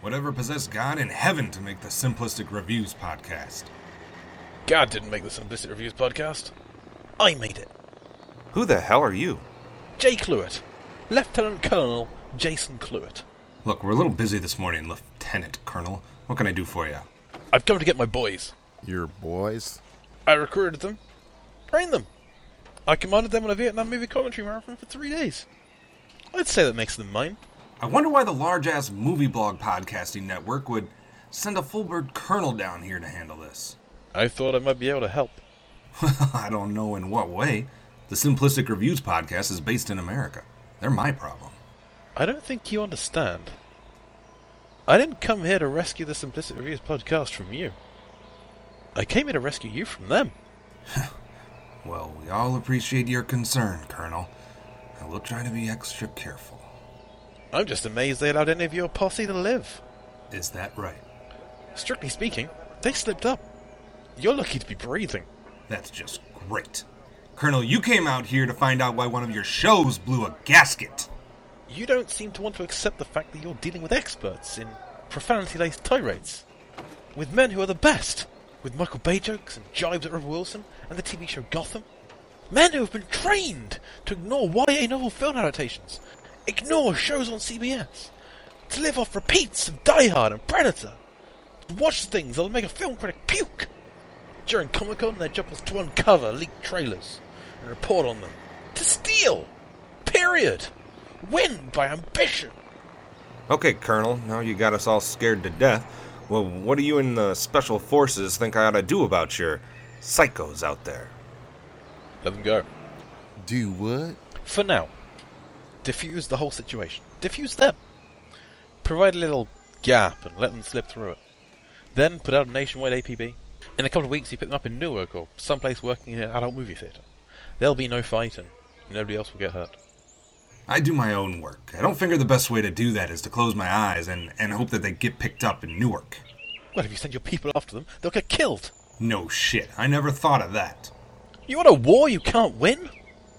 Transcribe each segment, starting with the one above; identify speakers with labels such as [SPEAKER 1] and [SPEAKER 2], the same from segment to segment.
[SPEAKER 1] whatever possessed God in heaven to make the Simplistic Reviews podcast.
[SPEAKER 2] God didn't make the Simplistic Reviews podcast. I made it.
[SPEAKER 3] Who the hell are you?
[SPEAKER 2] Jay Cluett. Lieutenant Colonel Jason Cluett.
[SPEAKER 1] Look, we're a little busy this morning, Lieutenant Colonel. What can I do for you?
[SPEAKER 2] I've come to get my boys.
[SPEAKER 4] Your boys?
[SPEAKER 2] I recruited them, trained them. I commanded them on a Vietnam movie commentary marathon for three days. I'd say that makes them mine.
[SPEAKER 1] I wonder why the large ass movie blog podcasting network would send a full bird colonel down here to handle this.
[SPEAKER 2] I thought I might be able to help.
[SPEAKER 1] I don't know in what way. The Simplistic Reviews podcast is based in America. They're my problem.
[SPEAKER 2] I don't think you understand. I didn't come here to rescue the Simplistic Reviews podcast from you. I came here to rescue you from them.
[SPEAKER 1] Well, we all appreciate your concern, Colonel. I will try to be extra careful.
[SPEAKER 2] I'm just amazed they allowed any of your posse to live.
[SPEAKER 1] Is that right?
[SPEAKER 2] Strictly speaking, they slipped up. You're lucky to be breathing.
[SPEAKER 1] That's just great. Colonel, you came out here to find out why one of your shows blew a gasket.
[SPEAKER 2] You don't seem to want to accept the fact that you're dealing with experts in profanity laced tirades. With men who are the best. With Michael Bay jokes and jibes at River Wilson and the TV show Gotham. Men who have been trained to ignore YA novel film adaptations, ignore shows on CBS, to live off repeats of Die Hard and Predator, to watch things that'll make a film critic puke. During Comic Con, their job was to uncover leaked trailers and report on them. To steal! Period! Win by ambition!
[SPEAKER 3] Okay, Colonel, now you got us all scared to death. Well, what do you and the special forces think I ought to do about your psychos out there?
[SPEAKER 2] Let them go.
[SPEAKER 4] Do what?
[SPEAKER 2] For now, diffuse the whole situation. Diffuse them. Provide a little gap and let them slip through it. Then put out a nationwide APB. In a couple of weeks, you pick them up in Newark or someplace working in an adult movie theatre. There'll be no fighting. Nobody else will get hurt.
[SPEAKER 1] I do my own work. I don't figure the best way to do that is to close my eyes and, and hope that they get picked up in Newark.
[SPEAKER 2] Well, if you send your people after them, they'll get killed.
[SPEAKER 1] No shit, I never thought of that.
[SPEAKER 2] You want a war you can't win?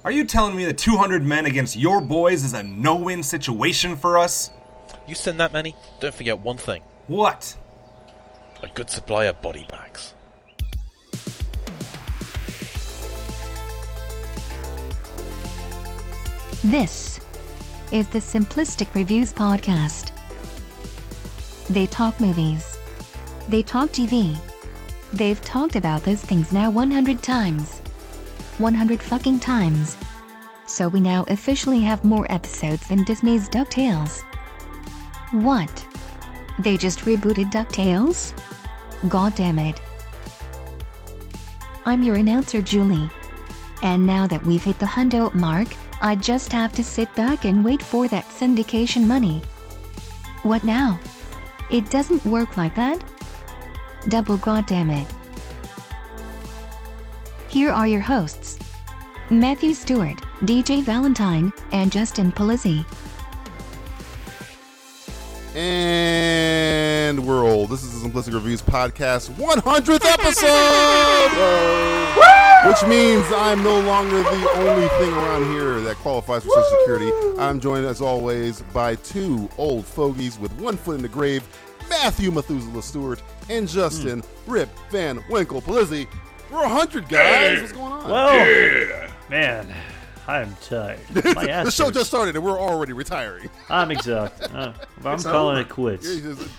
[SPEAKER 1] Are you telling me that 200 men against your boys is a no win situation for us?
[SPEAKER 2] You send that many, don't forget one thing
[SPEAKER 1] What?
[SPEAKER 2] a good supply of body bags.
[SPEAKER 5] This is the Simplistic Reviews Podcast. They talk movies. They talk TV. They've talked about those things now 100 times. 100 fucking times. So we now officially have more episodes than Disney's DuckTales. What? They just rebooted DuckTales? God damn it. I'm your announcer, Julie. And now that we've hit the hundo mark, I just have to sit back and wait for that syndication money. What now? It doesn't work like that. Double goddamn it. Here are your hosts Matthew Stewart, DJ Valentine, and Justin Polizzi.
[SPEAKER 4] And we're old. This is the Simplistic Reviews Podcast 100th episode! Which means I'm no longer the only thing around here that qualifies for Social Security. I'm joined, as always, by two old fogies with one foot in the grave Matthew Methuselah Stewart and Justin
[SPEAKER 6] Hmm.
[SPEAKER 4] Rip Van Winkle Polizzi. We're 100, guys! What's going on?
[SPEAKER 6] Well, man, I'm tired. My ass
[SPEAKER 4] the show
[SPEAKER 6] hurts.
[SPEAKER 4] just started and we're already retiring.
[SPEAKER 6] I'm exact. Uh, I'm calling it quits.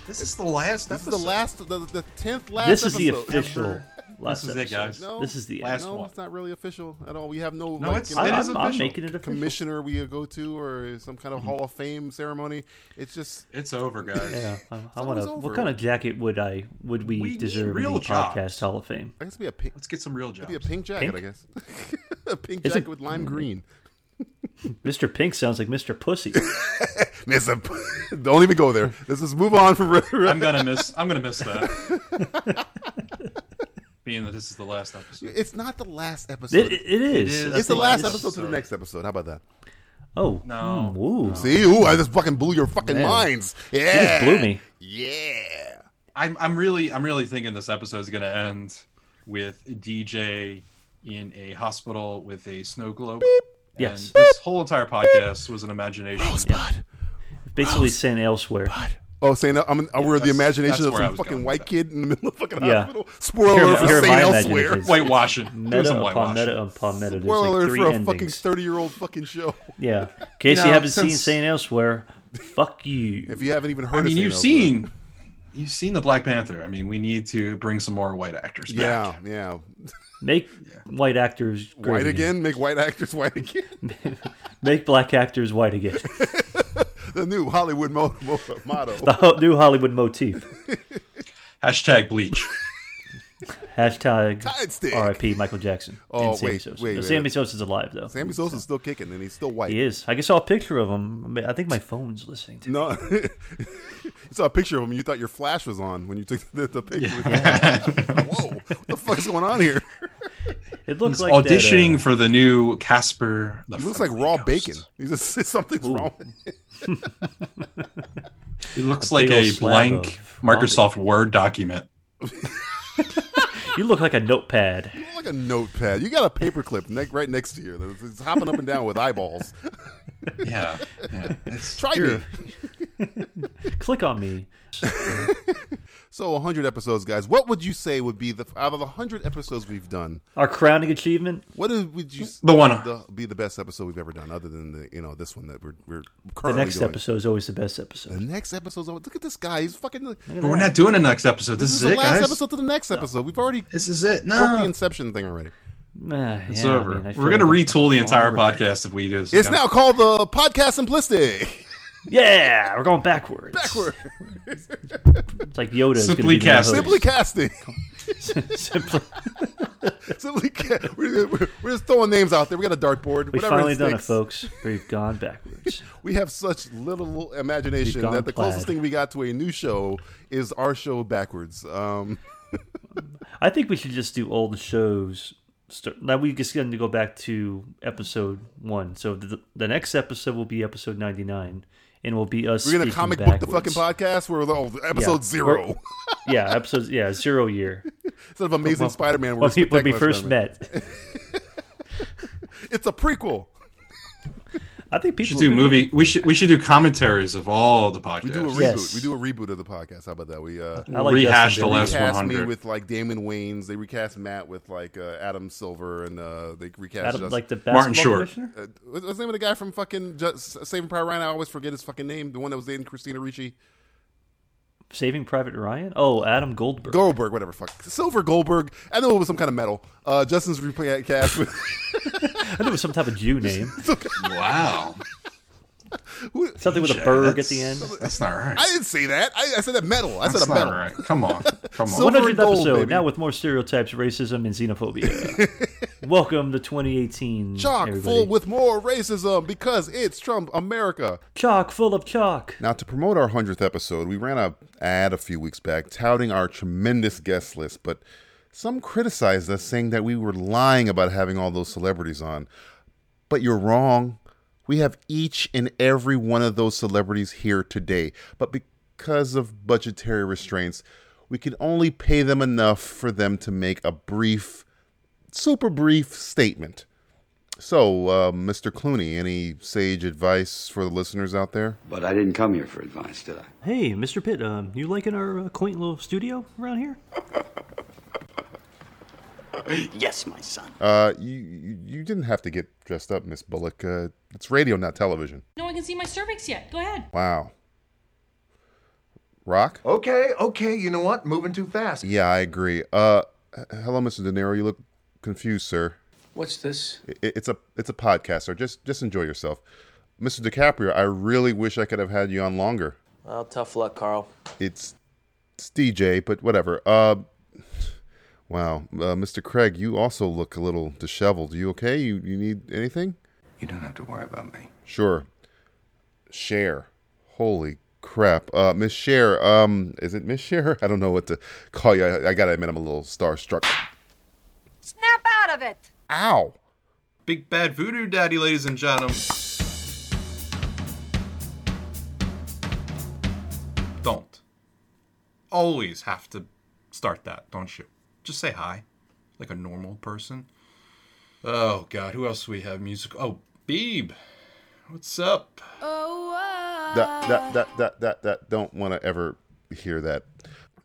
[SPEAKER 7] This is the last.
[SPEAKER 4] This is the
[SPEAKER 7] episode.
[SPEAKER 4] last, the, the tenth last.
[SPEAKER 6] This is the
[SPEAKER 4] episode.
[SPEAKER 6] official. Last
[SPEAKER 7] is it,
[SPEAKER 6] episode.
[SPEAKER 7] guys.
[SPEAKER 4] No,
[SPEAKER 6] This is the
[SPEAKER 7] Last
[SPEAKER 4] no,
[SPEAKER 7] one.
[SPEAKER 4] it's not really official at all. We have no.
[SPEAKER 7] No,
[SPEAKER 4] like,
[SPEAKER 7] it's-
[SPEAKER 4] you know,
[SPEAKER 6] I,
[SPEAKER 7] It
[SPEAKER 6] I'm,
[SPEAKER 7] is
[SPEAKER 6] I'm
[SPEAKER 7] official.
[SPEAKER 6] making it official. Mm-hmm.
[SPEAKER 4] commissioner we go to or some kind of Hall of Fame ceremony. It's just
[SPEAKER 7] It's over, guys.
[SPEAKER 6] Yeah, I, I
[SPEAKER 4] almost
[SPEAKER 6] want to.
[SPEAKER 4] over.
[SPEAKER 6] What kind of jacket would I would we,
[SPEAKER 7] We need
[SPEAKER 6] deserve in
[SPEAKER 7] real
[SPEAKER 6] the
[SPEAKER 7] jobs.
[SPEAKER 6] podcast Hall of Fame?
[SPEAKER 4] I guess it'd be a pink,
[SPEAKER 7] Let's get some real
[SPEAKER 4] it'd
[SPEAKER 7] jobs.
[SPEAKER 4] be a pink jacket.
[SPEAKER 6] Pink?
[SPEAKER 4] I guess a pink
[SPEAKER 6] Is it- Mm.
[SPEAKER 4] jacket with lime green.
[SPEAKER 6] Mr. Pink sounds like Mr. Pussy.
[SPEAKER 4] Miss a- don't even go there. Let's just move on from.
[SPEAKER 7] I'm gonna miss. I'm gonna miss that. Being that this is the last episode.
[SPEAKER 4] it's not the last
[SPEAKER 6] It,
[SPEAKER 4] episode.
[SPEAKER 6] it is.
[SPEAKER 7] is.
[SPEAKER 4] it's the
[SPEAKER 7] It's-
[SPEAKER 4] last
[SPEAKER 7] it's-
[SPEAKER 4] episode to the next episode. How about that?
[SPEAKER 6] Oh
[SPEAKER 7] No.
[SPEAKER 6] hmm, woo.
[SPEAKER 4] See, ooh, I just fucking blew your fucking
[SPEAKER 6] Man.
[SPEAKER 4] minds. Yeah,
[SPEAKER 6] You just blew me.
[SPEAKER 4] Yeah.
[SPEAKER 7] I'm. I'm really. I'm really thinking this episode is gonna end with DJ in a hospital with a snow globe.
[SPEAKER 6] Yes.
[SPEAKER 7] And this whole entire podcast was an imagination.
[SPEAKER 4] Rosebud,
[SPEAKER 6] Basically, sent elsewhere.
[SPEAKER 4] Oh, saying that- I'm, uh, we're the
[SPEAKER 8] That's-
[SPEAKER 4] imagination
[SPEAKER 8] that's
[SPEAKER 4] of
[SPEAKER 8] where I
[SPEAKER 4] some
[SPEAKER 8] was
[SPEAKER 4] fucking
[SPEAKER 8] going with
[SPEAKER 4] white
[SPEAKER 8] that.
[SPEAKER 4] kid in the middle of fucking
[SPEAKER 6] Yeah.
[SPEAKER 4] hospital. Spoiler alert for
[SPEAKER 6] Here are
[SPEAKER 4] Saint
[SPEAKER 6] my
[SPEAKER 4] Elsewhere.
[SPEAKER 6] imaginations.
[SPEAKER 8] Whitewashing. Doing
[SPEAKER 6] Meta
[SPEAKER 8] some
[SPEAKER 6] upon
[SPEAKER 8] whitewashing.
[SPEAKER 6] meta upon meta. There's
[SPEAKER 4] Spoiler
[SPEAKER 6] like
[SPEAKER 4] alert
[SPEAKER 6] three
[SPEAKER 4] for a
[SPEAKER 6] endings.
[SPEAKER 4] fucking thirty-year-old fucking show.
[SPEAKER 6] Yeah. In case
[SPEAKER 8] No,
[SPEAKER 6] you haven't seen
[SPEAKER 8] since-
[SPEAKER 6] Saint Elsewhere, fuck you.
[SPEAKER 4] If you haven't even heard,
[SPEAKER 8] I
[SPEAKER 4] of
[SPEAKER 8] mean,
[SPEAKER 4] Saint
[SPEAKER 8] you've
[SPEAKER 4] Elsewhere.
[SPEAKER 8] seen, you've seen the Black Panther. I mean, we need to bring some more white actors.
[SPEAKER 4] Yeah,
[SPEAKER 8] back.
[SPEAKER 4] yeah.
[SPEAKER 6] Make white actors great
[SPEAKER 4] White again, make white actors white again.
[SPEAKER 6] Make black actors white again.
[SPEAKER 4] The new Hollywood mo- mo- motto.
[SPEAKER 6] The ho- new Hollywood motif.
[SPEAKER 8] Hashtag bleach.
[SPEAKER 6] Hashtag
[SPEAKER 4] Tide stick.
[SPEAKER 6] R.I.P. Michael Jackson.
[SPEAKER 4] Oh,
[SPEAKER 6] and Sammy
[SPEAKER 4] wait,
[SPEAKER 6] Sosa.
[SPEAKER 4] wait,
[SPEAKER 6] no,
[SPEAKER 4] wait.
[SPEAKER 6] Sammy Sosa's alive though.
[SPEAKER 4] Sammy Sosa's still kicking and he's still white.
[SPEAKER 6] He is. I can saw a picture of him. I, mean, I think my phone's listening to.
[SPEAKER 4] No, you saw a picture of him. You thought your flash was on when you took the, the picture. Whoa, what the fuck's going on here?
[SPEAKER 6] It looks
[SPEAKER 8] He's
[SPEAKER 6] like uh,
[SPEAKER 8] auditioning for the new Casper. The
[SPEAKER 4] He looks like
[SPEAKER 8] Friendly
[SPEAKER 4] raw
[SPEAKER 8] Ghost.
[SPEAKER 4] bacon. He's just, something's wrong.
[SPEAKER 8] It looks
[SPEAKER 6] A
[SPEAKER 8] like
[SPEAKER 6] big old
[SPEAKER 8] a
[SPEAKER 6] slab
[SPEAKER 8] blank
[SPEAKER 6] of
[SPEAKER 8] Microsoft Word document.
[SPEAKER 6] That, uh, you look like a notepad.
[SPEAKER 4] You're like a notepad. You got a paperclip ne- right next to you. It's hopping up and down with eyeballs.
[SPEAKER 8] Yeah. yeah. It's-
[SPEAKER 4] Try me.
[SPEAKER 6] Click on me.
[SPEAKER 4] So 100 episodes, guys. What would you say would be the out of the 100 episodes we've done?
[SPEAKER 6] Our crowning achievement.
[SPEAKER 4] What is, would you s-
[SPEAKER 8] The one-
[SPEAKER 4] the, be the best episode we've ever done, other than the you know this one that we're we're
[SPEAKER 6] The
[SPEAKER 4] currently
[SPEAKER 6] next
[SPEAKER 4] doing?
[SPEAKER 6] episode is always the best
[SPEAKER 4] The
[SPEAKER 6] episode.
[SPEAKER 4] next episode's over. Look at this guy. He's fucking.
[SPEAKER 8] but we're not doing a next episode. This,
[SPEAKER 4] This is
[SPEAKER 8] is
[SPEAKER 4] the
[SPEAKER 8] it,
[SPEAKER 4] last
[SPEAKER 8] guys.
[SPEAKER 4] episode to the next episode. We've already
[SPEAKER 8] This is it.
[SPEAKER 4] broke the
[SPEAKER 8] No.
[SPEAKER 4] Inception thing already.
[SPEAKER 6] Ah,
[SPEAKER 8] It's
[SPEAKER 6] yeah, I
[SPEAKER 8] over.
[SPEAKER 6] mean, I feel
[SPEAKER 8] We're gonna
[SPEAKER 6] like-
[SPEAKER 8] retool the entire podcast if we do this.
[SPEAKER 4] It's now called the podcast simplistic.
[SPEAKER 6] Yeah, we're going backwards.
[SPEAKER 4] Backward,
[SPEAKER 6] It's like Yoda. is gonna
[SPEAKER 8] Simply
[SPEAKER 6] be the new
[SPEAKER 8] cast.
[SPEAKER 6] host.
[SPEAKER 4] simply casting.
[SPEAKER 6] Simply.
[SPEAKER 4] Simply, ca- we're, we're, we're just throwing names out there. We got a dartboard.
[SPEAKER 6] We've
[SPEAKER 4] whatever
[SPEAKER 6] finally
[SPEAKER 4] it
[SPEAKER 6] done it,
[SPEAKER 4] takes.
[SPEAKER 6] folks. We've gone backwards.
[SPEAKER 4] We have such little imagination
[SPEAKER 6] We've gone
[SPEAKER 4] that the closest
[SPEAKER 6] plaid.
[SPEAKER 4] thing we got to a new show is our show backwards. Um,
[SPEAKER 6] I think we should just do old shows. Start, now we just going to go back to episode one. So the, the next episode will be episode ninety nine, and will be us.
[SPEAKER 4] we're gonna
[SPEAKER 6] speaking
[SPEAKER 4] comic
[SPEAKER 6] backwards.
[SPEAKER 4] book the fucking podcast. We're oh,
[SPEAKER 6] Yeah.
[SPEAKER 4] episode zero
[SPEAKER 6] We're- yeah, episode yeah zero year.
[SPEAKER 4] instead of Amazing Spider-Man. We're
[SPEAKER 6] When we, when we
[SPEAKER 4] Spectacular
[SPEAKER 6] first
[SPEAKER 4] Spider-Man.
[SPEAKER 6] met,
[SPEAKER 4] It's a prequel.
[SPEAKER 6] I think
[SPEAKER 8] We should
[SPEAKER 6] people
[SPEAKER 8] do movie. We should we should do commentaries of all the podcasts.
[SPEAKER 4] We do a reboot.
[SPEAKER 6] Yes.
[SPEAKER 4] We do a reboot of the podcast. How about that? We uh,
[SPEAKER 6] I like
[SPEAKER 8] rehash
[SPEAKER 6] Dustin
[SPEAKER 8] the
[SPEAKER 4] they
[SPEAKER 8] last
[SPEAKER 4] recast me
[SPEAKER 8] 100.
[SPEAKER 4] with like Damon Wayans. They recast Matt with like uh, Adam Silver, and uh, they recast
[SPEAKER 6] Adam,
[SPEAKER 4] Justin-
[SPEAKER 6] like the basketball
[SPEAKER 8] Martin Short.
[SPEAKER 6] commissioner?
[SPEAKER 4] uh, what's what's the name of the guy from fucking just, Saving Private Ryan? I always forget his fucking name. The one that was dating Christina Ricci,
[SPEAKER 6] Saving Private Ryan. Oh, Adam Goldberg.
[SPEAKER 4] Goldberg, whatever. Fuck Silver Goldberg. I know it was some kind of metal. Uh, Justin's recast with
[SPEAKER 6] I think it was some type of Jew name.
[SPEAKER 8] Wow.
[SPEAKER 4] who,
[SPEAKER 6] Something with a
[SPEAKER 8] Yeah,
[SPEAKER 6] berg at
[SPEAKER 8] that's-
[SPEAKER 6] the end.
[SPEAKER 8] That's not right.
[SPEAKER 4] I didn't say that. I, I said that metal. I
[SPEAKER 8] That's
[SPEAKER 4] said a
[SPEAKER 8] not
[SPEAKER 4] metal.
[SPEAKER 8] right. Come on. Come on.
[SPEAKER 4] Silver and
[SPEAKER 6] 100th
[SPEAKER 4] gold,
[SPEAKER 6] episode
[SPEAKER 4] baby.
[SPEAKER 6] now with more stereotypes, racism, and xenophobia. Welcome to 2018.
[SPEAKER 4] Chock
[SPEAKER 6] Mm, everybody.
[SPEAKER 4] full with more racism because it's Trump America.
[SPEAKER 6] chalk full of chalk.
[SPEAKER 4] Now, to promote our 100th episode, we ran a ad a few weeks back touting our tremendous guest list, but some criticized us saying that we were lying about having all those celebrities on. But you're wrong. We have each and every one of those celebrities here today, but because of budgetary restraints, we can only pay them enough for them to make a brief, super brief statement. So, uh, Mr. Clooney, any sage advice for the listeners out there?
[SPEAKER 9] But I didn't come here for advice, did I?
[SPEAKER 6] Hey, Mr. Pitt, um, you liking our uh, quaint little studio around here?
[SPEAKER 9] Uh, Yes, my son.
[SPEAKER 4] Uh, you you you didn't have to get dressed up, Miss Bullock. Uh, it's radio, not television.
[SPEAKER 10] No one can see my cervix yet. Go ahead.
[SPEAKER 4] Wow. Rock?
[SPEAKER 11] Okay, okay, you know what? Moving too fast.
[SPEAKER 4] Yeah, I agree. Uh, h- hello, Mr. De Niro. You look confused, sir.
[SPEAKER 11] What's this?
[SPEAKER 4] I- it's a it's a podcast, sir. Just just enjoy yourself, Mr. DiCaprio. I really wish I could have had you on longer.
[SPEAKER 12] Well, tough luck, Carl.
[SPEAKER 4] It's it's DJ, but whatever. Uh, wow, uh, Mr. Craig, you also look a little disheveled. You okay? You you need anything?
[SPEAKER 11] You don't have to worry about me.
[SPEAKER 4] Sure. Share. Holy crap. Uh Miss Share, um is it Miss Share? I don't know what to call you. I, I gotta admit I'm a little starstruck.
[SPEAKER 10] Snap out of it.
[SPEAKER 4] Ow.
[SPEAKER 8] Big bad voodoo daddy, ladies and gentlemen. Don't. Always have to start that, don't you? Just say hi, like a normal person. Oh God, who else do we have? Music. Oh, Beeb. What's up?
[SPEAKER 10] Oh,
[SPEAKER 4] that that that that that, that don't want to ever hear that.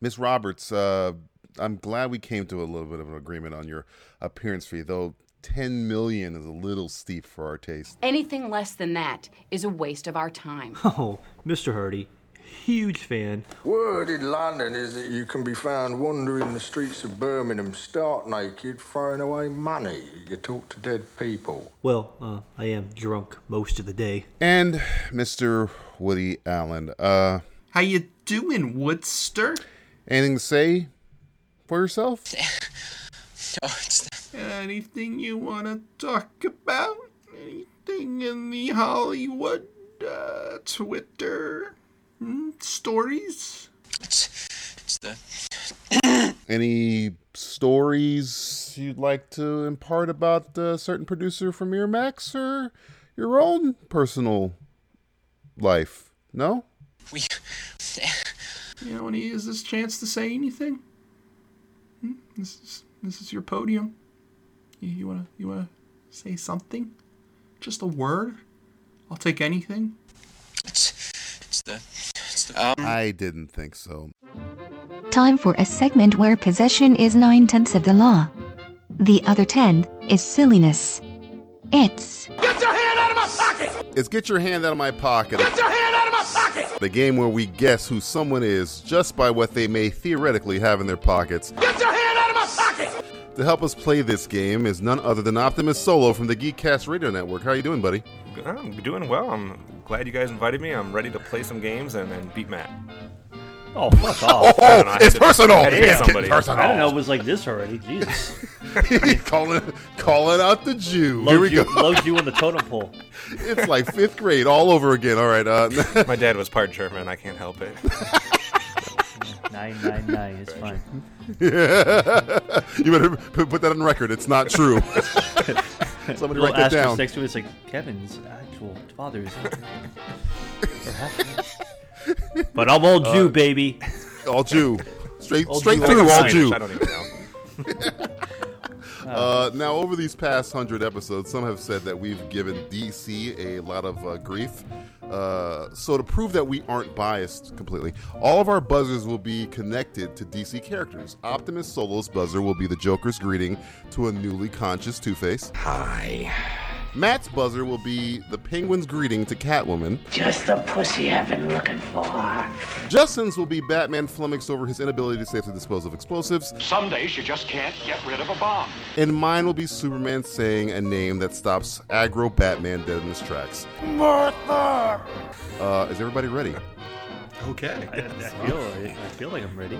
[SPEAKER 4] Miss Roberts, uh, I'm glad we came to a little bit of an agreement on your appearance fee, though. Ten million is a little steep for our taste.
[SPEAKER 12] Anything less than that is a waste of our time.
[SPEAKER 6] Oh, Mr. Hardy, huge fan.
[SPEAKER 13] Word in London is that you can be found wandering the streets of Birmingham stark naked, throwing away money. You talk to dead people.
[SPEAKER 6] Well, uh, I am drunk most of the day.
[SPEAKER 4] And Mr. Woody Allen, uh,
[SPEAKER 14] how you doing, Woodster?
[SPEAKER 4] Anything to say for yourself?
[SPEAKER 14] No, it's not. Anything you want to talk about? Anything in the Hollywood uh, Twitter hmm, stories?
[SPEAKER 4] It's the. Any stories you'd like to impart about a certain producer from Miramax or your own personal life? No?
[SPEAKER 14] We. you know, and he is this chance to say anything? Hmm? This is this is your podium. You, you wanna you wanna say something? Just a word? I'll take anything.
[SPEAKER 4] It's, it's the, it's the, um, I didn't think so.
[SPEAKER 5] Time for a segment where possession is nine tenths of the law. The other tenth is silliness. It's
[SPEAKER 13] Get your hand out of my pocket!
[SPEAKER 4] It's Get Your Hand Out of My Pocket.
[SPEAKER 13] Get your hand out of my pocket!
[SPEAKER 4] The game where we guess who someone is just by what they may theoretically have in their pockets.
[SPEAKER 13] Get your hand out of my pocket!
[SPEAKER 4] To help us play this game is none other than Optimus Solo from the Geekcast Radio Network. How you doing, buddy?
[SPEAKER 3] I'm doing well. I'm glad you guys invited me. I'm ready to play some games and, and beat Matt.
[SPEAKER 6] Oh, fuck off.
[SPEAKER 4] Oh, it's personal.
[SPEAKER 3] I had to
[SPEAKER 4] It's
[SPEAKER 3] hit
[SPEAKER 4] getting
[SPEAKER 3] somebody.
[SPEAKER 4] personal.
[SPEAKER 6] I don't know it was like this already. Jesus.
[SPEAKER 4] calling, calling out the Jew. Here
[SPEAKER 6] Loves
[SPEAKER 4] we
[SPEAKER 6] you,
[SPEAKER 4] go.
[SPEAKER 6] loves you on the totem pole.
[SPEAKER 4] It's like fifth grade all over again. All right. Uh,
[SPEAKER 3] My dad was part German. I can't help it.
[SPEAKER 6] 999, it's fine.
[SPEAKER 4] you better p- put that on record. It's not true. Somebody
[SPEAKER 6] Little
[SPEAKER 4] write that
[SPEAKER 6] asterisk
[SPEAKER 4] down.
[SPEAKER 6] next to it, it's like Kevin's actual father's. but I'm all Jew,
[SPEAKER 4] Uh,
[SPEAKER 6] baby.
[SPEAKER 4] All Jew. Straight,
[SPEAKER 6] All
[SPEAKER 4] straight
[SPEAKER 6] Jew.
[SPEAKER 4] through, all
[SPEAKER 6] Spanish,
[SPEAKER 4] Jew.
[SPEAKER 6] I don't even know.
[SPEAKER 4] Uh, now, over these past hundred episodes, some have said that we've given DC a lot of uh, grief. Uh, so, to prove that we aren't biased completely, all of our buzzers will be connected to DC characters. Optimus Solo's buzzer will be the Joker's greeting to a newly conscious Two Face. Hi. Matt's buzzer will be the Penguin's greeting to Catwoman.
[SPEAKER 15] Just the pussy I've been looking for.
[SPEAKER 4] Justin's will be Batman flummoxed over his inability to safely dispose of explosives.
[SPEAKER 16] Some days you just can't get rid of a bomb.
[SPEAKER 4] And mine will be Superman saying a name that stops aggro Batman dead in his tracks.
[SPEAKER 16] Martha!
[SPEAKER 4] Uh, is everybody ready?
[SPEAKER 8] Okay.
[SPEAKER 6] I, I feel, like- I feel like I'm ready.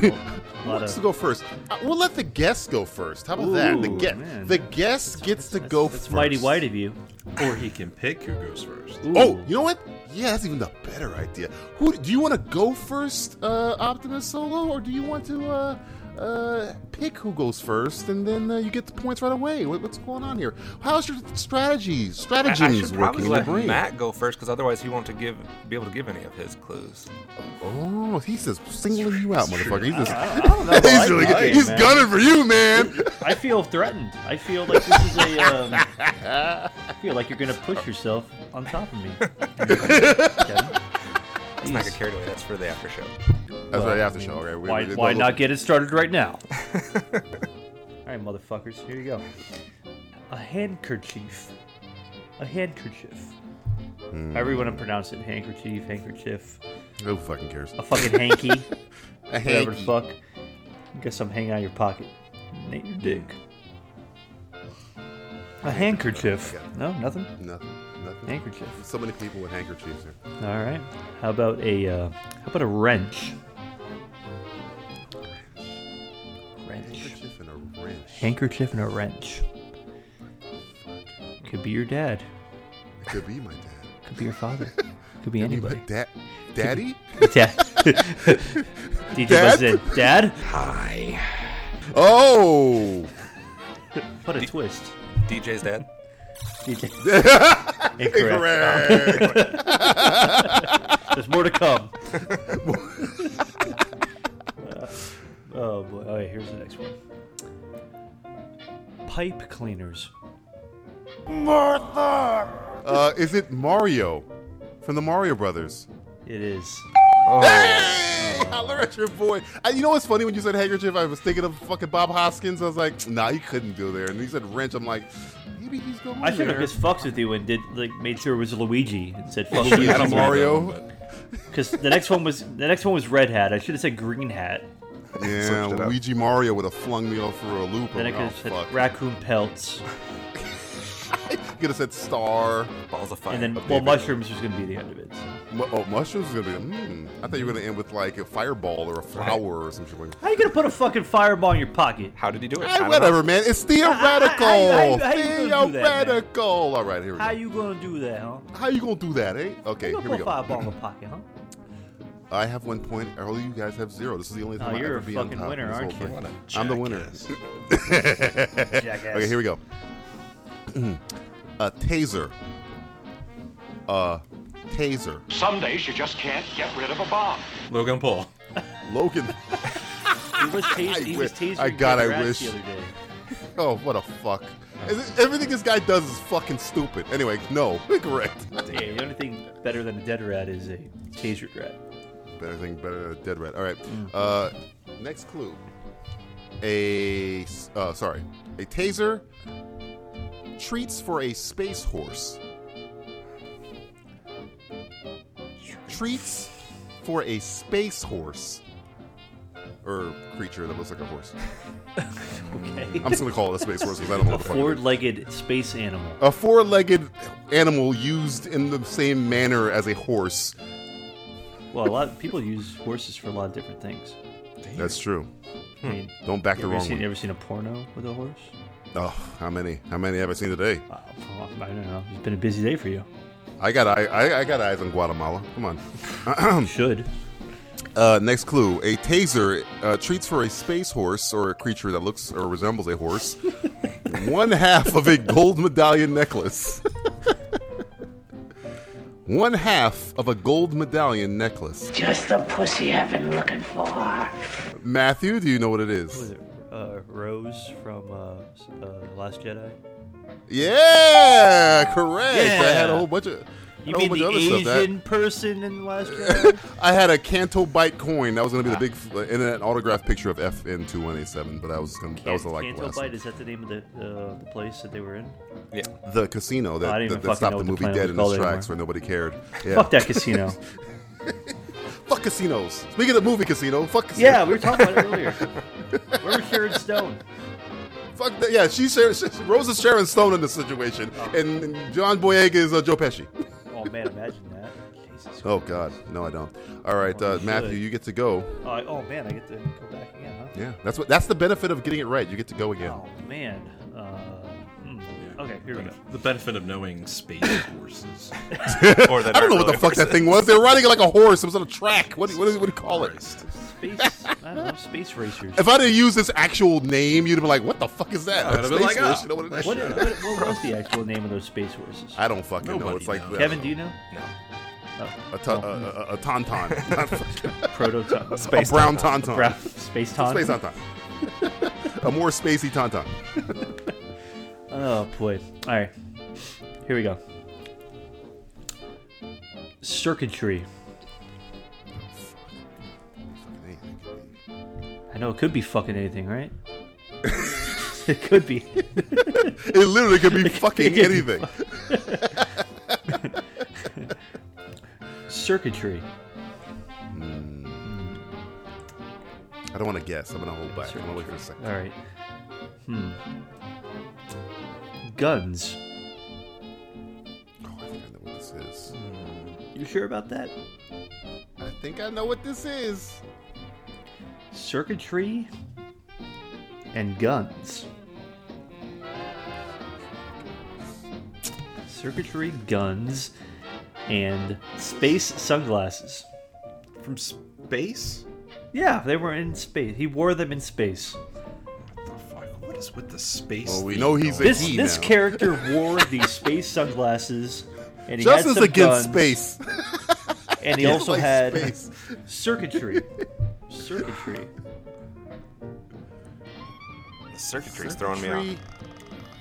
[SPEAKER 4] Who wants to go first? Uh, we'll let the guest go first. How about that? The
[SPEAKER 6] Ooh,
[SPEAKER 4] guest,
[SPEAKER 6] man.
[SPEAKER 4] the guest gets to go first.
[SPEAKER 6] mighty white of you.
[SPEAKER 8] Or he can pick who goes first.
[SPEAKER 4] Oh, you know what? Yeah, that's even a better idea. Who do you want to go first, uh, Optimus Solo, or do you want to uh, uh, pick who goes first, and then uh, you get the points right away? What, what's going on here? How's your strategy
[SPEAKER 3] I, I
[SPEAKER 4] strategies
[SPEAKER 3] should
[SPEAKER 4] working
[SPEAKER 3] probably
[SPEAKER 4] in the
[SPEAKER 3] let
[SPEAKER 4] brain?
[SPEAKER 3] Matt go first because otherwise he won't to give be able to give any of his clues.
[SPEAKER 4] Oh, he's just singling you out, motherfucker. He's just,
[SPEAKER 6] I don't know. I
[SPEAKER 4] he's really
[SPEAKER 6] like
[SPEAKER 4] good.
[SPEAKER 6] it,
[SPEAKER 4] he's
[SPEAKER 6] man.
[SPEAKER 4] gunning for you, man.
[SPEAKER 6] I feel threatened. I feel like this is a. Um, I feel like you're gonna push yourself on top of me.
[SPEAKER 3] Let's not get carried away. That's for the after show.
[SPEAKER 4] That's right after show. Okay,
[SPEAKER 6] why why not get it started right now? All right, motherfuckers. Here you go. A handkerchief. A handkerchief.
[SPEAKER 4] Hmm.
[SPEAKER 6] However you want to pronounce it, handkerchief, handkerchief.
[SPEAKER 4] Who fucking cares?
[SPEAKER 6] A fucking hanky.
[SPEAKER 4] A
[SPEAKER 6] whatever the
[SPEAKER 4] hanky.
[SPEAKER 6] fuck. Guess I'm hanging out of your pocket. Nate your dick. A handkerchief. No, nothing.
[SPEAKER 4] Nothing. Nothing.
[SPEAKER 6] Handkerchief.
[SPEAKER 4] So many people with handkerchiefs here.
[SPEAKER 6] All right. How about a uh, how about a wrench? Wrench.
[SPEAKER 4] Handkerchief and a wrench.
[SPEAKER 6] Handkerchief and a wrench. Could be your dad.
[SPEAKER 4] It could be my dad.
[SPEAKER 6] Could be your father. Could be
[SPEAKER 4] Could be my
[SPEAKER 6] anybody.
[SPEAKER 4] da- daddy?
[SPEAKER 6] Dad. DJ
[SPEAKER 4] Dad?
[SPEAKER 6] Buzz in. Dad.
[SPEAKER 4] Hi. Oh.
[SPEAKER 6] What a twist.
[SPEAKER 3] DJ's dad.
[SPEAKER 6] DJ.
[SPEAKER 4] Incorrect.
[SPEAKER 6] There's more to come. oh boy. All right. Here's the next one. Pipe cleaners.
[SPEAKER 4] Martha. Uh, is it Mario? from the Mario Brothers.
[SPEAKER 6] It is.
[SPEAKER 4] Hey! Holler at your boy. I, you know what's funny? When you said handkerchief, I was thinking of fucking Bob Hoskins. I was like, nah, he couldn't go there. And he said wrench. I'm like, maybe he's going
[SPEAKER 6] I should have
[SPEAKER 4] there.
[SPEAKER 6] just fucked with you and did like made sure it was Luigi and said
[SPEAKER 4] Well, should've had a Mario.
[SPEAKER 6] Because the next one was the next one was Red Hat. I should have said Green Hat.
[SPEAKER 4] Yeah, Luigi Mario would have flung me off for a loop. Oh,
[SPEAKER 6] Then I
[SPEAKER 4] I'm
[SPEAKER 6] could have
[SPEAKER 4] like,
[SPEAKER 6] said Raccoon Pelts.
[SPEAKER 4] oh, could have said star. Balls of
[SPEAKER 6] And then, well, mushrooms was going to be the end of it.
[SPEAKER 4] Mu- oh, mushrooms is gonna be. Mm, I thought you were gonna end with like a fireball or a flower or something. Like
[SPEAKER 6] How you going to put a fucking fireball in your pocket?
[SPEAKER 3] How did he do
[SPEAKER 4] Hey, whatever, man. It's theoretical.
[SPEAKER 6] I- I- I- how you gonna do that, man?
[SPEAKER 4] theoretical. All right, here we go.
[SPEAKER 6] How you going to do that, huh?
[SPEAKER 4] How you gonna do that, eh? Okay,
[SPEAKER 6] You
[SPEAKER 4] here
[SPEAKER 6] gonna
[SPEAKER 4] we
[SPEAKER 6] put a fireball in
[SPEAKER 4] go.
[SPEAKER 6] your pocket, huh?
[SPEAKER 4] I have one point. All you guys have zero. This is the only
[SPEAKER 6] Oh,
[SPEAKER 4] time I
[SPEAKER 6] you're
[SPEAKER 4] ever
[SPEAKER 6] a
[SPEAKER 4] be on
[SPEAKER 6] fucking
[SPEAKER 4] top of
[SPEAKER 6] winner,
[SPEAKER 4] this
[SPEAKER 6] aren't
[SPEAKER 4] whole
[SPEAKER 6] you?
[SPEAKER 4] thing.
[SPEAKER 6] What a
[SPEAKER 4] I'm the winner.
[SPEAKER 6] Jackass.
[SPEAKER 4] okay, here we go. a taser. A taser.
[SPEAKER 16] Some days you just can't get rid of a bomb.
[SPEAKER 4] Logan Paul. Logan.
[SPEAKER 6] He was,
[SPEAKER 4] I
[SPEAKER 6] tas- he
[SPEAKER 4] wi-
[SPEAKER 6] was tasering
[SPEAKER 4] I God,
[SPEAKER 6] Jackass
[SPEAKER 4] I wish.
[SPEAKER 6] the other day.
[SPEAKER 4] Oh, what a fuck. Is it- everything this guy does is fucking stupid. Anyway, no, correct.
[SPEAKER 6] Yeah, the only thing better than a dead rat is a taser rat. Mm.
[SPEAKER 4] Better thing, better than a dead rat. All right. Uh, next clue. A s- uh, sorry, a taser. Treats for a space horse. Treats for a space horse. Or creature that looks like a horse.
[SPEAKER 6] Okay.
[SPEAKER 4] I'm just gonna call it a space horse because I don't know
[SPEAKER 6] A
[SPEAKER 4] what the fuck. it is.
[SPEAKER 6] four-legged space animal.
[SPEAKER 4] A four-legged animal used in the same manner as a horse.
[SPEAKER 6] Well, a lot of people use horses for a lot of different things.
[SPEAKER 4] That's true.
[SPEAKER 6] I mean,
[SPEAKER 4] Hmm. Don't back
[SPEAKER 6] you
[SPEAKER 4] the
[SPEAKER 6] ever
[SPEAKER 4] wrong
[SPEAKER 6] seen,
[SPEAKER 4] one.
[SPEAKER 6] You ever seen a porno with a horse?
[SPEAKER 4] Oh, how many? How many have I seen today?
[SPEAKER 6] Oh, I don't know. It's been a busy day for you.
[SPEAKER 4] I got I, I, I got eyes on Guatemala. Come on.
[SPEAKER 6] Should.
[SPEAKER 4] Uh, next clue: A taser uh, treats for a space horse or a creature that looks or resembles a horse. one half of a gold medallion necklace. one half of a gold medallion necklace.
[SPEAKER 15] Just the pussy I've been looking for.
[SPEAKER 4] Matthew, do you know what it
[SPEAKER 6] What was
[SPEAKER 4] is?
[SPEAKER 6] it? Uh, Rose from uh, s- uh, Last Jedi.
[SPEAKER 4] Yeah, correct. I had a
[SPEAKER 6] Yeah.
[SPEAKER 4] whole bunch of.
[SPEAKER 6] You
[SPEAKER 4] a whole
[SPEAKER 6] mean
[SPEAKER 4] bunch
[SPEAKER 6] the
[SPEAKER 4] of other stuff. That-
[SPEAKER 6] Asian person in Last Jedi?
[SPEAKER 4] I had a Canto Bite coin. That was going to be the big, and an autographed picture of FN two one eight seven. But that was gonna, that was the like
[SPEAKER 6] Canto
[SPEAKER 4] last.
[SPEAKER 6] Bite is that the name of the uh, the place that they were in?
[SPEAKER 3] Yeah.
[SPEAKER 4] The casino
[SPEAKER 6] Oh, I
[SPEAKER 4] that,
[SPEAKER 6] didn't
[SPEAKER 4] that,
[SPEAKER 6] even
[SPEAKER 4] that
[SPEAKER 6] fucking
[SPEAKER 4] stopped
[SPEAKER 6] know
[SPEAKER 4] the
[SPEAKER 6] what the
[SPEAKER 4] movie
[SPEAKER 6] planet
[SPEAKER 4] dead
[SPEAKER 6] was
[SPEAKER 4] in
[SPEAKER 6] called
[SPEAKER 4] its tracks
[SPEAKER 6] anymore.
[SPEAKER 4] where nobody cared. Yeah.
[SPEAKER 6] Fuck that casino.
[SPEAKER 4] fuck casinos. Speaking of movie casino, fuck. Casino.
[SPEAKER 6] yeah, we were talking about it earlier. Where was Sharon Stone?
[SPEAKER 4] fuck that. Yeah, she's Sharon, she, Rose is Sharon Stone in this situation, and, and John Boyega is uh, Joe Pesci.
[SPEAKER 6] Oh man, imagine that. Jesus.
[SPEAKER 4] Oh God, no, I don't. All right, uh,
[SPEAKER 6] you
[SPEAKER 4] Matthew,
[SPEAKER 6] should.
[SPEAKER 4] you get to go.
[SPEAKER 6] Oh, I- oh man, I get to go back again, huh?
[SPEAKER 4] Yeah, that's what. That's the benefit of getting it right. You get to go again.
[SPEAKER 6] Oh man. Uh, hmm. Okay, here we go.
[SPEAKER 8] The benefit of knowing space horses.
[SPEAKER 3] or that
[SPEAKER 4] I don't know
[SPEAKER 3] aren't
[SPEAKER 4] what the
[SPEAKER 3] really
[SPEAKER 4] fuck that
[SPEAKER 3] horses.
[SPEAKER 4] thing was. They were riding it like a horse. It was on a track. What, do- what, do- what do you call it?
[SPEAKER 6] Space. I don't know. Space racers.
[SPEAKER 4] If I'd have used this actual name, you'd have been like, "What the fuck is that?"
[SPEAKER 8] I would've been
[SPEAKER 4] Space
[SPEAKER 8] like,
[SPEAKER 4] Force,
[SPEAKER 8] "Ah,
[SPEAKER 4] you know what it
[SPEAKER 6] what,
[SPEAKER 4] is?
[SPEAKER 6] what, what was the actual name of those space horses?
[SPEAKER 4] I don't fucking know.
[SPEAKER 8] Nobody
[SPEAKER 4] It's like uh,
[SPEAKER 8] knows.
[SPEAKER 6] Kevin, do you know? Oh.
[SPEAKER 4] a, uh, ta- a, a, a tauntaun, Not fucking-
[SPEAKER 6] Prototype.
[SPEAKER 4] a brown tauntaun,
[SPEAKER 6] Brown- space tauntaun.
[SPEAKER 4] space tauntaun, a more spacey tauntaun.
[SPEAKER 6] Oh boy. All right. Here we go. Circuitry. I know it could be fucking anything, right? it could be.
[SPEAKER 4] It literally could be fucking
[SPEAKER 6] could be
[SPEAKER 4] anything.
[SPEAKER 6] Circuitry.
[SPEAKER 4] Hmm. I don't want to guess. I'm gonna hold back. I'm gonna wait for a second.
[SPEAKER 6] All right. Hmm. Guns.
[SPEAKER 4] Oh, I think I know what this is.
[SPEAKER 6] You sure about that?
[SPEAKER 4] I think I know what this is.
[SPEAKER 6] Circuitry and guns. Circuitry, guns, and space sunglasses.
[SPEAKER 3] From space?
[SPEAKER 6] Yeah, they were in space. He wore them in space.
[SPEAKER 3] Fuck, what is with the space?
[SPEAKER 4] Well, we
[SPEAKER 3] theme
[SPEAKER 4] know he's a
[SPEAKER 3] going
[SPEAKER 6] This
[SPEAKER 4] he
[SPEAKER 6] this
[SPEAKER 4] now.
[SPEAKER 6] character wore these space sunglasses, and he
[SPEAKER 4] Justice
[SPEAKER 6] had some
[SPEAKER 4] against
[SPEAKER 6] guns,
[SPEAKER 4] space.
[SPEAKER 6] and he
[SPEAKER 4] Yeah.
[SPEAKER 6] also
[SPEAKER 4] Like
[SPEAKER 6] had
[SPEAKER 4] space.
[SPEAKER 6] circuitry. Circuitry.
[SPEAKER 3] on? The circuitry's throwing me off.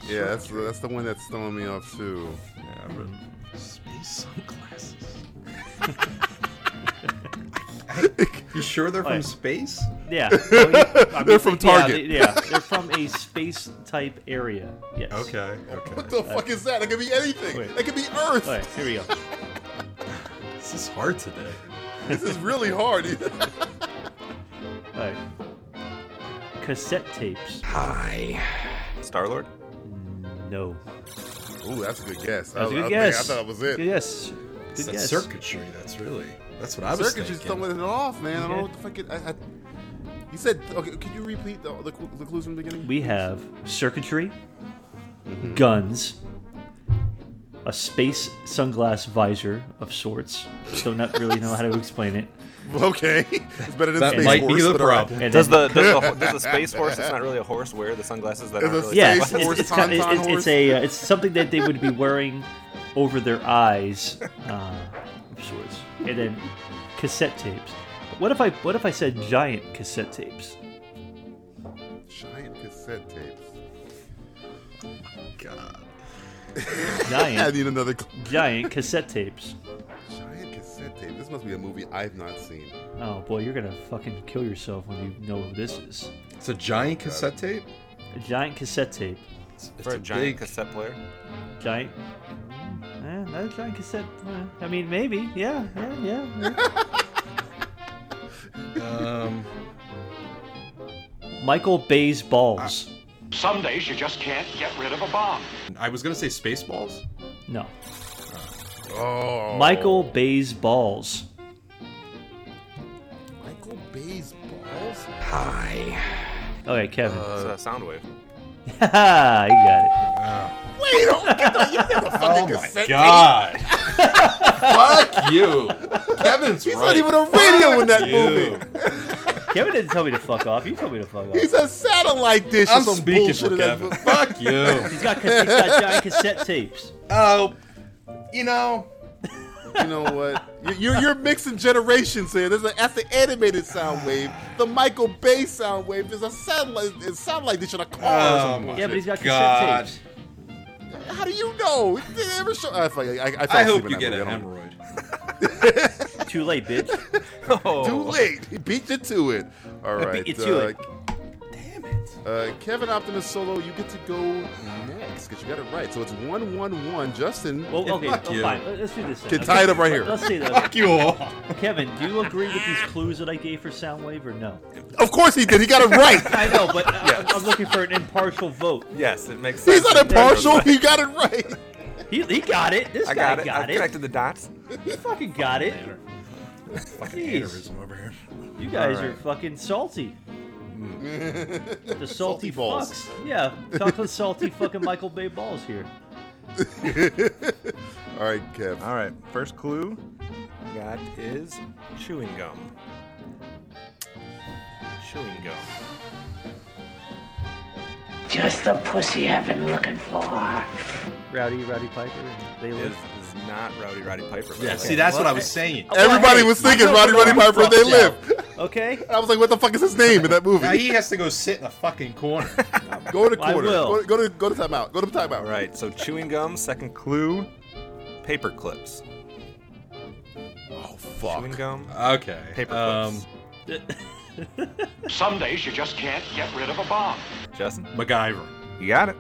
[SPEAKER 4] Yeah, that's, that's the one that's throwing me off too.
[SPEAKER 3] Yeah, but space sunglasses. You sure they're
[SPEAKER 6] Oh, yeah.
[SPEAKER 3] from space?
[SPEAKER 6] Yeah.
[SPEAKER 3] They're from Target.
[SPEAKER 6] Yeah, they, yeah, they're from a space type area. Yes.
[SPEAKER 3] Okay, okay.
[SPEAKER 4] What the fuck is that? It could be anything.
[SPEAKER 6] Wait.
[SPEAKER 4] It could be Earth.
[SPEAKER 6] All right, here we go.
[SPEAKER 3] This is hard today.
[SPEAKER 4] This is really hard.
[SPEAKER 6] All right. Cassette tapes.
[SPEAKER 3] Hi. Star Lord?
[SPEAKER 6] No.
[SPEAKER 4] Ooh, that's a good guess.
[SPEAKER 6] That was a
[SPEAKER 4] I,
[SPEAKER 6] good
[SPEAKER 4] I,
[SPEAKER 6] guess.
[SPEAKER 4] Think, I thought it was it.
[SPEAKER 6] Good guess. Good
[SPEAKER 3] It's that
[SPEAKER 6] guess.
[SPEAKER 3] circuitry. That's really. That's what I was
[SPEAKER 4] Circuitry's
[SPEAKER 3] thinking.
[SPEAKER 4] throwing it off, man. I don't
[SPEAKER 6] Yeah.
[SPEAKER 4] know what the fuck. It, I, I, you said okay. Could you repeat the, the, clu- the clues from the beginning?
[SPEAKER 6] We have circuitry, guns, a space sunglass visor of sorts. Don't not really know how to explain it.
[SPEAKER 4] Okay, it's better than
[SPEAKER 3] That
[SPEAKER 4] Space
[SPEAKER 3] might be
[SPEAKER 4] Force.
[SPEAKER 3] the
[SPEAKER 4] but all right.
[SPEAKER 6] problem. And
[SPEAKER 3] does the
[SPEAKER 6] then-
[SPEAKER 3] does the, does the space horse that's not really a horse wear the sunglasses that
[SPEAKER 4] Is
[SPEAKER 3] aren't
[SPEAKER 4] a
[SPEAKER 3] really
[SPEAKER 6] Yeah, it's,
[SPEAKER 4] Space
[SPEAKER 6] it's,
[SPEAKER 4] Force
[SPEAKER 6] it's, kind of- it's,
[SPEAKER 4] tauntaun
[SPEAKER 6] it's a uh, it's something that they would be wearing over their eyes uh, of sorts, and then cassette tapes. What if I what if I said giant cassette tapes?
[SPEAKER 4] Giant cassette tapes.
[SPEAKER 3] God.
[SPEAKER 4] I
[SPEAKER 6] Giant
[SPEAKER 4] need another cl-
[SPEAKER 6] giant cassette tapes.
[SPEAKER 4] giant cassette tape. This must be a movie I've not seen.
[SPEAKER 6] Oh boy, you're gonna fucking kill yourself when you know who this is.
[SPEAKER 14] It's a giant cassette tape.
[SPEAKER 6] A giant cassette tape.
[SPEAKER 3] It's,
[SPEAKER 14] it's
[SPEAKER 3] for a,
[SPEAKER 14] a
[SPEAKER 3] giant
[SPEAKER 14] big-
[SPEAKER 3] cassette player.
[SPEAKER 6] Giant. Eh, not a giant cassette. eh, I mean, maybe. Yeah, yeah, yeah. yeah.
[SPEAKER 14] Um,
[SPEAKER 6] Michael Bay's balls.
[SPEAKER 14] Ah.
[SPEAKER 16] Some days you just can't get rid of a bomb.
[SPEAKER 14] I was gonna say Spaceballs.
[SPEAKER 6] No.
[SPEAKER 4] Oh,
[SPEAKER 6] Michael Bay's balls.
[SPEAKER 4] Michael Bay's balls.
[SPEAKER 6] Okay, Kevin.
[SPEAKER 14] Uh,
[SPEAKER 3] it's a Soundwave.
[SPEAKER 6] Ha! you got
[SPEAKER 14] ah.
[SPEAKER 4] Wait, don't get the, you
[SPEAKER 7] Oh
[SPEAKER 4] get the fucking cassette
[SPEAKER 8] God,
[SPEAKER 4] Fuck!
[SPEAKER 8] you. Kevin's
[SPEAKER 4] He's
[SPEAKER 8] right.
[SPEAKER 4] not even on radio in that
[SPEAKER 8] You.
[SPEAKER 4] movie.
[SPEAKER 6] it. Kevin didn't tell me to fuck off. You told me to fuck off.
[SPEAKER 4] He's a satellite dish
[SPEAKER 8] I'm
[SPEAKER 4] or some
[SPEAKER 8] speaking
[SPEAKER 4] bullshit
[SPEAKER 8] for
[SPEAKER 4] in that
[SPEAKER 8] Kevin.
[SPEAKER 4] movie.
[SPEAKER 8] Fuck you.
[SPEAKER 6] He's got, cas- he's got giant cassette tapes.
[SPEAKER 14] Oh, you know.
[SPEAKER 4] You know what? You- You're, you're mixing generations here. There's a, that's the animated sound wave, the Michael Bay sound wave. There's a satellite it's satellite dish in a car or
[SPEAKER 14] Oh,
[SPEAKER 4] something.
[SPEAKER 14] my
[SPEAKER 6] Yeah, but he's got
[SPEAKER 14] God.
[SPEAKER 6] cassette tapes.
[SPEAKER 4] How do you know? Did they ever show? I, fell- I, I, fell
[SPEAKER 8] I
[SPEAKER 4] asleep
[SPEAKER 8] hope
[SPEAKER 4] in
[SPEAKER 8] you
[SPEAKER 4] that
[SPEAKER 8] get an
[SPEAKER 4] movie. I don't-
[SPEAKER 8] hemorrhoid.
[SPEAKER 6] Too late, bitch.
[SPEAKER 8] Oh.
[SPEAKER 4] Too late. He beat you to it. All
[SPEAKER 6] I beat
[SPEAKER 4] right. uh,
[SPEAKER 6] you to it.
[SPEAKER 4] Damn it. Uh, Kevin Optimus Solo, you get to go next because you got it right. So it's one one one. Justin.
[SPEAKER 6] Well, okay,
[SPEAKER 8] Fuck
[SPEAKER 6] oh,
[SPEAKER 8] you.
[SPEAKER 6] fine. Let- Let's do this. then,
[SPEAKER 4] Get
[SPEAKER 6] okay?
[SPEAKER 4] tied up right here.
[SPEAKER 6] Let's see that.
[SPEAKER 8] you all.
[SPEAKER 6] Kevin, do you agree with these clues that I gave for Soundwave or no?
[SPEAKER 4] Of course he did. He got it right.
[SPEAKER 6] I know, but I- I'm, I'm looking for an impartial vote.
[SPEAKER 3] Yes, it makes sense.
[SPEAKER 4] He's not impartial. He got it right.
[SPEAKER 6] He, he got it. This
[SPEAKER 3] I
[SPEAKER 6] guy
[SPEAKER 3] got it. I
[SPEAKER 6] got it.
[SPEAKER 3] connected the dots.
[SPEAKER 6] He fucking got it. Jeez,
[SPEAKER 8] over here.
[SPEAKER 6] you guys are fucking salty. The salty,
[SPEAKER 4] Salty balls.
[SPEAKER 6] fucks. Yeah, talking salty fucking Michael Bay balls here.
[SPEAKER 4] All right, Kev.
[SPEAKER 3] All right. First clue. That is chewing gum. Chewing gum.
[SPEAKER 15] Just the pussy I've been looking for.
[SPEAKER 6] Rowdy, Rowdy Piper. They
[SPEAKER 3] It
[SPEAKER 6] live.
[SPEAKER 3] is is not Rowdy Roddy Piper. but
[SPEAKER 8] Yeah,
[SPEAKER 3] okay.
[SPEAKER 8] see, that's what I was saying.
[SPEAKER 4] Everybody was thinking Roddy Roddy Piper. They live.
[SPEAKER 6] Okay.
[SPEAKER 4] I was like, what the fuck is his name in that
[SPEAKER 8] Now
[SPEAKER 4] movie?
[SPEAKER 8] he has to go sit in a fucking corner.
[SPEAKER 4] Go to
[SPEAKER 6] I
[SPEAKER 4] quarter.
[SPEAKER 6] will.
[SPEAKER 4] Go, go to go to timeout. Go to timeout.
[SPEAKER 3] All right. So chewing gum. Second clue. Paper clips.
[SPEAKER 4] Oh
[SPEAKER 3] Chewing
[SPEAKER 4] fuck.
[SPEAKER 3] gum.
[SPEAKER 8] Okay.
[SPEAKER 3] Paper
[SPEAKER 8] um,
[SPEAKER 3] clips.
[SPEAKER 16] Some days you just can't get rid of a bomb.
[SPEAKER 3] Justin.
[SPEAKER 8] MacGyver.
[SPEAKER 3] You got it.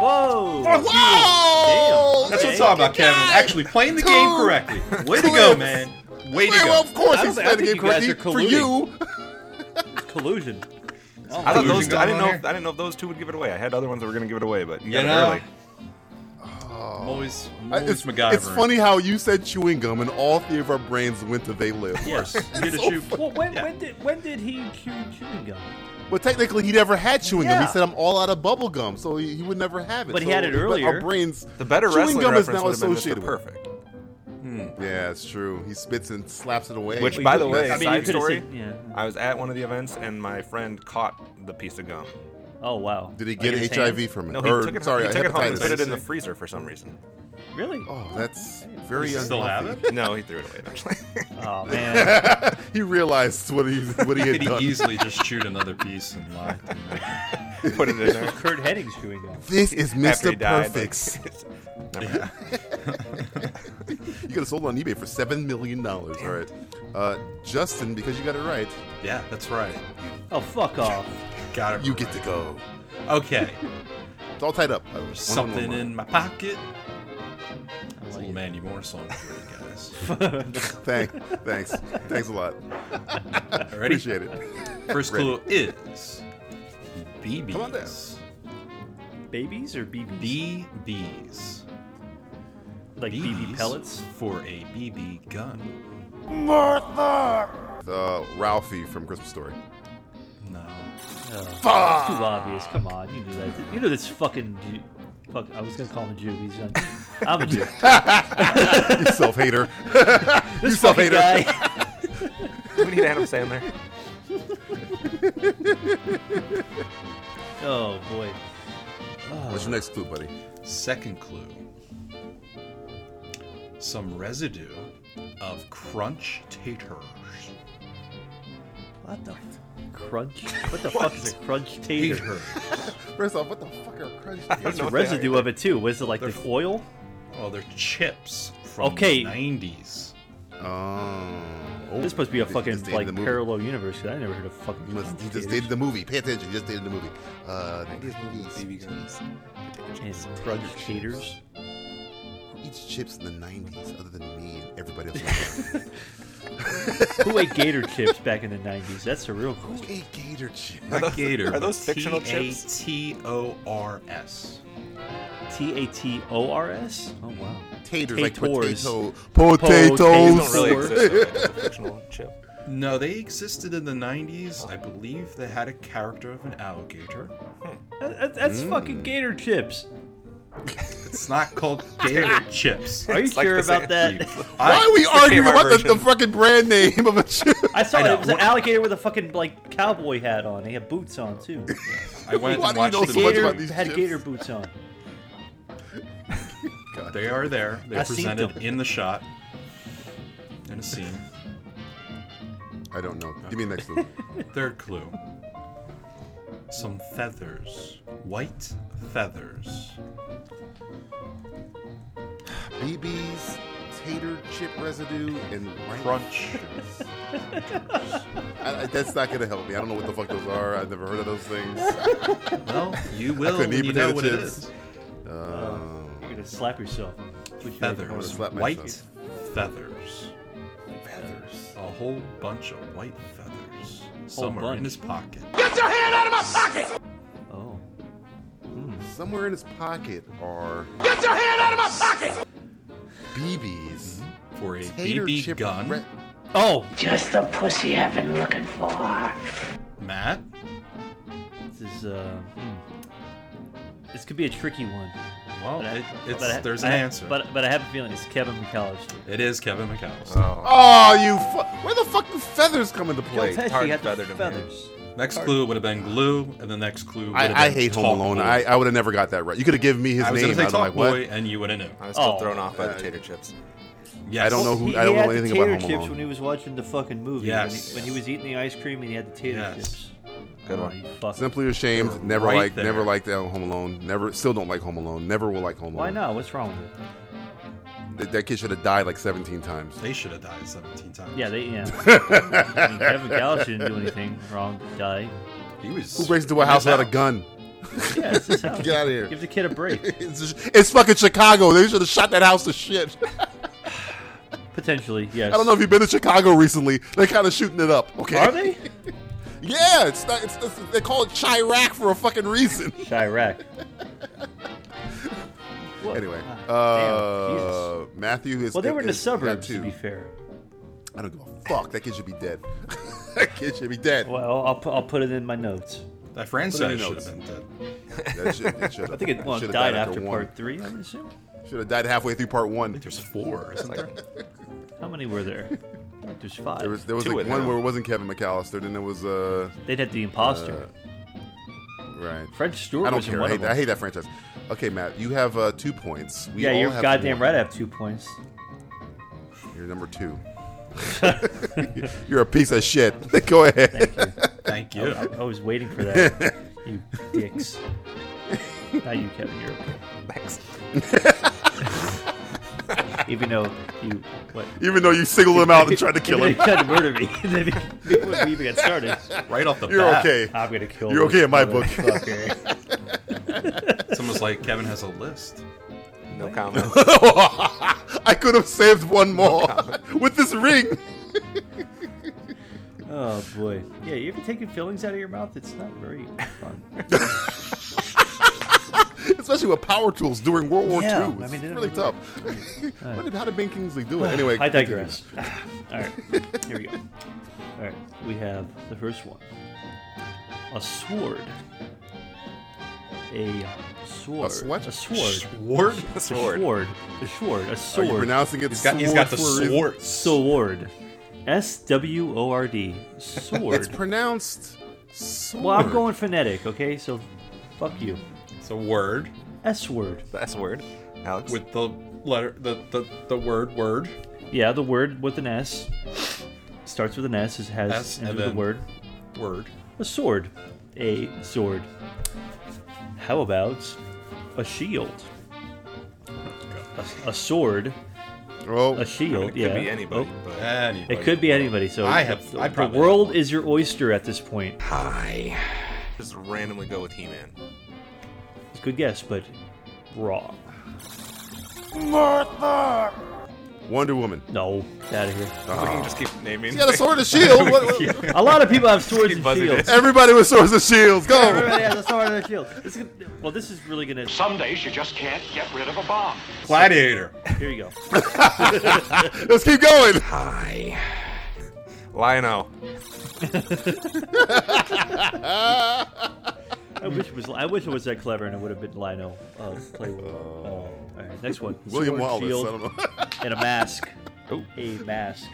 [SPEAKER 6] Whoa.
[SPEAKER 4] Oh, Whoa!
[SPEAKER 6] Damn.
[SPEAKER 8] That's what I'm
[SPEAKER 6] Okay.
[SPEAKER 8] talking about, Kevin. Actually playing the game
[SPEAKER 4] Dude.
[SPEAKER 8] correctly. Way to go,
[SPEAKER 4] Clips.
[SPEAKER 8] man. Way to
[SPEAKER 4] Well,
[SPEAKER 8] go.
[SPEAKER 4] of course
[SPEAKER 6] I
[SPEAKER 4] he's
[SPEAKER 6] don't- I
[SPEAKER 4] playing the
[SPEAKER 6] think
[SPEAKER 4] game
[SPEAKER 6] you guys
[SPEAKER 4] correctly.
[SPEAKER 6] are
[SPEAKER 4] For you,
[SPEAKER 6] Collusion.
[SPEAKER 3] I
[SPEAKER 6] Oh, my
[SPEAKER 3] thought
[SPEAKER 8] Collusion
[SPEAKER 3] those. Two,
[SPEAKER 8] going
[SPEAKER 3] I didn't
[SPEAKER 8] on
[SPEAKER 3] know.
[SPEAKER 8] here?
[SPEAKER 3] If, I didn't know if those two would give it away. I had other ones that were gonna give it away, but you,
[SPEAKER 8] You
[SPEAKER 3] got
[SPEAKER 8] know.
[SPEAKER 3] it early.
[SPEAKER 8] I'm always, I'm
[SPEAKER 4] I-
[SPEAKER 8] always
[SPEAKER 4] Oh. it's,
[SPEAKER 8] MacGyver.
[SPEAKER 4] it's funny how you said chewing gum, and all three of our brains went to they live.
[SPEAKER 6] Yes.
[SPEAKER 8] Get a chew.
[SPEAKER 6] Well, when,
[SPEAKER 8] Yeah.
[SPEAKER 6] when did when did he chew chewing gum?
[SPEAKER 4] But technically, he never had chewing gum.
[SPEAKER 6] Yeah.
[SPEAKER 4] He said, "I'm all out of bubble gum," so he, he would never have it.
[SPEAKER 6] But he
[SPEAKER 4] So-
[SPEAKER 6] had it
[SPEAKER 4] Our
[SPEAKER 6] earlier.
[SPEAKER 4] brains.
[SPEAKER 3] The better
[SPEAKER 4] chewing
[SPEAKER 3] wrestling
[SPEAKER 4] gum
[SPEAKER 3] reference
[SPEAKER 4] is now
[SPEAKER 3] would have been Mr.
[SPEAKER 4] associated with.
[SPEAKER 3] Perfect.
[SPEAKER 4] Yeah, it's true. He spits and slaps it away.
[SPEAKER 3] Which,
[SPEAKER 6] Hmm. Well,
[SPEAKER 3] by
[SPEAKER 6] you
[SPEAKER 3] the
[SPEAKER 6] could-
[SPEAKER 3] way,
[SPEAKER 6] I mean, you
[SPEAKER 3] side
[SPEAKER 6] could've
[SPEAKER 3] story.
[SPEAKER 6] said- yeah.
[SPEAKER 3] I was at one of the events and my friend caught the piece of gum.
[SPEAKER 6] Oh wow.
[SPEAKER 4] did he
[SPEAKER 6] Like
[SPEAKER 4] get
[SPEAKER 6] in his
[SPEAKER 4] HIV
[SPEAKER 6] hand?
[SPEAKER 4] from it?
[SPEAKER 3] No, he
[SPEAKER 4] Or-
[SPEAKER 3] took it.
[SPEAKER 4] sorry,
[SPEAKER 3] he took it home and
[SPEAKER 4] hepatitis.
[SPEAKER 3] put it in the freezer for some reason.
[SPEAKER 6] Really?
[SPEAKER 4] Oh, that's very
[SPEAKER 8] You still have
[SPEAKER 4] unhealthy.
[SPEAKER 8] it?
[SPEAKER 3] No, he threw it away eventually.
[SPEAKER 6] Oh man.
[SPEAKER 4] He realized what he what he had
[SPEAKER 8] Could
[SPEAKER 4] done.
[SPEAKER 8] easily just shoot another piece and lie.
[SPEAKER 3] put it in there.
[SPEAKER 6] Kurt Henning's chewing gum.
[SPEAKER 4] This is
[SPEAKER 3] After he
[SPEAKER 4] Mr.
[SPEAKER 3] died,
[SPEAKER 4] Perfect.
[SPEAKER 3] like- Never mind.
[SPEAKER 4] You could have sold it on eBay for seven million dollars. All right, Uh, Justin, because you got it right.
[SPEAKER 1] Yeah, that's right.
[SPEAKER 6] Oh, fuck off.
[SPEAKER 1] Got it.
[SPEAKER 4] You get to go.
[SPEAKER 1] Okay.
[SPEAKER 4] it's all tied up. by the way. One,
[SPEAKER 1] Something
[SPEAKER 4] one, one.
[SPEAKER 1] in my pocket. That's a little Mandy Moore song for you guys.
[SPEAKER 4] Thank, thanks. Thanks a lot.
[SPEAKER 1] Ready?
[SPEAKER 4] Appreciate it.
[SPEAKER 1] First
[SPEAKER 4] Ready.
[SPEAKER 1] clue is BBs.
[SPEAKER 4] Come on down.
[SPEAKER 6] Babies or BBs?
[SPEAKER 1] BBs.
[SPEAKER 6] Like BB pellets?
[SPEAKER 1] For a BB gun.
[SPEAKER 4] Uh, Ralphie from Christmas Story.
[SPEAKER 1] No.
[SPEAKER 6] Oh, Too obvious. Come on, you knew that. You know this fucking Jew. Fuck, I was gonna call him a Jew. He's not. I'm a Jew.
[SPEAKER 4] You self-hater. You
[SPEAKER 6] this fucking
[SPEAKER 4] self-hater.
[SPEAKER 6] guy.
[SPEAKER 17] We need Adam Sandler.
[SPEAKER 6] Oh boy.
[SPEAKER 4] What's your next clue, buddy?
[SPEAKER 1] Second clue some residue of crunch taters.
[SPEAKER 6] What the f- crunch? What the fuck is a crunch tater?
[SPEAKER 4] First off, what the fuck are crunch
[SPEAKER 6] There's a residue of it too. Was it like the oil?
[SPEAKER 1] Oh, they're chips from
[SPEAKER 6] Okay.
[SPEAKER 1] the 90s.
[SPEAKER 4] Oh.
[SPEAKER 6] This must be a
[SPEAKER 4] He
[SPEAKER 6] fucking
[SPEAKER 4] just dated
[SPEAKER 6] like
[SPEAKER 4] the movie.
[SPEAKER 6] parallel universe. 'cause I never heard of fucking.
[SPEAKER 4] He, must,
[SPEAKER 6] crunch
[SPEAKER 4] he just
[SPEAKER 6] taters.
[SPEAKER 4] dated the movie. Pay attention. He just dated the movie. Uh, 90s movies. Baby guns.
[SPEAKER 6] And crunch taters.
[SPEAKER 4] Who eats chips in the 90s other than me and everybody else?
[SPEAKER 6] Who ate gator chips back in the '90s? That's a real
[SPEAKER 4] Who
[SPEAKER 6] question.
[SPEAKER 4] ate gator chips?
[SPEAKER 1] Not gator.
[SPEAKER 17] Are those fictional chips?
[SPEAKER 1] T O R S.
[SPEAKER 6] T A T O R S. Oh wow.
[SPEAKER 4] Taters, like
[SPEAKER 6] Tators.
[SPEAKER 4] potato- potatoes.
[SPEAKER 17] These
[SPEAKER 4] Those
[SPEAKER 17] don't really
[SPEAKER 4] were-
[SPEAKER 17] exist. though, right? It's a fictional chip.
[SPEAKER 1] No, they existed in the 90s. I believe they had a character of an alligator.
[SPEAKER 6] That- that- That's
[SPEAKER 17] Hmm.
[SPEAKER 6] fucking gator chips.
[SPEAKER 1] It's not called gator chips.
[SPEAKER 6] Are you
[SPEAKER 17] It's like
[SPEAKER 6] sure
[SPEAKER 17] the
[SPEAKER 6] about
[SPEAKER 1] same-
[SPEAKER 6] that?
[SPEAKER 4] Why
[SPEAKER 1] I,
[SPEAKER 4] are we
[SPEAKER 17] It's the
[SPEAKER 4] arguing
[SPEAKER 17] KMR
[SPEAKER 4] about the, the
[SPEAKER 17] version.
[SPEAKER 4] fucking brand name of a chip?
[SPEAKER 6] I saw
[SPEAKER 1] I
[SPEAKER 6] it.
[SPEAKER 1] know.
[SPEAKER 6] It was an alligator with a fucking like cowboy hat on. He had boots on too.
[SPEAKER 1] I went
[SPEAKER 4] Why do
[SPEAKER 1] and
[SPEAKER 4] you
[SPEAKER 1] watched
[SPEAKER 4] know so
[SPEAKER 1] the
[SPEAKER 4] much
[SPEAKER 1] movie.
[SPEAKER 6] Gator
[SPEAKER 4] about these
[SPEAKER 6] had
[SPEAKER 4] chips?
[SPEAKER 6] gator boots on.
[SPEAKER 1] They are there. They're
[SPEAKER 6] I seen
[SPEAKER 1] presented
[SPEAKER 6] them.
[SPEAKER 1] in the shot. In a scene.
[SPEAKER 4] I don't know. Give me the next clue.
[SPEAKER 1] Third clue. Some feathers. White feathers.
[SPEAKER 4] BB's tater chip residue and white
[SPEAKER 1] Crunch.
[SPEAKER 4] chips. I, I, that's not gonna help me. I don't know what the fuck those are. I've never heard of those things.
[SPEAKER 1] Well, you will
[SPEAKER 4] couldn't
[SPEAKER 1] when
[SPEAKER 4] eat
[SPEAKER 1] you know
[SPEAKER 4] potato
[SPEAKER 1] what it
[SPEAKER 4] chips.
[SPEAKER 1] is.
[SPEAKER 4] Um,
[SPEAKER 6] Uh, You're gonna slap yourself. Would you-
[SPEAKER 4] gonna
[SPEAKER 1] Feathers.
[SPEAKER 4] slap
[SPEAKER 1] White
[SPEAKER 4] myself.
[SPEAKER 1] feathers. Feathers. A whole bunch of white feathers. Some are
[SPEAKER 6] bunch.
[SPEAKER 1] in his pocket.
[SPEAKER 6] Oh.
[SPEAKER 1] Hmm.
[SPEAKER 4] somewhere in his pocket are
[SPEAKER 18] Get your hand out of my pocket!
[SPEAKER 4] BB's
[SPEAKER 1] Mm-hmm. For a
[SPEAKER 4] tater
[SPEAKER 1] BB
[SPEAKER 4] chip
[SPEAKER 1] gun.
[SPEAKER 4] re-
[SPEAKER 6] Oh.
[SPEAKER 19] Just the pussy I've been looking for.
[SPEAKER 1] Matt?
[SPEAKER 6] This is uh. hmm. This could be a tricky one.
[SPEAKER 1] Well,
[SPEAKER 6] But I-
[SPEAKER 1] it, it's,
[SPEAKER 6] but I-
[SPEAKER 1] there's
[SPEAKER 6] I
[SPEAKER 1] an
[SPEAKER 6] ha-
[SPEAKER 1] answer.
[SPEAKER 6] But but I have a feeling it's Kevin McAllister.
[SPEAKER 1] it is Kevin McAllister.
[SPEAKER 4] Oh, you! Fu- Where the fuck do feathers come into play?
[SPEAKER 6] Don't tell us
[SPEAKER 17] hard
[SPEAKER 6] you had the
[SPEAKER 17] feathered him here.
[SPEAKER 6] feathers.
[SPEAKER 1] Next clue would have been glue, and the next clue would have been
[SPEAKER 4] I, I hate Home
[SPEAKER 1] Talk
[SPEAKER 4] Alone.
[SPEAKER 1] Boy.
[SPEAKER 4] I, I would have never got that right. You could have given me his
[SPEAKER 1] I was
[SPEAKER 4] name.
[SPEAKER 1] gonna say
[SPEAKER 4] I'd
[SPEAKER 1] Talk
[SPEAKER 4] been like,
[SPEAKER 1] Boy,
[SPEAKER 4] what?
[SPEAKER 1] and you would have known.
[SPEAKER 17] I was still
[SPEAKER 6] Oh.
[SPEAKER 17] thrown off by the tater chips.
[SPEAKER 1] Yes.
[SPEAKER 4] I don't know who-
[SPEAKER 6] He,
[SPEAKER 4] I don't know
[SPEAKER 6] he had
[SPEAKER 4] anything
[SPEAKER 6] the
[SPEAKER 4] about
[SPEAKER 6] tater
[SPEAKER 4] Home
[SPEAKER 6] chips
[SPEAKER 4] Alone.
[SPEAKER 6] when he was watching the fucking movie.
[SPEAKER 1] Yes.
[SPEAKER 6] When, he, when he was eating the ice cream and he had the tater
[SPEAKER 1] Yes.
[SPEAKER 6] chips.
[SPEAKER 17] Good
[SPEAKER 6] Oh,
[SPEAKER 17] one.
[SPEAKER 6] you fuck.
[SPEAKER 4] Simply ashamed.
[SPEAKER 1] You're
[SPEAKER 4] Never
[SPEAKER 1] right
[SPEAKER 4] like.
[SPEAKER 1] there.
[SPEAKER 4] Never liked Home Alone. Never. Still don't like Home Alone. Never will like Home Alone.
[SPEAKER 6] Why not? What's wrong with it?
[SPEAKER 4] That, that kid should have died like 17 times.
[SPEAKER 1] They should have died 17 times.
[SPEAKER 6] Yeah, they yeah. I mean, Kevin McAllister didn't do anything wrong. to Die.
[SPEAKER 1] He was.
[SPEAKER 4] Who breaks into a house without a gun?
[SPEAKER 6] Yeah, it's his house.
[SPEAKER 4] Get outta here.
[SPEAKER 6] Give the kid a break.
[SPEAKER 4] It's, it's fucking Chicago. They should have shot that house to shit.
[SPEAKER 6] Potentially, yes.
[SPEAKER 4] I don't know if you've been to Chicago recently. They're kind of shooting it up. Okay.
[SPEAKER 6] Are they?
[SPEAKER 4] Yeah. It's not. It's, it's, they call it Chirac for a fucking reason.
[SPEAKER 6] Chirac. What?
[SPEAKER 4] Anyway,
[SPEAKER 6] Ah, damn,
[SPEAKER 4] uh, Matthew is.
[SPEAKER 6] Well, they were in the
[SPEAKER 4] is- got
[SPEAKER 6] suburbs, to
[SPEAKER 4] two.
[SPEAKER 6] be fair.
[SPEAKER 4] I don't give a fuck. That kid should be dead. that kid should be dead.
[SPEAKER 6] Well, I'll, pu- I'll put it in my notes.
[SPEAKER 1] That franchise should
[SPEAKER 4] notes.
[SPEAKER 1] have been dead.
[SPEAKER 4] That should, that should
[SPEAKER 6] I think it, well, it died after part three, I'm assuming.
[SPEAKER 4] Should have died halfway through part one.
[SPEAKER 1] There's four, isn't there?
[SPEAKER 6] How many were there? There's five.
[SPEAKER 4] There was there was
[SPEAKER 17] Two
[SPEAKER 4] like
[SPEAKER 17] of
[SPEAKER 4] one
[SPEAKER 17] them.
[SPEAKER 4] where it wasn't Kevin McAllister. Then there was uh
[SPEAKER 6] They'd had the imposter.
[SPEAKER 4] right.
[SPEAKER 6] French Stewart
[SPEAKER 4] I don't
[SPEAKER 6] was in
[SPEAKER 4] care. I
[SPEAKER 6] one
[SPEAKER 4] hate,
[SPEAKER 6] of
[SPEAKER 4] that- I
[SPEAKER 6] them.
[SPEAKER 4] hate that franchise. Okay, Matt, you have uh, two points. We
[SPEAKER 6] yeah,
[SPEAKER 4] all
[SPEAKER 6] you're
[SPEAKER 4] have
[SPEAKER 6] goddamn
[SPEAKER 4] one.
[SPEAKER 6] right. I have two points.
[SPEAKER 4] You're number two. you're a piece of shit. Go ahead.
[SPEAKER 1] Thank you.
[SPEAKER 6] I, I was waiting for that. you dicks. Not you, Kevin. You're okay.
[SPEAKER 17] Thanks.
[SPEAKER 6] even though you what?
[SPEAKER 4] Even though you singled him out and tried to kill
[SPEAKER 6] Even
[SPEAKER 4] him.
[SPEAKER 6] though you tried to murder me before we even got started.
[SPEAKER 8] Right off the
[SPEAKER 4] You're
[SPEAKER 8] bat.
[SPEAKER 4] okay.
[SPEAKER 6] I'm gonna kill.
[SPEAKER 4] You're
[SPEAKER 6] this
[SPEAKER 4] okay in my book.
[SPEAKER 6] motherfucker.
[SPEAKER 8] It's almost like Kevin has a list.
[SPEAKER 20] No comment.
[SPEAKER 4] I could have saved one more with this ring.
[SPEAKER 6] Oh boy. Yeah, you ever taking fillings out of your mouth? It's not very fun.
[SPEAKER 4] Especially with power tools during World War
[SPEAKER 6] Yeah,
[SPEAKER 4] II.
[SPEAKER 6] I
[SPEAKER 4] It's
[SPEAKER 6] mean, they
[SPEAKER 4] really
[SPEAKER 6] don't-
[SPEAKER 4] tough.
[SPEAKER 6] All
[SPEAKER 4] What
[SPEAKER 6] right.
[SPEAKER 4] did- how did Ben Kingsley do it? Anyway,
[SPEAKER 6] I
[SPEAKER 4] continue.
[SPEAKER 6] digress. All right, here we go. All right, we have the first one. A sword. A sword.
[SPEAKER 4] A what?
[SPEAKER 6] A sword.
[SPEAKER 4] Sword?
[SPEAKER 6] A
[SPEAKER 4] Sword.
[SPEAKER 6] sword. A sword. A
[SPEAKER 4] Are
[SPEAKER 6] sword.
[SPEAKER 4] you pronouncing it for a reason?
[SPEAKER 6] Sword. S W O R D. Sword.
[SPEAKER 4] It's pronounced sword.
[SPEAKER 6] Well, I'm going phonetic, okay? So, fuck you.
[SPEAKER 8] It's a word.
[SPEAKER 6] S word.
[SPEAKER 20] That's word. Alex.
[SPEAKER 8] With the letter, the, the, the word, word.
[SPEAKER 6] Yeah, the word with an S starts with an S. It has
[SPEAKER 8] S
[SPEAKER 6] end
[SPEAKER 8] and
[SPEAKER 6] of the
[SPEAKER 8] then
[SPEAKER 6] word.
[SPEAKER 8] Word.
[SPEAKER 6] A sword. A sword. How about a shield? A, a sword.
[SPEAKER 4] Oh,
[SPEAKER 6] a shield.
[SPEAKER 20] it could
[SPEAKER 6] yeah.
[SPEAKER 20] be anybody,
[SPEAKER 6] Oh.
[SPEAKER 20] but-
[SPEAKER 8] Anybody.
[SPEAKER 6] It could be anybody. So
[SPEAKER 8] I
[SPEAKER 6] the-
[SPEAKER 8] have-
[SPEAKER 6] the,
[SPEAKER 8] I probably
[SPEAKER 6] world is your oyster at this point.
[SPEAKER 20] Hi. Just randomly go with He-Man.
[SPEAKER 6] It's a good guess, but wrong.
[SPEAKER 4] Martha! Wonder Woman. Ah.
[SPEAKER 6] No, out of here.
[SPEAKER 20] We can just keep naming.
[SPEAKER 4] She got a sword and shield. What- what-
[SPEAKER 6] A lot of people have swords and
[SPEAKER 20] buzzing
[SPEAKER 6] shields.
[SPEAKER 4] Everybody with swords and shields. Go.
[SPEAKER 6] Everybody has a sword and a shield. This is gonna- well, this is really gonna.
[SPEAKER 16] Some days you just can't get rid of a bomb.
[SPEAKER 8] Gladiator.
[SPEAKER 6] Here you go.
[SPEAKER 4] Let's keep going.
[SPEAKER 20] Hi. Lionel.
[SPEAKER 6] I wish it was. I wish it was that clever, and it would have been Lino. Uh, play with. Uh, all right, next one.
[SPEAKER 4] William
[SPEAKER 6] Sword,
[SPEAKER 4] Wallace,
[SPEAKER 6] shield,
[SPEAKER 4] I don't know.
[SPEAKER 6] and a mask. A mask.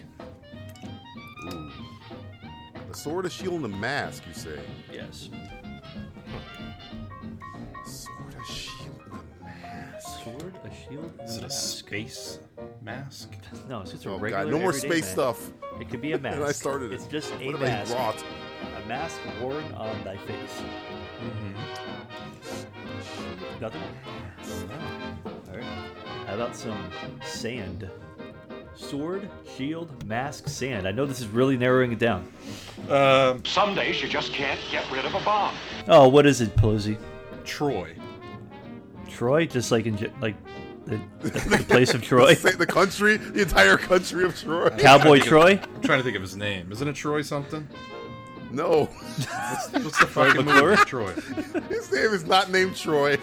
[SPEAKER 4] A sword, a shield, and a mask, you say?
[SPEAKER 6] Yes.
[SPEAKER 4] Sword, a shield, and a mask.
[SPEAKER 6] Sword, a shield, and
[SPEAKER 8] Is
[SPEAKER 6] a
[SPEAKER 8] it a
[SPEAKER 6] mask.
[SPEAKER 8] space mask?
[SPEAKER 6] No, it's just a
[SPEAKER 4] Oh, God,
[SPEAKER 6] regular.
[SPEAKER 4] no more
[SPEAKER 6] everyday
[SPEAKER 4] space
[SPEAKER 6] mask.
[SPEAKER 4] stuff.
[SPEAKER 6] It could be a mask.
[SPEAKER 4] And I started it.
[SPEAKER 6] It's just a
[SPEAKER 4] What have I
[SPEAKER 6] mask.
[SPEAKER 4] wrought?
[SPEAKER 6] A mask worn on thy face.
[SPEAKER 4] Mm-hmm.
[SPEAKER 6] Nothing. All right. How about some sand? Sword, shield, mask, sand. I know this is really narrowing it down.
[SPEAKER 8] Um,
[SPEAKER 16] Some days you just can't get rid of a bomb.
[SPEAKER 6] Oh, what is it, Pelosi?
[SPEAKER 8] Troy.
[SPEAKER 6] Troy, just like in J- like the, the place of Troy,
[SPEAKER 4] Say the country, the entire country of Troy.
[SPEAKER 6] Cowboy
[SPEAKER 8] Trying to think
[SPEAKER 6] Troy.
[SPEAKER 8] Of, I'm trying to think of his name. Isn't it Troy something?
[SPEAKER 4] No,
[SPEAKER 8] What's, what's the fucking
[SPEAKER 6] McClure?
[SPEAKER 8] movie? Troy.
[SPEAKER 4] his name is not named Troy.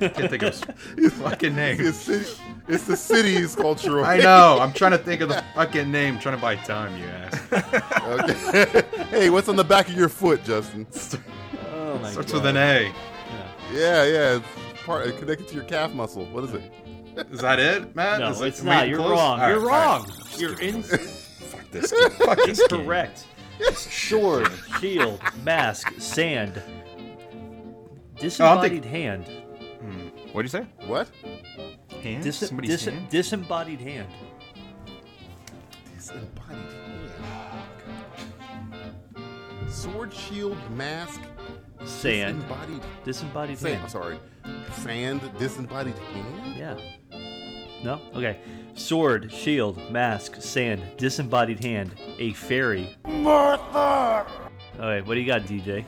[SPEAKER 8] I can't think of his fucking name.
[SPEAKER 4] It's, the city, it's the city is called Troy.
[SPEAKER 8] I know. I'm trying to think of the fucking name. trying to buy time, you ass.
[SPEAKER 4] Okay. hey, what's on the back of your foot, Justin?
[SPEAKER 6] Oh my
[SPEAKER 8] Starts
[SPEAKER 6] God.
[SPEAKER 8] with an A.
[SPEAKER 4] Yeah, yeah, it's part it connected to your calf muscle. What is it?
[SPEAKER 8] Is that it, Matt?
[SPEAKER 6] No,
[SPEAKER 8] Is it-
[SPEAKER 6] it's
[SPEAKER 8] am I
[SPEAKER 6] not. You're
[SPEAKER 8] close?
[SPEAKER 6] wrong.
[SPEAKER 8] All right,
[SPEAKER 6] You're
[SPEAKER 8] all right.
[SPEAKER 6] wrong. You're in-
[SPEAKER 8] Fuck this game. Fuck this game.
[SPEAKER 6] incorrect. Sword, shield, mask, sand,
[SPEAKER 8] Oh,
[SPEAKER 6] disembodied hand.
[SPEAKER 8] Hmm.
[SPEAKER 20] What'd you say?
[SPEAKER 4] What?
[SPEAKER 8] Hand?
[SPEAKER 6] Dis-
[SPEAKER 8] Somebody's
[SPEAKER 6] dis-
[SPEAKER 8] hand?
[SPEAKER 6] Disembodied hand.
[SPEAKER 4] Sword, shield, mask,
[SPEAKER 6] Sand.
[SPEAKER 4] disembodied
[SPEAKER 6] Disembodied
[SPEAKER 4] sand. I'm
[SPEAKER 6] hand.
[SPEAKER 4] sorry, sand, disembodied hand.
[SPEAKER 6] Yeah. No? Okay. Sword, shield, mask, sand, disembodied hand, a fairy. Martha! Alright, what do you got, DJ?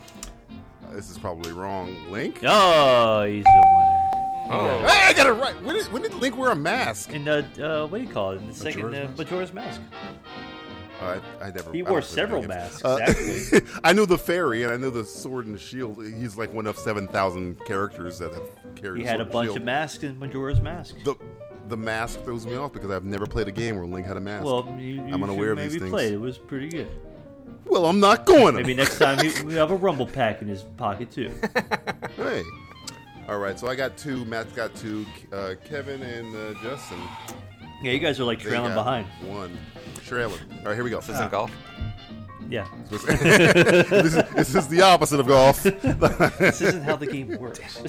[SPEAKER 4] This is probably wrong. Link.
[SPEAKER 6] Oh, he's the winner.
[SPEAKER 4] Hey, I got it right. When did, when did Link wear a mask?
[SPEAKER 6] And, uh, uh, what do you call it? In the second,
[SPEAKER 8] Majora's
[SPEAKER 6] uh,
[SPEAKER 8] Mask?
[SPEAKER 6] Majora's Mask.
[SPEAKER 4] Uh, I, I never.
[SPEAKER 6] He
[SPEAKER 4] I don't
[SPEAKER 6] wore
[SPEAKER 4] play
[SPEAKER 6] several
[SPEAKER 4] video games.
[SPEAKER 6] masks, actually.
[SPEAKER 4] Uh, I knew the fairy, and I knew the sword and the shield. He's like one of seven thousand characters that have carried.
[SPEAKER 6] He
[SPEAKER 4] the
[SPEAKER 6] had
[SPEAKER 4] sword
[SPEAKER 6] a
[SPEAKER 4] and
[SPEAKER 6] bunch
[SPEAKER 4] shield.
[SPEAKER 6] of masks in Majora's Mask.
[SPEAKER 4] The the mask throws me off because I've never played a game where Link had a mask.
[SPEAKER 6] Well, you, you
[SPEAKER 4] I'm unaware
[SPEAKER 6] should
[SPEAKER 4] of these
[SPEAKER 6] maybe
[SPEAKER 4] things.
[SPEAKER 6] play. It was pretty good.
[SPEAKER 4] Well, I'm not going. to.
[SPEAKER 6] Maybe next time he, we have a rumble pack in his pocket too.
[SPEAKER 4] Hey. All right, so I got two. Matt's got two. Uh, Kevin and uh, Justin.
[SPEAKER 6] Yeah, you guys are like
[SPEAKER 4] they
[SPEAKER 6] trailing
[SPEAKER 4] got
[SPEAKER 6] behind.
[SPEAKER 4] One. Trailing. All right, here we go. Ah.
[SPEAKER 20] This isn't golf.
[SPEAKER 6] Yeah,
[SPEAKER 4] this, is, this is the opposite of golf.
[SPEAKER 6] this isn't how the game works.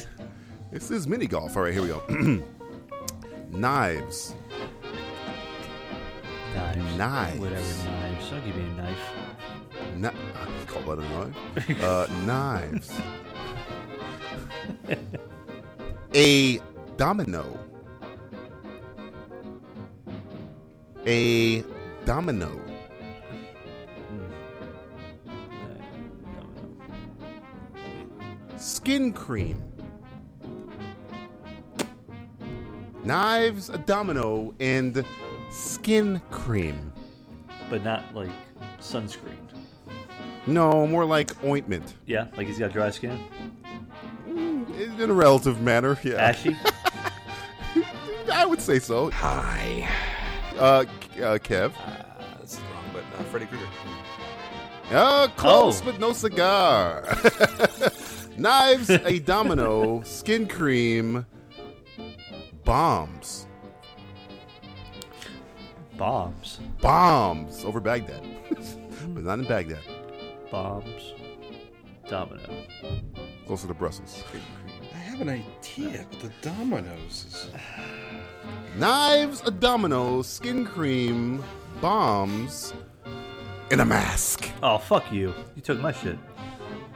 [SPEAKER 4] this is mini golf. All right, here we go. Knives.
[SPEAKER 6] Knives.
[SPEAKER 4] Knives.
[SPEAKER 6] Whatever knives. I'll give you a knife.
[SPEAKER 4] Kni- I call that a knife. Uh, knives. A domino. A domino. Skin cream. Knives, a domino, and skin cream.
[SPEAKER 6] But not like sunscreen.
[SPEAKER 4] No, more like ointment.
[SPEAKER 6] Yeah, like he's got dry skin.
[SPEAKER 4] Mm, In a relative manner, yeah.
[SPEAKER 6] Ashy?
[SPEAKER 4] I would say so. Hi. Uh, K- uh Kev.
[SPEAKER 20] That's wrong, but uh, Freddy Krueger.
[SPEAKER 4] Uh, close,
[SPEAKER 20] Oh.
[SPEAKER 4] but no cigar. Knives, a domino, skin cream, bombs.
[SPEAKER 6] Bombs.
[SPEAKER 4] Bombs over Baghdad. but not in Baghdad.
[SPEAKER 6] Bombs. Domino.
[SPEAKER 4] Closer to Brussels.
[SPEAKER 1] I have an idea, but the dominoes is.
[SPEAKER 4] Knives, a domino, skin cream, bombs, and a mask.
[SPEAKER 6] Oh, fuck you. You took my shit.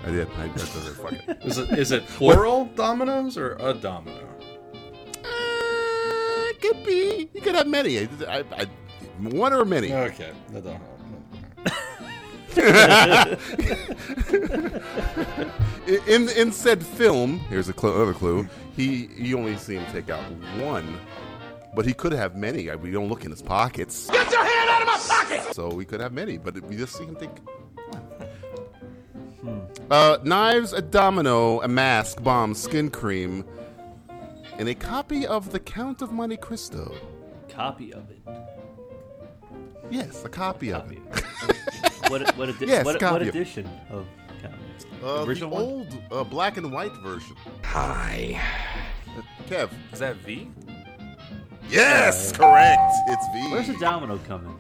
[SPEAKER 4] I did. I, that doesn't fuck it.
[SPEAKER 1] Is it, is it plural dominoes or a domino?
[SPEAKER 20] Uh,
[SPEAKER 4] It could be. You could have many. I, I, I, one or many.
[SPEAKER 1] Okay, the domino.
[SPEAKER 4] in in said film, here's a cl- another clue. He you only see him take out one, but he could have many. I- We don't look in his pockets,
[SPEAKER 16] Get your hand out of my pocket!
[SPEAKER 4] so we could have many. But we just see him take.
[SPEAKER 6] Hmm.
[SPEAKER 4] Uh, knives, a domino, a mask, bomb, skin cream, and a copy of The Count of Monte Cristo.
[SPEAKER 6] Copy of it.
[SPEAKER 4] Yes, a copy, of it.
[SPEAKER 6] What, what, edi-
[SPEAKER 4] Yes,
[SPEAKER 6] what, what
[SPEAKER 4] copy of it.
[SPEAKER 6] edition of Count?
[SPEAKER 4] Uh, the
[SPEAKER 6] original one?
[SPEAKER 4] old uh, black and white version. Hi. Kev.
[SPEAKER 20] Is that V?
[SPEAKER 4] Yes,
[SPEAKER 6] Uh,
[SPEAKER 4] correct. It's V.
[SPEAKER 6] Where's the domino coming?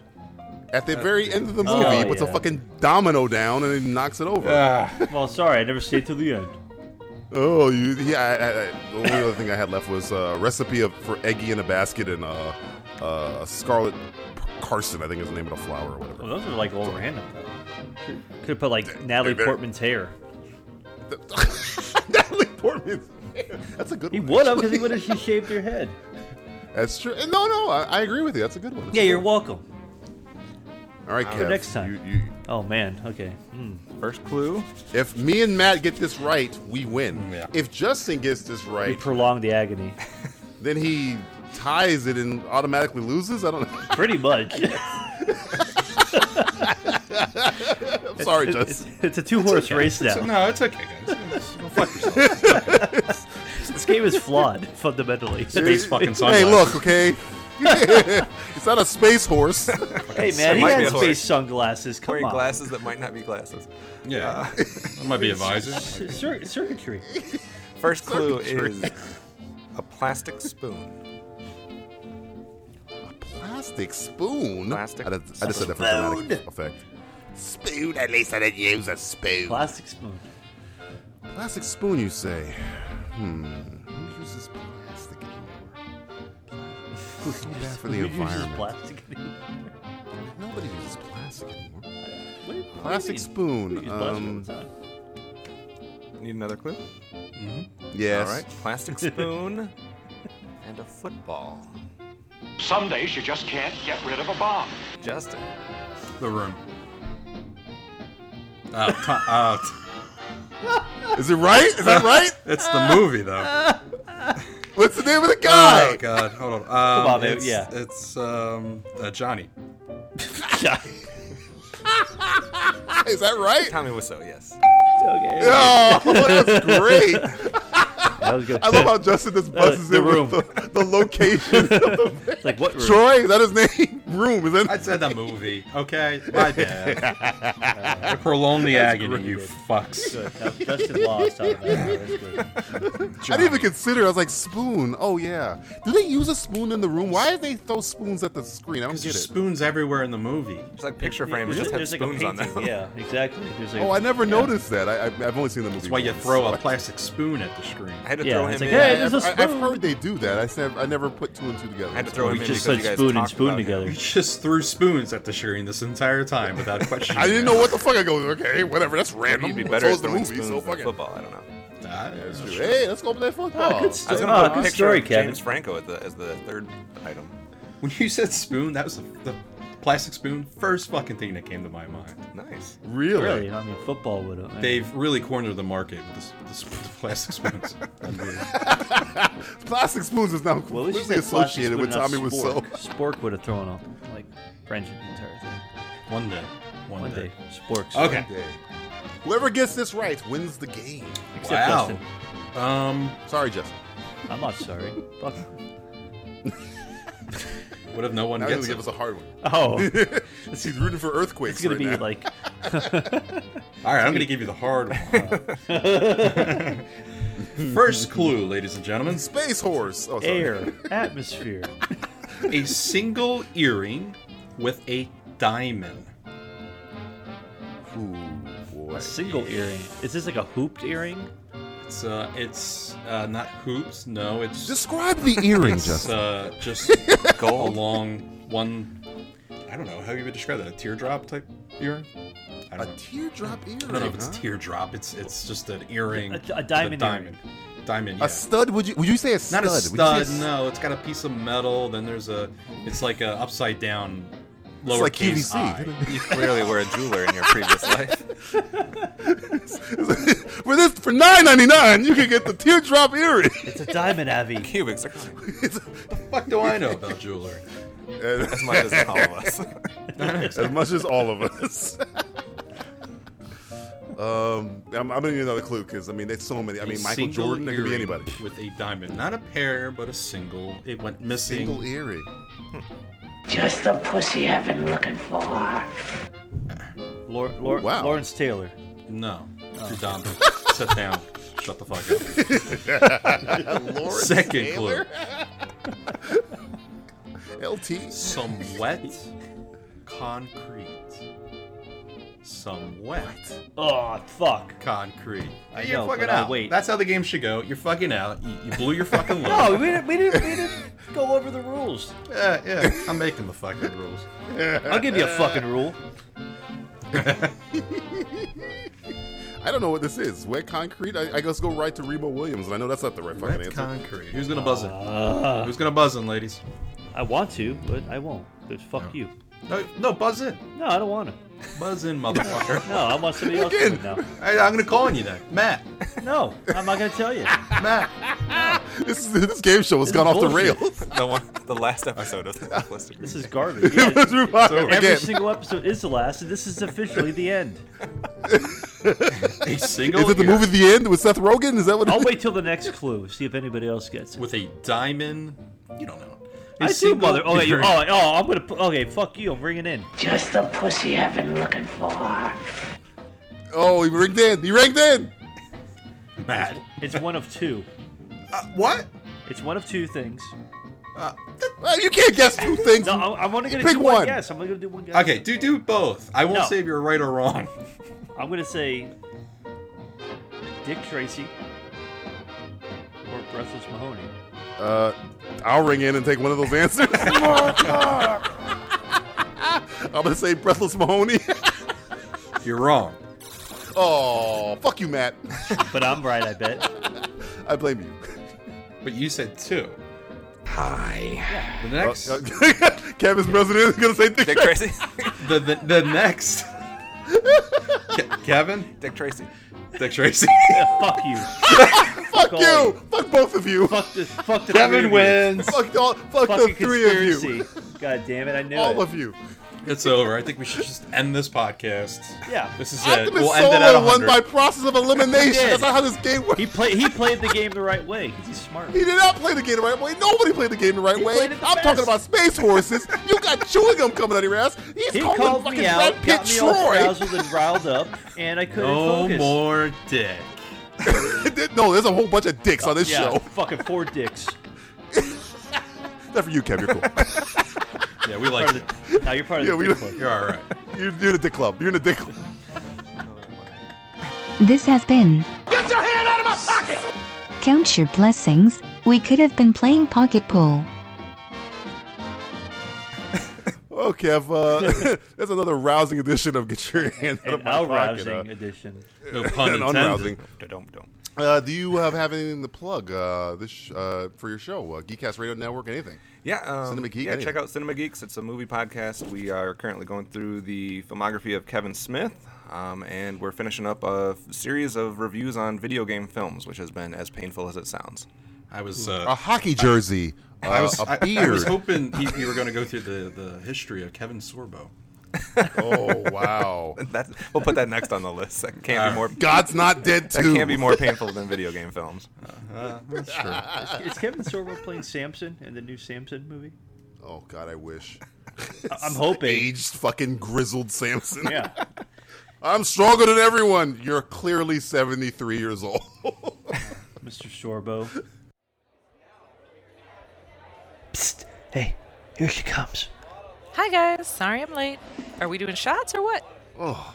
[SPEAKER 4] At the very end of the
[SPEAKER 6] Oh,
[SPEAKER 4] movie, he puts a
[SPEAKER 6] yeah.
[SPEAKER 4] fucking domino down and he knocks it over.
[SPEAKER 6] well, sorry, I never stayed till the end.
[SPEAKER 4] Oh, you, yeah. I, I, I, the only other thing I had left was a uh, recipe of, for eggy in a basket and uh, uh, scarlet carson. I think is the name of the flower or whatever.
[SPEAKER 6] Well, those are like all random. Could have put like Natalie
[SPEAKER 4] they better-
[SPEAKER 6] Portman's hair.
[SPEAKER 4] Natalie Portman's hair. That's a good
[SPEAKER 6] He
[SPEAKER 4] one.
[SPEAKER 6] would have because
[SPEAKER 4] actually.
[SPEAKER 6] he would have. She shaved her head.
[SPEAKER 4] That's true. And No, no, I, I agree with you. That's a good one. That's
[SPEAKER 6] Yeah,
[SPEAKER 4] a
[SPEAKER 6] you're
[SPEAKER 4] good
[SPEAKER 6] welcome.
[SPEAKER 4] one. All right,
[SPEAKER 6] For
[SPEAKER 4] Kev.
[SPEAKER 6] next time. Oh man. Okay. Hmm.
[SPEAKER 4] First clue. Mm, If me and Matt get this right, we win. If Justin gets this
[SPEAKER 6] We
[SPEAKER 4] right,
[SPEAKER 6] prolonged the agony.
[SPEAKER 4] then he ties it and automatically loses. I don't know.
[SPEAKER 6] Pretty much.
[SPEAKER 4] I'm sorry,
[SPEAKER 6] It's-
[SPEAKER 4] Justin.
[SPEAKER 6] it's- it's a two-horse race now.
[SPEAKER 1] no, it's okay, guys. Go fuck
[SPEAKER 6] yourself. this game is flawed fundamentally.
[SPEAKER 1] Space fucking
[SPEAKER 4] Hey, look, okay. it's not a space horse.
[SPEAKER 6] Hey man, he has space sunglasses. Come
[SPEAKER 20] Wearing
[SPEAKER 6] on.
[SPEAKER 20] glasses that might not be glasses. Uh,
[SPEAKER 1] Yeah. That might be a
[SPEAKER 6] Cir- cir- circuitry.
[SPEAKER 20] First clue is
[SPEAKER 6] Circuitry.
[SPEAKER 20] a plastic spoon.
[SPEAKER 4] Plastic spoon.
[SPEAKER 20] Plastic
[SPEAKER 4] I, did, I just said that for
[SPEAKER 20] spoon.
[SPEAKER 4] dramatic effect. Spoon. At least I didn't use a spoon.
[SPEAKER 6] Plastic spoon.
[SPEAKER 4] Plastic spoon, you say? Hmm. Who uses plastic anymore? It's so bad for the
[SPEAKER 6] Who uses
[SPEAKER 4] environment.
[SPEAKER 6] plastic anymore?
[SPEAKER 4] Nobody uses plastic anymore.
[SPEAKER 6] What- what do you
[SPEAKER 4] Plastic
[SPEAKER 6] mean?
[SPEAKER 4] spoon.
[SPEAKER 6] We use plastic all
[SPEAKER 4] um,
[SPEAKER 6] the time.
[SPEAKER 20] Need another clue? Mm-hmm.
[SPEAKER 4] Yes.
[SPEAKER 20] All right. Plastic spoon and a football.
[SPEAKER 16] Some days you just can't get rid of a bomb.
[SPEAKER 20] Justin.
[SPEAKER 1] The room. Oh, t- oh, t-
[SPEAKER 4] oh. Is it right? Is that right?
[SPEAKER 1] it's the movie, though.
[SPEAKER 4] What's the name of the guy?
[SPEAKER 1] Oh, God. Hold on. Um,
[SPEAKER 6] Come on, man,
[SPEAKER 1] it's,
[SPEAKER 6] yeah.
[SPEAKER 1] It's um, uh, Johnny.
[SPEAKER 4] Is that right?
[SPEAKER 20] Tommy Wiseau, yes.
[SPEAKER 6] Okay.
[SPEAKER 4] Oh, that's great.
[SPEAKER 6] That was good.
[SPEAKER 4] I love how Justin just buzzes
[SPEAKER 6] the
[SPEAKER 4] in
[SPEAKER 6] room.
[SPEAKER 4] with the, the location. of the-
[SPEAKER 6] It's like what room?
[SPEAKER 4] Troy, is that his name? Room, is that?
[SPEAKER 1] I said the movie. Okay, my bad. Uh, prolong the agony, you fucks.
[SPEAKER 6] Now, Justin lost. on that. That's good.
[SPEAKER 4] I didn't even consider. I was like, spoon. Oh yeah. Do they use a spoon in the room? Why do they throw spoons at the screen? I don't get
[SPEAKER 1] There's
[SPEAKER 4] it.
[SPEAKER 1] spoons everywhere in the movie.
[SPEAKER 20] It's like picture frames
[SPEAKER 6] There's
[SPEAKER 20] just
[SPEAKER 6] a-
[SPEAKER 20] have
[SPEAKER 6] there's like a
[SPEAKER 20] spoons on them.
[SPEAKER 6] painting, Yeah, exactly. There's like,
[SPEAKER 4] Oh, I never noticed that. I, I, I've only seen the movie.
[SPEAKER 1] That's why you
[SPEAKER 4] once.
[SPEAKER 1] throw a plastic spoon at the screen.
[SPEAKER 20] I had to
[SPEAKER 6] Yeah,
[SPEAKER 20] throw
[SPEAKER 6] it's
[SPEAKER 20] him
[SPEAKER 6] like,
[SPEAKER 20] in.
[SPEAKER 6] hey, there's a
[SPEAKER 4] I,
[SPEAKER 6] spoon.
[SPEAKER 4] have heard they do that. I said I never put two and two together.
[SPEAKER 20] I had to throw
[SPEAKER 6] We
[SPEAKER 20] him in
[SPEAKER 6] just
[SPEAKER 20] because you
[SPEAKER 6] said
[SPEAKER 20] guys
[SPEAKER 6] spoon and
[SPEAKER 20] talked
[SPEAKER 6] spoon
[SPEAKER 20] about him.
[SPEAKER 6] together.
[SPEAKER 1] You just threw spoons at the screen this entire time without questioning.
[SPEAKER 4] I didn't know
[SPEAKER 1] it.
[SPEAKER 4] what the fuck. I go. Okay, whatever. That's
[SPEAKER 20] Maybe
[SPEAKER 4] random.
[SPEAKER 20] you'd be
[SPEAKER 4] It's
[SPEAKER 20] better at
[SPEAKER 4] always the
[SPEAKER 20] throwing
[SPEAKER 4] movie,
[SPEAKER 20] spoons
[SPEAKER 4] so
[SPEAKER 20] than
[SPEAKER 4] fuck it.
[SPEAKER 20] football. I don't know.
[SPEAKER 1] Ah, that's
[SPEAKER 6] Oh,
[SPEAKER 1] true.
[SPEAKER 4] Hey, let's go play football.
[SPEAKER 6] good stuff.
[SPEAKER 20] I was gonna
[SPEAKER 6] Ah,
[SPEAKER 20] put
[SPEAKER 6] good
[SPEAKER 20] a picture
[SPEAKER 6] story,
[SPEAKER 20] of
[SPEAKER 6] Kevin.
[SPEAKER 20] James Franco at the, as the third item.
[SPEAKER 1] When you said spoon, that was the, the plastic spoon. First fucking thing that came to my mind.
[SPEAKER 21] Nice.
[SPEAKER 4] Really?
[SPEAKER 6] Really? I mean, football would have.
[SPEAKER 1] They've really cornered the market with this, this, the plastic spoons. Unbelievable.
[SPEAKER 4] Plastic spoons is now
[SPEAKER 6] Well, at
[SPEAKER 4] completely
[SPEAKER 6] least you said plastic
[SPEAKER 4] associated with
[SPEAKER 6] spoon, not
[SPEAKER 4] Tommy Wiseau.
[SPEAKER 6] spork. Spork would have thrown up like French the entire thing.
[SPEAKER 1] One day.
[SPEAKER 6] One, day. Sporks.
[SPEAKER 1] Okay.
[SPEAKER 4] Whoever gets this right wins the game.
[SPEAKER 6] Except Wow. Justin.
[SPEAKER 1] Um,
[SPEAKER 4] sorry, Justin.
[SPEAKER 6] I'm not sorry. Fuck.
[SPEAKER 1] What if no one
[SPEAKER 4] Now he's
[SPEAKER 1] gets
[SPEAKER 4] gonna
[SPEAKER 1] it?
[SPEAKER 4] give us a hard one.
[SPEAKER 6] Oh.
[SPEAKER 4] he's rooting for earthquakes.
[SPEAKER 6] It's gonna
[SPEAKER 4] right now.
[SPEAKER 6] be like.
[SPEAKER 1] All right, I'm going to give you the hard one. First clue, ladies and gentlemen.
[SPEAKER 4] Space horse. Oh, sorry.
[SPEAKER 6] air, atmosphere.
[SPEAKER 1] A single earring with a diamond.
[SPEAKER 6] A single earring. Is this like a hooped earring?
[SPEAKER 1] It's uh, it's uh, not hoops. No, it's
[SPEAKER 4] describe the earring,
[SPEAKER 1] It's,
[SPEAKER 4] Justin.
[SPEAKER 1] uh, just go along one. I don't know how you would describe that. A teardrop type earring. I don't know.
[SPEAKER 4] Teardrop earring.
[SPEAKER 1] I don't know if it's
[SPEAKER 4] huh?
[SPEAKER 1] teardrop. It's it's just an earring.
[SPEAKER 6] A- a
[SPEAKER 1] with
[SPEAKER 6] diamond
[SPEAKER 1] diamond. Diamond. Yeah.
[SPEAKER 4] A stud? Would you would you say a stud?
[SPEAKER 1] Not a
[SPEAKER 4] Would you say
[SPEAKER 1] stud. No, it's got a piece of metal. Then there's a. It's like a upside down.
[SPEAKER 4] It's like
[SPEAKER 1] lowercase
[SPEAKER 4] QVC.
[SPEAKER 1] i.
[SPEAKER 21] You clearly were a jeweler in your previous life.
[SPEAKER 4] for this for nine ninety nine, you can get the teardrop earring.
[SPEAKER 6] It's a diamond, Avi.
[SPEAKER 21] Cubics are kind.
[SPEAKER 1] Fuck do I know about jewelry?
[SPEAKER 21] As much as all of us.
[SPEAKER 4] as much as all of us. um, I'm, I'm gonna need another clue because I mean, there's so many. I mean,
[SPEAKER 1] A
[SPEAKER 4] Michael
[SPEAKER 1] single
[SPEAKER 4] Jordan. It could be
[SPEAKER 1] earring
[SPEAKER 4] anybody.
[SPEAKER 1] With a diamond, not a pair, but a single. It went missing.
[SPEAKER 4] Single earring.
[SPEAKER 22] Just the pussy I've been looking for.
[SPEAKER 6] Lor- Lor-
[SPEAKER 4] Wow.
[SPEAKER 6] Lawrence Taylor. Oh.
[SPEAKER 1] No, you're dumb. Sit down. Shut the fuck up.
[SPEAKER 4] Lawrence
[SPEAKER 1] Second
[SPEAKER 4] Taylor?
[SPEAKER 1] clue:
[SPEAKER 4] LT.
[SPEAKER 1] some wet concrete. Some wet
[SPEAKER 6] Oh fuck.
[SPEAKER 1] concrete.
[SPEAKER 6] I
[SPEAKER 1] you're
[SPEAKER 6] know,
[SPEAKER 1] fucking
[SPEAKER 6] but I
[SPEAKER 1] out.
[SPEAKER 6] wait.
[SPEAKER 1] That's how the game should go. You're fucking out. You, you blew your fucking load.
[SPEAKER 6] No, we Oh, didn't. We didn't. We didn't go over the rules.
[SPEAKER 1] Yeah, yeah. I'm making the fucking rules.
[SPEAKER 6] I'll give you a fucking rule.
[SPEAKER 4] I don't know what this is. Wet concrete. I, I guess go right to Remo Williams, and I know that's not the right fucking
[SPEAKER 1] Wet
[SPEAKER 4] answer.
[SPEAKER 1] concrete. Who's gonna buzz in?
[SPEAKER 6] Uh,
[SPEAKER 1] Who's gonna buzz in, ladies?
[SPEAKER 6] I want to, but I won't. Because fuck you.
[SPEAKER 1] No, no, buzz in.
[SPEAKER 6] No, I don't want to.
[SPEAKER 1] Buzz in, motherfucker.
[SPEAKER 6] No, I want somebody else to win now.
[SPEAKER 1] Hey, I'm gonna call on you then, Matt.
[SPEAKER 6] No, I'm not gonna tell you.
[SPEAKER 1] Matt.
[SPEAKER 4] this, this game show has gone off the
[SPEAKER 6] bullshit.
[SPEAKER 4] rails.
[SPEAKER 21] The, one, the last episode of the Simplistic
[SPEAKER 6] This
[SPEAKER 21] Review.
[SPEAKER 6] is garbage. Yeah,
[SPEAKER 4] Let's move on
[SPEAKER 6] every
[SPEAKER 4] again.
[SPEAKER 6] single episode is the last, and this is officially the end.
[SPEAKER 1] A single.
[SPEAKER 4] Is it the
[SPEAKER 1] ear
[SPEAKER 4] movie The End with Seth Rogen? Is that what?
[SPEAKER 6] I'll
[SPEAKER 4] it
[SPEAKER 6] wait till the next clue. See if anybody else gets it.
[SPEAKER 1] with a diamond? You don't know. A
[SPEAKER 6] I do,
[SPEAKER 1] single
[SPEAKER 6] mother. Oh, wait, you-
[SPEAKER 1] ear-
[SPEAKER 6] oh, oh, I'm gonna. pu- Okay, fuck you. I'm bringing in.
[SPEAKER 22] Just the pussy I've been looking for.
[SPEAKER 4] is? Oh, he ranked in. He ranked in.
[SPEAKER 1] Matt.
[SPEAKER 6] It's one of two.
[SPEAKER 1] Uh, what?
[SPEAKER 6] It's one of two things.
[SPEAKER 4] Well, Uh, you can't guess two things.
[SPEAKER 6] No, I, I'm only gonna
[SPEAKER 4] Pick
[SPEAKER 6] do one.
[SPEAKER 4] one.
[SPEAKER 6] guess. I'm only gonna do one guess.
[SPEAKER 1] Okay, do do both. I won't
[SPEAKER 6] No.
[SPEAKER 1] say if you're right or wrong.
[SPEAKER 6] I'm gonna say Dick Tracy or Breathless Mahoney.
[SPEAKER 4] Uh, I'll ring in and take one of those answers. I'm gonna say Breathless Mahoney.
[SPEAKER 1] You're wrong.
[SPEAKER 4] oh, fuck you, Matt.
[SPEAKER 6] But I'm right, I bet.
[SPEAKER 4] I blame you.
[SPEAKER 1] But you said two. Hi. The
[SPEAKER 4] Uh,
[SPEAKER 1] next.
[SPEAKER 4] uh, Kevin's president is gonna say Dick,
[SPEAKER 21] Dick
[SPEAKER 4] Tracy.
[SPEAKER 21] Tracy.
[SPEAKER 1] the, the the next. Ke- Kevin.
[SPEAKER 21] Dick Tracy.
[SPEAKER 1] Dick Tracy.
[SPEAKER 6] Yeah, fuck you.
[SPEAKER 4] Fuck
[SPEAKER 6] all
[SPEAKER 4] you. Fuck both of you. Fuck,
[SPEAKER 6] Fuck this. Fuck the three
[SPEAKER 1] Kevin
[SPEAKER 6] of you.
[SPEAKER 1] wins.
[SPEAKER 4] all, fuck the
[SPEAKER 6] Fucking
[SPEAKER 4] three
[SPEAKER 6] conspiracy.
[SPEAKER 4] of you.
[SPEAKER 6] God damn it! I knew
[SPEAKER 4] All
[SPEAKER 6] it.
[SPEAKER 4] of you.
[SPEAKER 1] It's over. I think we should just end this podcast.
[SPEAKER 6] Yeah.
[SPEAKER 1] This is it.
[SPEAKER 4] Optimus
[SPEAKER 1] We'll end it at
[SPEAKER 4] Solo won
[SPEAKER 1] 100.
[SPEAKER 4] by process of elimination.
[SPEAKER 6] He did.
[SPEAKER 4] That's not how this game works.
[SPEAKER 6] He played. He played the game the right way. 'cause He's smart.
[SPEAKER 4] He did not play the game the right way. Nobody played the game the right
[SPEAKER 6] He
[SPEAKER 4] way.
[SPEAKER 6] played it the
[SPEAKER 4] I'm
[SPEAKER 6] best.
[SPEAKER 4] talking about space horses. you got chewing gum coming out of your ass. He's
[SPEAKER 6] He
[SPEAKER 4] calling
[SPEAKER 6] called
[SPEAKER 4] fucking
[SPEAKER 6] me out,
[SPEAKER 4] Brad Pitt
[SPEAKER 6] got me all
[SPEAKER 4] Troy.
[SPEAKER 6] frazzled and riled up, and I couldn't
[SPEAKER 1] No
[SPEAKER 6] focus.
[SPEAKER 1] more dick.
[SPEAKER 4] no, there's a whole bunch of dicks on this
[SPEAKER 6] yeah,
[SPEAKER 4] show.
[SPEAKER 6] fucking four dicks.
[SPEAKER 4] Except for you, Kev. You're cool.
[SPEAKER 1] Yeah, we like it.
[SPEAKER 6] Now you're part of
[SPEAKER 4] Yeah,
[SPEAKER 6] the
[SPEAKER 4] we
[SPEAKER 6] dick
[SPEAKER 4] don't-
[SPEAKER 6] club.
[SPEAKER 1] You're all right.
[SPEAKER 4] you're, you're in the dick club. You're in the dick club.
[SPEAKER 5] This has been. Get your hand out of my pocket! Count your blessings. We could have been playing pocket pool.
[SPEAKER 4] Oh, Kev. Uh, that's another rousing edition of Get Your Hand Out of
[SPEAKER 6] An
[SPEAKER 4] My Pocket.
[SPEAKER 6] outrousing
[SPEAKER 4] uh,
[SPEAKER 6] edition.
[SPEAKER 1] No pun
[SPEAKER 4] and
[SPEAKER 1] intended.
[SPEAKER 4] unrousing.
[SPEAKER 21] Dum dum.
[SPEAKER 4] Uh, do you have anything to plug uh, this sh- uh, for your show, uh, Geekcast Radio Network, anything?
[SPEAKER 3] Yeah, um,
[SPEAKER 4] Cinema Geek,
[SPEAKER 3] Yeah,
[SPEAKER 4] anyway.
[SPEAKER 3] check out Cinema Geeks. It's a movie podcast. We are currently going through the filmography of Kevin Smith, um, and we're finishing up a f- series of reviews on video game films, which has been as painful as it sounds.
[SPEAKER 8] I was uh,
[SPEAKER 4] A hockey jersey,
[SPEAKER 3] I-
[SPEAKER 4] a
[SPEAKER 3] I was-
[SPEAKER 4] a
[SPEAKER 8] I, I
[SPEAKER 4] beard.
[SPEAKER 8] was hoping you, you were going to go through the, the history of Kevin Sorbo.
[SPEAKER 4] oh wow!
[SPEAKER 3] That's, we'll put that next on the list. That can't
[SPEAKER 8] All right.
[SPEAKER 3] be more.
[SPEAKER 4] God's Not Dead
[SPEAKER 3] That
[SPEAKER 4] 2.
[SPEAKER 3] can't be more painful than video game films.
[SPEAKER 8] Uh,
[SPEAKER 6] that's true. is, is Kevin Sorbo playing Samson in the new Samson movie?
[SPEAKER 4] Oh God, I wish.
[SPEAKER 6] I'm hoping.
[SPEAKER 4] Aged fucking grizzled Samson.
[SPEAKER 6] Yeah.
[SPEAKER 4] I'm stronger than everyone. You're clearly 73 years old.
[SPEAKER 6] Mr. Sorbo.
[SPEAKER 23] Psst, hey, here she comes.
[SPEAKER 24] Hi guys, sorry I'm late. Are we doing shots or what?
[SPEAKER 8] Oh.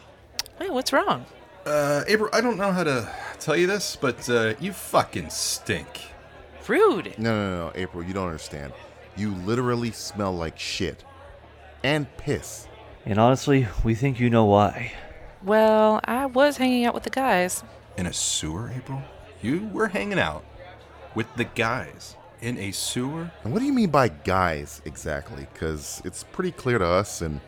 [SPEAKER 24] Hey, what's wrong?
[SPEAKER 8] Uh, April, I don't know how to tell you this, but uh, you fucking stink.
[SPEAKER 24] Rude.
[SPEAKER 4] No, no, no, no, April, you don't understand. You literally smell like shit and piss.
[SPEAKER 6] And honestly, we think you know why.
[SPEAKER 24] Well, I was hanging out with the guys.
[SPEAKER 8] In a sewer, April? You were hanging out with the guys in a sewer?
[SPEAKER 4] And what do you mean by guys exactly? Because it's pretty clear to us and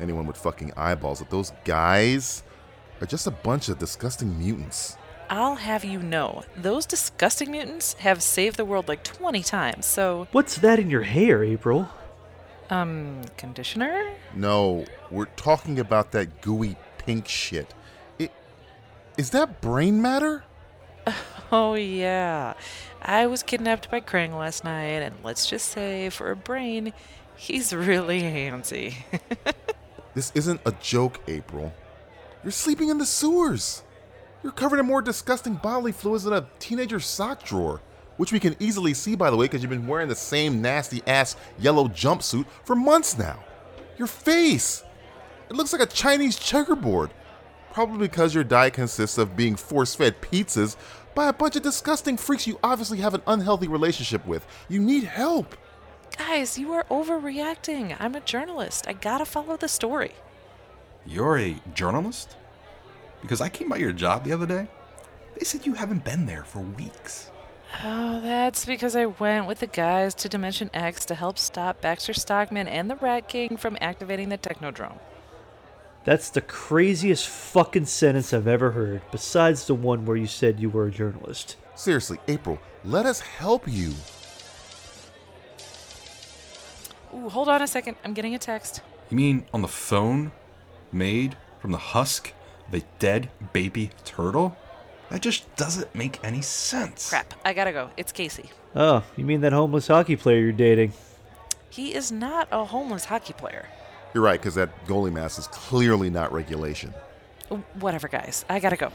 [SPEAKER 4] anyone with fucking eyeballs that those guys are just a bunch of disgusting mutants.
[SPEAKER 24] I'll have you know, those disgusting mutants have saved the world like 20 times, so,
[SPEAKER 6] What's that in your hair, April?
[SPEAKER 24] um, conditioner?
[SPEAKER 4] No, we're talking about that gooey pink shit. It, is that brain matter?
[SPEAKER 24] Oh, yeah. I was kidnapped by Krang last night, and let's just say, for a brain, he's really handsy.
[SPEAKER 4] This isn't a joke, April. You're sleeping in the sewers. You're covered in more disgusting bodily fluids than a teenager's sock drawer, which we can easily see, by the way, because you've been wearing the same nasty ass yellow jumpsuit for months now. Your face! It looks like a Chinese checkerboard. Probably because your diet consists of being force fed pizzas by a bunch of disgusting freaks you obviously have an unhealthy relationship with. You need help.
[SPEAKER 24] Guys, you are overreacting. I'm a journalist. I gotta follow the story.
[SPEAKER 8] You're a journalist? Because I came by your job the other day. They said you haven't been there for weeks.
[SPEAKER 24] Oh, that's because I went with the guys to Dimension X to help stop Baxter Stockman and the Rat King from activating the Technodrome.
[SPEAKER 6] That's the craziest fucking sentence I've ever heard, besides the one where you said you were a journalist.
[SPEAKER 4] Seriously, April, let us help you.
[SPEAKER 24] Ooh, hold on a second. I'm getting a text.
[SPEAKER 8] You mean on the phone? Made from the husk of a dead baby turtle? That just doesn't make any sense.
[SPEAKER 24] Crap, I gotta go. It's Casey.
[SPEAKER 6] Oh, you mean that homeless hockey player you're dating?
[SPEAKER 24] He is not a homeless hockey player.
[SPEAKER 4] You're right, because that goalie mask is clearly not regulation.
[SPEAKER 24] Ooh, Whatever, guys. I gotta go.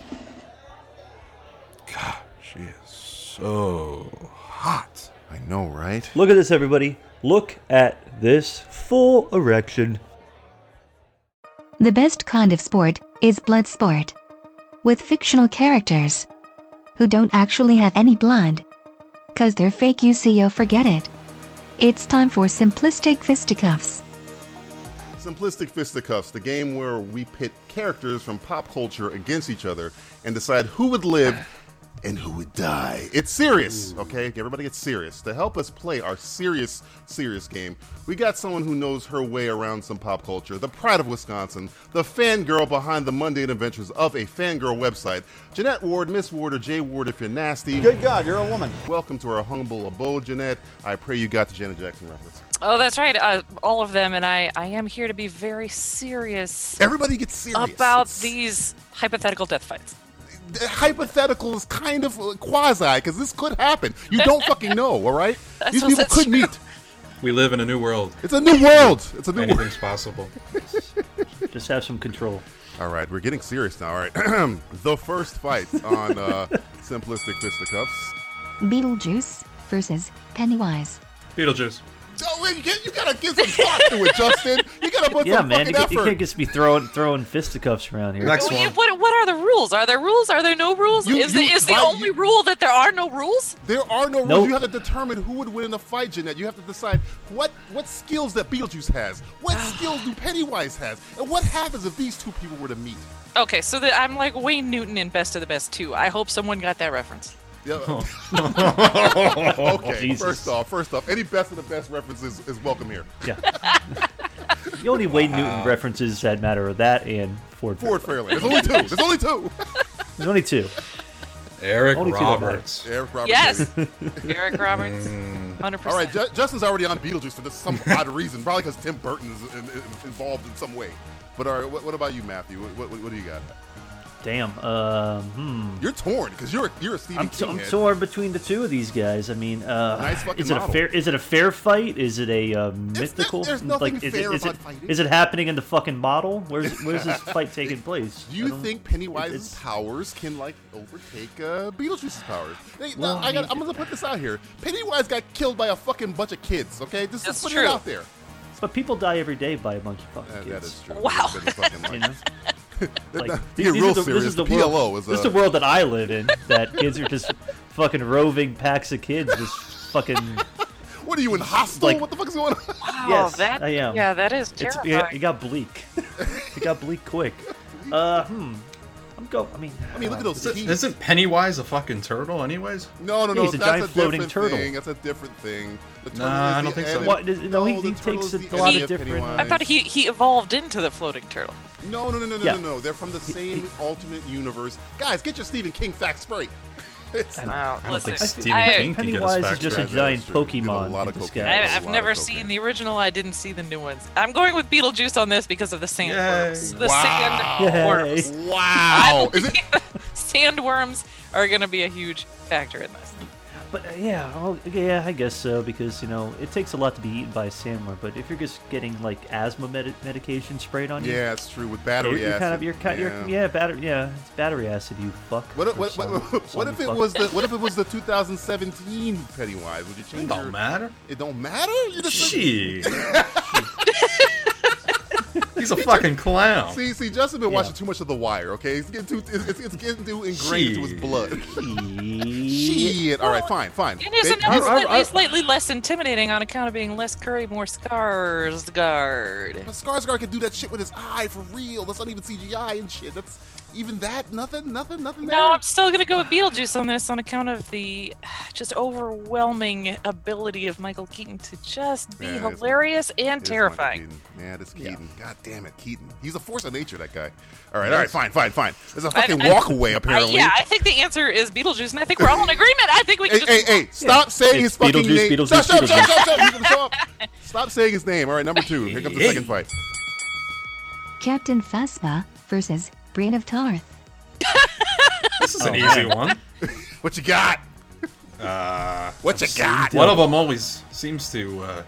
[SPEAKER 8] She is so hot.
[SPEAKER 4] I know, right?
[SPEAKER 6] Look at this, everybody. Look at this full erection.
[SPEAKER 5] The best kind of sport is blood sport. With fictional characters who don't actually have any blood. Cause they're fake UCO, forget it. It's time for simplistic fisticuffs.
[SPEAKER 4] Simplistic Fisticuffs, the game where we pit characters from pop culture against each other and decide who would live and who would die. It's serious, okay? Everybody gets serious. To help us play our serious, serious game, we got someone who knows her way around some pop culture, the pride of Wisconsin, the fangirl behind the mundane adventures of a fangirl website, Jeanette Ward, Miss Ward, or J Ward if you're nasty. Good God, you're a woman. Welcome to our humble abode, Jeanette. I pray you got the Janet Jackson reference.
[SPEAKER 24] Oh, that's right. Uh, all of them, and I, I am here to be very serious.
[SPEAKER 4] Everybody gets serious.
[SPEAKER 24] About these hypothetical death fights.
[SPEAKER 4] hypothetical is kind of uh, quasi because this could happen. You don't fucking know, all right?
[SPEAKER 24] That's
[SPEAKER 4] These
[SPEAKER 24] what-
[SPEAKER 4] people
[SPEAKER 24] that's
[SPEAKER 4] could
[SPEAKER 24] true.
[SPEAKER 4] meet.
[SPEAKER 8] We live in a new world.
[SPEAKER 4] It's a new world. It's a new world.
[SPEAKER 8] Anything's possible.
[SPEAKER 6] Just have some control.
[SPEAKER 4] All right, we're getting serious now. All right, the first fight on uh, simplistic fisticuffs.
[SPEAKER 5] Beetlejuice versus Pennywise.
[SPEAKER 8] Beetlejuice.
[SPEAKER 4] Oh, you, get, you gotta get some thought to it, Justin. You gotta put
[SPEAKER 6] yeah,
[SPEAKER 4] some
[SPEAKER 6] man, you,
[SPEAKER 4] fucking
[SPEAKER 6] can't- you
[SPEAKER 4] effort.
[SPEAKER 6] can't just be throwing throwing fisticuffs around here.
[SPEAKER 24] Wh- What, what are the rules? Are there rules? Are there no rules?
[SPEAKER 4] You-
[SPEAKER 24] is
[SPEAKER 4] you-
[SPEAKER 24] the, is the
[SPEAKER 4] why-
[SPEAKER 24] only rule that there are no rules?
[SPEAKER 4] There are no rules.
[SPEAKER 6] Nope.
[SPEAKER 4] You have to determine who would win in the fight, Jeanette. You have to decide what what skills that Beetlejuice has, what skills do Pennywise has, and what happens if these two people were to meet.
[SPEAKER 24] Okay, so that I'm like Wayne Newton in Best of the Best 2. I hope someone got that reference.
[SPEAKER 4] Yeah. okay.
[SPEAKER 6] Jesus.
[SPEAKER 4] First off, first off, any best of the best references is welcome here.
[SPEAKER 6] Yeah. The only Wayne Newton references that matter are that and Ford.
[SPEAKER 4] Ford
[SPEAKER 6] Fairlane.
[SPEAKER 4] Fairlane. There's only two. There's only two.
[SPEAKER 6] There's only two.
[SPEAKER 1] Eric
[SPEAKER 6] Only two that matter.
[SPEAKER 1] Roberts.
[SPEAKER 4] Eric Roberts.
[SPEAKER 24] Yes.
[SPEAKER 4] baby. Mm.
[SPEAKER 24] Eric Roberts. 100%.
[SPEAKER 4] All right, Ju- Justin's already on Beetlejuice for this, some odd reason, probably because Tim Burton's in, in- involved in some way. But all right, what, what about you, Matthew? What, what, what do you got?
[SPEAKER 6] Damn. Um, hmm.
[SPEAKER 4] You're torn because you're you're a Stephen
[SPEAKER 6] I'm,
[SPEAKER 4] King.
[SPEAKER 6] t- I'm
[SPEAKER 4] head.
[SPEAKER 6] torn between the two of these guys. I mean, uh,
[SPEAKER 4] Nice fucking
[SPEAKER 6] is it
[SPEAKER 4] model.
[SPEAKER 6] a fair? Is it a fair fight? Is it a uh, mythical?
[SPEAKER 4] there's nothing
[SPEAKER 6] like, is
[SPEAKER 4] fair
[SPEAKER 6] it, is
[SPEAKER 4] about
[SPEAKER 6] it,
[SPEAKER 4] fighting.
[SPEAKER 6] Is it happening in the fucking model? Where's Where's this fight taking place?
[SPEAKER 4] Do
[SPEAKER 6] I
[SPEAKER 4] you
[SPEAKER 6] don't-
[SPEAKER 4] think Pennywise's powers can like overtake uh, Beetlejuice's powers? Hey,
[SPEAKER 6] Well,
[SPEAKER 4] now,
[SPEAKER 6] I
[SPEAKER 4] I got,
[SPEAKER 6] mean-
[SPEAKER 4] I'm gonna put this out here. Pennywise got killed by a fucking bunch of kids. Okay, just
[SPEAKER 24] That's
[SPEAKER 4] put
[SPEAKER 24] true.
[SPEAKER 4] it out there.
[SPEAKER 6] But people die every day by a bunch of fucking
[SPEAKER 4] That-
[SPEAKER 6] kids.
[SPEAKER 4] that is true.
[SPEAKER 24] Wow.
[SPEAKER 4] It's been fucking like-
[SPEAKER 6] You know? Like,
[SPEAKER 4] To get
[SPEAKER 6] these- these
[SPEAKER 4] real
[SPEAKER 6] are the-
[SPEAKER 4] serious,
[SPEAKER 6] this is the
[SPEAKER 4] the PLO
[SPEAKER 6] world.
[SPEAKER 4] is
[SPEAKER 6] This is
[SPEAKER 4] a-
[SPEAKER 6] the world that I live in. That kids are just fucking roving packs of kids. Just fucking.
[SPEAKER 4] What are you in hostel?
[SPEAKER 6] Like-
[SPEAKER 4] what the fuck is going on?
[SPEAKER 24] Wow,
[SPEAKER 6] yes,
[SPEAKER 24] Oh, that,
[SPEAKER 6] I am.
[SPEAKER 24] Yeah, that is
[SPEAKER 6] It's,
[SPEAKER 24] terrifying.
[SPEAKER 6] it, it got bleak. It got bleak quick. Uh, hmm. I'm go. I mean,
[SPEAKER 4] I mean, look at those teeth.
[SPEAKER 1] Isn't Pennywise a fucking turtle, anyways?
[SPEAKER 4] No, no,
[SPEAKER 6] Yeah,
[SPEAKER 4] no.
[SPEAKER 6] he's a
[SPEAKER 4] that's
[SPEAKER 6] giant
[SPEAKER 4] different
[SPEAKER 6] floating turtle.
[SPEAKER 4] Thing. That's a different thing. The turtle
[SPEAKER 1] Nah,
[SPEAKER 4] is
[SPEAKER 1] I don't
[SPEAKER 4] the
[SPEAKER 1] think so.
[SPEAKER 4] enemy-
[SPEAKER 6] What is- no, he- he
[SPEAKER 4] the turtle
[SPEAKER 6] takes
[SPEAKER 4] is
[SPEAKER 6] it
[SPEAKER 4] the
[SPEAKER 6] a lot
[SPEAKER 4] enemy
[SPEAKER 6] different-
[SPEAKER 4] Pennywise.
[SPEAKER 24] I thought he, he evolved into the floating turtle.
[SPEAKER 4] No, no, no, no, no,
[SPEAKER 6] Yeah.
[SPEAKER 4] no, no. They're from the same alternate universe. Guys, get your Stephen King facts straight. It's
[SPEAKER 24] Wow.
[SPEAKER 1] I don't think
[SPEAKER 24] Listen,
[SPEAKER 1] Stephen
[SPEAKER 24] I-
[SPEAKER 1] King can get us
[SPEAKER 6] Pennywise is
[SPEAKER 1] back
[SPEAKER 6] just
[SPEAKER 1] to
[SPEAKER 6] a
[SPEAKER 1] that.
[SPEAKER 6] giant
[SPEAKER 4] true. Did a lot
[SPEAKER 6] Pokemon.
[SPEAKER 4] of
[SPEAKER 6] in
[SPEAKER 4] cocaine.
[SPEAKER 6] disguise.
[SPEAKER 4] Yeah,
[SPEAKER 24] I,
[SPEAKER 4] there's a
[SPEAKER 24] I've
[SPEAKER 4] lot
[SPEAKER 24] never
[SPEAKER 4] of cocaine.
[SPEAKER 24] seen the original. I didn't see the new ones. I'm going with Beetlejuice on this because of the sandworms. The
[SPEAKER 6] Yay.
[SPEAKER 24] sandworms.
[SPEAKER 4] Wow. Is it?
[SPEAKER 24] sandworms are going to be a huge factor in this.
[SPEAKER 6] But uh, yeah, well, yeah, I guess so because you know it takes a lot to be eaten by a sandworm. But if you're just getting like asthma medi- medication sprayed on you,
[SPEAKER 4] Yeah, it's true. With
[SPEAKER 6] you're,
[SPEAKER 4] battery
[SPEAKER 6] you're
[SPEAKER 4] acid.
[SPEAKER 6] kind of you're kind yeah. you're yeah battery yeah it's battery acid. You fuck.
[SPEAKER 4] What if,
[SPEAKER 6] Or
[SPEAKER 4] what, what,
[SPEAKER 6] some-
[SPEAKER 4] what
[SPEAKER 6] some
[SPEAKER 4] if it
[SPEAKER 6] fuck.
[SPEAKER 4] was the what if it was the 2017 Pennywise? Would you change
[SPEAKER 1] It
[SPEAKER 4] your-
[SPEAKER 1] don't matter.
[SPEAKER 4] It don't matter. You just
[SPEAKER 1] Shit. He's a fucking clown.
[SPEAKER 4] see, see, Justin been
[SPEAKER 6] Yeah.
[SPEAKER 4] watching too much of The Wire. Okay, it's getting too it's, it's, it's getting too ingrained into his
[SPEAKER 1] Shit.
[SPEAKER 4] blood.
[SPEAKER 6] Shit.
[SPEAKER 4] Shit. All right, fine, fine.
[SPEAKER 24] It is
[SPEAKER 4] They-
[SPEAKER 24] now
[SPEAKER 4] this-
[SPEAKER 24] slightly, slightly less intimidating on account of being less curry, more scars guard.
[SPEAKER 4] But Skarsgård can do that shit with his eye for real. That's not even CGI and shit. That's even that. Nothing. Nothing. Nothing.
[SPEAKER 24] No, I'm still gonna go with Beetlejuice on this on account of the just overwhelming ability of Michael Keaton to just be
[SPEAKER 4] Yeah, it's-
[SPEAKER 24] hilarious and
[SPEAKER 4] There's Michael
[SPEAKER 24] terrifying.
[SPEAKER 4] Keaton. Yeah, this Keaton. God damn it, Keaton. He's a force of nature. That guy. All right. All right. Fine. Fine. Fine. There's a fucking
[SPEAKER 24] I-
[SPEAKER 4] walk away
[SPEAKER 24] I,
[SPEAKER 4] apparently.
[SPEAKER 24] yeah, I think the answer is Beetlejuice, and I think we're all in agreement. I think we
[SPEAKER 4] Hey,
[SPEAKER 24] can
[SPEAKER 4] hey,
[SPEAKER 24] just
[SPEAKER 4] hey! Stop saying his
[SPEAKER 6] It's
[SPEAKER 4] fucking
[SPEAKER 6] Beetlejuice,
[SPEAKER 4] name.
[SPEAKER 6] Beetlejuice,
[SPEAKER 4] Stop, stop, stop,
[SPEAKER 6] Beetlejuice.
[SPEAKER 4] stop, stop, You can stop. Stop saying his name. All right, number two. Here comes the second fight.
[SPEAKER 5] Captain Phasma versus Brain of Tarth.
[SPEAKER 1] This is an
[SPEAKER 6] Oh,
[SPEAKER 1] easy
[SPEAKER 6] man.
[SPEAKER 1] one.
[SPEAKER 4] What you got?
[SPEAKER 1] Uh,
[SPEAKER 4] What you got?
[SPEAKER 1] one of them always seems to. Uh,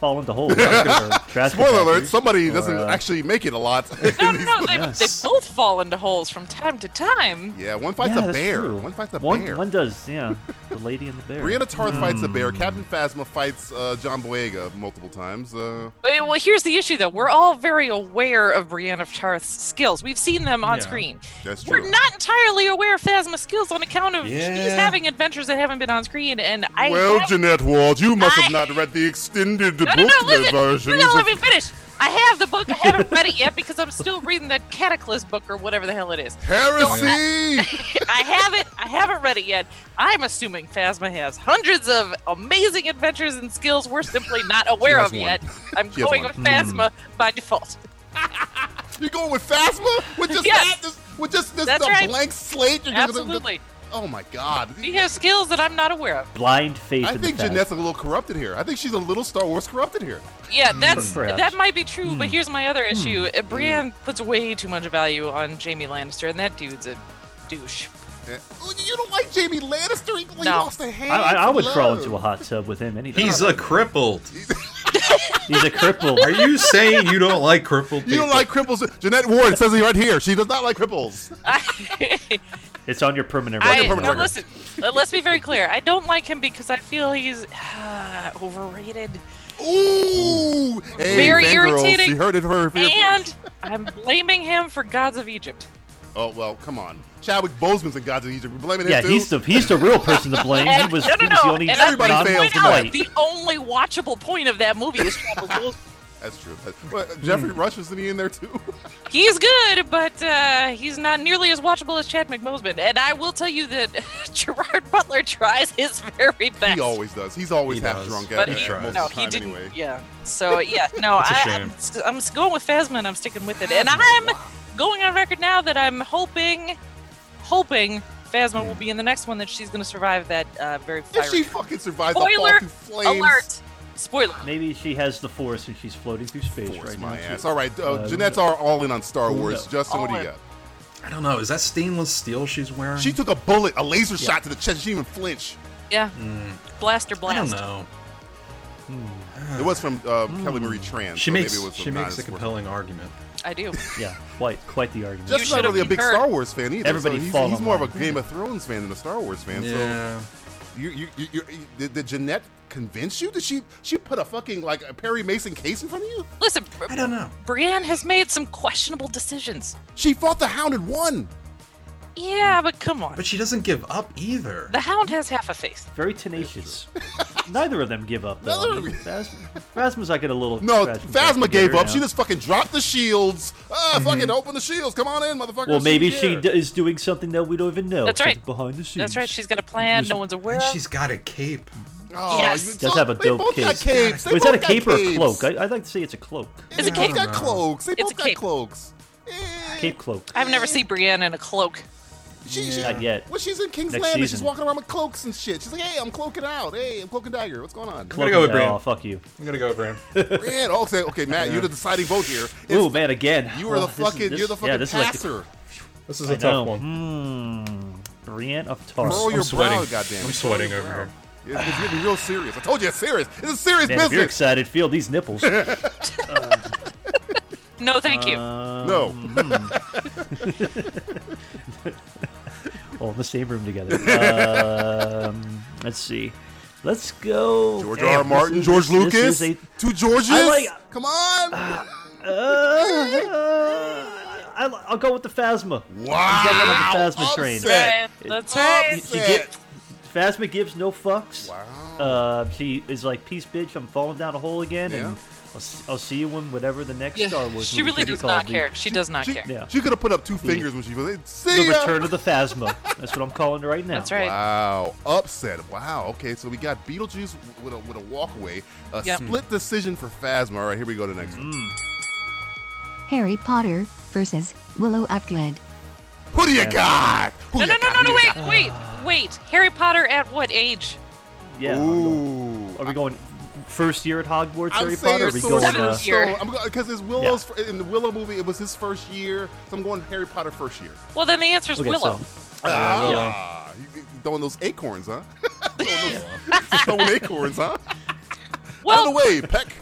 [SPEAKER 6] fall into holes. or trash
[SPEAKER 4] Spoiler alert:
[SPEAKER 6] compactors,
[SPEAKER 4] somebody
[SPEAKER 6] or,
[SPEAKER 4] doesn't
[SPEAKER 6] uh,
[SPEAKER 4] actually make it a lot.
[SPEAKER 24] No, no, no, they,
[SPEAKER 6] Yes.
[SPEAKER 24] they both fall into holes from time to time.
[SPEAKER 4] yeah, one fights
[SPEAKER 6] yeah,
[SPEAKER 4] a
[SPEAKER 6] that's
[SPEAKER 4] bear.
[SPEAKER 6] true.
[SPEAKER 4] One fights a
[SPEAKER 6] one,
[SPEAKER 4] bear.
[SPEAKER 6] One does. Yeah, the lady and the bear.
[SPEAKER 4] Brianna Tarth fights a bear. Captain Phasma fights uh, John Boyega multiple times. Uh,
[SPEAKER 24] Wait, Well, here's the issue, though. We're all very aware of Brienne of Tarth's skills. We've seen them on
[SPEAKER 1] Yeah.
[SPEAKER 24] screen.
[SPEAKER 4] that's true.
[SPEAKER 24] We're not entirely aware of Phasma's skills on account of she's
[SPEAKER 1] Yeah.
[SPEAKER 24] having adventures that haven't been on screen, and I.
[SPEAKER 4] well,
[SPEAKER 24] have-
[SPEAKER 4] Jeanette Ward, you must have
[SPEAKER 24] I-
[SPEAKER 4] not read the extended
[SPEAKER 24] no,
[SPEAKER 4] book
[SPEAKER 24] no, no, listen,
[SPEAKER 4] versions.
[SPEAKER 24] no, no,
[SPEAKER 4] of-
[SPEAKER 24] let me finish. I have the book. I haven't read it yet because I'm still reading that Cataclysm book or whatever the hell it is.
[SPEAKER 4] Heresy!
[SPEAKER 24] I haven't. I haven't read it yet. I'm assuming Phasma has hundreds of amazing adventures and skills we're simply not aware
[SPEAKER 4] has
[SPEAKER 24] of
[SPEAKER 4] one.
[SPEAKER 24] yet. I'm
[SPEAKER 4] She has
[SPEAKER 24] going
[SPEAKER 4] one. Hmm.
[SPEAKER 24] with Phasma by default.
[SPEAKER 4] You're going with Phasma? With just
[SPEAKER 24] Yes.
[SPEAKER 4] that? Just, with just this
[SPEAKER 24] That's
[SPEAKER 4] a
[SPEAKER 24] right.
[SPEAKER 4] blank slate? You're gonna-
[SPEAKER 24] Absolutely.
[SPEAKER 4] oh my god.
[SPEAKER 24] He has skills that I'm not aware of.
[SPEAKER 6] Blind faith.
[SPEAKER 4] I
[SPEAKER 6] in
[SPEAKER 4] think
[SPEAKER 6] the fact.
[SPEAKER 4] Jeanette's a little corrupted here. I think she's a little Star Wars corrupted here.
[SPEAKER 24] Yeah,
[SPEAKER 4] Hmm.
[SPEAKER 24] that's
[SPEAKER 6] Perhaps.
[SPEAKER 24] that might be true, but here's my other issue. Uh, Brienne puts way too much value on Jamie Lannister, and that dude's a douche.
[SPEAKER 4] Eh, You don't like Jamie Lannister? He he
[SPEAKER 24] No.
[SPEAKER 4] lost a hand.
[SPEAKER 6] I, I, I
[SPEAKER 4] for
[SPEAKER 6] would crawl
[SPEAKER 4] love.
[SPEAKER 6] into a hot tub with him any day.
[SPEAKER 1] he's a crippled.
[SPEAKER 6] He's a cripple.
[SPEAKER 1] Are you saying you don't like crippled?
[SPEAKER 4] You don't
[SPEAKER 1] people?
[SPEAKER 4] like cripples. Jeanette Ward it says it right here. She does not like cripples.
[SPEAKER 24] I,
[SPEAKER 6] It's on your permanent
[SPEAKER 24] I,
[SPEAKER 6] record.
[SPEAKER 24] now
[SPEAKER 4] record.
[SPEAKER 24] listen, uh, let's be very clear. I don't like him because I feel he's uh, overrated,
[SPEAKER 4] Ooh! Hey,
[SPEAKER 24] Very
[SPEAKER 4] fangirls,
[SPEAKER 24] irritating.
[SPEAKER 4] You heard it her.
[SPEAKER 24] and I'm blaming him for Gods of Egypt.
[SPEAKER 4] Oh well, come on. Chadwick Boseman's in Gods of Egypt. We're blaming
[SPEAKER 6] Yeah,
[SPEAKER 4] him too.
[SPEAKER 6] he's the he's the real person to blame. He
[SPEAKER 24] And-
[SPEAKER 6] was,
[SPEAKER 24] no, no,
[SPEAKER 6] he was
[SPEAKER 24] no,
[SPEAKER 6] the only
[SPEAKER 24] and I-
[SPEAKER 4] Everybody
[SPEAKER 6] non-
[SPEAKER 4] fails
[SPEAKER 24] Point out,
[SPEAKER 4] tonight.
[SPEAKER 6] white.
[SPEAKER 24] the only watchable point of that movie is Chadwick Boseman.
[SPEAKER 4] That's true. That's,
[SPEAKER 6] Hmm.
[SPEAKER 4] but Jeffrey Rush isn't he in there too?
[SPEAKER 24] He's good, but uh, he's not nearly as watchable as Chad McMosman. And I will tell you that Gerard Butler tries his very best.
[SPEAKER 4] He always does. He's always
[SPEAKER 24] He
[SPEAKER 4] half
[SPEAKER 24] does.
[SPEAKER 4] drunk
[SPEAKER 24] But
[SPEAKER 4] at,
[SPEAKER 24] he-
[SPEAKER 4] at most
[SPEAKER 24] no,
[SPEAKER 4] of the
[SPEAKER 24] he
[SPEAKER 4] time
[SPEAKER 24] didn't-
[SPEAKER 4] anyway.
[SPEAKER 24] Yeah. So yeah, no,
[SPEAKER 4] It's a
[SPEAKER 24] I,
[SPEAKER 4] shame.
[SPEAKER 24] I'm, s- I'm s- going with Phasma, and I'm sticking with it. And I'm going on record now that I'm hoping, hoping Phasma will be in the next one that she's going to survive that uh, very fiery.
[SPEAKER 4] Hmm. If she fucking survived the fall
[SPEAKER 24] Spoiler
[SPEAKER 4] through flames.
[SPEAKER 24] alert! Spoiler.
[SPEAKER 6] Maybe she has the force and she's floating through space right now.
[SPEAKER 4] My
[SPEAKER 6] too.
[SPEAKER 4] ass. All right, uh,
[SPEAKER 6] who
[SPEAKER 4] Jeanette's
[SPEAKER 6] knows?
[SPEAKER 4] are all in on Star
[SPEAKER 6] Who
[SPEAKER 4] Wars.
[SPEAKER 6] knows?
[SPEAKER 4] Justin, what do
[SPEAKER 6] All
[SPEAKER 4] you
[SPEAKER 6] in.
[SPEAKER 4] got?
[SPEAKER 8] I don't know. Is that stainless steel she's wearing?
[SPEAKER 4] She took a bullet, a laser shot to the chest. She didn't even flinch.
[SPEAKER 24] Yeah. Blaster blast.
[SPEAKER 8] Hmm. I don't know.
[SPEAKER 6] Hmm.
[SPEAKER 4] It was from uh, Kelly Marie Tran.
[SPEAKER 8] She
[SPEAKER 4] so
[SPEAKER 8] makes-
[SPEAKER 4] maybe it was
[SPEAKER 8] she
[SPEAKER 4] from
[SPEAKER 8] makes
[SPEAKER 4] Nas
[SPEAKER 8] a
[SPEAKER 4] Worth.
[SPEAKER 8] compelling argument.
[SPEAKER 24] I do.
[SPEAKER 6] Yeah, quite quite the argument.
[SPEAKER 4] Justin's not really a big Star Wars fan either.
[SPEAKER 6] Everybody
[SPEAKER 4] so he's,
[SPEAKER 6] fall
[SPEAKER 4] he's
[SPEAKER 6] in
[SPEAKER 4] more
[SPEAKER 6] line.
[SPEAKER 4] of a Game of Thrones fan than a Star Wars fan.
[SPEAKER 8] Yeah.
[SPEAKER 4] So you, you, you, you, did, did Jeanette convince you? Did she she put a fucking like a Perry Mason case in front of you?
[SPEAKER 24] Listen,
[SPEAKER 8] I don't know.
[SPEAKER 24] Brienne has made some questionable decisions.
[SPEAKER 4] She fought the Hound and won.
[SPEAKER 24] Yeah, but come on.
[SPEAKER 8] But she doesn't give up either.
[SPEAKER 24] The Hound has half a face.
[SPEAKER 6] Very tenacious. Neither of them give up. Though.
[SPEAKER 24] Neither
[SPEAKER 6] I mean, Phas- Phasma's like in a little.
[SPEAKER 4] No,
[SPEAKER 6] scratch and
[SPEAKER 4] Phasma
[SPEAKER 6] back
[SPEAKER 4] gave
[SPEAKER 6] together
[SPEAKER 4] up.
[SPEAKER 6] now. Mm-hmm.
[SPEAKER 4] She just fucking dropped the shields. Ah, fucking open the shields. Come on in, motherfucker.
[SPEAKER 6] Well, maybe she
[SPEAKER 4] did.
[SPEAKER 6] d- is doing something that we don't even know.
[SPEAKER 24] That's right.
[SPEAKER 6] Something Behind the scenes.
[SPEAKER 24] That's right. She's got a plan. No one's aware. of.
[SPEAKER 8] She's got a cape.
[SPEAKER 4] Oh,
[SPEAKER 24] Yes.
[SPEAKER 4] you-
[SPEAKER 6] Does have a
[SPEAKER 4] they
[SPEAKER 6] dope
[SPEAKER 4] both
[SPEAKER 6] cape.
[SPEAKER 4] got capes. They
[SPEAKER 6] Wait, is that a
[SPEAKER 4] both got
[SPEAKER 6] cape or a
[SPEAKER 4] capes.
[SPEAKER 6] cloak? I, I'd like to say it's a cloak.
[SPEAKER 24] It's a
[SPEAKER 4] They
[SPEAKER 24] cape.
[SPEAKER 4] both got cloaks. They
[SPEAKER 24] It's
[SPEAKER 4] both
[SPEAKER 24] a
[SPEAKER 4] got
[SPEAKER 24] cape.
[SPEAKER 4] cloaks.
[SPEAKER 6] Cape cloak.
[SPEAKER 24] I've never seen Brienne in a cloak.
[SPEAKER 4] She, she,
[SPEAKER 6] Not yet.
[SPEAKER 4] Well, she's in King's
[SPEAKER 6] Next
[SPEAKER 4] Landing. She's
[SPEAKER 6] season.
[SPEAKER 4] walking around with cloaks and shit. She's like, hey, I'm cloaking out. Hey, I'm cloaking dagger. What's going on?
[SPEAKER 8] gonna
[SPEAKER 6] Cloak
[SPEAKER 8] go with
[SPEAKER 6] oh,
[SPEAKER 8] Brienne.
[SPEAKER 6] fuck you.
[SPEAKER 8] I'm gonna go with Bram.
[SPEAKER 4] Red. Oh, Okay, okay, Matt, you're the deciding vote here. It's-
[SPEAKER 6] Ooh, man, again.
[SPEAKER 4] You are the
[SPEAKER 6] Oh, this is-
[SPEAKER 4] fucking.
[SPEAKER 6] this-
[SPEAKER 4] you're the
[SPEAKER 6] yeah,
[SPEAKER 4] fucking
[SPEAKER 6] this is like the-
[SPEAKER 4] passer.
[SPEAKER 8] This
[SPEAKER 6] I know. Hmm. Brienne of Tarth.
[SPEAKER 4] Curl your brow, goddamn.
[SPEAKER 8] I'm sweating over here.
[SPEAKER 4] Yeah, it's getting real serious. I told you it's serious. It's a serious
[SPEAKER 6] Man, if you're
[SPEAKER 4] business.
[SPEAKER 6] excited, feel these nipples.
[SPEAKER 24] No, thank you.
[SPEAKER 6] Um,
[SPEAKER 4] No.
[SPEAKER 6] hmm. All in the same room together. Um, let's see. Let's go.
[SPEAKER 4] George
[SPEAKER 6] Damn,
[SPEAKER 4] R. R.
[SPEAKER 6] this
[SPEAKER 4] Martin,
[SPEAKER 6] is-
[SPEAKER 4] George
[SPEAKER 6] this-
[SPEAKER 4] Lucas,
[SPEAKER 6] this is a-
[SPEAKER 4] two Georges.
[SPEAKER 6] I like-
[SPEAKER 4] Come on.
[SPEAKER 6] I, Uh, I'll go with the
[SPEAKER 4] Wow.
[SPEAKER 6] Phasma. He's getting on the Phasma
[SPEAKER 4] Upset.
[SPEAKER 6] train.
[SPEAKER 4] Right,
[SPEAKER 24] that's right.
[SPEAKER 6] She get- Phasma gives no fucks. Wow. Uh, she is like, peace, bitch. I'm falling down a hole again, and I'll, s- I'll see you when whatever the next
[SPEAKER 24] Yeah,
[SPEAKER 6] Star Wars
[SPEAKER 24] she
[SPEAKER 6] movie
[SPEAKER 24] really
[SPEAKER 6] should be
[SPEAKER 24] does not
[SPEAKER 6] called, the-
[SPEAKER 24] care. She does not
[SPEAKER 4] She,
[SPEAKER 24] care.
[SPEAKER 6] Yeah. Mm.
[SPEAKER 4] she could have put up two fingers when she was. See
[SPEAKER 6] the
[SPEAKER 4] ya.
[SPEAKER 6] Return of the Phasma. That's what I'm calling it right now.
[SPEAKER 24] That's right.
[SPEAKER 4] Wow, upset. Wow. Okay, so we got Beetlejuice with a with a walkaway, a
[SPEAKER 24] Yep.
[SPEAKER 4] split decision for Phasma. All right, here we go to the next one.
[SPEAKER 6] Mm.
[SPEAKER 5] Harry Potter versus Willow Upgood.
[SPEAKER 4] Who do you got? Who
[SPEAKER 24] No,
[SPEAKER 4] you
[SPEAKER 24] no, no,
[SPEAKER 4] got?
[SPEAKER 24] no,
[SPEAKER 4] Who
[SPEAKER 24] no,
[SPEAKER 4] you
[SPEAKER 24] wait,
[SPEAKER 4] got?
[SPEAKER 24] wait, wait. Harry Potter at what age?
[SPEAKER 6] Yeah.
[SPEAKER 4] Ooh.
[SPEAKER 6] Are we going first year at Hogwarts,
[SPEAKER 4] I'm
[SPEAKER 6] Harry Potter?
[SPEAKER 4] saying
[SPEAKER 6] Or are we
[SPEAKER 4] so
[SPEAKER 6] going?
[SPEAKER 4] much
[SPEAKER 6] Uh,
[SPEAKER 24] year.
[SPEAKER 4] because it's Willow's fir- in the Willow movie. It was his first year, so I'm going Harry Potter first year.
[SPEAKER 24] Well, then the answer is
[SPEAKER 6] Okay, uh,
[SPEAKER 24] Willow.
[SPEAKER 4] Ah, you- you throwing those acorns, huh? throwing those- throwing acorns, huh? Out
[SPEAKER 24] Well-
[SPEAKER 4] of the way, Peck.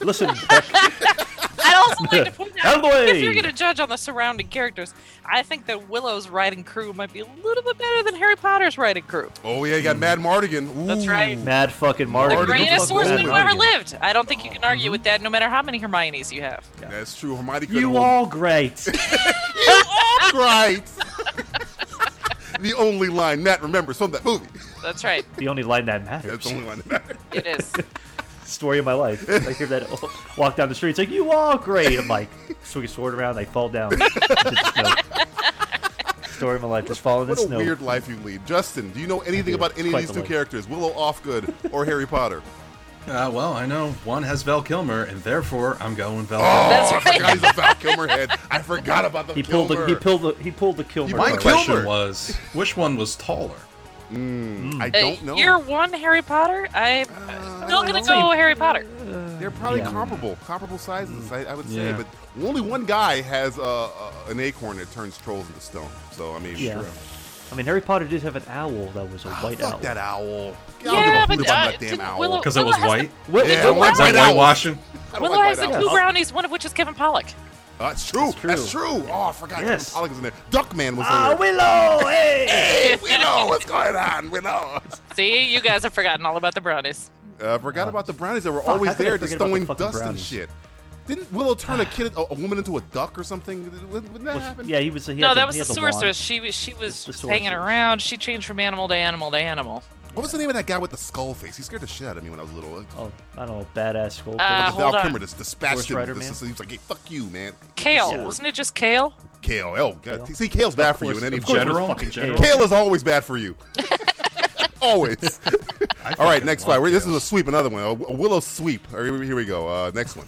[SPEAKER 6] listen,
[SPEAKER 24] I'd also like to point
[SPEAKER 6] Out of
[SPEAKER 24] out
[SPEAKER 6] the way.
[SPEAKER 24] if you're going to judge on the surrounding characters, I think that Willow's writing crew might be a little bit better than Harry Potter's writing crew.
[SPEAKER 4] Oh yeah, you got Mad Mardigan. Ooh.
[SPEAKER 24] That's right.
[SPEAKER 6] mad fucking Martin.
[SPEAKER 24] the greatest
[SPEAKER 6] Fuck
[SPEAKER 24] swordsman
[SPEAKER 6] Mad
[SPEAKER 24] who ever
[SPEAKER 6] Martin.
[SPEAKER 24] lived. I don't think you can
[SPEAKER 4] Mm-hmm.
[SPEAKER 24] argue with that, no matter how many Hermiones you have.
[SPEAKER 4] That's true. Hermione couldn't
[SPEAKER 6] You
[SPEAKER 4] hold-
[SPEAKER 6] all great.
[SPEAKER 4] right. the only line Nat remembers from that movie.
[SPEAKER 24] That's right.
[SPEAKER 6] the only line that matters.
[SPEAKER 4] That's the only line that matters.
[SPEAKER 24] It is.
[SPEAKER 6] Story of my life. I hear that all- walk down the street. It's like you all great. I'm like swing a sword around. I fall down. into the snow. Story of my life. Just fall in the
[SPEAKER 4] What a
[SPEAKER 6] snow.
[SPEAKER 4] weird life you lead. Justin, do you know anything
[SPEAKER 6] do.
[SPEAKER 4] about any of
[SPEAKER 6] Quite
[SPEAKER 4] these
[SPEAKER 6] the
[SPEAKER 4] two
[SPEAKER 6] life.
[SPEAKER 4] characters, Willow Offgood or Harry Potter?
[SPEAKER 8] Uh, well, I know one has Val Kilmer, and therefore I'm going Val.
[SPEAKER 4] Oh, I forgot he's a Val Kilmer head. I forgot about the
[SPEAKER 6] He
[SPEAKER 4] Kilmer.
[SPEAKER 6] pulled the he pulled the he pulled the Kilmer.
[SPEAKER 8] My
[SPEAKER 6] card.
[SPEAKER 8] question
[SPEAKER 4] Kilmer. Hmm,
[SPEAKER 8] was, which one was taller? Hmm.
[SPEAKER 4] I
[SPEAKER 24] Uh,
[SPEAKER 4] don't know. Uh,
[SPEAKER 24] Year one Harry Potter? I'm still going to go Harry Potter.
[SPEAKER 4] They're probably
[SPEAKER 6] Yeah.
[SPEAKER 4] comparable, comparable sizes, I, I would say.
[SPEAKER 8] Yeah.
[SPEAKER 4] But only one guy has uh, uh, an acorn that turns trolls into stone. So I mean,
[SPEAKER 6] Yeah. I mean, Harry Potter did have an owl that was a white
[SPEAKER 4] Ah, fuck
[SPEAKER 6] owl.
[SPEAKER 4] that owl. I don't give
[SPEAKER 24] Yeah,
[SPEAKER 4] a
[SPEAKER 24] but
[SPEAKER 4] hoot about
[SPEAKER 24] uh,
[SPEAKER 4] that
[SPEAKER 24] didn't
[SPEAKER 4] damn owl.
[SPEAKER 24] Willow,
[SPEAKER 8] Because it was
[SPEAKER 24] Willow has
[SPEAKER 8] white.
[SPEAKER 24] the-
[SPEAKER 4] Yeah,
[SPEAKER 24] didn't
[SPEAKER 4] I
[SPEAKER 24] Willow
[SPEAKER 4] want
[SPEAKER 24] has
[SPEAKER 8] Is that
[SPEAKER 4] white owls.
[SPEAKER 8] whitewashing?
[SPEAKER 4] I don't
[SPEAKER 24] Willow
[SPEAKER 4] like
[SPEAKER 24] has the
[SPEAKER 4] white
[SPEAKER 24] two
[SPEAKER 4] owls.
[SPEAKER 24] brownies, one of which is Kevin Pollock.
[SPEAKER 4] Oh, that's true. That's
[SPEAKER 6] That's
[SPEAKER 4] true.
[SPEAKER 6] true.
[SPEAKER 4] Oh, I forgot.
[SPEAKER 6] Yes.
[SPEAKER 4] Pollock was in there. Duckman was in
[SPEAKER 6] Ah,
[SPEAKER 4] there.
[SPEAKER 6] Willow! Hey!
[SPEAKER 4] Hey, we know what's going on. We know.
[SPEAKER 24] See, you guys have forgotten all about the brownies.
[SPEAKER 4] Uh, I forgot about the brownies that were
[SPEAKER 6] how
[SPEAKER 4] always
[SPEAKER 6] could I
[SPEAKER 4] there, just
[SPEAKER 6] forget about the
[SPEAKER 4] throwing
[SPEAKER 6] fucking
[SPEAKER 4] dust and
[SPEAKER 6] brownies?
[SPEAKER 4] shit. Didn't Willow turn a kid, a, a woman, into a duck or something? Wouldn't wouldn't that happen?
[SPEAKER 6] Yeah, he was. He
[SPEAKER 24] no,
[SPEAKER 6] had
[SPEAKER 24] that
[SPEAKER 6] the,
[SPEAKER 24] was
[SPEAKER 6] he
[SPEAKER 24] the
[SPEAKER 6] had
[SPEAKER 24] sorceress.
[SPEAKER 6] wand.
[SPEAKER 24] She was she was
[SPEAKER 6] the
[SPEAKER 24] hanging
[SPEAKER 6] sorceress.
[SPEAKER 24] around. She changed from animal to animal to animal.
[SPEAKER 4] What was the name of that guy with the skull face? He scared the shit out of me when I was little.
[SPEAKER 6] Oh, I don't know, badass skull.
[SPEAKER 24] Uh,
[SPEAKER 6] face.
[SPEAKER 24] hold
[SPEAKER 4] Val
[SPEAKER 24] on.
[SPEAKER 4] Kilmer just dispatched
[SPEAKER 6] Ghost
[SPEAKER 4] him.
[SPEAKER 6] Rider
[SPEAKER 4] with this,
[SPEAKER 6] Man?
[SPEAKER 4] he was like, hey, fuck you, man.
[SPEAKER 24] Kale,
[SPEAKER 4] Sword.
[SPEAKER 24] isn't it just kale?
[SPEAKER 4] Kale. Oh, God. See, Kale's bad for you in any
[SPEAKER 1] Of course it was
[SPEAKER 4] General?
[SPEAKER 1] fucking General.
[SPEAKER 4] Kale is always bad for you. always. All right, next
[SPEAKER 1] love
[SPEAKER 4] fight. This is a sweep, another one. A a willow sweep. All right, here we go. Uh, next one.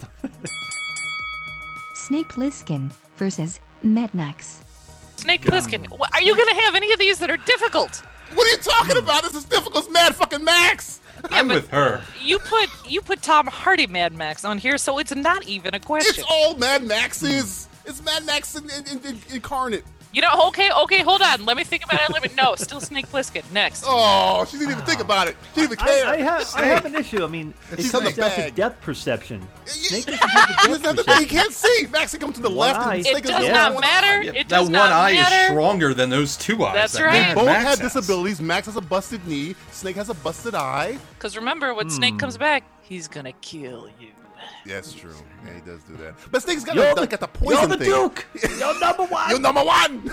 [SPEAKER 5] Snake Plissken versus Metnax.
[SPEAKER 24] Snake Plissken. Wha- Are you going to have any of these that are difficult?
[SPEAKER 4] What are you talking about? This is difficult. It's Mad fucking Max.
[SPEAKER 1] I'm with her.
[SPEAKER 24] You put you put Tom Hardy Mad Max on here, so it's not even a question.
[SPEAKER 4] It's all Mad Maxes. It's Mad Max in, in, in, in- incarnate.
[SPEAKER 24] You know, okay, okay, hold on. Let me think about it. Let me, no, still Snake Plissken. Next.
[SPEAKER 4] Oh, she didn't even think about it. She didn't even
[SPEAKER 6] I,
[SPEAKER 4] care.
[SPEAKER 6] I have, I have an issue. I mean,
[SPEAKER 4] She's
[SPEAKER 6] it's
[SPEAKER 4] in the
[SPEAKER 6] comes down to
[SPEAKER 4] bag.
[SPEAKER 6] depth perception. Snake doesn't
[SPEAKER 4] He
[SPEAKER 6] have
[SPEAKER 4] doesn't
[SPEAKER 6] the
[SPEAKER 4] have
[SPEAKER 6] depth
[SPEAKER 4] to- he
[SPEAKER 6] perception.
[SPEAKER 4] Oh, can't see. Max can come to the left
[SPEAKER 6] One eye.
[SPEAKER 4] and
[SPEAKER 6] It
[SPEAKER 4] Snake is
[SPEAKER 24] does
[SPEAKER 4] the
[SPEAKER 24] not
[SPEAKER 4] one.
[SPEAKER 24] matter. It
[SPEAKER 1] That
[SPEAKER 24] does
[SPEAKER 1] one
[SPEAKER 24] not
[SPEAKER 1] eye is
[SPEAKER 24] matter.
[SPEAKER 1] stronger than those two eyes.
[SPEAKER 24] That's
[SPEAKER 1] that
[SPEAKER 24] right.
[SPEAKER 1] Mad
[SPEAKER 4] Both
[SPEAKER 1] Max
[SPEAKER 4] had
[SPEAKER 1] has.
[SPEAKER 4] disabilities. Max has a busted knee. Snake has a busted eye.
[SPEAKER 24] Because remember, when Snake
[SPEAKER 6] Hmm.
[SPEAKER 24] comes back, he's going to kill you.
[SPEAKER 4] Yeah, it's true. Yeah, he does do that. But Snake's got,
[SPEAKER 6] You're
[SPEAKER 4] a,
[SPEAKER 6] the-
[SPEAKER 4] got the poison
[SPEAKER 6] You're the
[SPEAKER 4] thing.
[SPEAKER 6] Duke. You're number one.
[SPEAKER 4] You're number one.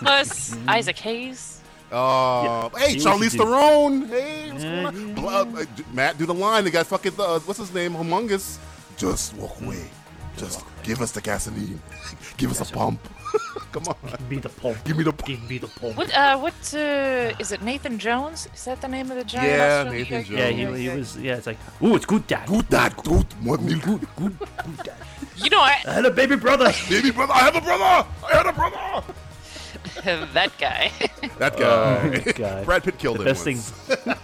[SPEAKER 24] Plus, Isaac Hayes.
[SPEAKER 4] Oh,
[SPEAKER 6] Yeah.
[SPEAKER 4] hey,
[SPEAKER 6] See what you
[SPEAKER 4] Charlize
[SPEAKER 6] did.
[SPEAKER 4] Theron. Hey, what's
[SPEAKER 6] Yeah,
[SPEAKER 4] going on? Blah- uh, d- Matt, do the line. They got fucking uh, what's his name? Humongous. Just walk away. Just give us the gasoline. give us a pump. Come on.
[SPEAKER 6] Be the pulp.
[SPEAKER 4] Give me the pump.
[SPEAKER 6] Give me the pulp.
[SPEAKER 24] What, uh, what, uh, is it Nathan Jones? Is that the name of the giant?
[SPEAKER 4] Yeah,
[SPEAKER 24] Australian
[SPEAKER 4] Nathan
[SPEAKER 24] guy?
[SPEAKER 6] Yeah, he, he was. Yeah, it's like, ooh, it's good dad.
[SPEAKER 4] Good dad, good. More milk. Good,
[SPEAKER 6] good.
[SPEAKER 24] You know, I,
[SPEAKER 6] I had a baby brother.
[SPEAKER 4] Baby brother, I have a brother. Ah, I had a brother.
[SPEAKER 24] that guy.
[SPEAKER 4] That guy.
[SPEAKER 6] Oh, God.
[SPEAKER 4] Brad Pitt killed
[SPEAKER 6] The
[SPEAKER 4] him.
[SPEAKER 6] best
[SPEAKER 4] once.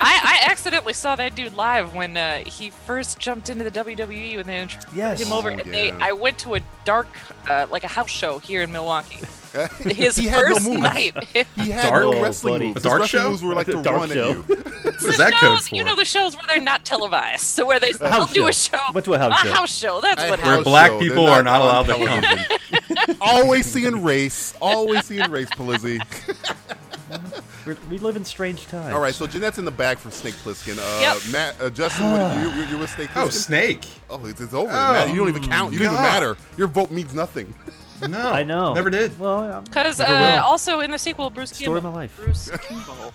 [SPEAKER 24] I, I accidentally saw that dude live when uh, he first jumped into the WWE when they introduced
[SPEAKER 6] Yes.
[SPEAKER 24] him over.
[SPEAKER 4] Oh,
[SPEAKER 24] and they,
[SPEAKER 4] yeah.
[SPEAKER 24] I went to a dark, uh, like a house show here in Milwaukee. His
[SPEAKER 4] He had no
[SPEAKER 24] first
[SPEAKER 4] moves.
[SPEAKER 24] night.
[SPEAKER 4] He had
[SPEAKER 1] Dark?
[SPEAKER 4] no wrestling
[SPEAKER 6] Buddy.
[SPEAKER 4] moves.
[SPEAKER 1] A dark
[SPEAKER 4] His wrestling
[SPEAKER 1] show?
[SPEAKER 4] moves were like to
[SPEAKER 6] Dark
[SPEAKER 4] run
[SPEAKER 6] show.
[SPEAKER 4] at you.
[SPEAKER 1] What is that code
[SPEAKER 24] shows,
[SPEAKER 1] for?
[SPEAKER 24] you know the shows where they're not televised, so where they
[SPEAKER 6] house
[SPEAKER 24] they'll do a
[SPEAKER 6] show.
[SPEAKER 24] show.
[SPEAKER 6] Went to a house show.
[SPEAKER 24] show. That's
[SPEAKER 4] A
[SPEAKER 24] what
[SPEAKER 4] house
[SPEAKER 1] Where
[SPEAKER 24] happened.
[SPEAKER 1] black
[SPEAKER 4] show. They're
[SPEAKER 1] people are not
[SPEAKER 4] on
[SPEAKER 1] allowed to come.
[SPEAKER 4] television. always seeing race. Always seeing race, Polizzi.
[SPEAKER 6] We're, we live in strange times.
[SPEAKER 4] All right, so Jeanette's in the bag for Snake Plissken. Uh,
[SPEAKER 24] Yep.
[SPEAKER 4] Matt, uh, Justin, what, you, you, you're with Snake
[SPEAKER 1] Oh,
[SPEAKER 4] Plissken?
[SPEAKER 1] snake. Oh,
[SPEAKER 4] Oh, it's, it's over. Matt, you don't even count. You don't even
[SPEAKER 1] God.
[SPEAKER 4] matter. Your vote means nothing.
[SPEAKER 1] No.
[SPEAKER 6] I know.
[SPEAKER 1] Never did.
[SPEAKER 6] Well, um,
[SPEAKER 24] Because
[SPEAKER 1] Never
[SPEAKER 24] uh,
[SPEAKER 1] will.
[SPEAKER 24] also in the sequel, Bruce
[SPEAKER 6] Story
[SPEAKER 24] Campbell.
[SPEAKER 6] of my life.
[SPEAKER 24] Bruce Campbell.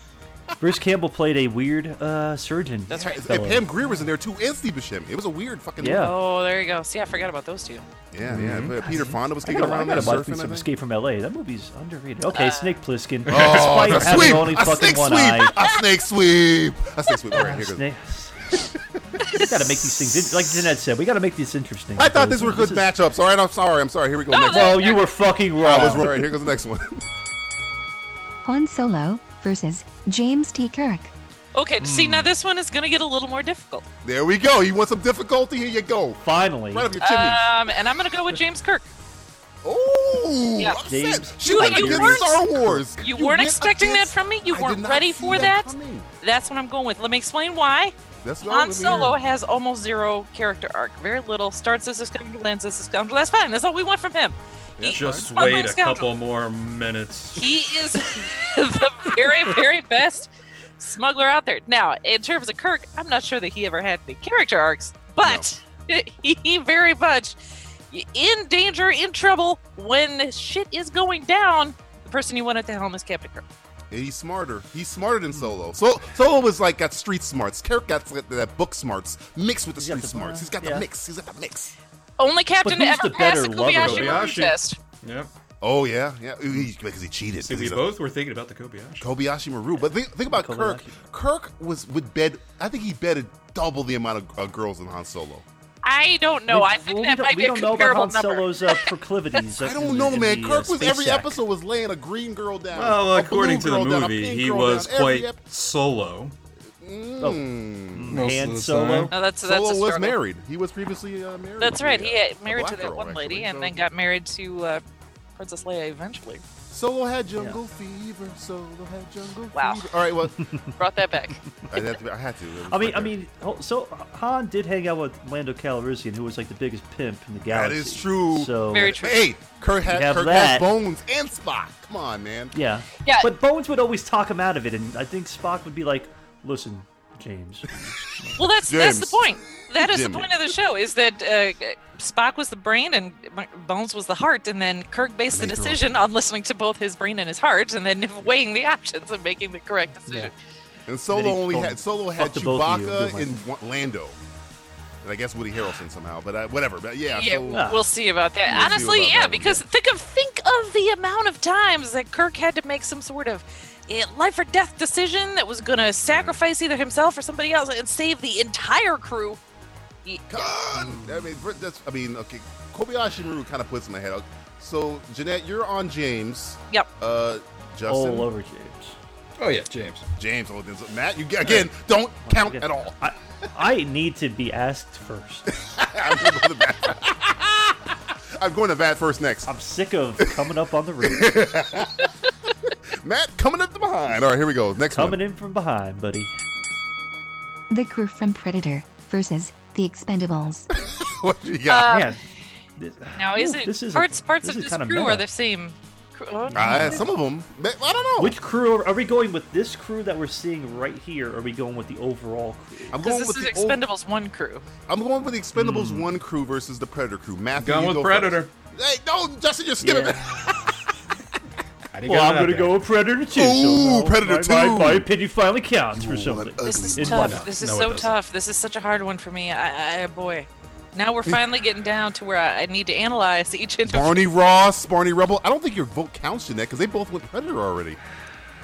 [SPEAKER 6] Bruce Campbell played a weird uh, surgeon.
[SPEAKER 24] That's right.
[SPEAKER 4] And Pam Greer was in there too, and Steve Buscemi. It was a weird fucking.
[SPEAKER 6] Yeah.
[SPEAKER 24] Oh, there you go. See, I forgot about those two.
[SPEAKER 4] yeah, yeah. But Peter Fonda was
[SPEAKER 6] Mm-hmm. I
[SPEAKER 4] kicking
[SPEAKER 6] gotta, I
[SPEAKER 4] around
[SPEAKER 6] gotta
[SPEAKER 4] there
[SPEAKER 6] buy things
[SPEAKER 4] surfing. I
[SPEAKER 6] from
[SPEAKER 4] think.
[SPEAKER 6] Escape from L.A. That movie's underrated.
[SPEAKER 24] Uh,
[SPEAKER 6] Okay, Snake Plissken.
[SPEAKER 4] Oh,
[SPEAKER 6] Despite
[SPEAKER 4] it's a
[SPEAKER 6] having
[SPEAKER 4] sweep!
[SPEAKER 6] only
[SPEAKER 4] A
[SPEAKER 6] fucking
[SPEAKER 4] snake
[SPEAKER 6] one
[SPEAKER 4] sweep!
[SPEAKER 6] eye.
[SPEAKER 4] A snake sweep! A snake sweep! All right, here goes.
[SPEAKER 6] Snake. we gotta make these things in- like Jeanette said. We gotta make these interesting.
[SPEAKER 4] I thought these
[SPEAKER 6] because
[SPEAKER 4] were good
[SPEAKER 6] is-
[SPEAKER 4] matchups. All right, I'm sorry. I'm sorry. Here we go.
[SPEAKER 24] No,
[SPEAKER 4] next.
[SPEAKER 24] they're-
[SPEAKER 6] Oh, you were fucking wrong.
[SPEAKER 4] I was wrong. All right, here goes the next one.
[SPEAKER 5] Han Solo versus James T. Kirk.
[SPEAKER 24] Okay,
[SPEAKER 6] Hmm.
[SPEAKER 24] see now this one is gonna get a little more difficult.
[SPEAKER 4] There we go. You want some difficulty? Here you go.
[SPEAKER 6] Finally,
[SPEAKER 4] Right up your chimney.
[SPEAKER 24] Um, and I'm gonna go with James Kirk.
[SPEAKER 4] Ooh,
[SPEAKER 24] Yeah.
[SPEAKER 4] upset.
[SPEAKER 6] James
[SPEAKER 4] She went
[SPEAKER 24] Cameron.
[SPEAKER 4] against Star Wars.
[SPEAKER 24] You, weren't
[SPEAKER 4] went
[SPEAKER 24] expecting that
[SPEAKER 4] against-
[SPEAKER 24] from me. You
[SPEAKER 4] I did
[SPEAKER 24] weren't
[SPEAKER 4] not
[SPEAKER 24] ready
[SPEAKER 4] see
[SPEAKER 24] for that.
[SPEAKER 4] coming.
[SPEAKER 24] That's what I'm going with. Let me explain why.
[SPEAKER 4] That's what I
[SPEAKER 24] Han
[SPEAKER 4] was
[SPEAKER 24] Solo
[SPEAKER 4] hearing.
[SPEAKER 24] has almost zero character arc. Very little. Starts as a scoundrel, ends as a scoundrel. That's fine. That's all we want from him. He is
[SPEAKER 1] Just
[SPEAKER 24] fucking
[SPEAKER 1] wait a
[SPEAKER 24] scoundrel.
[SPEAKER 1] couple more minutes.
[SPEAKER 24] He is the very, very best smuggler out there. Now, in terms of Kirk, I'm not sure that he ever had any character arcs, but he very much in danger, in trouble when shit is going down. The person you want at the helm is Captain Kirk.
[SPEAKER 4] And he's smarter. He's smarter than Solo. So Solo was like got street smarts. Kirk got that, that book smarts mixed with the street
[SPEAKER 6] got the-
[SPEAKER 4] smarts. He's got the
[SPEAKER 6] yeah.
[SPEAKER 4] mix. He's got the mix.
[SPEAKER 24] Only captain to
[SPEAKER 6] who's
[SPEAKER 24] ever
[SPEAKER 6] the
[SPEAKER 24] pass
[SPEAKER 6] better
[SPEAKER 24] the
[SPEAKER 6] lover?
[SPEAKER 24] Kobayashi, Maru
[SPEAKER 1] Kobayashi.
[SPEAKER 24] test.
[SPEAKER 1] Yep.
[SPEAKER 4] Oh yeah, yeah. Ooh, he- Because he cheated.
[SPEAKER 1] See,
[SPEAKER 4] 'Cause
[SPEAKER 1] we
[SPEAKER 4] he's a-
[SPEAKER 1] both were thinking about the Kobayashi.
[SPEAKER 4] Kobayashi Maru. But think, think about Kirk. Kirk was would bed. I think he bedded double the amount of uh, girls in Han Solo.
[SPEAKER 24] I don't know.
[SPEAKER 6] We-
[SPEAKER 24] I think
[SPEAKER 6] well,
[SPEAKER 24] that
[SPEAKER 6] we
[SPEAKER 24] might
[SPEAKER 6] don't,
[SPEAKER 24] be
[SPEAKER 6] we
[SPEAKER 24] a
[SPEAKER 6] don't know about
[SPEAKER 24] comparable
[SPEAKER 6] Han
[SPEAKER 24] number.
[SPEAKER 6] Solo's uh, proclivities.
[SPEAKER 4] I
[SPEAKER 6] in
[SPEAKER 4] don't
[SPEAKER 6] the-
[SPEAKER 4] know,
[SPEAKER 6] in
[SPEAKER 4] man.
[SPEAKER 6] the, uh,
[SPEAKER 4] Kirk was
[SPEAKER 6] space
[SPEAKER 4] every
[SPEAKER 6] sack.
[SPEAKER 4] episode was laying a green girl down.
[SPEAKER 1] Well,
[SPEAKER 4] a
[SPEAKER 1] according to
[SPEAKER 4] blue
[SPEAKER 1] the
[SPEAKER 4] girl down, a
[SPEAKER 1] movie,
[SPEAKER 4] pink
[SPEAKER 1] he
[SPEAKER 4] girl
[SPEAKER 1] was
[SPEAKER 4] down, every
[SPEAKER 1] quite
[SPEAKER 4] ep- Mm.
[SPEAKER 1] solo. Mm. most of
[SPEAKER 6] Han
[SPEAKER 1] the
[SPEAKER 6] Oh. Solo.
[SPEAKER 24] No, Oh, that's that's a
[SPEAKER 4] Solo was
[SPEAKER 24] struggle.
[SPEAKER 4] married. He was previously uh, married.
[SPEAKER 24] That's
[SPEAKER 4] to
[SPEAKER 24] right.
[SPEAKER 4] a-
[SPEAKER 24] He had
[SPEAKER 4] a
[SPEAKER 24] married to
[SPEAKER 4] black
[SPEAKER 24] that
[SPEAKER 4] girl,
[SPEAKER 24] one lady
[SPEAKER 4] actually,
[SPEAKER 24] and
[SPEAKER 4] so-
[SPEAKER 24] then got married to uh, Princess Leia eventually.
[SPEAKER 4] Solo had jungle fever. Solo had jungle
[SPEAKER 24] Wow.
[SPEAKER 4] fever. All right, well,
[SPEAKER 24] Brought that back.
[SPEAKER 4] I had to. I, had to. It was
[SPEAKER 6] I mean,
[SPEAKER 4] right
[SPEAKER 6] I
[SPEAKER 4] there.
[SPEAKER 6] mean, ho- so Han did hang out with Lando Calrissian, who was like the biggest pimp in the
[SPEAKER 4] That
[SPEAKER 6] galaxy.
[SPEAKER 4] is true.
[SPEAKER 6] So
[SPEAKER 24] Very true.
[SPEAKER 4] Hey, Kirk,
[SPEAKER 6] We
[SPEAKER 4] had,
[SPEAKER 6] have
[SPEAKER 4] Kirk has
[SPEAKER 6] that.
[SPEAKER 4] bones and Spock. Come on, man.
[SPEAKER 6] Yeah.
[SPEAKER 24] Yeah.
[SPEAKER 6] But Bones would always talk him out of it, and I think Spock would be like, "Listen, James,
[SPEAKER 24] Well, that's that's the
[SPEAKER 4] James.
[SPEAKER 24] point. That is
[SPEAKER 4] Jimmy.
[SPEAKER 24] the point of the show is that uh, Spock was the brain and Bones was the heart, and then Kirk based the
[SPEAKER 4] And they threw
[SPEAKER 24] decision on listening to both his brain and his heart, and then weighing the options and making the correct decision.
[SPEAKER 4] And Solo
[SPEAKER 6] And then he
[SPEAKER 4] only
[SPEAKER 6] told him,
[SPEAKER 4] had Solo
[SPEAKER 6] "Fuck
[SPEAKER 4] had
[SPEAKER 6] the both of you,
[SPEAKER 4] Chewbacca
[SPEAKER 6] good
[SPEAKER 4] and
[SPEAKER 6] one."
[SPEAKER 4] one, Lando, and I guess Woody Harrelson somehow. But I, whatever. But yeah, Ah.
[SPEAKER 24] yeah,
[SPEAKER 4] so,
[SPEAKER 24] we'll see about that.
[SPEAKER 4] We'll see
[SPEAKER 24] Honestly,
[SPEAKER 4] about
[SPEAKER 24] yeah,
[SPEAKER 4] that.
[SPEAKER 24] because think of think of the amount of times that Kirk had to make some sort of eh, life or death decision that was going
[SPEAKER 4] Mm.
[SPEAKER 24] to sacrifice either himself or somebody else and save the entire crew. Ye-
[SPEAKER 4] I mean, for- that's, I mean, okay. Kobayashi Maru kind of puts in my head. So, Jeanette, you're on James.
[SPEAKER 24] Yep.
[SPEAKER 4] Uh, Justin.
[SPEAKER 6] All over James.
[SPEAKER 4] Oh yeah, James. James. all over- Matt, you again don't count at all.
[SPEAKER 6] I, I need to be asked first.
[SPEAKER 4] I'm going to Vat first next.
[SPEAKER 6] I'm sick of coming up on the roof.
[SPEAKER 4] Matt, coming up the behind. All right, here we go. Next
[SPEAKER 6] coming in from behind, buddy.
[SPEAKER 5] The crew from Predator versus The Expendables.
[SPEAKER 4] what you
[SPEAKER 24] got? Um,
[SPEAKER 6] Man, this-
[SPEAKER 24] Now, is it
[SPEAKER 6] this is a-
[SPEAKER 24] parts parts
[SPEAKER 6] this
[SPEAKER 24] of
[SPEAKER 6] is
[SPEAKER 24] this
[SPEAKER 6] kinda
[SPEAKER 24] crew are
[SPEAKER 6] meta.
[SPEAKER 24] the same? Crew- oh, no.
[SPEAKER 4] Uh, some of them. I don't know.
[SPEAKER 6] Which crew are, are we going with? This crew that we're seeing right here? Or are we going with the overall crew?
[SPEAKER 4] I'm
[SPEAKER 24] 'Cause this is
[SPEAKER 4] old-
[SPEAKER 24] Expendables One crew.
[SPEAKER 4] I'm going with the Expendables
[SPEAKER 6] Hmm.
[SPEAKER 4] one crew versus the Predator crew. Matthew,
[SPEAKER 6] Going
[SPEAKER 4] you
[SPEAKER 6] with
[SPEAKER 4] go
[SPEAKER 6] Predator.
[SPEAKER 4] first. Hey, no, Justin, you're skipping.
[SPEAKER 6] Well, I'm gonna go with Predator Two.
[SPEAKER 4] Ooh,
[SPEAKER 6] so now
[SPEAKER 4] Predator
[SPEAKER 6] my, My,
[SPEAKER 4] 2.
[SPEAKER 6] my opinion finally counts for something.
[SPEAKER 24] This is
[SPEAKER 6] It
[SPEAKER 24] tough.
[SPEAKER 6] does.
[SPEAKER 24] This is so tough. This is such a hard one for me. I, I boy. Now we're finally getting down to where I, I need to analyze each individual.
[SPEAKER 4] Barney Ross, Barney Rebel. I don't think your vote counts in that because they both went Predator already.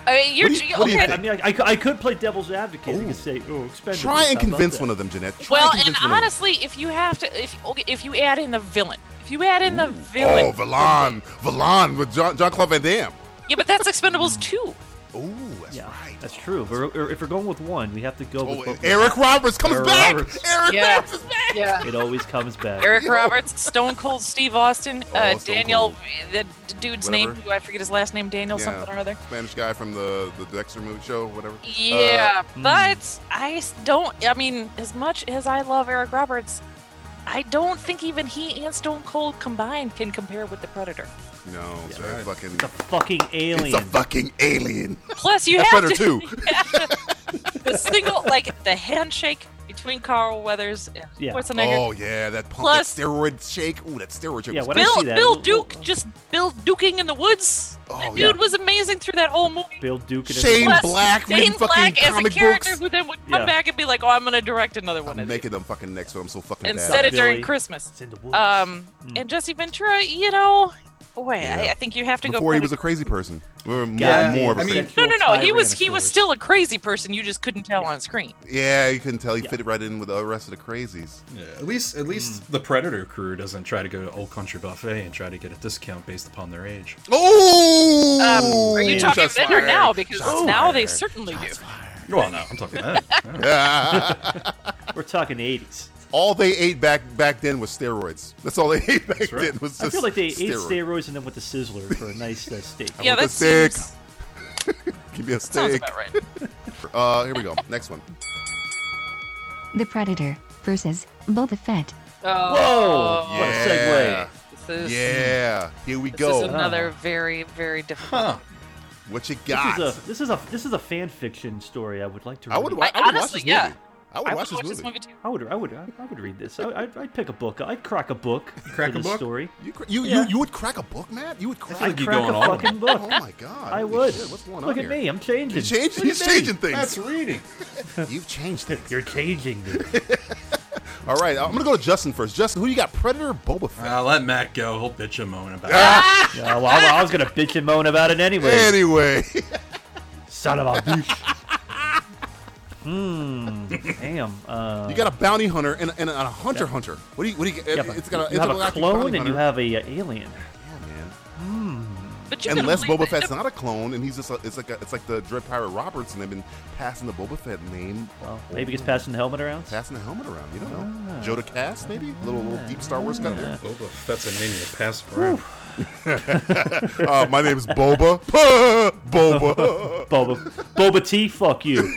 [SPEAKER 24] I mean, you're
[SPEAKER 4] What do you-
[SPEAKER 24] you,
[SPEAKER 4] what do you
[SPEAKER 24] okay.
[SPEAKER 4] think?
[SPEAKER 6] I mean, I, I could play devil's advocate and say, "Oh, Expendables."
[SPEAKER 4] Try and
[SPEAKER 6] how about
[SPEAKER 4] convince
[SPEAKER 6] that?
[SPEAKER 4] one of them, Jeanette. Try
[SPEAKER 24] Well,
[SPEAKER 4] and
[SPEAKER 24] and
[SPEAKER 4] convince one of them.
[SPEAKER 24] honestly, if you have to, if okay, if you add in the villain, if you add in the villain,
[SPEAKER 4] Oh, Valon, Valon with John John Claude Van Damme.
[SPEAKER 24] yeah, but that's Expendables two.
[SPEAKER 4] Ooh, that's right. Oh,
[SPEAKER 6] That's true. We're, or if we're going with one, we have to go with both.
[SPEAKER 4] Eric Roberts comes
[SPEAKER 6] Eric
[SPEAKER 4] back.
[SPEAKER 6] Roberts.
[SPEAKER 4] Eric
[SPEAKER 24] Yeah.
[SPEAKER 4] Roberts is back.
[SPEAKER 24] Yeah.
[SPEAKER 6] It always comes back.
[SPEAKER 24] Eric Roberts, Stone Cold Steve Austin, uh,
[SPEAKER 4] Stone
[SPEAKER 24] Daniel, the d- dude's name,
[SPEAKER 4] Whatever.
[SPEAKER 24] who I forget his last name, Daniel
[SPEAKER 4] Yeah.
[SPEAKER 24] something or other.
[SPEAKER 4] Spanish guy from the the Dexter movie show, whatever.
[SPEAKER 24] Yeah,
[SPEAKER 4] Uh,
[SPEAKER 24] but I s- don't. I mean, as much as I love Eric Roberts, I don't think even he and Stone Cold combined can compare with the Predator.
[SPEAKER 4] no, it's a fucking
[SPEAKER 6] fucking alien.
[SPEAKER 4] It's a fucking alien.
[SPEAKER 24] Plus, you
[SPEAKER 4] That's
[SPEAKER 24] have
[SPEAKER 4] Predator
[SPEAKER 24] to,
[SPEAKER 4] two.
[SPEAKER 24] the single, like the handshake between Carl Weathers and Schwarzenegger.
[SPEAKER 4] Oh yeah, that, pump,
[SPEAKER 24] Plus-
[SPEAKER 4] that steroid shake. Ooh, that Oh, steroid shake.
[SPEAKER 6] Yeah,
[SPEAKER 4] was
[SPEAKER 6] when I
[SPEAKER 24] Bill,
[SPEAKER 6] see that,
[SPEAKER 24] Bill
[SPEAKER 6] we'll-
[SPEAKER 24] Duke, just Bill Duking in the woods. that dude was amazing through that whole movie.
[SPEAKER 6] Bill Duke and
[SPEAKER 4] Shane
[SPEAKER 6] everyone.
[SPEAKER 4] Black reading
[SPEAKER 24] Shane Black
[SPEAKER 4] fucking
[SPEAKER 24] as a
[SPEAKER 4] comic
[SPEAKER 24] character
[SPEAKER 4] books.
[SPEAKER 24] who then would come
[SPEAKER 4] Yeah.
[SPEAKER 24] back and be like, "Oh, I'm going to direct another one."
[SPEAKER 4] I'm making them fucking next one. I'm so fucking
[SPEAKER 24] Instead
[SPEAKER 4] bad.
[SPEAKER 24] of during Christmas. Um, and Jesse Ventura, you know, boy, I,
[SPEAKER 4] Hmm. Yeah.
[SPEAKER 24] I think you have to
[SPEAKER 4] Before
[SPEAKER 24] go.
[SPEAKER 4] he was a crazy person, we were more,
[SPEAKER 6] Yeah,
[SPEAKER 4] more of a
[SPEAKER 6] I mean-
[SPEAKER 4] crazy-
[SPEAKER 24] no, no, no. He was he
[SPEAKER 6] Tyrannosaurus.
[SPEAKER 24] was still a crazy person. You just couldn't tell on screen.
[SPEAKER 4] Yeah, you couldn't tell. He fit right in with the rest of the crazies.
[SPEAKER 8] Yeah, at least at least
[SPEAKER 24] Mm.
[SPEAKER 8] the Predator crew doesn't try to go to Old Country Buffet and try to get a discount based upon their age.
[SPEAKER 4] Oh!
[SPEAKER 24] Um, are you
[SPEAKER 8] Ooh,
[SPEAKER 24] talking
[SPEAKER 8] shots
[SPEAKER 24] then or
[SPEAKER 8] fired.
[SPEAKER 24] now? Because
[SPEAKER 8] Shots
[SPEAKER 24] now they
[SPEAKER 8] fired.
[SPEAKER 24] certainly do.
[SPEAKER 8] Well, no, I'm talking that.
[SPEAKER 6] We're talking 80s.
[SPEAKER 4] All they ate back back then was steroids. That's all they ate back then was just
[SPEAKER 6] I feel like they ate
[SPEAKER 4] steroids.
[SPEAKER 6] steroids and then went to Sizzler for a nice uh, steak.
[SPEAKER 4] I want the steak. Give me a
[SPEAKER 6] Sounds
[SPEAKER 4] steak.
[SPEAKER 6] about right.
[SPEAKER 4] uh, here we go. Next one.
[SPEAKER 5] The Predator versus Boba Fett.
[SPEAKER 24] Oh,
[SPEAKER 4] Whoa! What a segue.
[SPEAKER 24] This is,
[SPEAKER 4] Yeah, here we
[SPEAKER 24] this
[SPEAKER 4] go.
[SPEAKER 24] is another very very difficult.
[SPEAKER 4] What you
[SPEAKER 6] This
[SPEAKER 4] got?
[SPEAKER 6] is a this is a this is a fan fiction story. I would like to. Read.
[SPEAKER 4] I would wa- I I- would watch honestly, this movie. yeah. I would
[SPEAKER 24] I watch would this watch this movie. movie too.
[SPEAKER 6] I would. I would. I would read this. I, I'd, I'd pick a book. I'd crack a book.
[SPEAKER 4] crack
[SPEAKER 6] for
[SPEAKER 4] a
[SPEAKER 6] this
[SPEAKER 4] book?
[SPEAKER 6] story.
[SPEAKER 4] You cra- you,
[SPEAKER 6] Yeah.
[SPEAKER 4] you you would crack a book, Matt? You would crack,
[SPEAKER 6] I'd crack a fucking book.
[SPEAKER 4] Oh my god!
[SPEAKER 6] I
[SPEAKER 4] holy
[SPEAKER 6] would.
[SPEAKER 4] shit, what's going
[SPEAKER 6] Look
[SPEAKER 4] on
[SPEAKER 6] at
[SPEAKER 4] here?
[SPEAKER 6] me. I'm changing.
[SPEAKER 4] He's changing-
[SPEAKER 6] Look at
[SPEAKER 4] he's
[SPEAKER 6] me.
[SPEAKER 4] changing things. That's
[SPEAKER 8] reading.
[SPEAKER 4] You've changed things.
[SPEAKER 6] You're changing me.
[SPEAKER 4] All right, I'm gonna go to Justin first. Justin, who you got? Predator, or Boba Fett.
[SPEAKER 8] Uh, let Matt go. He'll bitch and moan about
[SPEAKER 24] Ah!
[SPEAKER 6] Yeah, well, I, I was gonna bitch and moan about it anyway.
[SPEAKER 4] Anyway.
[SPEAKER 6] Son of a bitch. Hmm. Damn. Uh,
[SPEAKER 4] you got a bounty hunter and, and a hunter hunter. What do you what do you?
[SPEAKER 6] yeah, but
[SPEAKER 4] it's got a,
[SPEAKER 6] you have a
[SPEAKER 4] intergalactic
[SPEAKER 6] clone
[SPEAKER 4] bounty
[SPEAKER 6] and you
[SPEAKER 4] hunter.
[SPEAKER 6] have a uh, alien.
[SPEAKER 24] Hmm. But you can
[SPEAKER 4] Unless
[SPEAKER 24] leave
[SPEAKER 4] Boba
[SPEAKER 24] it-
[SPEAKER 4] Fett's not a clone, and he's just a, it's like a, it's like the Dread Pirate Roberts, and they've been passing the Boba Fett name. Well,
[SPEAKER 6] Maybe he's passing the helmet around. Ah.
[SPEAKER 4] passing the helmet around. You don't know. Joda Cass, maybe little little deep Star Wars cut there.
[SPEAKER 8] Boba Fett's a name you pass around.
[SPEAKER 4] uh, my name is Boba. Boba.
[SPEAKER 6] Boba. Boba T. Fuck you.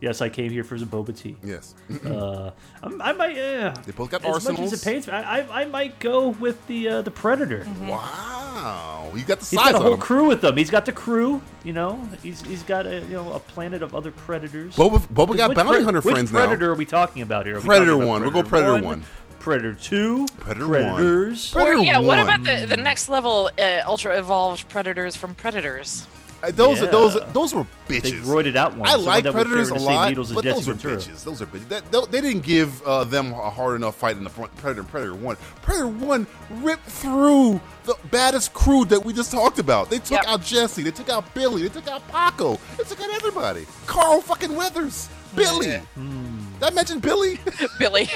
[SPEAKER 6] yes, I came here for some Boba T.
[SPEAKER 4] Yes. Mm-hmm.
[SPEAKER 6] uh, I'm, I might. Uh,
[SPEAKER 4] They both got
[SPEAKER 6] as much as
[SPEAKER 4] arsenals.
[SPEAKER 6] it pains me, I, I, I might go with the uh, the Predator.
[SPEAKER 4] Mm-hmm. Wow, you got the
[SPEAKER 6] He's
[SPEAKER 4] size
[SPEAKER 6] got a
[SPEAKER 4] on
[SPEAKER 6] whole
[SPEAKER 4] him.
[SPEAKER 6] crew with him. He's got the crew, you know. He's he's got a you know a planet of other predators.
[SPEAKER 4] Boba- Boba
[SPEAKER 6] Which-
[SPEAKER 4] got
[SPEAKER 6] which
[SPEAKER 4] bounty hunter
[SPEAKER 6] which
[SPEAKER 4] friends now.
[SPEAKER 6] predator are we talking about here? Are we
[SPEAKER 4] Predator
[SPEAKER 6] talking about
[SPEAKER 4] one. We'll go Predator one.
[SPEAKER 6] Predator two.
[SPEAKER 4] Predator one.
[SPEAKER 6] predators.
[SPEAKER 24] Or, yeah,
[SPEAKER 4] one.
[SPEAKER 24] what about the, the next level uh, ultra evolved predators from predators?
[SPEAKER 4] Uh, Those
[SPEAKER 6] Yeah.
[SPEAKER 4] those those were bitches.
[SPEAKER 6] They roided out ones.
[SPEAKER 4] I
[SPEAKER 6] Someone
[SPEAKER 4] like
[SPEAKER 6] that would
[SPEAKER 4] Predators
[SPEAKER 6] carry
[SPEAKER 4] a
[SPEAKER 6] the same
[SPEAKER 4] lot,
[SPEAKER 6] needles as
[SPEAKER 4] but
[SPEAKER 6] Jesse
[SPEAKER 4] those are
[SPEAKER 6] Ventura.
[SPEAKER 4] bitches. Those are bitches. That, tho- they didn't give uh, them a hard enough fight in the front. Predator and Predator One. Predator One ripped through the baddest crew that we just talked about. They took out Jesse. They took out Billy. They took out Paco. They took out everybody. Carl fucking Weathers. Billy. Did
[SPEAKER 6] Hmm.
[SPEAKER 4] I mention Billy?
[SPEAKER 24] Billy.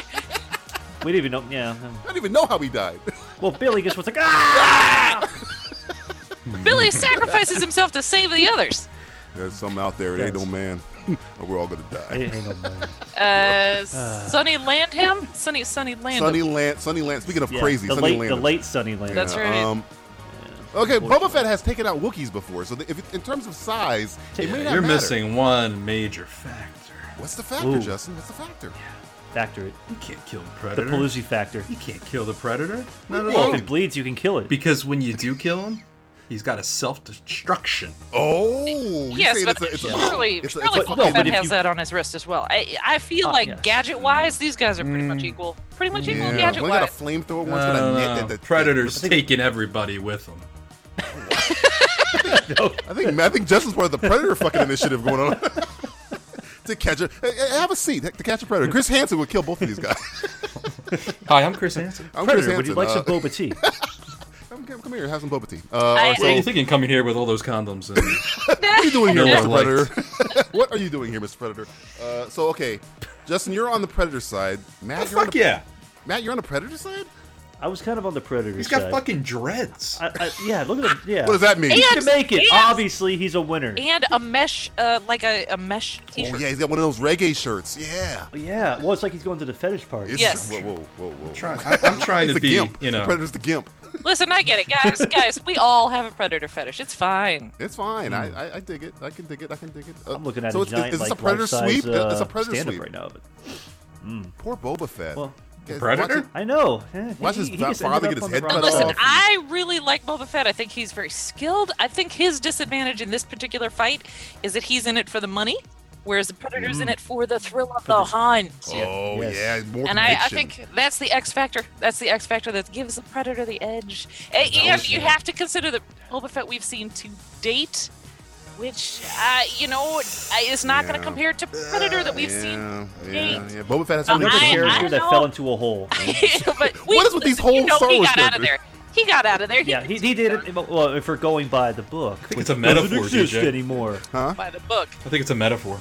[SPEAKER 6] We didn't even know. Yeah.
[SPEAKER 4] I don't even know how he died.
[SPEAKER 6] Well, Billy gets what's like ah.
[SPEAKER 24] Billy sacrifices himself to save the others.
[SPEAKER 4] There's some out there. It ain't no man. We're all gonna die.
[SPEAKER 24] Uh, Sonny Landham? Sonny, Sonny Landham.
[SPEAKER 4] Sunny Land. Sunny Land. Speaking of
[SPEAKER 6] Yeah,
[SPEAKER 4] crazy,
[SPEAKER 6] the
[SPEAKER 4] Sunny Um,
[SPEAKER 6] late- the late Sunny Land. That's right.
[SPEAKER 4] okay, Boba Fett has taken out Wookiees before, so if, in terms of size, it may not
[SPEAKER 1] You're
[SPEAKER 4] matter.
[SPEAKER 1] missing one major factor.
[SPEAKER 4] What's the factor,
[SPEAKER 1] Ooh.
[SPEAKER 4] Justin? What's the factor?
[SPEAKER 6] Factor it.
[SPEAKER 1] You can't kill the
[SPEAKER 6] The
[SPEAKER 1] predator.
[SPEAKER 6] Palooza factor.
[SPEAKER 1] You can't kill the predator. Not at
[SPEAKER 6] Well,
[SPEAKER 1] all.
[SPEAKER 6] if it bleeds, you can kill it.
[SPEAKER 1] Because when you do kill him, he's got a self-destruction.
[SPEAKER 4] Oh,
[SPEAKER 24] Yes, but surely, surely
[SPEAKER 1] it's a-
[SPEAKER 24] Boba
[SPEAKER 1] but
[SPEAKER 24] Fett
[SPEAKER 1] if
[SPEAKER 24] has
[SPEAKER 1] you-
[SPEAKER 24] that on his wrist as well. I, I feel
[SPEAKER 1] Ah,
[SPEAKER 24] like
[SPEAKER 1] yes.
[SPEAKER 24] gadget-wise, these guys are pretty much equal. Pretty much equal
[SPEAKER 4] One got a
[SPEAKER 24] gadget-wise.
[SPEAKER 4] flamethrower, one's got
[SPEAKER 1] No,
[SPEAKER 4] a
[SPEAKER 1] no,
[SPEAKER 4] net
[SPEAKER 1] no.
[SPEAKER 4] that the
[SPEAKER 1] Predator's
[SPEAKER 4] I think-
[SPEAKER 1] taking everybody with him.
[SPEAKER 4] I think I think Justin's part of the Predator fucking initiative going on. to catch a hey, hey, have a seat to catch a predator. Chris Hansen would kill both of these guys.
[SPEAKER 1] Hi, I'm Chris Hansen.
[SPEAKER 4] I'm Chris
[SPEAKER 6] Predator, would
[SPEAKER 4] Hansen,
[SPEAKER 6] you like
[SPEAKER 4] uh,
[SPEAKER 6] some boba tea?
[SPEAKER 4] Come, come- come here, have some boba tea. Uh,
[SPEAKER 1] I,
[SPEAKER 4] all right, so-
[SPEAKER 1] you thinking coming here with all those condoms? And
[SPEAKER 4] what are you doing here,
[SPEAKER 1] No
[SPEAKER 4] Mr.
[SPEAKER 1] one
[SPEAKER 4] Predator? what are you doing here, Mr. Predator? Uh, so okay, Justin, you're on the Predator side. Matt, you're on
[SPEAKER 1] Oh, fuck
[SPEAKER 4] the,
[SPEAKER 1] yeah.
[SPEAKER 4] Matt, you're on the Predator side.
[SPEAKER 6] I was kind of on the predator
[SPEAKER 1] He's got
[SPEAKER 6] side.
[SPEAKER 1] fucking dreads.
[SPEAKER 6] I, I, yeah, look at him. Yeah.
[SPEAKER 4] What does that mean?
[SPEAKER 6] He
[SPEAKER 24] And-
[SPEAKER 6] can make it.
[SPEAKER 24] and-
[SPEAKER 6] Obviously, he's a winner.
[SPEAKER 24] And a mesh, uh, like a, a mesh
[SPEAKER 4] Oh
[SPEAKER 24] t-shirt.
[SPEAKER 4] yeah, he's got one of those reggae shirts. Yeah.
[SPEAKER 6] Oh, Yeah. Well, it's like he's going to the fetish party.
[SPEAKER 4] It's-
[SPEAKER 24] Yes.
[SPEAKER 4] Whoa, whoa, whoa, whoa.
[SPEAKER 1] trying- I- I'm trying
[SPEAKER 4] He's
[SPEAKER 1] to
[SPEAKER 4] the
[SPEAKER 1] be,
[SPEAKER 4] gimp.
[SPEAKER 1] you know.
[SPEAKER 4] The Predator's the gimp.
[SPEAKER 24] Listen, I get it, guys. guys, we all have a predator fetish. It's fine.
[SPEAKER 4] It's fine. I, I, I dig it. I can dig it. I can dig it. Uh,
[SPEAKER 6] Hmm. I'm looking at
[SPEAKER 4] so
[SPEAKER 6] a
[SPEAKER 4] it's- is-
[SPEAKER 6] giant,
[SPEAKER 4] is this
[SPEAKER 6] like,
[SPEAKER 4] a predator
[SPEAKER 6] life-size,
[SPEAKER 4] sweep?
[SPEAKER 6] Uh,
[SPEAKER 4] it's a predator
[SPEAKER 6] stand-up
[SPEAKER 4] sweep.
[SPEAKER 6] right now of it.
[SPEAKER 4] Poor Boba Fett.
[SPEAKER 6] Hmm. Well,
[SPEAKER 4] Guys,
[SPEAKER 1] Predator?
[SPEAKER 4] watch it-
[SPEAKER 6] I know. eh,
[SPEAKER 4] Watch
[SPEAKER 6] he-
[SPEAKER 4] his
[SPEAKER 6] he gets
[SPEAKER 4] father
[SPEAKER 6] ended
[SPEAKER 4] get
[SPEAKER 6] up
[SPEAKER 4] his
[SPEAKER 6] on the
[SPEAKER 4] head
[SPEAKER 6] wrong
[SPEAKER 4] cut off.
[SPEAKER 6] side.
[SPEAKER 24] Listen, I really like Boba Fett. I think he's very skilled. I think his disadvantage in this particular fight is that he's in it for the money, whereas the Predator's in
[SPEAKER 4] Mm.
[SPEAKER 24] it for the thrill of the hunt.
[SPEAKER 4] Oh
[SPEAKER 6] Yes.
[SPEAKER 4] yeah, more
[SPEAKER 24] and I, I
[SPEAKER 4] conviction.
[SPEAKER 24] think that's the X factor. That's the X factor that gives the Predator the edge. And, and you have to consider the Boba Fett we've seen to date, which, uh, you know, I- is not going
[SPEAKER 4] Yeah.
[SPEAKER 24] to compare to Predator that we've seen.
[SPEAKER 4] yeah, yeah,
[SPEAKER 24] Nate.
[SPEAKER 4] yeah. Boba Fett has
[SPEAKER 24] Uh,
[SPEAKER 4] so many
[SPEAKER 6] Another
[SPEAKER 24] I-
[SPEAKER 6] character
[SPEAKER 24] I
[SPEAKER 6] that
[SPEAKER 24] know.
[SPEAKER 6] fell into a hole.
[SPEAKER 24] but we,
[SPEAKER 4] What is with these whole
[SPEAKER 24] you know,
[SPEAKER 4] Star
[SPEAKER 24] he
[SPEAKER 4] Wars
[SPEAKER 24] got out of
[SPEAKER 4] characters?
[SPEAKER 24] there. He got out of there. He
[SPEAKER 6] Yeah, he, he did it. Well, if we're going by the book, I
[SPEAKER 1] it's a metaphor,
[SPEAKER 6] doesn't exist
[SPEAKER 1] DJ.
[SPEAKER 6] anymore.
[SPEAKER 4] Huh?
[SPEAKER 24] by the book.
[SPEAKER 1] I think it's a metaphor.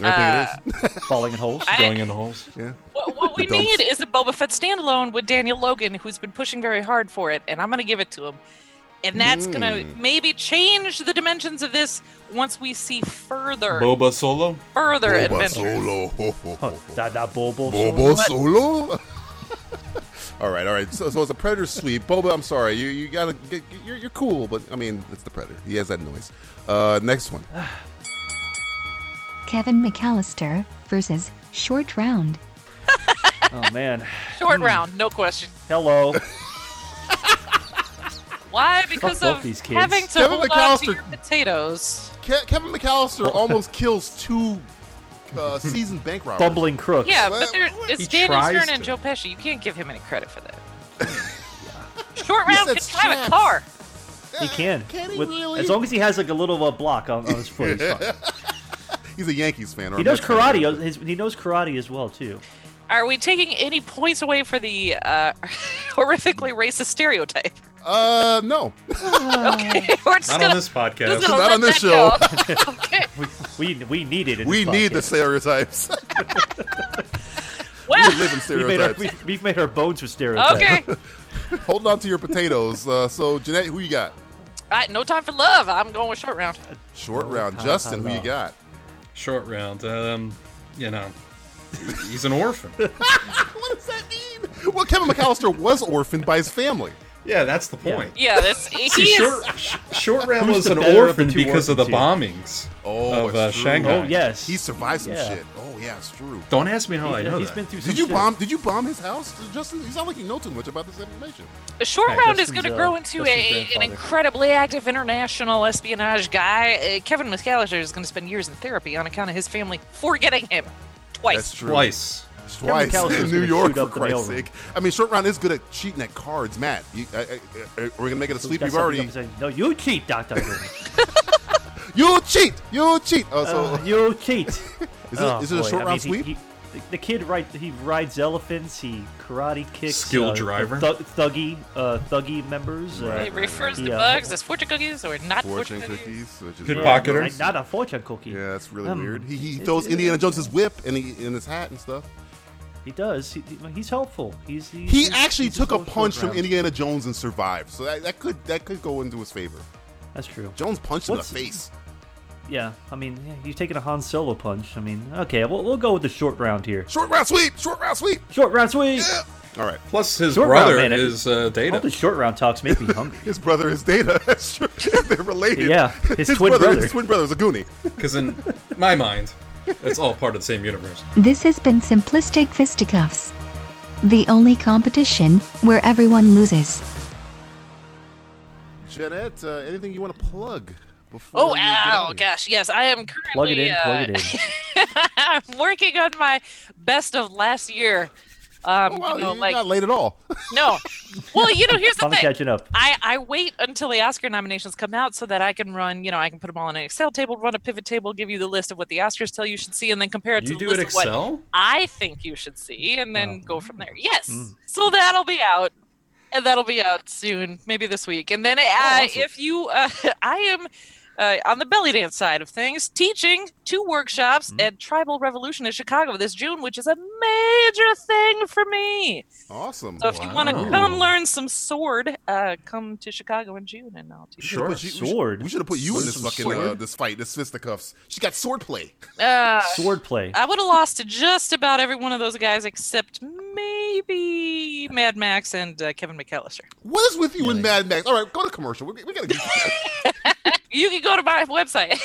[SPEAKER 24] Uh,
[SPEAKER 6] Falling in holes.
[SPEAKER 1] Going in the holes.
[SPEAKER 4] Yeah.
[SPEAKER 24] What, what we
[SPEAKER 1] The dumps.
[SPEAKER 24] need is a Boba Fett standalone with Daniel Logan, who's been pushing very hard for it, and I'm going to give it to him. And that's going
[SPEAKER 4] Hmm.
[SPEAKER 24] to maybe change the dimensions of this once we see further,
[SPEAKER 1] Boba Solo.
[SPEAKER 24] further
[SPEAKER 4] Boba
[SPEAKER 24] adventures.
[SPEAKER 4] Solo. Ho, ho, ho, ho.
[SPEAKER 6] Da da bobo.
[SPEAKER 4] Bobo
[SPEAKER 24] But-
[SPEAKER 4] Solo. all right, all right. So, so it's a predator sweep. Boba, I'm sorry. You you gotta get, you're, you're cool, but I mean it's the predator. He has that noise. Uh, next one.
[SPEAKER 5] Kevin McAllister versus Short Round.
[SPEAKER 6] Oh man.
[SPEAKER 24] Short round, no question.
[SPEAKER 6] Hello.
[SPEAKER 24] Why? Because
[SPEAKER 6] both
[SPEAKER 24] of
[SPEAKER 6] these kids.
[SPEAKER 24] having to
[SPEAKER 4] Kevin
[SPEAKER 24] hold on to
[SPEAKER 4] McAllister.
[SPEAKER 24] your potatoes.
[SPEAKER 4] Ke- Kevin McAllister
[SPEAKER 6] Oh.
[SPEAKER 4] almost kills two uh, seasoned bank robbers.
[SPEAKER 6] Bumbling crook.
[SPEAKER 24] Yeah,
[SPEAKER 4] Well,
[SPEAKER 24] but there, it's
[SPEAKER 1] He
[SPEAKER 24] Daniel
[SPEAKER 1] tries
[SPEAKER 24] Stern and
[SPEAKER 1] to.
[SPEAKER 24] Joe Pesci. You can't give him any credit for that. Short
[SPEAKER 4] You
[SPEAKER 24] round
[SPEAKER 4] said
[SPEAKER 24] can
[SPEAKER 4] straps.
[SPEAKER 24] drive a car.
[SPEAKER 6] He can.
[SPEAKER 4] Can he
[SPEAKER 6] With-
[SPEAKER 4] really?
[SPEAKER 6] As long as he has like a little uh, block on, on his foot. He's fine.
[SPEAKER 4] He's a Yankees fan. or
[SPEAKER 6] He
[SPEAKER 4] a
[SPEAKER 6] knows
[SPEAKER 4] Mets fan.
[SPEAKER 6] karate. His, he knows karate as well too.
[SPEAKER 24] Are we taking any points away for the uh, horrifically racist stereotype?
[SPEAKER 4] Uh, no.
[SPEAKER 24] Okay, we're just
[SPEAKER 1] Not
[SPEAKER 24] gonna,
[SPEAKER 1] on this podcast.
[SPEAKER 24] just gonna
[SPEAKER 4] Not
[SPEAKER 24] let
[SPEAKER 4] on this
[SPEAKER 24] that
[SPEAKER 4] show.
[SPEAKER 24] go. okay.
[SPEAKER 6] We we need it. In
[SPEAKER 4] We
[SPEAKER 6] this
[SPEAKER 4] need the
[SPEAKER 6] podcast.
[SPEAKER 4] stereotypes. we
[SPEAKER 24] Well,
[SPEAKER 4] live in
[SPEAKER 6] We made our,
[SPEAKER 4] stereotypes.
[SPEAKER 6] we, we've made our bones with stereotypes.
[SPEAKER 24] okay.
[SPEAKER 4] Hold on to your potatoes. Uh, so, Jeanette, who you got?
[SPEAKER 24] All right, no time for love. I'm going with short round.
[SPEAKER 6] Oh,
[SPEAKER 4] Short round.
[SPEAKER 6] time
[SPEAKER 4] Justin,
[SPEAKER 6] for
[SPEAKER 4] who you
[SPEAKER 6] love.
[SPEAKER 4] got?
[SPEAKER 1] Short round. Um, you know, he's an orphan.
[SPEAKER 4] What does that mean? Well, Kevin McAllister was orphaned by his family.
[SPEAKER 1] Yeah, that's the point.
[SPEAKER 24] Yeah, this he
[SPEAKER 1] See,
[SPEAKER 24] is.
[SPEAKER 1] short, sh- short round
[SPEAKER 6] Who's
[SPEAKER 1] was
[SPEAKER 6] the
[SPEAKER 1] an
[SPEAKER 6] better of the
[SPEAKER 1] orphan
[SPEAKER 6] two
[SPEAKER 1] because of the
[SPEAKER 6] orphans
[SPEAKER 1] bombings
[SPEAKER 4] Oh,
[SPEAKER 1] of
[SPEAKER 4] it's
[SPEAKER 1] uh,
[SPEAKER 4] true.
[SPEAKER 1] Shanghai.
[SPEAKER 6] Oh yes.
[SPEAKER 4] He survived some
[SPEAKER 6] Yeah.
[SPEAKER 4] shit. Oh, yeah, it's true.
[SPEAKER 1] Don't ask me how I
[SPEAKER 6] He's-
[SPEAKER 1] know
[SPEAKER 6] he's
[SPEAKER 1] that.
[SPEAKER 6] been through some
[SPEAKER 4] Did you
[SPEAKER 6] shit.
[SPEAKER 4] bomb? Did you bomb his house, Justin? You sound like you know too much about this information.
[SPEAKER 24] Short
[SPEAKER 6] Yeah,
[SPEAKER 24] round is
[SPEAKER 6] Justin's,
[SPEAKER 24] going to
[SPEAKER 6] uh,
[SPEAKER 24] grow into a,
[SPEAKER 6] Justin's
[SPEAKER 24] an
[SPEAKER 6] grandfather.
[SPEAKER 24] incredibly active international espionage guy. Uh, Kevin McAllister is going to spend years in therapy on account of his family forgetting him twice.
[SPEAKER 4] true.
[SPEAKER 1] Twice.
[SPEAKER 4] Twice
[SPEAKER 6] McAllister's
[SPEAKER 4] in
[SPEAKER 6] gonna
[SPEAKER 4] New York,
[SPEAKER 6] shoot
[SPEAKER 4] for
[SPEAKER 6] up the
[SPEAKER 4] Christ's
[SPEAKER 6] mailroom.
[SPEAKER 4] sake. I mean, Short Round is good at cheating at cards, Matt. You, I, I, I, are we gonna make it a
[SPEAKER 6] So
[SPEAKER 4] sweep?
[SPEAKER 6] that's
[SPEAKER 4] You've already
[SPEAKER 6] something I'm saying. No, you cheat, Doctor.
[SPEAKER 4] You cheat! You cheat! Oh, so
[SPEAKER 6] Uh, you cheat. Oh, is
[SPEAKER 4] it- is it a short round sweep?
[SPEAKER 6] the, the kid ride, he rides elephants. He karate kicks.
[SPEAKER 1] Skilled
[SPEAKER 6] uh,
[SPEAKER 1] driver.
[SPEAKER 6] Thug, thuggy, uh, thuggy members. uh,
[SPEAKER 24] He refers
[SPEAKER 6] he,
[SPEAKER 24] to
[SPEAKER 6] uh,
[SPEAKER 24] bugs as fortune cookies or not fortune,
[SPEAKER 4] fortune cookies, which is
[SPEAKER 1] Good
[SPEAKER 4] really
[SPEAKER 1] pocketer.
[SPEAKER 4] gross.
[SPEAKER 6] Not a fortune cookie.
[SPEAKER 4] Yeah, that's really
[SPEAKER 6] Um,
[SPEAKER 4] weird. He, he
[SPEAKER 6] it-
[SPEAKER 4] throws
[SPEAKER 6] it-
[SPEAKER 4] Indiana Jones's whip and he in his hat and stuff.
[SPEAKER 6] He does. He, he's helpful. He's, he's
[SPEAKER 4] He
[SPEAKER 6] he's-
[SPEAKER 4] actually
[SPEAKER 6] he's a
[SPEAKER 4] took a
[SPEAKER 6] social
[SPEAKER 4] punch from
[SPEAKER 6] ground.
[SPEAKER 4] Indiana Jones and survived, so that, that could that could go into his favor.
[SPEAKER 6] That's true.
[SPEAKER 4] Jones punched
[SPEAKER 6] What's-
[SPEAKER 4] him in the face.
[SPEAKER 6] Yeah, I mean, yeah, you're taking a Han Solo punch. I mean, okay, we'll, we'll go with the short round here.
[SPEAKER 4] Short round sweep. Short round sweep.
[SPEAKER 6] Short round sweep.
[SPEAKER 4] All right.
[SPEAKER 1] Plus, his
[SPEAKER 6] Short round,
[SPEAKER 1] brother
[SPEAKER 6] man, it-
[SPEAKER 1] is uh,
[SPEAKER 6] All
[SPEAKER 1] Data.
[SPEAKER 6] the short round talks make me hungry.
[SPEAKER 4] His brother is Data. That's true. They're related.
[SPEAKER 6] Yeah, his twin brother.
[SPEAKER 4] His twin brother is a Goonie.
[SPEAKER 1] Because in my mind, it's all part of the same universe.
[SPEAKER 5] This has been Simplistic Fisticuffs. The only competition where everyone loses.
[SPEAKER 4] Jeanette, uh, anything you want to plug? Before
[SPEAKER 24] Oh,
[SPEAKER 4] we get out
[SPEAKER 24] ow,
[SPEAKER 4] of here?
[SPEAKER 24] gosh, yes, I am currently
[SPEAKER 6] Plug it in,
[SPEAKER 24] uh,
[SPEAKER 6] plug it in.
[SPEAKER 24] I'm working on my best of last year. Um,
[SPEAKER 4] Oh, wow,
[SPEAKER 24] you know,
[SPEAKER 4] you're
[SPEAKER 24] like
[SPEAKER 4] not late at all.
[SPEAKER 24] no, well, you know, here's the
[SPEAKER 6] Finally
[SPEAKER 24] thing.
[SPEAKER 6] catching up.
[SPEAKER 24] I, I wait until the Oscar nominations come out so that I can run, you know, I can put them all in an Excel table, run a pivot table, give you the list of what the Oscars tell you should see, and then compare it
[SPEAKER 1] You
[SPEAKER 24] to the
[SPEAKER 1] do it
[SPEAKER 24] list of what
[SPEAKER 1] Excel?
[SPEAKER 24] I think you should see, and then go from there. Yes. So that'll be out. And that'll be out soon, maybe this week. And then uh, if you, uh, I am. Uh, on the belly dance side of things, teaching two workshops at Tribal Revolution in Chicago this June, which is a major thing for me.
[SPEAKER 4] Awesome.
[SPEAKER 24] So if you want to come learn some sword, uh, come to Chicago in June, and I'll teach.
[SPEAKER 4] Sure,
[SPEAKER 6] sword.
[SPEAKER 4] We should have put you in this
[SPEAKER 6] Some
[SPEAKER 4] fucking uh,
[SPEAKER 6] sword.
[SPEAKER 4] this fight, this fisticuffs. She got sword play.
[SPEAKER 24] you. Uh,
[SPEAKER 6] Sword play.
[SPEAKER 24] I would have lost to just about every one of those guys except maybe Mad Max and uh, Kevin McAllister.
[SPEAKER 4] What is with you and Mad Max? All right, go to commercial. We, we gotta. Get
[SPEAKER 24] You can go to my website,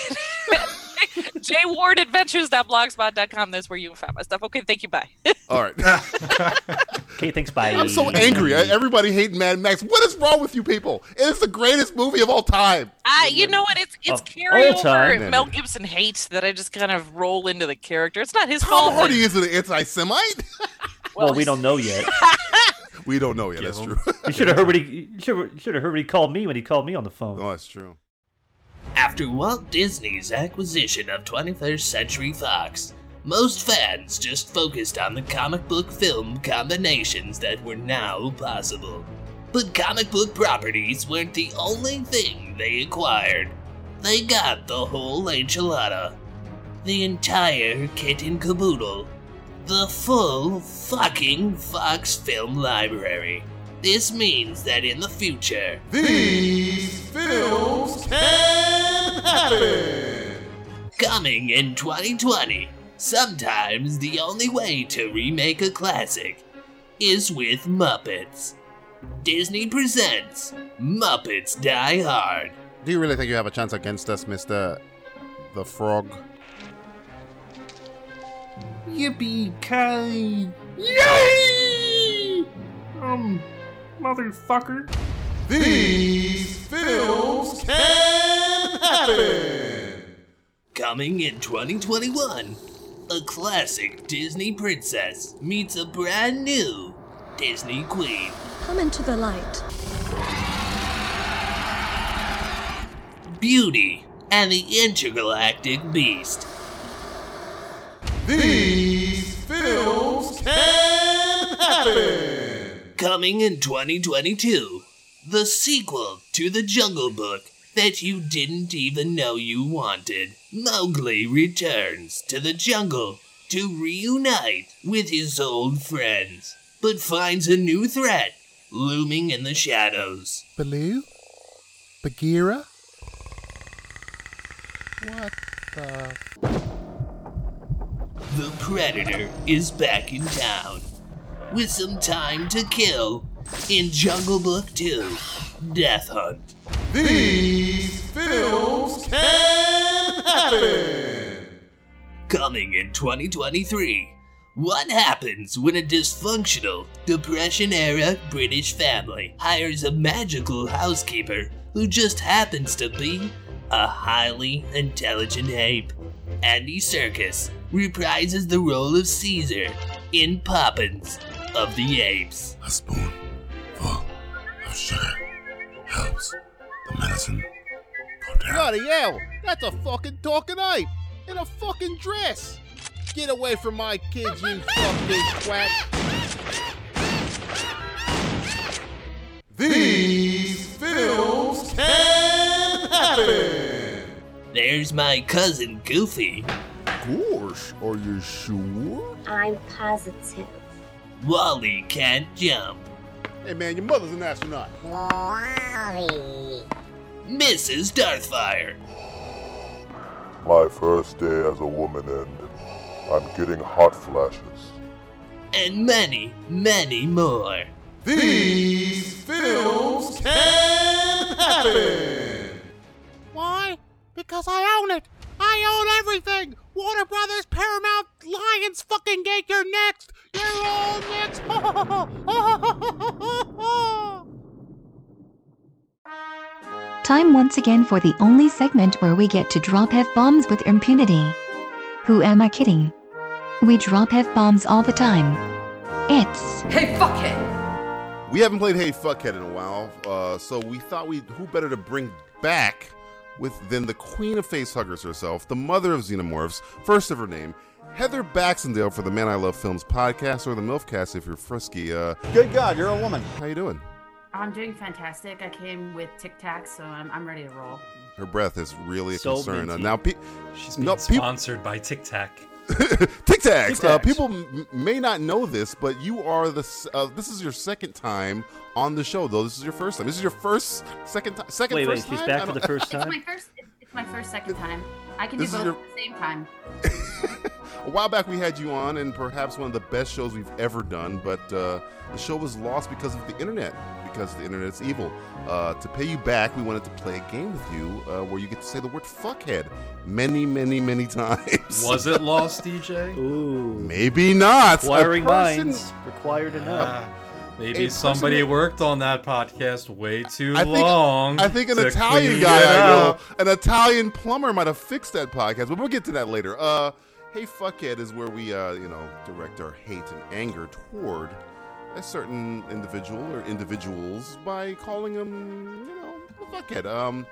[SPEAKER 24] jwardadventures.blogspot.com. That's where you can find my stuff. Okay, thank you. Bye. Uh,
[SPEAKER 4] All right.
[SPEAKER 6] Okay, thanks. Bye.
[SPEAKER 4] I'm so angry. I, everybody hating Mad Max. What is wrong with you people? It is the greatest movie of all time.
[SPEAKER 24] I, you know what? It's it's
[SPEAKER 6] Of all time.
[SPEAKER 24] carryover Mel Gibson hate that I just kind of roll into the character. It's not his
[SPEAKER 4] Tom
[SPEAKER 24] fault. but-
[SPEAKER 4] Hardy is an anti-Semite.
[SPEAKER 6] Well, we don't know yet.
[SPEAKER 4] We don't know yet. That's true.
[SPEAKER 6] You should have heard what he should have heard what he called me when he called me on the phone.
[SPEAKER 4] oh, that's true.
[SPEAKER 22] After Walt Disney's acquisition of 21st Century Fox, most fans just focused on the comic book film combinations that were now possible. But comic book properties weren't the only thing they acquired. They got the whole enchilada. The entire kit and caboodle. The full fucking Fox film library. This means that in the future,
[SPEAKER 4] These films can happen.
[SPEAKER 22] Coming in 2020, sometimes the only way to remake a classic is with Muppets. Disney presents Muppets Die Hard.
[SPEAKER 4] Do you really think you have a chance against us, Mister the Frog?
[SPEAKER 20] Yippee ki Yay! Um, motherfucker.
[SPEAKER 4] These films can happen.
[SPEAKER 22] Coming in 2021, a classic Disney princess meets a brand new Disney queen.
[SPEAKER 7] Come into the light.
[SPEAKER 22] Beauty and the Intergalactic Beast.
[SPEAKER 4] These films can happen.
[SPEAKER 22] Coming in 2022, the sequel to The Jungle Book that you didn't even know you wanted. Mowgli returns to the jungle to reunite with his old friends, but finds a new threat looming in the shadows.
[SPEAKER 4] Baloo? Bagheera? What the?
[SPEAKER 22] The Predator is back in town. With some time to kill in Jungle Book 2 Death Hunt.
[SPEAKER 4] These films can happen.
[SPEAKER 22] Coming in 2023. What happens when a dysfunctional, Depression era British family hires a magical housekeeper who just happens to be a highly intelligent ape? Andy Serkis reprises the role of Caesar in Poppins of the Apes.
[SPEAKER 25] A spoonful of sugar helps the medicine
[SPEAKER 4] Bloody hell! That's a fucking talking ape in a fucking dress. Get away from my kids, you fucking twat! These
[SPEAKER 22] films
[SPEAKER 4] can happen.
[SPEAKER 22] There's my cousin Goofy.
[SPEAKER 4] Gosh, are you sure?
[SPEAKER 7] I'm positive.
[SPEAKER 22] Wally can't jump.
[SPEAKER 4] Hey man, your mother's an astronaut.
[SPEAKER 22] Mrs. Darthfire.
[SPEAKER 25] My first day as a woman ended. I'm getting hot flashes.
[SPEAKER 22] And many, many more.
[SPEAKER 4] These films can happen.
[SPEAKER 26] Why? Because I own it. I own everything. Warner Brothers, Paramount, Lions, fucking Gate. You're next. You're all next.
[SPEAKER 5] Time once again for the only segment where we get to drop F bombs with impunity. Who am I kidding? We drop F bombs all the time. It's.
[SPEAKER 4] Hey, fuckhead. We haven't played Hey Fuckhead in a while, uh, so we thought we who better to bring back with than the queen of facehuggers herself, the mother of xenomorphs, first of her name, Heather Baxendale for the Man I Love Films podcast or the MILFcast if you're frisky. Uh, Good God, you're a woman. How you doing?
[SPEAKER 12] I'm doing fantastic. I came with Tic Tacs, so I'm, I'm ready to roll.
[SPEAKER 4] Her breath is really a
[SPEAKER 12] So
[SPEAKER 4] concern. Uh,
[SPEAKER 12] minty.
[SPEAKER 4] now, pe-
[SPEAKER 12] She's
[SPEAKER 4] no, peop-
[SPEAKER 1] Sponsored by Tic Tac.
[SPEAKER 4] Tic Tacs. Uh, people m- may not know this, but you are the. s- Uh, this is your second time on the show, though. This is your first time. This is your first, second time, second.
[SPEAKER 6] Wait, wait,
[SPEAKER 4] first
[SPEAKER 6] she's
[SPEAKER 4] time?
[SPEAKER 6] back
[SPEAKER 4] I
[SPEAKER 6] for the
[SPEAKER 4] don't-
[SPEAKER 6] first
[SPEAKER 12] It's my first. It's, it's my first second time. I can do
[SPEAKER 4] This is
[SPEAKER 12] both
[SPEAKER 4] your-
[SPEAKER 12] at the same time.
[SPEAKER 4] A while back, we had you on, and perhaps one of the best shows we've ever done. But uh, the show was lost because of the internet, because the internet's evil. Uh, to pay you back, we wanted to play a game with you uh, where you get to say the word "fuckhead" many, many, many times.
[SPEAKER 1] Was it lost, DJ?
[SPEAKER 6] Ooh.
[SPEAKER 4] Maybe not. A
[SPEAKER 6] Wiring
[SPEAKER 4] person-
[SPEAKER 6] minds required enough.
[SPEAKER 1] Ah, Maybe
[SPEAKER 6] A
[SPEAKER 1] somebody
[SPEAKER 6] person-
[SPEAKER 1] worked on that podcast way too
[SPEAKER 4] I think,
[SPEAKER 1] long.
[SPEAKER 4] I think an
[SPEAKER 1] to
[SPEAKER 4] Italian
[SPEAKER 1] clean
[SPEAKER 4] guy
[SPEAKER 1] it
[SPEAKER 4] I know,
[SPEAKER 1] up.
[SPEAKER 4] an Italian plumber might have fixed that podcast, but we'll get to that later. Uh, hey, fuckhead is where we, uh, you know, direct our hate and anger toward a certain individual or individuals by calling them, you know, a fuckhead. Um,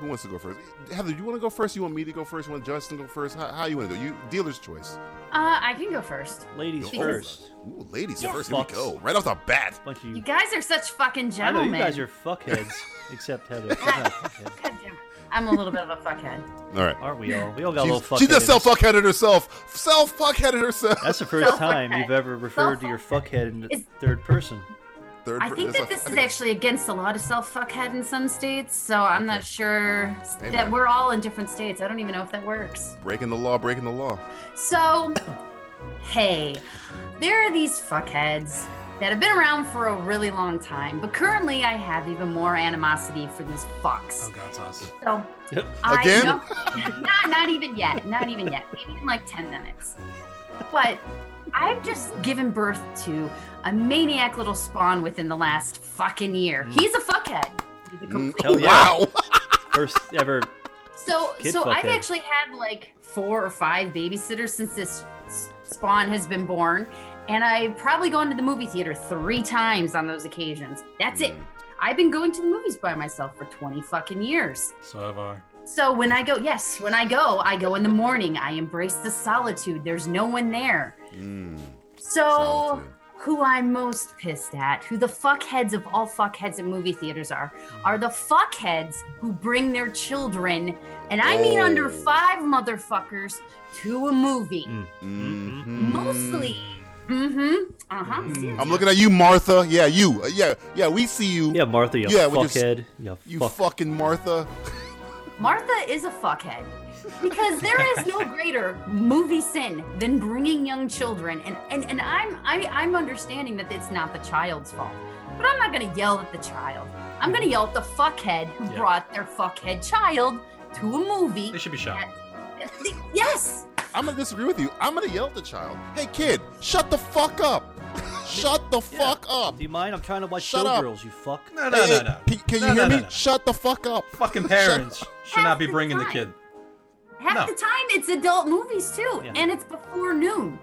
[SPEAKER 4] who wants to go first? Heather, do you want to go first? You want me to go first? You want Justin to go first? How, how you want to go? You dealer's choice.
[SPEAKER 12] Uh, I can go first.
[SPEAKER 6] Ladies
[SPEAKER 4] Go
[SPEAKER 6] first.
[SPEAKER 4] Ooh, ladies
[SPEAKER 12] Yeah.
[SPEAKER 4] first. Here we
[SPEAKER 6] Fucks.
[SPEAKER 4] go. Right off the bat.
[SPEAKER 6] Bunch of
[SPEAKER 12] You
[SPEAKER 6] you.
[SPEAKER 12] guys are such fucking
[SPEAKER 6] I know
[SPEAKER 12] gentlemen.
[SPEAKER 6] you guys are fuckheads, except Heather. You're not a fuckhead.
[SPEAKER 12] I'm a little bit of a fuckhead.
[SPEAKER 4] All right.
[SPEAKER 6] Aren't we all? We all got a
[SPEAKER 4] She's-
[SPEAKER 6] little fuckhead.
[SPEAKER 4] She just self fuckheaded herself. Self fuckheaded herself.
[SPEAKER 6] That's the first time you've ever referred to your fuckhead in the
[SPEAKER 12] It's-
[SPEAKER 6] third person.
[SPEAKER 4] Third
[SPEAKER 12] I think that this is actually against the law to sell fuckhead in some states, so I'm not sure s-
[SPEAKER 4] Hey,
[SPEAKER 12] that
[SPEAKER 4] man.
[SPEAKER 12] we're all in different states. I don't even know if that works.
[SPEAKER 4] breaking the law, breaking the law.
[SPEAKER 12] So, hey, there are these fuckheads that have been around for a really long time, but currently I have even more animosity for these fucks.
[SPEAKER 1] Oh, God's awesome.
[SPEAKER 12] So,
[SPEAKER 4] Again?
[SPEAKER 12] I know, not, not even yet. Not even yet. Maybe in like 10 minutes. But I've just given birth to a maniac little spawn within the last fucking year.
[SPEAKER 1] Mm.
[SPEAKER 12] He's a fuckhead. He's a complete
[SPEAKER 6] Hell yeah.
[SPEAKER 4] Mm, Wow.
[SPEAKER 6] First ever.
[SPEAKER 12] so
[SPEAKER 6] Kid
[SPEAKER 12] so I've
[SPEAKER 6] fuckhead.
[SPEAKER 12] actually had like four or five babysitters since this s- spawn has been born, and I've probably gone to the movie theater three times on those occasions. That's it. I've been going to the movies by myself for 20 fucking years.
[SPEAKER 1] So have I.
[SPEAKER 12] So when I go, yes, when I go, I go in the morning. I embrace the solitude. There's no one there.
[SPEAKER 4] Mm.
[SPEAKER 12] So who I'm most pissed at, who the fuckheads of all fuckheads at movie theaters are, are the fuckheads who bring their children, and I mean under five motherfuckers, to a movie.
[SPEAKER 6] Mm.
[SPEAKER 12] Mostly. Mm-hmm. Uh-huh.
[SPEAKER 4] I'm looking at you, Martha. Yeah, you. Uh, Yeah, yeah. We see you.
[SPEAKER 6] Yeah, Martha, you
[SPEAKER 4] Yeah, with your
[SPEAKER 6] fuckhead.
[SPEAKER 4] s-
[SPEAKER 6] You
[SPEAKER 4] You
[SPEAKER 6] fuck.
[SPEAKER 4] fucking Martha.
[SPEAKER 12] Martha is a fuckhead because there is no greater movie sin than bringing young children and and, and I'm I, I'm understanding that it's not the child's fault but I'm not gonna yell at the child I'm gonna yell at the fuckhead who
[SPEAKER 1] Yeah.
[SPEAKER 12] brought their fuckhead child to a movie
[SPEAKER 1] They should be shot.
[SPEAKER 12] yes
[SPEAKER 4] I'm gonna disagree with you. I'm gonna yell at the child. Hey, kid, shut the fuck up. shut the fuck up.
[SPEAKER 6] Do you mind? I'm trying to watch
[SPEAKER 4] Shut up.
[SPEAKER 6] Showgirls. You fuck.
[SPEAKER 1] No, no, no, no.
[SPEAKER 4] P- can you
[SPEAKER 1] No,
[SPEAKER 4] hear
[SPEAKER 1] no,
[SPEAKER 4] me?
[SPEAKER 1] no, no.
[SPEAKER 4] Shut the fuck up.
[SPEAKER 1] Fucking parents should not be bringing the kid.
[SPEAKER 12] half
[SPEAKER 1] No.
[SPEAKER 12] the time it's adult movies too and it's before noon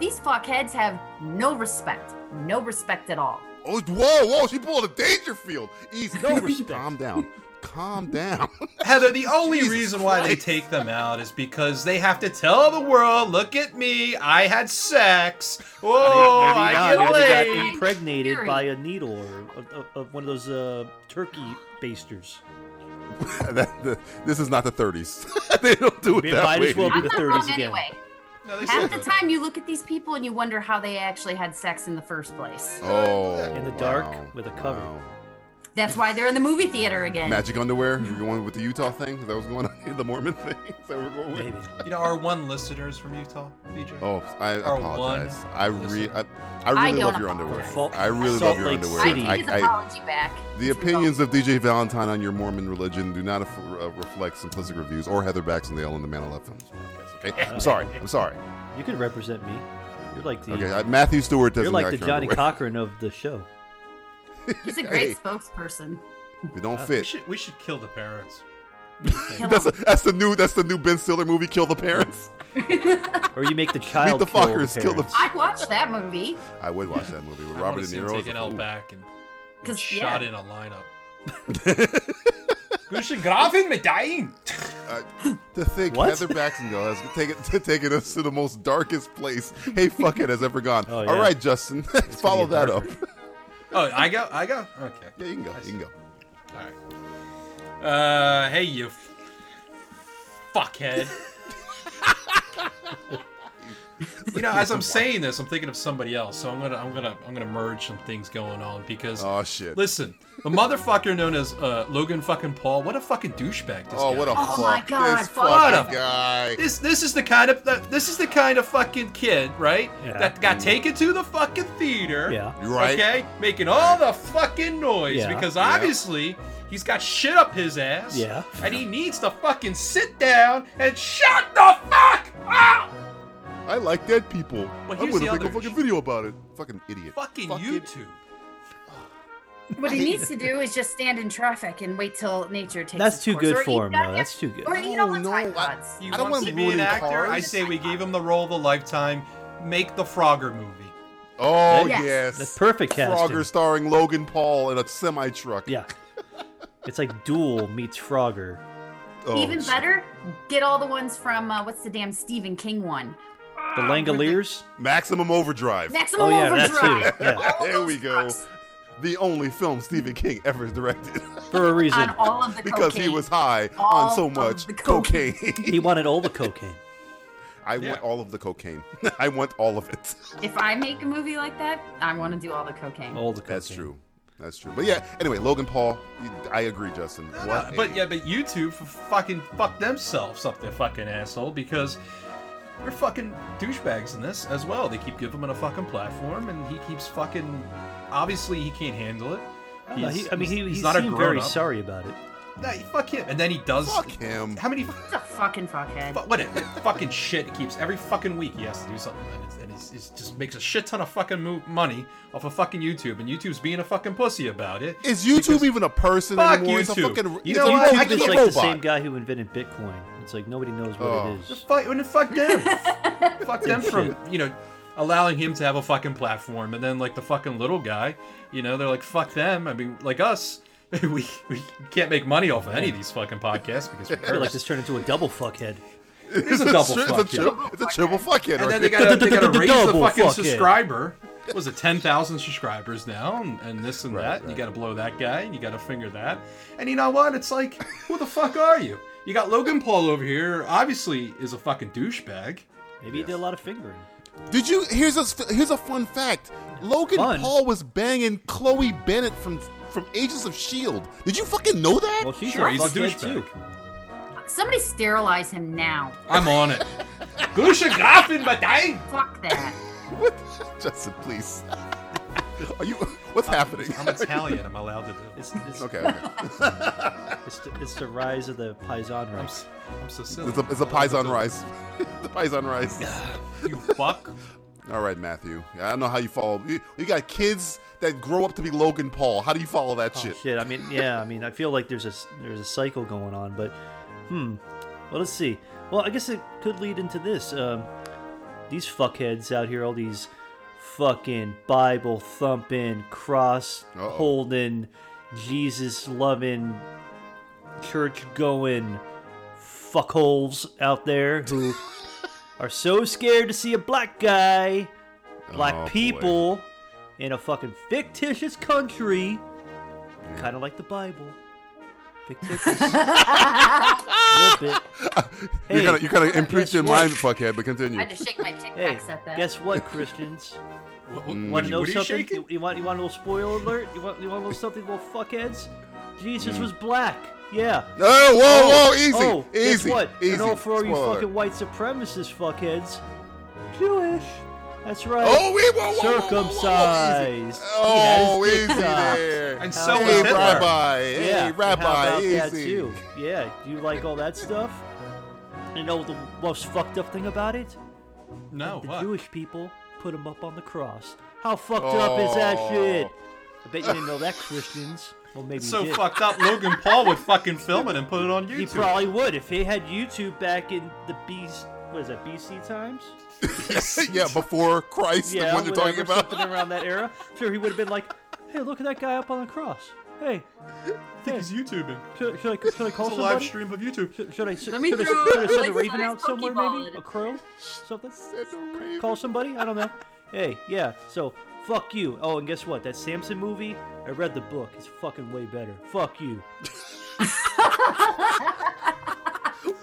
[SPEAKER 12] these fuckheads have no respect no respect at all
[SPEAKER 4] Oh, whoa, whoa. She pulled a Dangerfield. Easy. No, calm down. calm down.
[SPEAKER 1] Heather, the only reason why they take them out is because they have to tell the world, look at me, I had sex.
[SPEAKER 4] Oh
[SPEAKER 1] Whoa, I
[SPEAKER 6] Maybe
[SPEAKER 1] get
[SPEAKER 6] not, if he
[SPEAKER 1] laid.
[SPEAKER 6] got impregnated by a needle or of- of, of one of those uh, turkey basters.
[SPEAKER 4] That- the- this is not the 30s. they don't do it
[SPEAKER 6] It
[SPEAKER 4] that
[SPEAKER 6] might
[SPEAKER 4] way.
[SPEAKER 6] as well be the
[SPEAKER 12] Not wrong anyway.
[SPEAKER 1] they
[SPEAKER 12] Half the
[SPEAKER 4] said-
[SPEAKER 12] time you look at these people and you wonder how they actually had sex in the first place.
[SPEAKER 4] Oh,
[SPEAKER 6] In the dark
[SPEAKER 4] wow.
[SPEAKER 6] with a cover.
[SPEAKER 12] That's why they're in the movie theater again.
[SPEAKER 4] Magic underwear. You're going with the Utah thing. Is That was going on the Mormon thing. Is that what we're going with?
[SPEAKER 1] You know, our one listeners from Utah, BJ.
[SPEAKER 4] Oh, I
[SPEAKER 1] Our
[SPEAKER 4] apologize.
[SPEAKER 1] one
[SPEAKER 4] I re I, I
[SPEAKER 1] I
[SPEAKER 4] really
[SPEAKER 1] don't
[SPEAKER 4] love your underwear.
[SPEAKER 1] apologize.
[SPEAKER 4] I really
[SPEAKER 1] Salt
[SPEAKER 4] love your
[SPEAKER 1] Lake
[SPEAKER 4] underwear.
[SPEAKER 1] City.
[SPEAKER 12] I need his apology back.
[SPEAKER 4] the opinions of DJ Valentine on your Mormon religion do not af- uh, reflect simplistic reviews or Heather Bax and the Ellen the Man I Love films. podcast, Okay, I'm sorry. I'm sorry.
[SPEAKER 6] You could represent me. You're like the
[SPEAKER 4] Okay, uh, Matthew Stewart doesn't
[SPEAKER 6] You're like the
[SPEAKER 4] like your
[SPEAKER 6] Johnny
[SPEAKER 4] underwear.
[SPEAKER 6] Cochran of the show.
[SPEAKER 12] He's a great spokesperson.
[SPEAKER 4] If it don't
[SPEAKER 1] Uh, We
[SPEAKER 4] fit.
[SPEAKER 1] should, we should kill the parents.
[SPEAKER 4] That's, that's the new that's the new Ben Stiller movie. Kill the parents.
[SPEAKER 6] Or you make the child
[SPEAKER 4] the
[SPEAKER 6] kill
[SPEAKER 4] fuckers, kill the-
[SPEAKER 6] parents.
[SPEAKER 12] I watched that movie
[SPEAKER 4] I would watch that movie with
[SPEAKER 1] I
[SPEAKER 4] Robert
[SPEAKER 1] wanna
[SPEAKER 4] De
[SPEAKER 1] see him
[SPEAKER 4] Niro.
[SPEAKER 1] Take
[SPEAKER 4] as
[SPEAKER 1] an
[SPEAKER 4] a
[SPEAKER 1] L
[SPEAKER 4] fool.
[SPEAKER 1] back and
[SPEAKER 12] because
[SPEAKER 1] shot
[SPEAKER 12] yeah,
[SPEAKER 1] in a lineup. Gushin Grafen mit dying.
[SPEAKER 4] Uh, To think
[SPEAKER 1] What?
[SPEAKER 4] Heather Baxendale has taken to taken us to the most darkest place Hey Fuckhead has ever gone.
[SPEAKER 1] Oh,
[SPEAKER 4] All
[SPEAKER 1] yeah.
[SPEAKER 4] right, Justin, follow that up.
[SPEAKER 1] Oh, I go. I go. Okay.
[SPEAKER 4] Yeah, you can go. You can go.
[SPEAKER 1] All right. Uh, hey you, f- fuckhead. you know, as I'm saying this, I'm thinking of somebody else. So I'm gonna, I'm gonna, I'm gonna merge some things going on because.
[SPEAKER 4] Oh shit.
[SPEAKER 1] Listen, the motherfucker known as uh, Logan fucking Paul. What a fucking douchebag. This
[SPEAKER 4] Oh,
[SPEAKER 1] guy
[SPEAKER 4] what a
[SPEAKER 1] is.
[SPEAKER 4] Oh my fuck. God, This fuck.
[SPEAKER 1] What
[SPEAKER 4] fucking guy.
[SPEAKER 1] This this is the kind of this is the kind of fucking kid, right?
[SPEAKER 4] Yeah.
[SPEAKER 1] That got taken to the fucking theater.
[SPEAKER 4] Yeah. Right.
[SPEAKER 1] Okay, making all the fucking noise
[SPEAKER 4] Yeah.
[SPEAKER 1] because
[SPEAKER 4] Yeah.
[SPEAKER 1] obviously he's got shit up his ass.
[SPEAKER 6] Yeah.
[SPEAKER 1] And he needs to fucking sit down and shut the fuck up.
[SPEAKER 4] I like dead people.
[SPEAKER 1] But
[SPEAKER 4] I'm
[SPEAKER 1] here's
[SPEAKER 4] gonna
[SPEAKER 1] the
[SPEAKER 4] make a
[SPEAKER 1] other
[SPEAKER 4] fucking video about it. Fucking idiot.
[SPEAKER 1] Fucking, YouTube.
[SPEAKER 12] what he needs to do is just stand in traffic and wait till nature takes.
[SPEAKER 6] That's
[SPEAKER 12] its
[SPEAKER 6] too
[SPEAKER 12] course.
[SPEAKER 6] good
[SPEAKER 12] Or
[SPEAKER 6] for him,
[SPEAKER 12] eat-
[SPEAKER 6] though. That's too good.
[SPEAKER 12] Or eat all the Tide Pods.
[SPEAKER 1] He wants to be an actor. I say we gave him the role of a lifetime. Make the Frogger movie.
[SPEAKER 4] Oh
[SPEAKER 1] Yes.
[SPEAKER 4] yes,
[SPEAKER 1] That's perfect casting.
[SPEAKER 4] Frogger starring Logan Paul in a semi truck.
[SPEAKER 6] Yeah, It's like Duel meets Frogger.
[SPEAKER 4] Oh,
[SPEAKER 12] Even
[SPEAKER 1] "Oh,
[SPEAKER 12] better, get all the ones from uh, what's the damn Stephen King one?
[SPEAKER 6] The Langoliers.
[SPEAKER 4] Maximum Overdrive.
[SPEAKER 12] Maximum Oh, yeah, that too. Overdrive. Yeah. All
[SPEAKER 4] there we go. The only film Stephen King ever directed.
[SPEAKER 6] For a reason.
[SPEAKER 12] On all of the
[SPEAKER 4] because he
[SPEAKER 12] cocaine.
[SPEAKER 4] was high
[SPEAKER 12] All
[SPEAKER 4] on so
[SPEAKER 12] of
[SPEAKER 4] much
[SPEAKER 12] the
[SPEAKER 4] cocaine.
[SPEAKER 6] he wanted all the cocaine.
[SPEAKER 4] I want all of the cocaine. I want all of it.
[SPEAKER 12] If I make a movie like that, I want to do all the cocaine.
[SPEAKER 6] All the
[SPEAKER 4] That's true. That's true. But yeah, anyway, Logan Paul, you- I agree, Justin. What? a-
[SPEAKER 1] But yeah, but YouTube f- fucking fuck themselves up, their fucking asshole, because they're fucking douchebags in this as well. They keep giving him a fucking platform, and he keeps fucking. Obviously, he can't handle it.
[SPEAKER 6] I, don't know, he, I mean, he, he seemed
[SPEAKER 1] grown
[SPEAKER 6] very
[SPEAKER 1] up.
[SPEAKER 6] sorry about it.
[SPEAKER 1] Nah, fuck him. And then he does. Fuck
[SPEAKER 4] him.
[SPEAKER 1] How many?
[SPEAKER 12] He's a fucking fuckhead.
[SPEAKER 1] But what a fucking shit it keeps every fucking week. He has to do something, and, it's, and he's, he's just makes a shit ton of fucking mo- money off of fucking YouTube, and YouTube's being a fucking pussy about it.
[SPEAKER 4] Is YouTube even a person
[SPEAKER 1] Fuck
[SPEAKER 4] anymore? It's a
[SPEAKER 1] YouTube.
[SPEAKER 4] fucking.
[SPEAKER 1] You
[SPEAKER 4] it's
[SPEAKER 1] know
[SPEAKER 4] a
[SPEAKER 1] what?
[SPEAKER 4] YouTube
[SPEAKER 1] I
[SPEAKER 6] It's
[SPEAKER 4] is
[SPEAKER 6] like
[SPEAKER 4] a
[SPEAKER 6] the same
[SPEAKER 4] robot.
[SPEAKER 6] guy who invented Bitcoin. It's like nobody knows what
[SPEAKER 4] Oh.
[SPEAKER 6] it is.
[SPEAKER 1] Just fuck, and fuck them. fuck them
[SPEAKER 6] Good
[SPEAKER 1] from,
[SPEAKER 6] shit.
[SPEAKER 1] you know, allowing him to have a fucking platform. And then, like, the fucking little guy, you know, they're like, fuck them. I mean, like us, we, we can't make money off of any of these fucking podcasts because we're
[SPEAKER 6] I feel like
[SPEAKER 1] cursed.
[SPEAKER 6] this turned into a double fuckhead.
[SPEAKER 1] It's a double
[SPEAKER 4] It's a
[SPEAKER 1] fuck,
[SPEAKER 4] triple-
[SPEAKER 1] yeah.
[SPEAKER 4] It's a triple fuckhead.
[SPEAKER 1] And
[SPEAKER 4] right
[SPEAKER 1] then they
[SPEAKER 4] there.
[SPEAKER 1] gotta, they gotta raise the
[SPEAKER 6] Double
[SPEAKER 1] fucking
[SPEAKER 6] fuck, yeah.
[SPEAKER 1] subscriber. Was it 10,000 subscribers now? And, and this and that. and You gotta blow that guy. And you gotta finger that. And you know what? It's like, who the fuck are you? You got Logan Paul over here, obviously is a fucking douchebag.
[SPEAKER 6] Maybe he did a lot of fingering.
[SPEAKER 4] Did you? Here's a here's a fun fact. Logan Paul was banging Chloe Bennett from from Agents of Shield. E Did you fucking know that?
[SPEAKER 6] Well, she's
[SPEAKER 12] Sure, a he's a
[SPEAKER 6] fuckhead, douchebag.
[SPEAKER 12] Somebody sterilize him now.
[SPEAKER 1] I'm on it. Gusha Grafen, but dang!
[SPEAKER 12] Fuck that.
[SPEAKER 4] Justin, please. Are you? What's happening?
[SPEAKER 1] I'm Italian. I'm allowed to do.
[SPEAKER 6] It's, it's,
[SPEAKER 4] Okay, okay.
[SPEAKER 6] it's, the, it's the rise of the Paisan rice.
[SPEAKER 1] I'm so silly.
[SPEAKER 4] It's a, it's a pies on rice. the pies on rice.
[SPEAKER 1] you fuck.
[SPEAKER 4] All right, Matthew. I don't know how you follow. You, you got kids that grow up to be Logan Paul. How do you follow that shit?
[SPEAKER 6] Oh, Shit, I mean, yeah, I mean, I feel like there's a there's a cycle going on, but hmm. Well, let's see. Well, I guess it could lead into this. Um, these fuckheads out here, all these fucking Bible thumping, cross holding, Jesus loving church going fuckholes out there who are so scared to see a black guy, black
[SPEAKER 27] Oh, boy.
[SPEAKER 6] people in a fucking fictitious country, kind of like the Bible. Fictitious. A little bit.
[SPEAKER 4] you're
[SPEAKER 6] Hey,
[SPEAKER 4] kind of you're kind of
[SPEAKER 6] guess
[SPEAKER 4] imprinted in
[SPEAKER 6] what?
[SPEAKER 4] mind, fuckhead. But continue.
[SPEAKER 12] I had to shake my tic
[SPEAKER 6] Hey,
[SPEAKER 12] tacs at that.
[SPEAKER 6] guess what, Christians?
[SPEAKER 4] Mm.
[SPEAKER 6] Want to know
[SPEAKER 4] What are you
[SPEAKER 6] something?
[SPEAKER 4] shaking?
[SPEAKER 6] You, you want you want a little spoiler alert? You want you want a little something, little fuckheads? Jesus was black. Yeah.
[SPEAKER 4] No, Mm. Oh, whoa, whoa, easy,
[SPEAKER 6] oh, Guess
[SPEAKER 4] easy,
[SPEAKER 6] what?
[SPEAKER 4] easy.
[SPEAKER 6] And all for all you
[SPEAKER 4] Spoiler.
[SPEAKER 6] fucking white supremacist fuckheads, Jewish. That's right.
[SPEAKER 4] Oh, we- whoa, whoa, whoa, whoa,
[SPEAKER 6] circumcised.
[SPEAKER 4] Oh,
[SPEAKER 6] He had his
[SPEAKER 4] easy
[SPEAKER 6] dick out.
[SPEAKER 4] there. And
[SPEAKER 6] How
[SPEAKER 4] so
[SPEAKER 6] about
[SPEAKER 4] was
[SPEAKER 6] that?
[SPEAKER 4] Rabbi. Hey,
[SPEAKER 6] yeah,
[SPEAKER 4] Rabbi,
[SPEAKER 6] How about that
[SPEAKER 4] easy.
[SPEAKER 6] too? Yeah, you like all that stuff? You know the most fucked up thing about it?
[SPEAKER 1] No,
[SPEAKER 6] the
[SPEAKER 1] what?
[SPEAKER 6] Jewish people put him up on the cross. How fucked up is that
[SPEAKER 1] Oh.
[SPEAKER 6] shit? I bet you didn't know that, Christians. Well, maybe you
[SPEAKER 1] so
[SPEAKER 6] did.
[SPEAKER 1] fucked up. Logan Paul would fucking film it and put it on YouTube.
[SPEAKER 6] He probably would if he had YouTube back in the B. What is that? BC times?
[SPEAKER 4] yeah, before Christ, the
[SPEAKER 6] yeah,
[SPEAKER 4] one you're
[SPEAKER 6] whatever,
[SPEAKER 4] talking about.
[SPEAKER 6] something around that era. Sure, he would have been like, "Hey, look at that guy up on the cross. Hey,
[SPEAKER 1] I think he's YouTubing.
[SPEAKER 6] Should, should, I, should I call
[SPEAKER 1] it's a
[SPEAKER 6] somebody?
[SPEAKER 1] live stream of YouTube.
[SPEAKER 6] Should, should I, should,
[SPEAKER 1] Let me
[SPEAKER 6] should I,
[SPEAKER 1] throw-
[SPEAKER 6] should I send
[SPEAKER 1] like
[SPEAKER 6] a
[SPEAKER 1] a
[SPEAKER 6] raven
[SPEAKER 1] nice
[SPEAKER 6] out somewhere,
[SPEAKER 1] Pokeball
[SPEAKER 6] maybe? A crow? Something? Call somebody? I don't know. Hey, yeah, so fuck you. Oh, and guess what? That Samson movie, I read the book. It's fucking way better. Fuck you.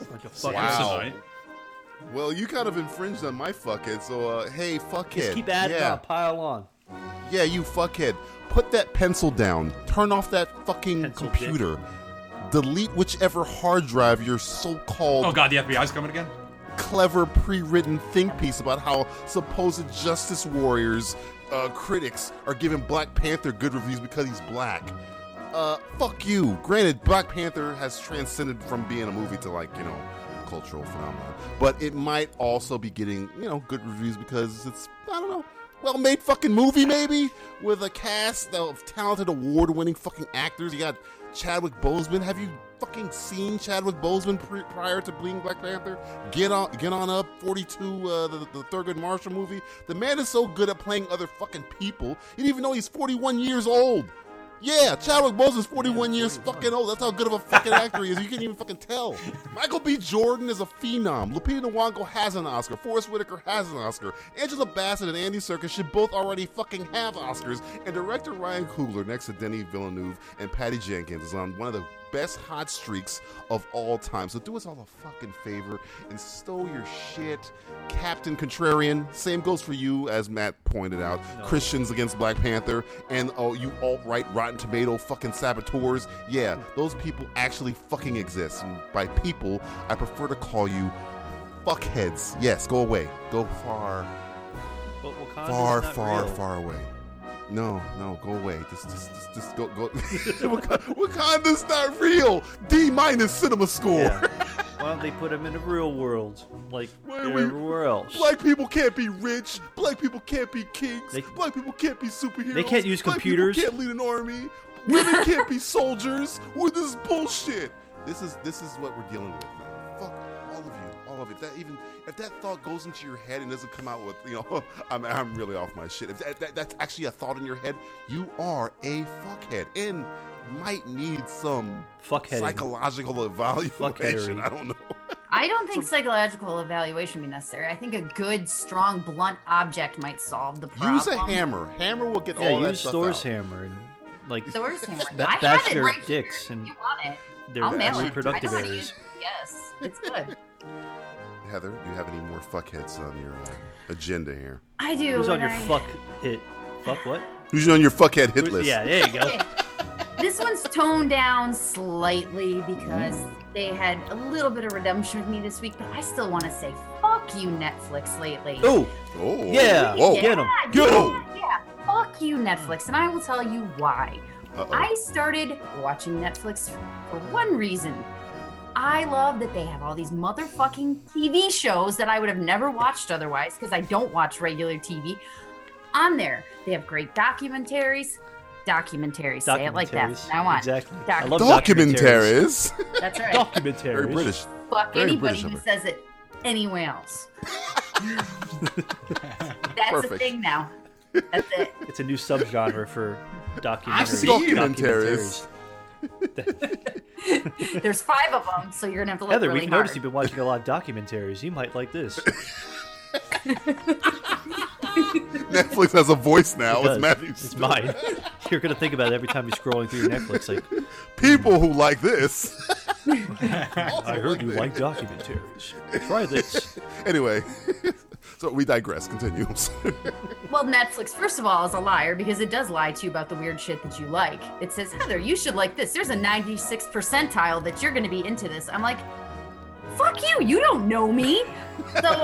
[SPEAKER 6] Bunch of fucking-
[SPEAKER 4] Wow. Well, you kind of infringed on my fuckhead, so uh, hey, fuckhead.
[SPEAKER 6] Just keep adding
[SPEAKER 4] yeah.
[SPEAKER 6] on, pile on.
[SPEAKER 4] Yeah, you fuckhead. Put that pencil down. Turn off that fucking computer. Delete whichever hard drive your so-called
[SPEAKER 1] Oh god, the FBI's coming again.
[SPEAKER 4] clever pre-written think piece about how supposed justice warriors uh, critics are giving Black Panther good reviews because he's black. Uh, fuck you. Granted, Black Panther has transcended from being a movie to like you know a cultural phenomenon, but it might also be getting you know good reviews because it's I don't know well-made fucking movie maybe with a cast of talented award-winning fucking actors. You got Chadwick Boseman. Have you fucking seen Chadwick Boseman pre- prior to being Black Panther? Get on, get on up. Forty-two, uh, the, the Thurgood Marshall movie. The man is so good at playing other fucking people. You didn't even know he's forty-one years old. Yeah, Chadwick Boseman's 41 years fucking old. That's how good of a fucking actor he is. You can't even fucking tell. Michael B. Jordan is a phenom. Lupita Nyong'o has an Oscar. Forrest Whitaker has an Oscar. Angela Bassett and Andy Serkis should both already fucking have Oscars. And director Ryan Coogler, next to Denny Villeneuve and Patty Jenkins, is on one of the best hot streaks of all time. So do us all a fucking favor and stow your shit, Captain Contrarian. Same goes for you, as Matt pointed out. Christians against Black Panther and oh, you alt right, Rotten Tomato fucking saboteurs. Yeah, those people actually fucking exist. And by people, I prefer to call you fuckheads. Yes, go away. Go far,
[SPEAKER 6] But Wakanda's
[SPEAKER 4] far,
[SPEAKER 6] not
[SPEAKER 4] far,
[SPEAKER 6] real.
[SPEAKER 4] far away. No, no, go away. Just, just, just, just go, go. Wak- Wakanda's not real. D minus cinema score.
[SPEAKER 6] Why don't they put him in the real world, like
[SPEAKER 4] Why are we-
[SPEAKER 6] everywhere else?
[SPEAKER 4] Black people can't be rich. Black people can't be kings. black people can't be superheroes.
[SPEAKER 6] they can't use
[SPEAKER 4] Black people
[SPEAKER 6] computers.
[SPEAKER 4] can't lead an army. Women can't be soldiers. Well, this is bullshit. This is this is what we're dealing with. man. Fuck all of you, all of it. That even if that thought goes into your head and doesn't come out with you know, I'm I'm really off my shit. If that, that, that's actually a thought in your head, you are a fuckhead and might need some
[SPEAKER 6] fuckhead
[SPEAKER 4] psychological evaluation.
[SPEAKER 6] Fuckheadery.
[SPEAKER 4] I don't know.
[SPEAKER 12] I don't think psychological evaluation would be necessary. I think a good, strong, blunt object might solve the problem.
[SPEAKER 4] Use a hammer. Hammer will get
[SPEAKER 6] Yeah,
[SPEAKER 4] all that
[SPEAKER 6] use
[SPEAKER 4] stuff
[SPEAKER 6] Thor's
[SPEAKER 4] out.
[SPEAKER 6] hammer and like
[SPEAKER 12] Thor's hammer.
[SPEAKER 6] ba-
[SPEAKER 12] I have
[SPEAKER 6] bash
[SPEAKER 12] it
[SPEAKER 6] their
[SPEAKER 12] right here.
[SPEAKER 6] dicks and
[SPEAKER 12] You want it?
[SPEAKER 6] their
[SPEAKER 12] I'll mail it.
[SPEAKER 6] reproductive
[SPEAKER 12] I know how to
[SPEAKER 6] areas.
[SPEAKER 12] Yes, it's good.
[SPEAKER 4] Heather, do you have any more fuckheads on your uh, agenda here?
[SPEAKER 12] I do.
[SPEAKER 6] Who's on
[SPEAKER 12] and
[SPEAKER 6] your
[SPEAKER 12] I-
[SPEAKER 6] fuck hit? Fuck what?
[SPEAKER 4] Who's on your fuckhead hit list?
[SPEAKER 6] Yeah, there you go.
[SPEAKER 12] this one's toned down slightly because they had a little bit of redemption with me this week, but I still want to say fuck you, Netflix lately.
[SPEAKER 6] Oh,
[SPEAKER 4] oh,
[SPEAKER 6] yeah,
[SPEAKER 12] Whoa.
[SPEAKER 6] get him,
[SPEAKER 12] Yeah,
[SPEAKER 6] get
[SPEAKER 12] yeah,
[SPEAKER 6] him.
[SPEAKER 12] Yeah, fuck you, Netflix, and I will tell you why.
[SPEAKER 4] Uh-oh.
[SPEAKER 12] I started watching Netflix for one reason. I love that they have all these motherfucking TV shows that I would have never watched otherwise because I don't watch regular TV on there. They have great documentaries. Documentaries. Say it like that.
[SPEAKER 6] Documentaries.
[SPEAKER 12] from now on.
[SPEAKER 6] Exactly.
[SPEAKER 12] Doc-
[SPEAKER 6] I love documentaries.
[SPEAKER 12] That's right.
[SPEAKER 6] Documentaries.
[SPEAKER 4] Very British.
[SPEAKER 12] Fuck
[SPEAKER 4] Very
[SPEAKER 12] anybody
[SPEAKER 4] British
[SPEAKER 12] who
[SPEAKER 4] of her.
[SPEAKER 12] says it anywhere else. That's a
[SPEAKER 6] Perfect.
[SPEAKER 12] thing now.
[SPEAKER 6] It's a new subgenre for documentaries.
[SPEAKER 4] I've seen it. Documentaries.
[SPEAKER 12] There's five of them, so you're gonna have to look
[SPEAKER 6] Heather,
[SPEAKER 12] really
[SPEAKER 6] we've
[SPEAKER 12] hard.
[SPEAKER 6] noticed you've been watching a lot of documentaries. You might like this.
[SPEAKER 4] Netflix has a voice now.
[SPEAKER 6] It
[SPEAKER 4] It's
[SPEAKER 6] does.
[SPEAKER 4] Matthew's.
[SPEAKER 6] It's mine. You're gonna think about it every time you're scrolling through your Netflix. Like,
[SPEAKER 4] People who like this.
[SPEAKER 6] I heard you like documentaries. Try this.
[SPEAKER 4] anyway, so we digress. Continue. I'm sorry.
[SPEAKER 12] Well, Netflix, first of all, is a liar because it does lie to you about the weird shit that you like. It says, Heather, you should like this. There's a 96 percentile that you're going to be into this. I'm like, fuck you. You don't know me. So I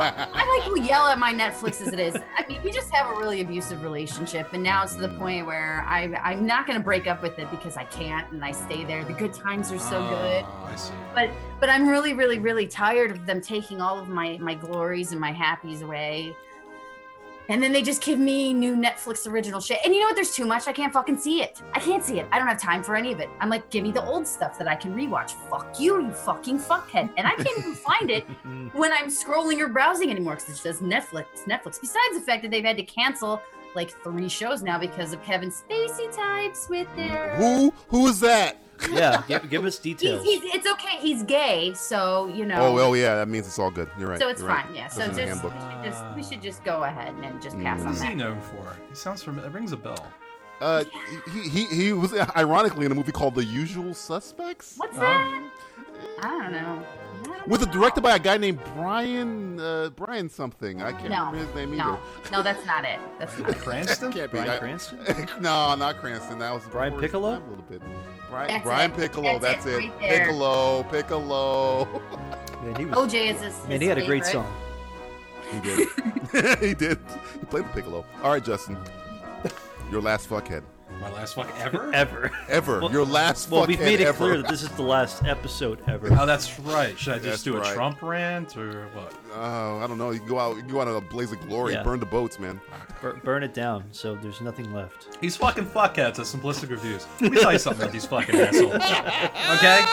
[SPEAKER 12] like will yell at my Netflix as it is. I mean, we just have a really abusive relationship. And now it's to the point where I, I'm not going to break up with it because I can't and I stay there. The good times are so
[SPEAKER 1] Oh.
[SPEAKER 12] good
[SPEAKER 1] Ah, I see.
[SPEAKER 12] but but I'm really, really, really tired of them taking all of my my glories and my happies away. And then they just give me new Netflix original shit. And you know what? There's too much. I can't fucking see it. I can't see it. I don't have time for any of it. I'm like, give me the old stuff that I can rewatch. Fuck you, you fucking fuckhead. And I can't even find it when I'm scrolling or browsing anymore because it says Netflix, Netflix. Besides the fact that they've had to cancel like three shows now because of Kevin Spacey types with their
[SPEAKER 4] Who? Who is that?
[SPEAKER 6] Yeah, give, give us
[SPEAKER 12] He's,
[SPEAKER 6] details.
[SPEAKER 12] he's, it's okay. He's gay, so you know.
[SPEAKER 4] Oh well, yeah. That means it's all good. You're right.
[SPEAKER 12] So it's
[SPEAKER 4] you're right.
[SPEAKER 12] fine. Yeah.
[SPEAKER 4] It's
[SPEAKER 12] So
[SPEAKER 4] in
[SPEAKER 12] just
[SPEAKER 4] the
[SPEAKER 12] we,
[SPEAKER 4] handbook. Mm.
[SPEAKER 12] should just we should just go ahead and just pass
[SPEAKER 1] What
[SPEAKER 12] on
[SPEAKER 1] is he
[SPEAKER 12] that.
[SPEAKER 1] known for? He sounds familiar. It rings a bell.
[SPEAKER 4] Uh, he, he he was ironically in a movie called The Usual Suspects.
[SPEAKER 12] What's that? I don't know.
[SPEAKER 4] With it directed by a guy named Brian uh, Brian something. I can't
[SPEAKER 12] No.
[SPEAKER 4] remember his name
[SPEAKER 12] No.
[SPEAKER 4] either.
[SPEAKER 12] No, that's not it. That's not it.
[SPEAKER 1] Cranston?
[SPEAKER 4] Can't be.
[SPEAKER 1] Brian
[SPEAKER 4] I-
[SPEAKER 1] Cranston?
[SPEAKER 4] no, not Cranston. That was
[SPEAKER 6] Brian
[SPEAKER 4] before his
[SPEAKER 6] Piccolo?
[SPEAKER 4] time A little bit. Brian,
[SPEAKER 12] That's
[SPEAKER 4] Brian
[SPEAKER 12] it.
[SPEAKER 4] Piccolo.
[SPEAKER 12] That's
[SPEAKER 4] That's,
[SPEAKER 12] it,
[SPEAKER 4] it.
[SPEAKER 12] right there.
[SPEAKER 4] Piccolo. Piccolo.
[SPEAKER 6] Man, he was,
[SPEAKER 12] OJ is his.
[SPEAKER 6] man,
[SPEAKER 12] his
[SPEAKER 6] he had a great
[SPEAKER 12] favorite.
[SPEAKER 6] song.
[SPEAKER 4] He did. he did. He played the Piccolo. All right, Justin. Your last fuckhead
[SPEAKER 1] My last fuck ever?
[SPEAKER 6] Ever.
[SPEAKER 4] ever. Your last
[SPEAKER 6] Well,
[SPEAKER 4] fuckhead
[SPEAKER 6] we've made it
[SPEAKER 4] ever.
[SPEAKER 6] clear that this is the last episode ever.
[SPEAKER 1] Oh, that's right. Should I
[SPEAKER 4] That's
[SPEAKER 1] just do a
[SPEAKER 4] right.
[SPEAKER 1] Trump rant or what?
[SPEAKER 4] Oh, I don't know. You can go out. You can go out on a blaze of glory.
[SPEAKER 6] Yeah.
[SPEAKER 4] Burn the boats, man.
[SPEAKER 6] Bur- burn it down, um, so there's nothing left.
[SPEAKER 1] These fucking fuckheads at Simplistic Reviews. Let me tell you something about these fucking assholes. Okay?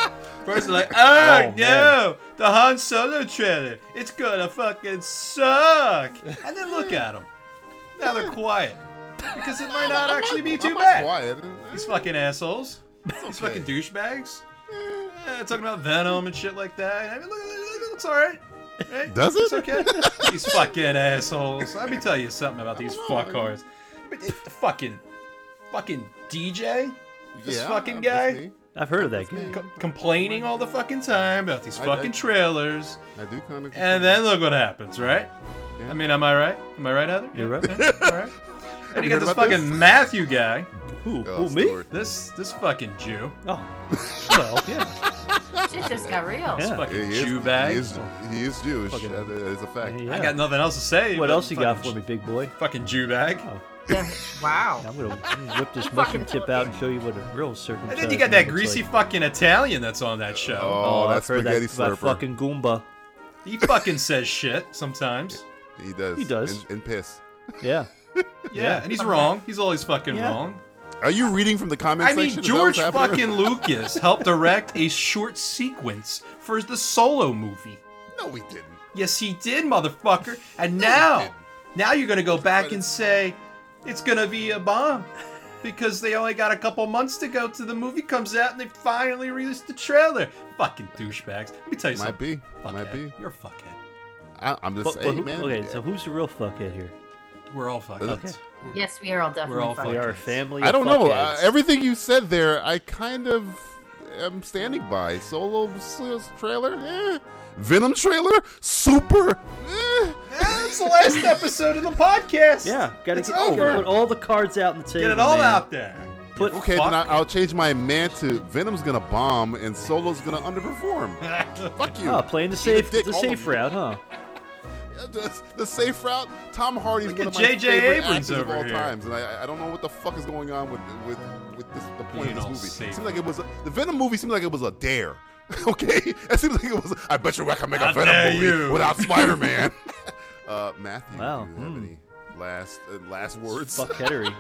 [SPEAKER 1] First, they're like, oh,
[SPEAKER 6] Oh, man.
[SPEAKER 1] no, the Han Solo trailer. It's gonna fucking suck. And then look at them. Now they're quiet. Because it might not actually be too bad.
[SPEAKER 4] Quiet.
[SPEAKER 1] These fucking assholes. These fucking douchebags. Eh, talking about Venom and shit like that. I mean, look, look, look, it's alright. Right?
[SPEAKER 4] Does it?
[SPEAKER 1] It's okay. these fucking assholes. Let me tell you something about these fuckhards. But it- the fucking, fucking DJ, this
[SPEAKER 4] Yeah,
[SPEAKER 1] fucking
[SPEAKER 4] that's
[SPEAKER 1] guy,
[SPEAKER 4] me.
[SPEAKER 6] I've heard of that guy.
[SPEAKER 1] com- complaining all the fucking time about these
[SPEAKER 4] I-
[SPEAKER 1] fucking
[SPEAKER 4] I-
[SPEAKER 1] trailers.
[SPEAKER 4] I do kind of.
[SPEAKER 1] And then look what happens, right?
[SPEAKER 4] Yeah.
[SPEAKER 1] I mean, am I right? Am I right, Heather?
[SPEAKER 6] You're right.
[SPEAKER 1] Yeah, all right. And you
[SPEAKER 4] you
[SPEAKER 1] got
[SPEAKER 4] heard
[SPEAKER 1] this
[SPEAKER 4] about
[SPEAKER 1] fucking Matthew guy.
[SPEAKER 6] Who?
[SPEAKER 4] Oh,
[SPEAKER 6] who, me?
[SPEAKER 4] Lord.
[SPEAKER 1] This this fucking Jew.
[SPEAKER 6] Oh,
[SPEAKER 1] Well, yeah.
[SPEAKER 12] Shit just got real.
[SPEAKER 1] This
[SPEAKER 6] Yeah.
[SPEAKER 4] He
[SPEAKER 1] fucking
[SPEAKER 4] is,
[SPEAKER 1] Jew bag.
[SPEAKER 4] He is, he is Jewish.
[SPEAKER 6] Fucking-
[SPEAKER 4] That is a fact.
[SPEAKER 6] yeah.
[SPEAKER 1] I got nothing else to say.
[SPEAKER 6] What
[SPEAKER 1] but
[SPEAKER 6] else you got
[SPEAKER 1] fucking
[SPEAKER 6] for me, big boy? Oh.
[SPEAKER 1] Fucking Jew bag.
[SPEAKER 12] Yeah. Wow.
[SPEAKER 6] I'm gonna whip this mushroom tip out and show you what a real circumcised.
[SPEAKER 1] And then you got
[SPEAKER 6] man
[SPEAKER 1] that
[SPEAKER 6] looks
[SPEAKER 1] greasy
[SPEAKER 6] Like.
[SPEAKER 1] fucking Italian that's on that show.
[SPEAKER 4] Oh,
[SPEAKER 6] I've
[SPEAKER 4] that's
[SPEAKER 6] heard
[SPEAKER 4] spaghetti
[SPEAKER 6] that, that
[SPEAKER 4] slurper.
[SPEAKER 6] fucking Goomba.
[SPEAKER 1] He fucking says shit sometimes.
[SPEAKER 4] He does.
[SPEAKER 6] He does.
[SPEAKER 4] And, and piss.
[SPEAKER 6] Yeah.
[SPEAKER 1] Yeah, and he's wrong. He's always fucking
[SPEAKER 6] Yeah.
[SPEAKER 1] wrong.
[SPEAKER 4] Are you reading from the comment
[SPEAKER 1] I mean,
[SPEAKER 4] section? Is that
[SPEAKER 1] George
[SPEAKER 4] what's happening?
[SPEAKER 1] fucking Lucas helped direct a short sequence for the solo movie.
[SPEAKER 4] No, we didn't.
[SPEAKER 1] Yes, he did, motherfucker. And now, now you're gonna go back and say it's gonna be a bomb because they only got a couple months to go till the movie comes out and they finally released the trailer. Fucking douchebags. Let me tell you
[SPEAKER 4] Might
[SPEAKER 1] something.
[SPEAKER 4] be. Might
[SPEAKER 1] Fuckhead.
[SPEAKER 4] be.
[SPEAKER 1] You're a fuckhead.
[SPEAKER 4] I, I'm just
[SPEAKER 6] But, but
[SPEAKER 4] saying,
[SPEAKER 6] who-
[SPEAKER 4] man.
[SPEAKER 6] okay, so who's the real fuckhead here?
[SPEAKER 1] We're all fuckheads.
[SPEAKER 4] Okay.
[SPEAKER 12] Yes, we are all definitely.
[SPEAKER 1] all
[SPEAKER 12] fucking-
[SPEAKER 6] We
[SPEAKER 1] fuckheads.
[SPEAKER 6] are a family.
[SPEAKER 4] I
[SPEAKER 6] of
[SPEAKER 4] don't know. Uh,
[SPEAKER 6] fuckheads.
[SPEAKER 4] everything you said there, I kind of am standing by. Solo s- trailer, eh. Venom trailer, super. Eh.
[SPEAKER 1] That's the last episode of the podcast.
[SPEAKER 6] Yeah, gotta
[SPEAKER 1] It's
[SPEAKER 6] get,
[SPEAKER 1] over.
[SPEAKER 6] put all the cards out on the table.
[SPEAKER 1] Get it all
[SPEAKER 6] man.
[SPEAKER 1] out there.
[SPEAKER 6] Put
[SPEAKER 4] Okay, then I, I'll change my man to Venom's gonna bomb and Solo's gonna underperform. Fuck you.
[SPEAKER 6] Oh, playing the
[SPEAKER 4] Eat a
[SPEAKER 6] safe,
[SPEAKER 4] dick,
[SPEAKER 6] the
[SPEAKER 4] all
[SPEAKER 6] safe
[SPEAKER 4] of you.
[SPEAKER 6] route, huh?
[SPEAKER 4] Yeah, that's the safe route. Tom Hardy's
[SPEAKER 1] Look
[SPEAKER 4] one
[SPEAKER 1] at
[SPEAKER 4] of my
[SPEAKER 1] J.J.
[SPEAKER 4] favorite actors
[SPEAKER 1] Abrams
[SPEAKER 4] of
[SPEAKER 1] over
[SPEAKER 4] all
[SPEAKER 1] here.
[SPEAKER 4] times, and I, I don't know what the fuck is going on with with with this, the point
[SPEAKER 1] Being
[SPEAKER 4] of
[SPEAKER 1] all
[SPEAKER 4] this movie.
[SPEAKER 1] safe.
[SPEAKER 4] It seemed like it was a, the Venom movie seemed like it was a dare. Okay, it seems like it was. I bet you I can make
[SPEAKER 1] How
[SPEAKER 4] a Venom
[SPEAKER 1] dare
[SPEAKER 4] movie
[SPEAKER 1] you.
[SPEAKER 4] without Spider Man. uh, Matthew,
[SPEAKER 6] Wow,
[SPEAKER 4] do you have
[SPEAKER 6] hmm.
[SPEAKER 4] any last uh, last words?
[SPEAKER 6] Fuckheadery.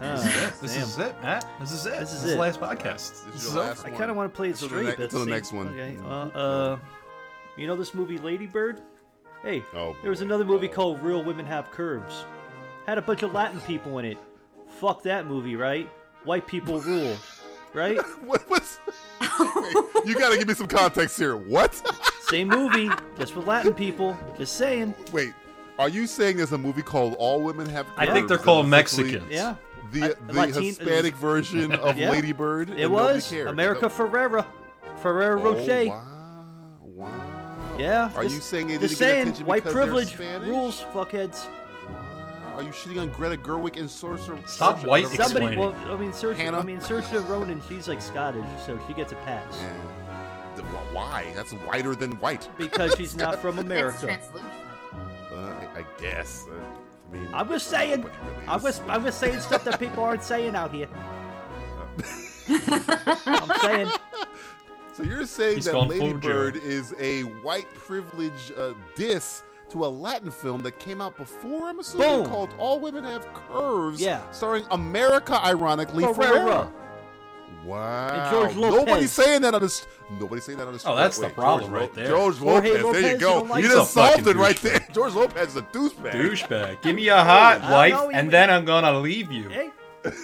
[SPEAKER 6] Huh,
[SPEAKER 1] This
[SPEAKER 6] damn.
[SPEAKER 1] is it, Matt. This is it.
[SPEAKER 6] This is
[SPEAKER 1] the
[SPEAKER 6] it.
[SPEAKER 1] last podcast.
[SPEAKER 4] This
[SPEAKER 1] This
[SPEAKER 4] is
[SPEAKER 1] is
[SPEAKER 4] your
[SPEAKER 1] over.
[SPEAKER 4] last
[SPEAKER 6] I
[SPEAKER 4] one.
[SPEAKER 6] kind of want to play it
[SPEAKER 4] Until the
[SPEAKER 6] straight.
[SPEAKER 4] ne-
[SPEAKER 6] but
[SPEAKER 4] until the
[SPEAKER 6] see-
[SPEAKER 4] next one.
[SPEAKER 6] Okay. Uh,
[SPEAKER 1] Mm-hmm.
[SPEAKER 6] uh, you know this movie Lady Bird? Hey,
[SPEAKER 4] Oh,
[SPEAKER 6] there was
[SPEAKER 4] boy.
[SPEAKER 6] another movie called Real Women Have Curves. Had a bunch of Latin people in it. Fuck that movie, right? White people rule. right?
[SPEAKER 4] what, what's? Wait, you gotta give me some context here. What?
[SPEAKER 6] Same movie, just with Latin people. Just saying.
[SPEAKER 4] Wait, are you saying there's a movie called All Women Have?
[SPEAKER 1] I
[SPEAKER 4] Curves
[SPEAKER 1] think they're called
[SPEAKER 4] and it's
[SPEAKER 1] Mexicans.
[SPEAKER 4] simply
[SPEAKER 6] Yeah.
[SPEAKER 4] The,
[SPEAKER 6] I-
[SPEAKER 4] the
[SPEAKER 6] Latin-
[SPEAKER 4] Hispanic version of
[SPEAKER 6] Yeah.
[SPEAKER 4] Lady Bird.
[SPEAKER 6] It was America Ferrera, Ferrera
[SPEAKER 4] Oh,
[SPEAKER 6] Rocher. Yeah.
[SPEAKER 4] Are
[SPEAKER 6] just-
[SPEAKER 4] you saying they didn't get
[SPEAKER 6] just saying,
[SPEAKER 4] attention
[SPEAKER 6] white
[SPEAKER 4] because they're
[SPEAKER 6] privilege
[SPEAKER 4] Spanish?
[SPEAKER 6] rules, fuckheads?
[SPEAKER 4] Are you shitting on Greta Gerwig and Sorcerer?
[SPEAKER 1] Stop
[SPEAKER 4] Sorcerer-
[SPEAKER 1] white
[SPEAKER 6] Somebody,
[SPEAKER 1] explaining.
[SPEAKER 6] well, I mean, Saoirse,
[SPEAKER 4] Hannah?
[SPEAKER 6] I mean, Saoirse Ronan, she's like Scottish, so she gets a pass
[SPEAKER 4] The- Why? That's whiter than white.
[SPEAKER 6] because she's not from America.
[SPEAKER 4] Uh, I, I guess. Uh, I mean,
[SPEAKER 6] I was saying, I was, I was saying stuff that people aren't saying out here. I'm saying,
[SPEAKER 4] Oh. So you're saying
[SPEAKER 1] He's
[SPEAKER 4] that
[SPEAKER 1] gone
[SPEAKER 4] Lady
[SPEAKER 1] full Joe.
[SPEAKER 4] Bird is a white privilege uh, diss to a Latin film that came out before, I'm assuming,
[SPEAKER 6] Boom.
[SPEAKER 4] called All Women Have Curves,
[SPEAKER 6] Yeah.
[SPEAKER 4] starring America, ironically,
[SPEAKER 6] Ferrera.
[SPEAKER 4] Ferrera. Wow.
[SPEAKER 6] And George
[SPEAKER 4] Nobody's
[SPEAKER 6] Lopez.
[SPEAKER 4] saying that on this. Nobody's saying that on this.
[SPEAKER 1] Oh, that's the problem
[SPEAKER 4] George, Lo-
[SPEAKER 1] right there.
[SPEAKER 4] George
[SPEAKER 6] Jorge
[SPEAKER 4] Lopez. There you
[SPEAKER 6] Lopez
[SPEAKER 4] go.
[SPEAKER 6] don't like
[SPEAKER 4] you
[SPEAKER 6] him.
[SPEAKER 4] just
[SPEAKER 1] He's a
[SPEAKER 4] solved it
[SPEAKER 1] fucking
[SPEAKER 4] right there. George Lopez is a douchebag.
[SPEAKER 1] Douchebag. Give me a hot
[SPEAKER 6] I
[SPEAKER 1] wife,
[SPEAKER 6] know he
[SPEAKER 1] and
[SPEAKER 6] was-
[SPEAKER 1] then I'm gonna leave you.
[SPEAKER 6] hey,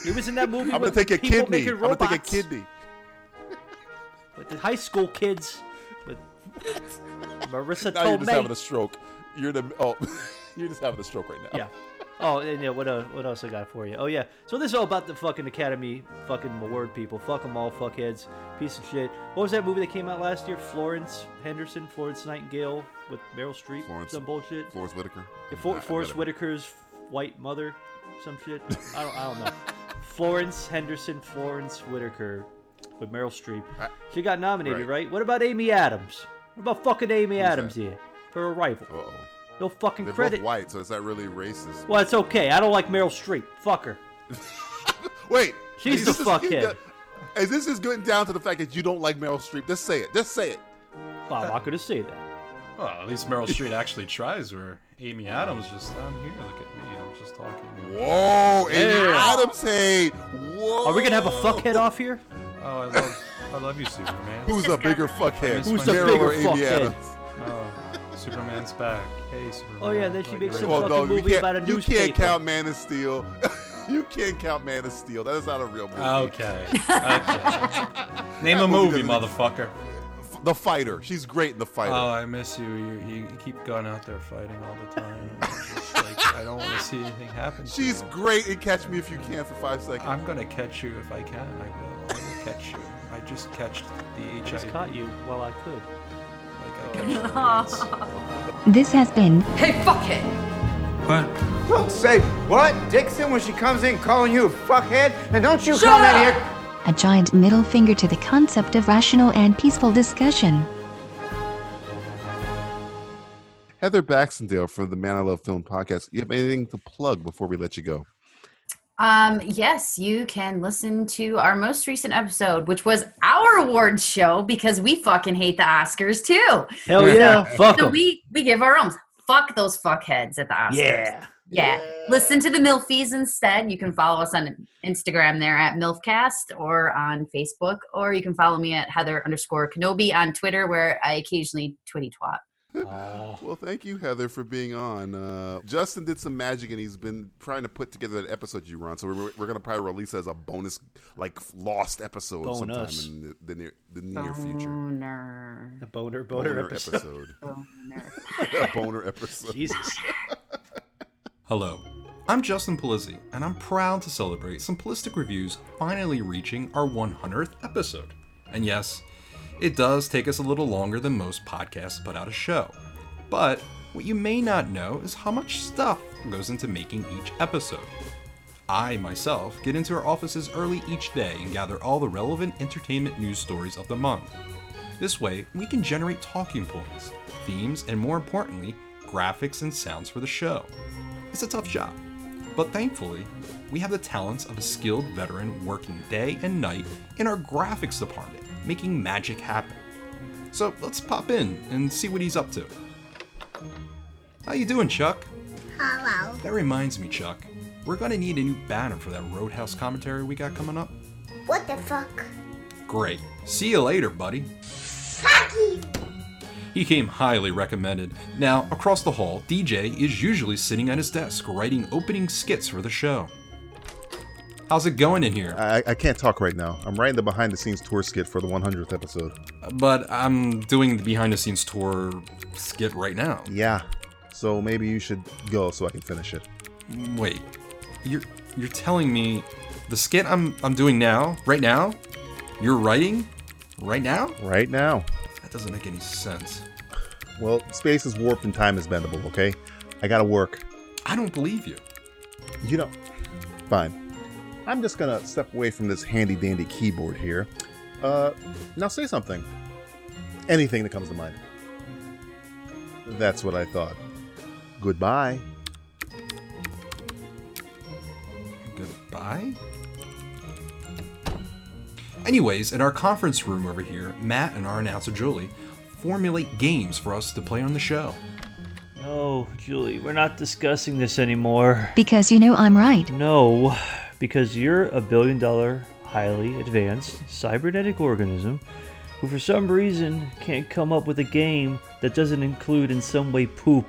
[SPEAKER 6] he was in that movie.
[SPEAKER 4] I'm gonna
[SPEAKER 6] with
[SPEAKER 4] take a
[SPEAKER 6] people
[SPEAKER 4] kidney.
[SPEAKER 6] making
[SPEAKER 4] I'm gonna take a
[SPEAKER 6] robots.
[SPEAKER 4] kidney.
[SPEAKER 6] with the high school kids. With Marissa
[SPEAKER 4] Now you're just having a
[SPEAKER 6] Tomei.
[SPEAKER 4] stroke. You're the oh, you're just having a stroke right now.
[SPEAKER 6] Yeah. Oh, and yeah. What, uh, what else I got for you? Oh yeah. So this is all about the fucking Academy, fucking award people. Fuck them all, fuckheads, piece of shit. What was that movie that came out last year? Florence Henderson, Florence Nightingale with Meryl Streep,
[SPEAKER 4] Florence-
[SPEAKER 6] some bullshit.
[SPEAKER 4] Forrest Whitaker.
[SPEAKER 6] Yeah, For-
[SPEAKER 4] I- I
[SPEAKER 6] Forrest
[SPEAKER 4] better-
[SPEAKER 6] Whitaker's white mother, some shit. I don't, I don't know. Florence Henderson, Florence Whitaker, with Meryl Streep. She got nominated, right?
[SPEAKER 4] right.
[SPEAKER 6] What about Amy Adams? What about fucking Amy Adams here for a rival?
[SPEAKER 4] Uh-oh.
[SPEAKER 6] No fucking
[SPEAKER 4] They're
[SPEAKER 6] credit.
[SPEAKER 4] both white, so is that really racist?
[SPEAKER 6] Well, it's okay. I don't like Meryl Streep. Fuck her.
[SPEAKER 4] Wait,
[SPEAKER 6] She's
[SPEAKER 4] is
[SPEAKER 6] the
[SPEAKER 4] this-
[SPEAKER 6] fuckhead.
[SPEAKER 4] Is this is getting down to the fact that you don't like Meryl Streep? Just say it. Just say it.
[SPEAKER 6] Well, I'm not gonna say that.
[SPEAKER 1] Well, at least Meryl Streep actually tries. Where Amy Adams just, I'm here. Look at me. I'm just talking.
[SPEAKER 4] Whoa, Amy
[SPEAKER 1] Yeah.
[SPEAKER 4] Adams hate. Whoa.
[SPEAKER 6] Are we gonna have a fuckhead off here?
[SPEAKER 1] Oh, I love, I love you, Superman.
[SPEAKER 4] Who's a bigger fuckhead?
[SPEAKER 1] Who's
[SPEAKER 6] a
[SPEAKER 4] Meryl
[SPEAKER 6] bigger
[SPEAKER 4] or Amy
[SPEAKER 6] fuckhead?
[SPEAKER 4] Adams?
[SPEAKER 1] Oh, Superman's back. Hey, Superman.
[SPEAKER 6] Oh, yeah, then she makes
[SPEAKER 1] it.
[SPEAKER 6] some
[SPEAKER 4] Well,
[SPEAKER 6] fucking
[SPEAKER 4] no, you
[SPEAKER 6] movie
[SPEAKER 4] can't.
[SPEAKER 6] about a
[SPEAKER 4] you
[SPEAKER 6] newspaper.
[SPEAKER 4] can't count Man of Steel. you can't count Man of Steel. That is not a real movie.
[SPEAKER 1] Okay. okay. Name a
[SPEAKER 4] That movie
[SPEAKER 1] movie,
[SPEAKER 4] doesn't
[SPEAKER 1] motherfucker.
[SPEAKER 4] F- The Fighter. She's great in The Fighter.
[SPEAKER 1] Oh, I miss you. You, you keep going out there fighting all the time. It's just like, I don't want to see anything happen. to
[SPEAKER 4] She's
[SPEAKER 1] you.
[SPEAKER 4] great in Catch Me If You Can for five seconds.
[SPEAKER 1] I'm gonna catch you if I can. I will. I will catch you. I just catched the HIV.
[SPEAKER 6] I just caught you while I could.
[SPEAKER 1] Like, I catch the AIDS.
[SPEAKER 5] This has been
[SPEAKER 10] Hey, fuckhead!
[SPEAKER 1] What?
[SPEAKER 27] Don't say what, Dixon, when she comes in calling you a fuckhead, and don't you
[SPEAKER 10] Shut
[SPEAKER 27] come
[SPEAKER 10] up!
[SPEAKER 27] in here.
[SPEAKER 5] a giant middle finger to the concept of rational and peaceful discussion.
[SPEAKER 4] Heather Baxendale for the Man I Love Film Podcast. You have anything to plug before we let you go?
[SPEAKER 12] Um, yes, you can listen to our most recent episode, which was our awards show because we fucking hate the Oscars too.
[SPEAKER 6] Hell yeah, fuck
[SPEAKER 12] so
[SPEAKER 6] 'em.
[SPEAKER 12] we we give our own fuck those fuckheads at the Oscars.
[SPEAKER 6] Yeah.
[SPEAKER 12] Yeah. Listen to the Milfies instead. You can follow us on Instagram there at MilfCast or on Facebook, or you can follow me at Heather underscore Kenobi on Twitter where I occasionally twitty twat.
[SPEAKER 1] Oh.
[SPEAKER 4] Well, thank you, Heather, for being on. Uh, Justin did some magic, and he's been trying to put together that episode you were on. So we're, we're going to probably release it as a bonus, like lost episode
[SPEAKER 6] Bonus.
[SPEAKER 4] sometime in the, the near the near future.
[SPEAKER 12] Boner.
[SPEAKER 6] A boner, boner, episode.
[SPEAKER 12] Boner.
[SPEAKER 4] a boner episode.
[SPEAKER 6] Jesus.
[SPEAKER 8] Hello, I'm Justin Polizzi, and I'm proud to celebrate Simplistic Reviews finally reaching our 100th episode. And yes, it does take us a little longer than most podcasts to put out a show. But what you may not know is how much stuff goes into making each episode. I, myself, get into our offices early each day and gather all the relevant entertainment news stories of the month. This way, we can generate talking points, themes, and more importantly, graphics and sounds for the show. It's a tough job, but thankfully, we have the talents of a skilled veteran working day and night in our graphics department, making magic happen. So let's pop in and see what he's up to. How you doing, Chuck? Hello. That reminds me, Chuck. We're gonna need a new banner for that Roadhouse commentary we got coming up.
[SPEAKER 18] What the fuck?
[SPEAKER 8] Great. See you later, buddy. He came highly recommended. Now, across the hall, DJ is usually sitting at his desk writing opening skits for the show.
[SPEAKER 1] How's it going in here?
[SPEAKER 4] I, I can't talk right now. I'm writing the behind the scenes tour skit for the 100th episode.
[SPEAKER 1] But I'm doing the behind the scenes tour skit right now.
[SPEAKER 4] Yeah. Ah, So maybe you should go so I can finish it.
[SPEAKER 1] Wait. You're you're telling me the skit I'm I'm doing now, right now, you're writing right now?
[SPEAKER 4] Right now.
[SPEAKER 1] That doesn't make any sense.
[SPEAKER 4] Well, space is warped and time is bendable, okay? I gotta work.
[SPEAKER 1] I don't believe you.
[SPEAKER 4] You know, fine. I'm just gonna step away from this handy dandy keyboard here. Uh, now say something. Anything that comes to mind. That's what I thought. Goodbye.
[SPEAKER 1] Goodbye? Anyways, in our conference room over here, Matt and our announcer Julie formulate games for us to play on the show.
[SPEAKER 6] No, Julie, we're not discussing this anymore.
[SPEAKER 5] Because you know I'm right.
[SPEAKER 6] No, because you're a billion dollar, highly advanced cybernetic organism who, for some reason, can't come up with a game that doesn't include in some way poop.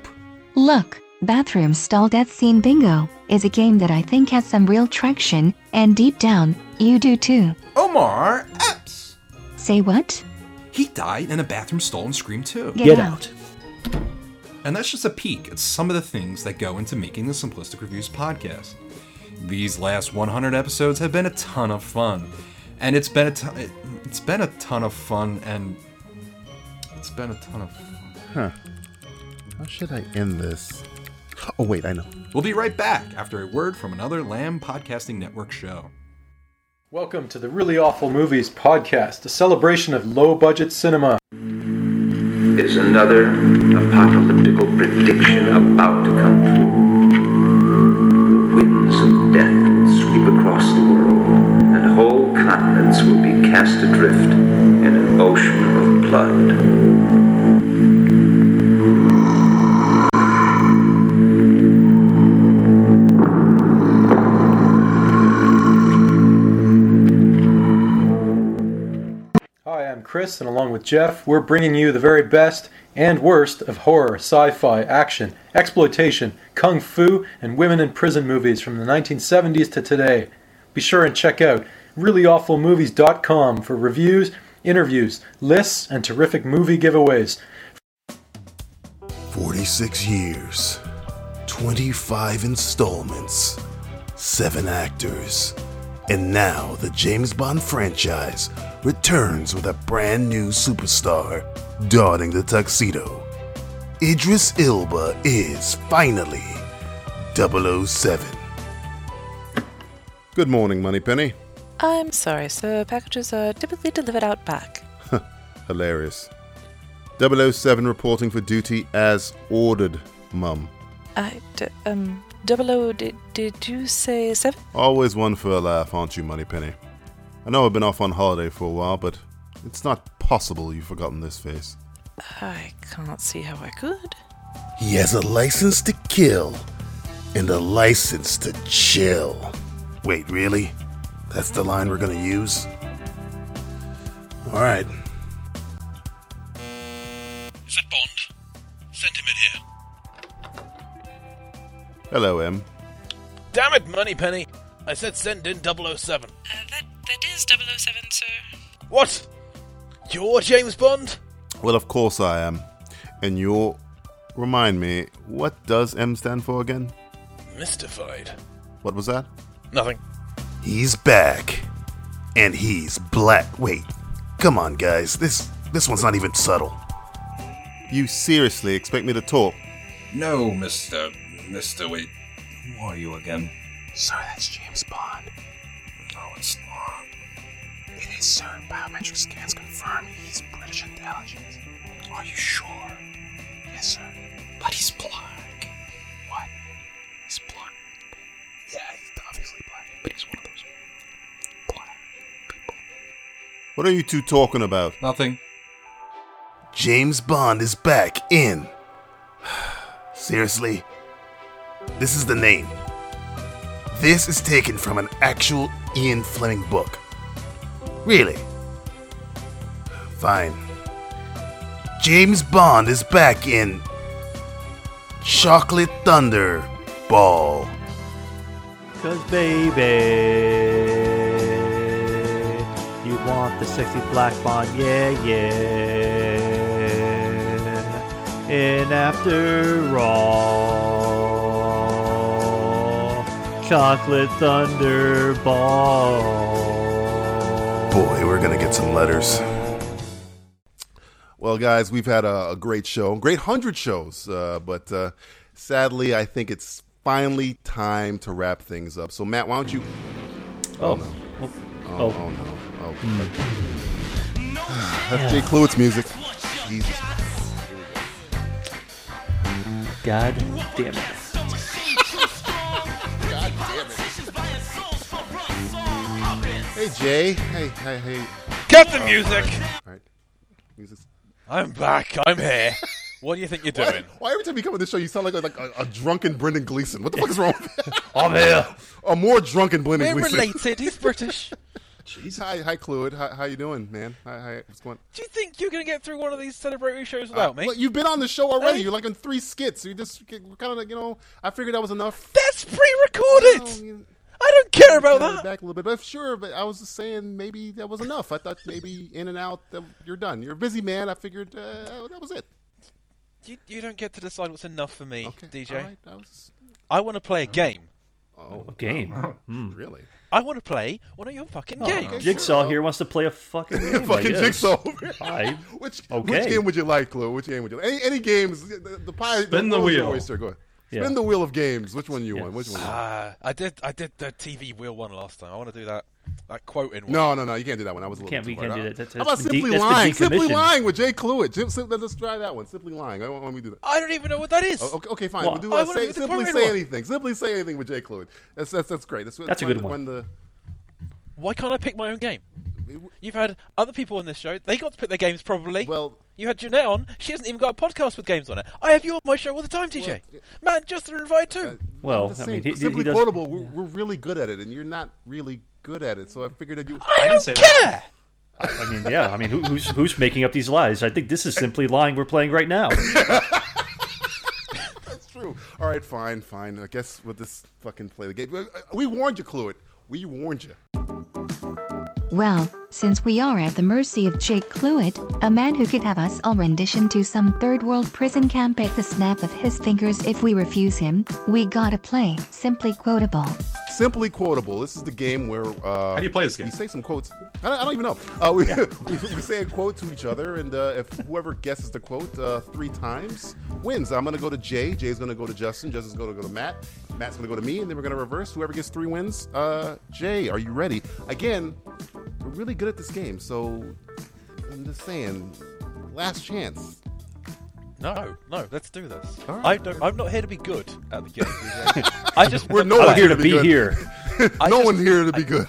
[SPEAKER 5] Look, Bathroom Stall Death Scene Bingo is a game that I think has some real traction, and deep down, you do too.
[SPEAKER 1] Omar Epps!
[SPEAKER 5] Say what?
[SPEAKER 1] He died in a bathroom stall in Scream 2.
[SPEAKER 5] Get Get out.
[SPEAKER 1] And that's just a peek at some of the things that go into making the Simplistic Reviews podcast. These last 100 episodes have been a ton of fun, and it's been a ton, it, it's been a ton of fun, and it's been a ton of.
[SPEAKER 4] Huh. How should I end this? Oh, wait, I know.
[SPEAKER 1] We'll be right back after a word from another Lamb Podcasting Network show.
[SPEAKER 18] Welcome to the Really Awful Movies podcast, a celebration of low budget cinema.
[SPEAKER 22] It's another apocalyptical prediction about to come true. Winds of death will sweep across the world, and whole continents will be cast adrift in an ocean of blood.
[SPEAKER 18] Hi, I'm Chris, and along with Jeff, we're bringing you the very best and worst of horror, sci fi, action, exploitation, kung fu, and women in prison movies from the 1970s to today. Be sure and check out reallyawfulmovies.com for reviews, interviews, lists, and terrific movie giveaways.
[SPEAKER 7] 46 years, 25 installments, 7 actors, and now the James Bond franchise returns with a brand new superstar donning the tuxedo. Idris Ilba is finally 007.
[SPEAKER 4] Good morning, Moneypenny.
[SPEAKER 24] I'm sorry, sir. Packages are typically delivered out back.
[SPEAKER 4] Hilarious. 007 reporting for duty as ordered, Mum.
[SPEAKER 24] I d- um double O. Did, did you say seven?
[SPEAKER 4] Always one for a laugh, aren't you, Moneypenny? I know I've been off on holiday for a while, but it's not possible you've forgotten this face.
[SPEAKER 24] I can't see how I could.
[SPEAKER 7] He has a license to kill and a license to chill. Wait, really? That's the line we're gonna use? Alright.
[SPEAKER 4] Hello, M.
[SPEAKER 2] Damn it, Moneypenny! I said send in 007.
[SPEAKER 24] Uh, That is 007, sir.
[SPEAKER 2] What? You're James Bond?
[SPEAKER 4] Well, of course I am. And you're. Remind me, what does M stand for again?
[SPEAKER 2] Mystified.
[SPEAKER 4] What was that?
[SPEAKER 2] Nothing.
[SPEAKER 7] He's back. And he's black. Wait. Come on, guys. This this one's not even subtle.
[SPEAKER 4] You seriously expect me to talk?
[SPEAKER 1] No, Mister, Mister, wait. Who are you again?
[SPEAKER 7] Sir, that's James Bond. No, it's not. It is, sir. Biometric scans confirm he's British intelligence. Are you sure? Yes, sir. But he's black. What? He's black. Yeah, he's obviously black, but he's one of those.
[SPEAKER 4] What are you two talking about?
[SPEAKER 1] Nothing.
[SPEAKER 7] James Bond is back in. Seriously? This is the name. This is taken from an actual Ian Fleming book. Really? Fine. James Bond is back in Chocolate Thunder Ball.
[SPEAKER 6] Cause baby. want the sexy black bond. Yeah, yeah. And after all, chocolate thunderball.
[SPEAKER 4] Boy, we're going to get some letters. Well, guys, we've had a, a great show, great 100 shows, uh, but uh, sadly, I think it's finally time to wrap things up. So, Matt, why don't you.
[SPEAKER 6] Oh.
[SPEAKER 4] no.
[SPEAKER 6] Oh,
[SPEAKER 4] Oh, oh no. Oh.
[SPEAKER 23] Hmm.
[SPEAKER 4] That's Jay Kluwitz music. Jesus.
[SPEAKER 23] God damn it.
[SPEAKER 4] God damn it. Hey, Jay. Hey, hey, hey. Oh,
[SPEAKER 2] Cut the music.
[SPEAKER 4] All right. Music's
[SPEAKER 2] I'm back. I'm here. What do you think you're
[SPEAKER 4] Why-
[SPEAKER 2] doing?
[SPEAKER 4] Why, every time you come on this show, you sound like a, like a, a drunken Brendan Gleeson? What the fuck is wrong? with you?
[SPEAKER 2] I'm here.
[SPEAKER 4] A more drunken Brendan
[SPEAKER 2] We're
[SPEAKER 4] Gleeson.
[SPEAKER 2] related.
[SPEAKER 4] He's British. Hi, hi, Clued. How, how you doing, man? Hi, hi. What's going? Uh,
[SPEAKER 2] Do you think you're going to get through one of these celebratory shows without me?
[SPEAKER 4] Look, you've been on the show already. You're like in three skits. You just kind of like you know. I figured that was enough.
[SPEAKER 2] That's pre-recorded.
[SPEAKER 4] I
[SPEAKER 2] don't care about that.
[SPEAKER 4] Back a little bit, but sure. But I was just saying maybe that was enough. I thought maybe in and out. That you're done. You're a busy man. I figured uh, that was it.
[SPEAKER 2] You, you don't get to decide what's enough for me, DJ.
[SPEAKER 4] all right, I was-
[SPEAKER 2] I want to play a game.
[SPEAKER 4] Oh,
[SPEAKER 6] a game. Hmm.
[SPEAKER 4] Really?
[SPEAKER 2] I want to play one of your fucking
[SPEAKER 6] Oh,
[SPEAKER 2] games.
[SPEAKER 6] Jigsaw here wants to play a fucking game, I
[SPEAKER 4] fucking
[SPEAKER 6] guess.
[SPEAKER 4] jigsaw.
[SPEAKER 6] I-
[SPEAKER 4] which
[SPEAKER 6] okay.
[SPEAKER 4] which game would you like, Clue? Which game would you like? Any, any games? The, the pie.
[SPEAKER 2] Spin the
[SPEAKER 4] world's your
[SPEAKER 2] wheel.
[SPEAKER 4] Oyster. Go ahead.
[SPEAKER 2] Yeah.
[SPEAKER 4] Spin the wheel of games. Which one you want? Which one? You want?
[SPEAKER 2] Ah, I did. I did the TV wheel one last time. I want to do that. That quoting one.
[SPEAKER 4] No, no, no. You can't do that one. I was a little
[SPEAKER 6] Can't-
[SPEAKER 4] bit
[SPEAKER 6] we
[SPEAKER 4] too
[SPEAKER 6] can't
[SPEAKER 4] hard.
[SPEAKER 6] do that. That's-
[SPEAKER 4] How about
[SPEAKER 6] that's been
[SPEAKER 4] simply
[SPEAKER 6] de- that's been
[SPEAKER 4] lying? Simply
[SPEAKER 6] decommissioned.
[SPEAKER 4] lying with Jay Cluett. Sim- sim- let's try that one. Simply lying. I don't want me to do that.
[SPEAKER 2] I don't even know what that is.
[SPEAKER 4] Oh, okay, okay, fine.
[SPEAKER 2] Well,
[SPEAKER 4] we'll do
[SPEAKER 2] I
[SPEAKER 4] uh,
[SPEAKER 2] wanna
[SPEAKER 4] say,
[SPEAKER 2] do the
[SPEAKER 4] simply
[SPEAKER 2] Quinn
[SPEAKER 4] say
[SPEAKER 2] one.
[SPEAKER 4] anything. Simply say anything with Jay Cluett. That's that's that's great. That's,
[SPEAKER 2] That's a
[SPEAKER 4] when
[SPEAKER 2] good
[SPEAKER 4] the-
[SPEAKER 2] one.
[SPEAKER 4] When the
[SPEAKER 2] Why can't I pick my own game? You've had other people on this show. They got to pick their games, probably.
[SPEAKER 4] Well,
[SPEAKER 2] you had Jeanette on. She hasn't even got a podcast with games on it. I have you on my show all the time, DJ. Man, Justin are invited too.
[SPEAKER 4] Uh,
[SPEAKER 6] Well,
[SPEAKER 4] Just
[SPEAKER 6] I
[SPEAKER 4] saying,
[SPEAKER 6] mean, he- he-
[SPEAKER 4] simply
[SPEAKER 6] he does-
[SPEAKER 4] quotable. We're, we're really good at it, and you're not really good at it. So I figured that you.
[SPEAKER 2] I don't care.
[SPEAKER 6] I mean, yeah. I mean, who, who's who's making up these lies? I think this is simply lying. We're playing right now.
[SPEAKER 4] True. All right, fine, fine. I guess we'll just fucking play the game. We warned you, Cluett. We warned you.
[SPEAKER 5] Well, since we are at the mercy of Jake Cluett, a man who could have us all renditioned to some third world prison camp at the snap of his fingers if we refuse him, we gotta play simply quotable.
[SPEAKER 4] Simply quotable. This is the game where uh, how do you
[SPEAKER 1] play this game?
[SPEAKER 4] We say some quotes. I don't, I don't even know. Uh, we, we, we say a quote to each other, and uh, if whoever guesses the quote uh, three times wins. I'm gonna go to Jay. Jay's gonna go to Justin. Justin's gonna go to Matt. Matt's gonna go to me, and then we're gonna reverse. Whoever gets three wins. Uh, Jay, are you ready? Again, we're really good at this game, so I'm just saying, last chance.
[SPEAKER 2] No, no, let's do this.
[SPEAKER 4] All right.
[SPEAKER 2] I don't, I'm not here to be good at the game. DJ. I just
[SPEAKER 4] We're
[SPEAKER 2] wanna
[SPEAKER 4] no one
[SPEAKER 2] play.
[SPEAKER 4] here to be good.
[SPEAKER 2] I
[SPEAKER 4] no
[SPEAKER 2] just-
[SPEAKER 4] one here to be good.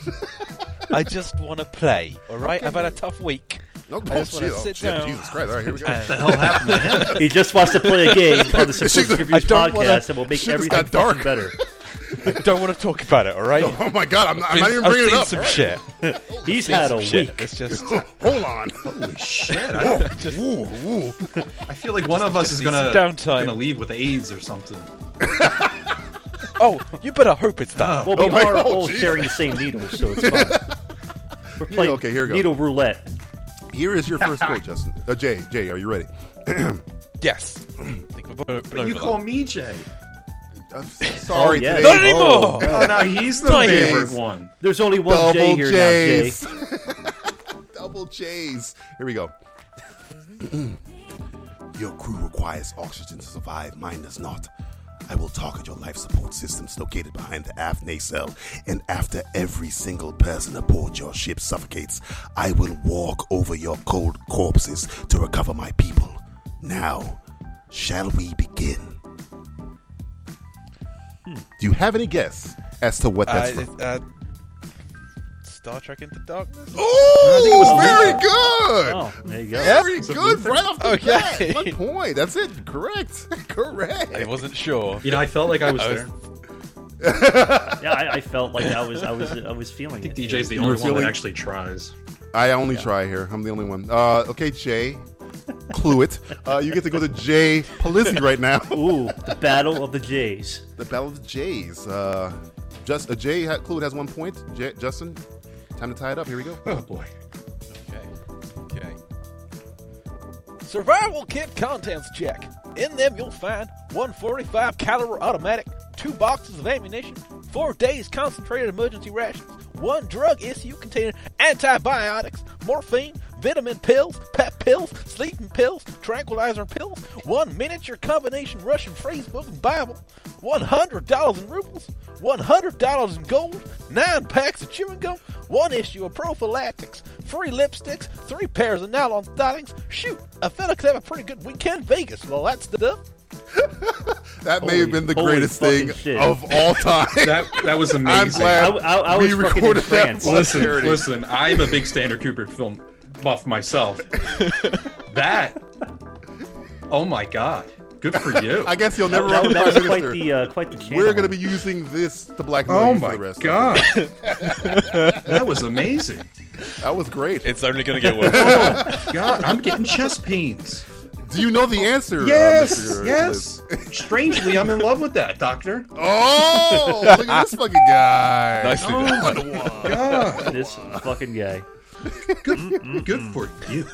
[SPEAKER 2] I just want to play. All right,
[SPEAKER 4] Okay.
[SPEAKER 2] I've had a tough week.
[SPEAKER 4] No,
[SPEAKER 2] I just
[SPEAKER 4] oh,
[SPEAKER 2] wanna
[SPEAKER 4] shit, oh,
[SPEAKER 2] sit
[SPEAKER 4] shit,
[SPEAKER 2] down.
[SPEAKER 4] Jesus Christ, all right, here we go. What
[SPEAKER 2] and-
[SPEAKER 4] the hell happened to him?
[SPEAKER 6] He just wants to play a game on the Simplistic
[SPEAKER 2] I
[SPEAKER 6] Reviews
[SPEAKER 2] don't
[SPEAKER 6] podcast
[SPEAKER 2] wanna-
[SPEAKER 6] that will make
[SPEAKER 2] shit just
[SPEAKER 6] everything
[SPEAKER 2] got dark.
[SPEAKER 6] fucking better.
[SPEAKER 2] I don't want to talk about it. All right.
[SPEAKER 4] Oh my God, I'm not- I'm
[SPEAKER 2] I've
[SPEAKER 4] not
[SPEAKER 2] seen-
[SPEAKER 4] even bringing it
[SPEAKER 2] I've
[SPEAKER 4] up,
[SPEAKER 2] seen
[SPEAKER 4] all
[SPEAKER 2] Some
[SPEAKER 4] right.
[SPEAKER 2] shit.
[SPEAKER 6] He's
[SPEAKER 2] I've seen
[SPEAKER 6] had
[SPEAKER 2] some
[SPEAKER 6] a
[SPEAKER 2] shit.
[SPEAKER 6] week.
[SPEAKER 2] It's just.
[SPEAKER 4] Hold on.
[SPEAKER 2] Holy
[SPEAKER 1] shit, I-
[SPEAKER 4] Whoa,
[SPEAKER 1] just-
[SPEAKER 4] whoa, whoa.
[SPEAKER 1] I feel like one of us is
[SPEAKER 2] Just need
[SPEAKER 1] gonna
[SPEAKER 2] some downtime.
[SPEAKER 1] gonna leave with AIDS or something.
[SPEAKER 2] Oh, you better hope it's that.
[SPEAKER 4] Oh
[SPEAKER 6] Well, we are all sharing the same needle, so it's fine. We're
[SPEAKER 4] Here-
[SPEAKER 6] playing
[SPEAKER 4] okay, here we go.
[SPEAKER 6] needle roulette.
[SPEAKER 4] Here is your first quote, Justin. Uh, Jay, Jay, are you ready?
[SPEAKER 2] yes.
[SPEAKER 1] But you call me Jay.
[SPEAKER 4] I'm sorry,
[SPEAKER 1] yeah.
[SPEAKER 4] today-
[SPEAKER 1] Not anymore!
[SPEAKER 4] Oh,
[SPEAKER 1] Oh, now he's the
[SPEAKER 4] Nice.
[SPEAKER 1] favorite one.
[SPEAKER 6] There's only one
[SPEAKER 4] Double
[SPEAKER 6] Jay here
[SPEAKER 4] J's.
[SPEAKER 6] now, Jay.
[SPEAKER 4] Double J's. Here we go. your crew requires oxygen to survive. Mine does not. I will target your life support systems located behind the aft nacelle, and after every single person aboard your ship suffocates, I will walk over your cold corpses to recover my people. Now, shall we begin? Do you have any guess as to what
[SPEAKER 2] Uh, it- uh, Star Trek Into Darkness.
[SPEAKER 4] Oh,
[SPEAKER 2] think it was
[SPEAKER 4] very
[SPEAKER 2] Luther.
[SPEAKER 4] good.
[SPEAKER 2] Oh, there you go.
[SPEAKER 4] Very
[SPEAKER 2] It's a
[SPEAKER 4] good,
[SPEAKER 2] Luther.
[SPEAKER 4] right off the
[SPEAKER 2] Okay.
[SPEAKER 4] bat. One point. That's it. Correct. Correct.
[SPEAKER 2] I wasn't sure.
[SPEAKER 1] You know, I felt like I was there.
[SPEAKER 6] Yeah, I, I felt like I was, I was, I was feeling
[SPEAKER 1] I think
[SPEAKER 6] it.
[SPEAKER 1] DJ's the
[SPEAKER 4] You
[SPEAKER 1] only
[SPEAKER 4] were
[SPEAKER 1] one
[SPEAKER 4] feeling-
[SPEAKER 1] that actually tries.
[SPEAKER 4] I only try here. I'm the only one. Uh, okay, Jay. Clue it. Uh, you get to go to Jay Polizzi right now.
[SPEAKER 6] Ooh, the battle of the Jays.
[SPEAKER 4] The Battle of the Jays. Uh, just uh, Jay ha- Clue has one point. J- Justin, time to tie it up. Here we go.
[SPEAKER 1] Oh boy.
[SPEAKER 2] Survival kit contents check. In them, you'll find one 45 caliber automatic, two boxes of ammunition, four days concentrated emergency rations, one drug issue containing antibiotics, morphine, vitamin pills, pep pills, sleeping pills, tranquilizer pills, one miniature combination Russian phrase book and Bible, $100 in rubles, $100 in gold, nine packs of chewing gum, one issue of prophylactics, three lipsticks, three pairs of nylon stockings. Shoot, a fella could have a pretty good weekend in Vegas. Well, that's the stuff.
[SPEAKER 4] That may have been the greatest thing
[SPEAKER 1] shit.
[SPEAKER 4] of all time.
[SPEAKER 1] That- that was
[SPEAKER 4] I'm
[SPEAKER 1] amazing.
[SPEAKER 4] glad
[SPEAKER 1] I- I- I
[SPEAKER 4] we
[SPEAKER 1] was fucking in
[SPEAKER 4] recorded that.
[SPEAKER 1] France. Listen,
[SPEAKER 4] posterity.
[SPEAKER 1] listen. I'm a big Stanley Kubrick film buff myself. that. Oh my god. Good for you.
[SPEAKER 4] I guess you'll never
[SPEAKER 1] That-
[SPEAKER 4] run
[SPEAKER 1] that
[SPEAKER 4] Prime
[SPEAKER 1] was quite
[SPEAKER 4] Minister.
[SPEAKER 1] the, uh, quite the channel.
[SPEAKER 4] We're going to be using this to blackmail
[SPEAKER 1] Oh
[SPEAKER 4] you for
[SPEAKER 1] my
[SPEAKER 4] the rest
[SPEAKER 1] God.
[SPEAKER 4] of it.
[SPEAKER 1] That was amazing.
[SPEAKER 4] That was great.
[SPEAKER 2] It's only going
[SPEAKER 1] to get worse. Oh, God, I'm getting chest pains.
[SPEAKER 4] Do you know the answer? uh,
[SPEAKER 1] Yes,
[SPEAKER 4] Mr.
[SPEAKER 1] yes. Strangely, I'm in love with that, Doctor.
[SPEAKER 4] Oh, look at this fucking guy.
[SPEAKER 1] Nicely done.
[SPEAKER 4] Oh, my
[SPEAKER 1] God.
[SPEAKER 6] This fucking guy.
[SPEAKER 1] Good, good for you.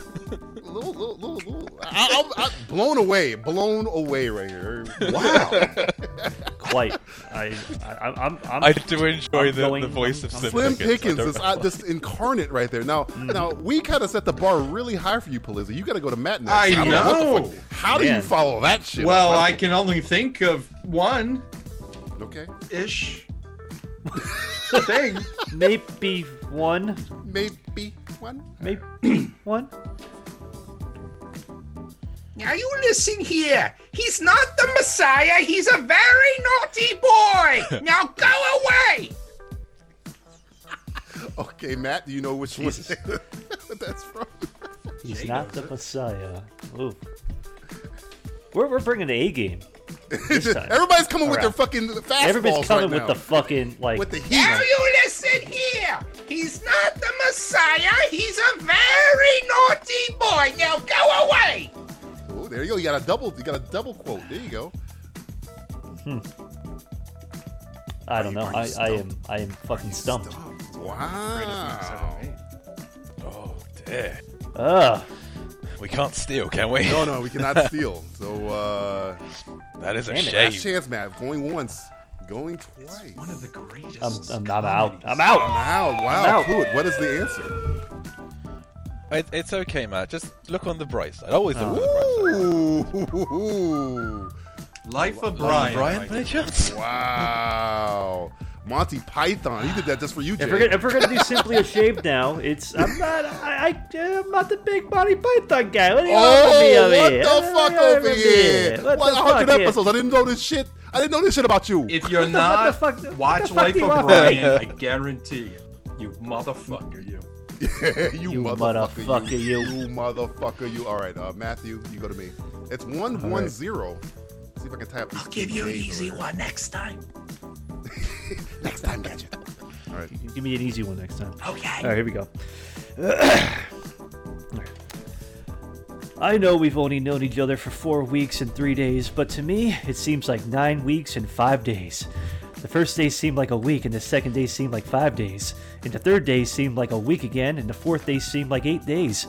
[SPEAKER 4] Little- little- little- little- I, I'm, I'm blown away, blown away right here.
[SPEAKER 6] Quite. I, I, I'm, I'm,
[SPEAKER 2] I do enjoy
[SPEAKER 6] I'm
[SPEAKER 2] the-
[SPEAKER 6] going-
[SPEAKER 2] the voice of
[SPEAKER 6] I'm-
[SPEAKER 2] Sim
[SPEAKER 4] Slim
[SPEAKER 2] Pickens, I
[SPEAKER 4] Pickens,
[SPEAKER 2] don't
[SPEAKER 4] this,
[SPEAKER 2] know
[SPEAKER 4] uh,
[SPEAKER 2] why.
[SPEAKER 4] this incarnate right there. Now,
[SPEAKER 6] Mm.
[SPEAKER 4] now we kind of set the bar really high for you, Polizzi. You got to go to Matt next.
[SPEAKER 1] I
[SPEAKER 4] don't what the
[SPEAKER 1] know.
[SPEAKER 4] fuck- How do you
[SPEAKER 1] Man.
[SPEAKER 4] follow that shit?
[SPEAKER 1] Well,
[SPEAKER 4] up?
[SPEAKER 1] I can only think of one
[SPEAKER 4] okay.
[SPEAKER 1] ish thing.
[SPEAKER 6] Maybe one.
[SPEAKER 4] Maybe one.
[SPEAKER 6] Maybe one.
[SPEAKER 11] Now you listen here. He's not the Messiah. He's a very naughty boy. Now go away.
[SPEAKER 4] Okay, Matt, do you know which one that's from?
[SPEAKER 6] He's not the Messiah. Ooh. We're, we're bringing the A game. this time.
[SPEAKER 4] Everybody's coming with
[SPEAKER 6] All
[SPEAKER 4] their
[SPEAKER 6] right.
[SPEAKER 4] fucking fastballs
[SPEAKER 6] Everybody's coming
[SPEAKER 4] right
[SPEAKER 6] with
[SPEAKER 4] now.
[SPEAKER 6] the fucking like with the
[SPEAKER 11] Now you listen here. He's not the Messiah. He's a very naughty boy. Now go away.
[SPEAKER 4] Oh, there you go. You got a double. You got a double quote. There you go.
[SPEAKER 6] Hmm. I don't know.
[SPEAKER 4] Are
[SPEAKER 6] I,
[SPEAKER 4] you
[SPEAKER 6] I am I am fucking stumped.
[SPEAKER 4] Wow.
[SPEAKER 2] Oh, dear.
[SPEAKER 6] Ugh.
[SPEAKER 2] We can't steal, can we?
[SPEAKER 4] No, no, we cannot steal. So uh
[SPEAKER 2] That is a
[SPEAKER 4] damn it,
[SPEAKER 2] shame.
[SPEAKER 4] Last chance, Matt. Going once, going twice. one of the greatest.
[SPEAKER 6] I'm, I'm, I'm out. I'm out.
[SPEAKER 4] Wow, wow.
[SPEAKER 6] I'm out.
[SPEAKER 4] Fluid. What is the answer?
[SPEAKER 2] It, it's okay, Matt. Just look on the bright side.
[SPEAKER 6] Oh,
[SPEAKER 2] Always
[SPEAKER 6] Uh,
[SPEAKER 2] look on the bright
[SPEAKER 4] Ooh.
[SPEAKER 1] Life of
[SPEAKER 4] Brian,
[SPEAKER 2] Brian. Brian,
[SPEAKER 4] by
[SPEAKER 2] by
[SPEAKER 4] chance? Wow. Monty Python. He did that just for you, Jay.
[SPEAKER 6] If we're, gonna, if we're gonna do simply a shave now, it's I'm not I, I I'm not the big body python guy. What do you want from me
[SPEAKER 4] Oh,
[SPEAKER 6] over
[SPEAKER 4] what
[SPEAKER 6] here?
[SPEAKER 4] the fuck over here?
[SPEAKER 6] What
[SPEAKER 4] What
[SPEAKER 6] the
[SPEAKER 4] 100
[SPEAKER 6] fuck here?
[SPEAKER 4] episodes? I didn't know this shit. I didn't know this shit about you.
[SPEAKER 1] If you're
[SPEAKER 4] What the-
[SPEAKER 1] not,
[SPEAKER 4] what the fuck-
[SPEAKER 1] watch
[SPEAKER 4] what the fuck
[SPEAKER 1] Life
[SPEAKER 4] do you
[SPEAKER 1] of
[SPEAKER 4] want?
[SPEAKER 1] Brian. I guarantee you, you motherfucker, you.
[SPEAKER 4] you,
[SPEAKER 1] You
[SPEAKER 4] motherfucker,
[SPEAKER 1] motherfucker,
[SPEAKER 4] you. You motherfucker, you. All right, uh, Matthew, you go to me. It's one
[SPEAKER 1] All
[SPEAKER 4] one
[SPEAKER 1] right.
[SPEAKER 4] zero. See if I can type. I'll
[SPEAKER 11] Give you an easy one next time.
[SPEAKER 4] next time, gadget. All right.
[SPEAKER 6] Give me an easy one next time.
[SPEAKER 11] Okay.
[SPEAKER 6] All right, here we go. I know we've only known each other for four weeks and three days, but to me, it seems like nine weeks and five days. The first day seemed like a week, and the second day seemed like five days, and the third day seemed like a week again, and the fourth day seemed like eight days.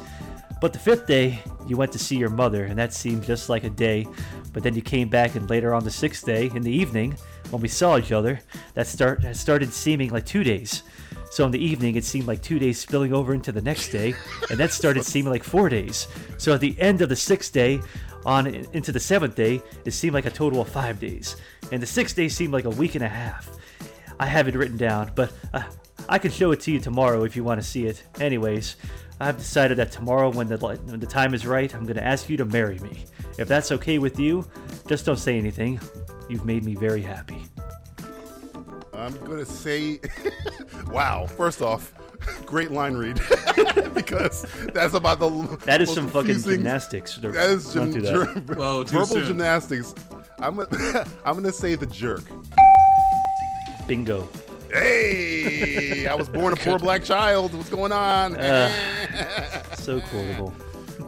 [SPEAKER 6] But the fifth day, you went to see your mother, and that seemed just like a day. But then you came back, and later on the sixth day, in the evening, when we saw each other, that start that started seeming like two days. So in the evening, it seemed like two days spilling over into the next day, and that started seeming like four days. So at the end of the sixth day, on in- into the seventh day, it seemed like a total of five days, and the sixth day seemed like a week and a half. I have it written down, but uh, I can show it to you tomorrow if you want to see it. Anyways, I've decided that tomorrow, when the li- when the time is right, I'm going to ask you to marry me. If that's okay with you, just don't say anything. You've made me very happy.
[SPEAKER 4] I'm gonna say, wow. First off, great line read because that's about the
[SPEAKER 6] That is
[SPEAKER 4] most
[SPEAKER 6] some fucking
[SPEAKER 4] confusing-
[SPEAKER 6] gymnastics to
[SPEAKER 4] That is
[SPEAKER 6] run
[SPEAKER 4] gym,
[SPEAKER 6] through that.
[SPEAKER 4] germ-
[SPEAKER 6] Whoa, too
[SPEAKER 4] verbal
[SPEAKER 6] soon.
[SPEAKER 4] gymnastics. I'm gonna, I'm gonna say the jerk.
[SPEAKER 6] Bingo.
[SPEAKER 4] Hey, I was born a poor black child. What's going on?
[SPEAKER 6] Uh, so quotable.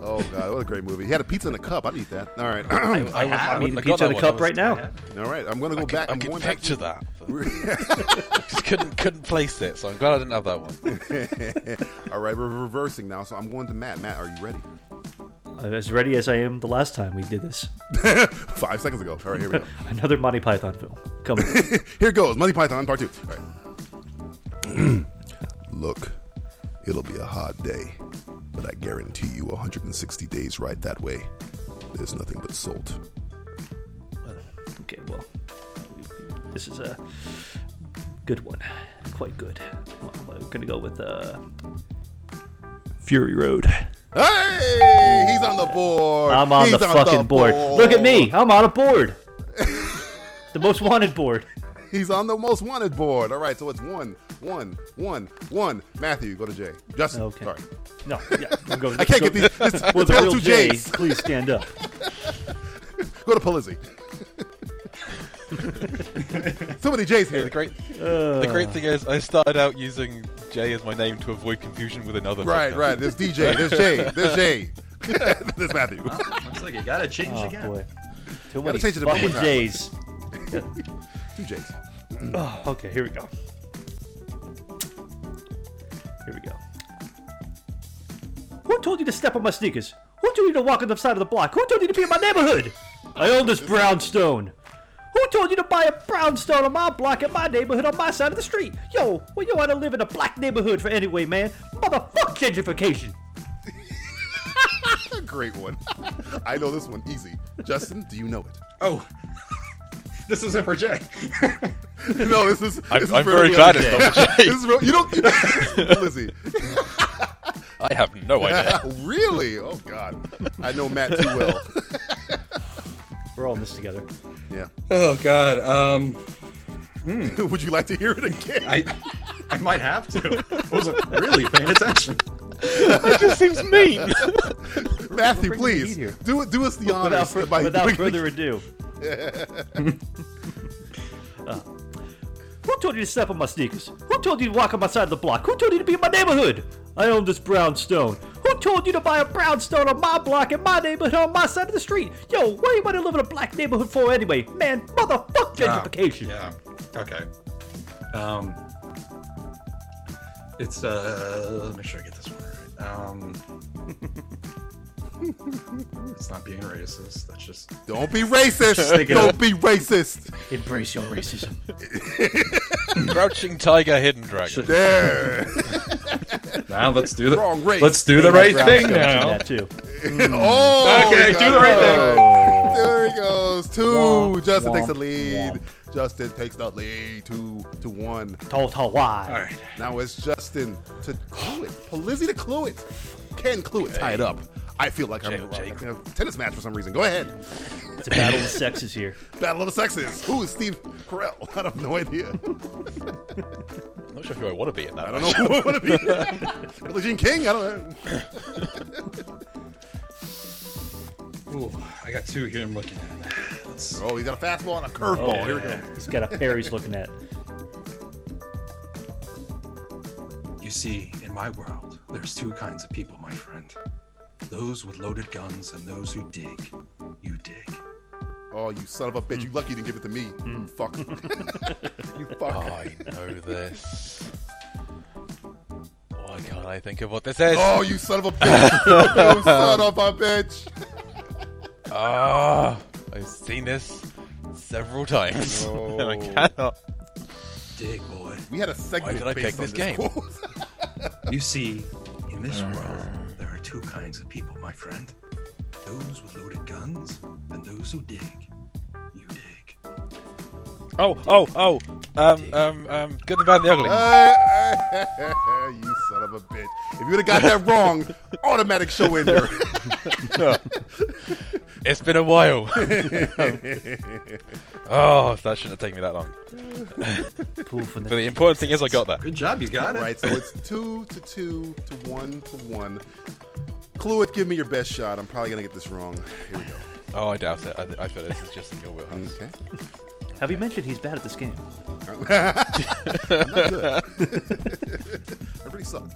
[SPEAKER 4] Oh god, what a great movie. He had a pizza in a cup. I'd eat that. All right.
[SPEAKER 6] I- I- I I'm eating I pizza in a got that cup one. right now.
[SPEAKER 4] All right, I'm gonna go
[SPEAKER 2] I can-
[SPEAKER 4] back.
[SPEAKER 2] I
[SPEAKER 4] I'm
[SPEAKER 2] can
[SPEAKER 4] going back
[SPEAKER 2] picture
[SPEAKER 4] to-
[SPEAKER 2] that. Just couldn't couldn't place it, so I'm glad I didn't have that one.
[SPEAKER 4] All right, we're reversing now, so I'm going to Matt. Matt, are you ready?
[SPEAKER 6] as ready as I am the last time we did this.
[SPEAKER 4] Five seconds ago. All right, here we go.
[SPEAKER 6] Another Monty Python film. Come on.
[SPEAKER 4] Here goes Money Python Part Two. All right. Look, it'll be a hot day, but I guarantee you 160 days right that way. There's nothing but salt.
[SPEAKER 6] Okay, well, this is a good one. Quite good. Well, I'm gonna go with uh, Fury Road.
[SPEAKER 4] Hey, he's on the board.
[SPEAKER 6] I'm on
[SPEAKER 4] He's
[SPEAKER 6] the fucking board. Look at me. I'm on a board. the most wanted board.
[SPEAKER 4] He's on the most wanted board. All right, so it's one, one, one, one. Matthew, go to Jay. Justin, sorry.
[SPEAKER 6] No, yeah, we'll go-
[SPEAKER 4] I can't
[SPEAKER 6] go-
[SPEAKER 4] get these. This,
[SPEAKER 6] Well,
[SPEAKER 4] it's
[SPEAKER 6] the
[SPEAKER 4] all
[SPEAKER 6] real
[SPEAKER 4] two
[SPEAKER 6] Jay,
[SPEAKER 4] J's.
[SPEAKER 6] please stand up.
[SPEAKER 4] go to Polizzi. so many J's here.
[SPEAKER 2] The great, the great
[SPEAKER 6] Uh.
[SPEAKER 2] thing is, I started out using J as my name to avoid confusion with another.
[SPEAKER 4] Right,
[SPEAKER 2] podcast.
[SPEAKER 4] right. There's DJ. There's Jay. There's Jay. there's Matthew.
[SPEAKER 1] Looks like you gotta change
[SPEAKER 6] Oh,
[SPEAKER 1] again.
[SPEAKER 6] boy.
[SPEAKER 4] Too Gotta many change it up one fucking more time. J's. Two J's.
[SPEAKER 6] Oh, okay, here we go. Here we go. Who told you to step on my sneakers? Who told you to walk on the side of the block? Who told you to be in my neighborhood? I own this brownstone. Who told you to buy a brownstone on my block in my neighborhood on my side of the street? Yo, well, you want to live in a black neighborhood for anyway, man. Motherfuck gentrification.
[SPEAKER 4] Great one. I know this one easy. Justin, do you know it?
[SPEAKER 1] Oh, this isn't for Jay.
[SPEAKER 4] no, this is.
[SPEAKER 2] I'm-
[SPEAKER 4] this is
[SPEAKER 2] I'm
[SPEAKER 4] for
[SPEAKER 2] very
[SPEAKER 4] every
[SPEAKER 2] bad
[SPEAKER 4] other
[SPEAKER 2] at
[SPEAKER 4] Jay.
[SPEAKER 2] double J.
[SPEAKER 4] this is for, you don't. Lizzie.
[SPEAKER 2] I have no idea.
[SPEAKER 4] really? Oh God. I know Matt too well.
[SPEAKER 6] We're all in this together.
[SPEAKER 4] Yeah.
[SPEAKER 1] Oh God. Um. hmm.
[SPEAKER 4] Would you like to hear it again?
[SPEAKER 1] I, I might have to. I wasn't really paying attention.
[SPEAKER 4] That
[SPEAKER 2] just seems mean.
[SPEAKER 4] Matthew,
[SPEAKER 6] Bring the
[SPEAKER 4] please
[SPEAKER 6] heat here.
[SPEAKER 4] do it. Do us the honor.
[SPEAKER 6] Without, fur- without further ado. Uh, who told you to step on my sneakers? Who told you to walk on my side of the block? Who told you to be in my neighborhood? I own this brownstone. Who told you to buy a brownstone on my block in my neighborhood on my side of the street? Yo, why you want to live in a black neighborhood for anyway? Man, motherfuck gentrification.
[SPEAKER 1] Um, yeah. Okay. Um. It's uh. Let me sure I get this one right. Um. it's not being racist. That's just.
[SPEAKER 4] Don't be racist.
[SPEAKER 1] Sticking
[SPEAKER 4] Don't
[SPEAKER 1] up.
[SPEAKER 4] be racist.
[SPEAKER 6] Embrace your racism.
[SPEAKER 2] Crouching tiger, hidden dragon.
[SPEAKER 4] There.
[SPEAKER 1] Now let's do the
[SPEAKER 4] Wrong race.
[SPEAKER 1] Let's do the
[SPEAKER 4] And
[SPEAKER 1] right
[SPEAKER 4] brown
[SPEAKER 1] thing
[SPEAKER 4] skin.
[SPEAKER 1] now.
[SPEAKER 6] That too.
[SPEAKER 4] oh.
[SPEAKER 1] okay,
[SPEAKER 4] we
[SPEAKER 1] do
[SPEAKER 4] got
[SPEAKER 1] the right
[SPEAKER 4] it.
[SPEAKER 1] thing.
[SPEAKER 4] There he goes. Two.
[SPEAKER 1] Womp,
[SPEAKER 4] Justin takes the
[SPEAKER 1] womp,
[SPEAKER 4] lead. Justin takes the lead. Two to one.
[SPEAKER 6] Total why.
[SPEAKER 4] Now it's Justin to clue it. Polizzi to clue it. Ken clue it. Tie it up. I feel like I'm in the wrong. I think I'm a tennis match for some reason. Go ahead.
[SPEAKER 6] It's a battle of the sexes here.
[SPEAKER 4] Battle of the Sexes. Who is Steve Carell? I have no idea.
[SPEAKER 2] I'm not sure who I want to be in that.
[SPEAKER 4] I don't know who I want to be. Billie Jean King? I don't know.
[SPEAKER 1] Ooh, I got two here. I'm looking at. Let's-
[SPEAKER 4] Oh, he's got a fastball and a curveball.
[SPEAKER 8] Oh,
[SPEAKER 4] Here we go.
[SPEAKER 6] He's got a pair he's looking at.
[SPEAKER 8] You see, in my world, there's two kinds of people, my friend those with loaded guns and those who dig. You dig.
[SPEAKER 4] Oh, you son of a bitch. You lucky you didn't give it to me.
[SPEAKER 6] Hmm.
[SPEAKER 4] You Fuck. you fuck.
[SPEAKER 2] I know Oh, this. Why can't I think of what this is?
[SPEAKER 4] Oh, you son of a bitch. you son of a bitch.
[SPEAKER 2] Ah, I've seen this several times. and I
[SPEAKER 4] No.
[SPEAKER 2] cannot.
[SPEAKER 8] Dig, boy.
[SPEAKER 4] We had a segment
[SPEAKER 2] did I
[SPEAKER 4] based
[SPEAKER 2] pick
[SPEAKER 4] on
[SPEAKER 2] this game?
[SPEAKER 4] quote.
[SPEAKER 8] You see, in this
[SPEAKER 6] Uh.
[SPEAKER 8] world, there are two kinds of people, my friend those with loaded guns and those who dig. You dig.
[SPEAKER 2] Oh, oh, oh. Um, um, um. Good, the bad, and the ugly.
[SPEAKER 4] Hey, hey, hey, hey, you son of a bitch. If you would have got that wrong, automatic show injury.
[SPEAKER 2] It's been a while. oh, that shouldn't have taken me that long. but the important thing is I got that.
[SPEAKER 1] Good job, you got it.
[SPEAKER 4] Right, so it's two to two to one to one. Clue it, give me your best shot. I'm probably gonna get this wrong. Here we go.
[SPEAKER 2] Oh, I doubt it. I, I feel this is just in your wheelhouse.
[SPEAKER 4] Okay.
[SPEAKER 6] Have you mentioned he's bad at this game?
[SPEAKER 4] I'm not good. I really suck.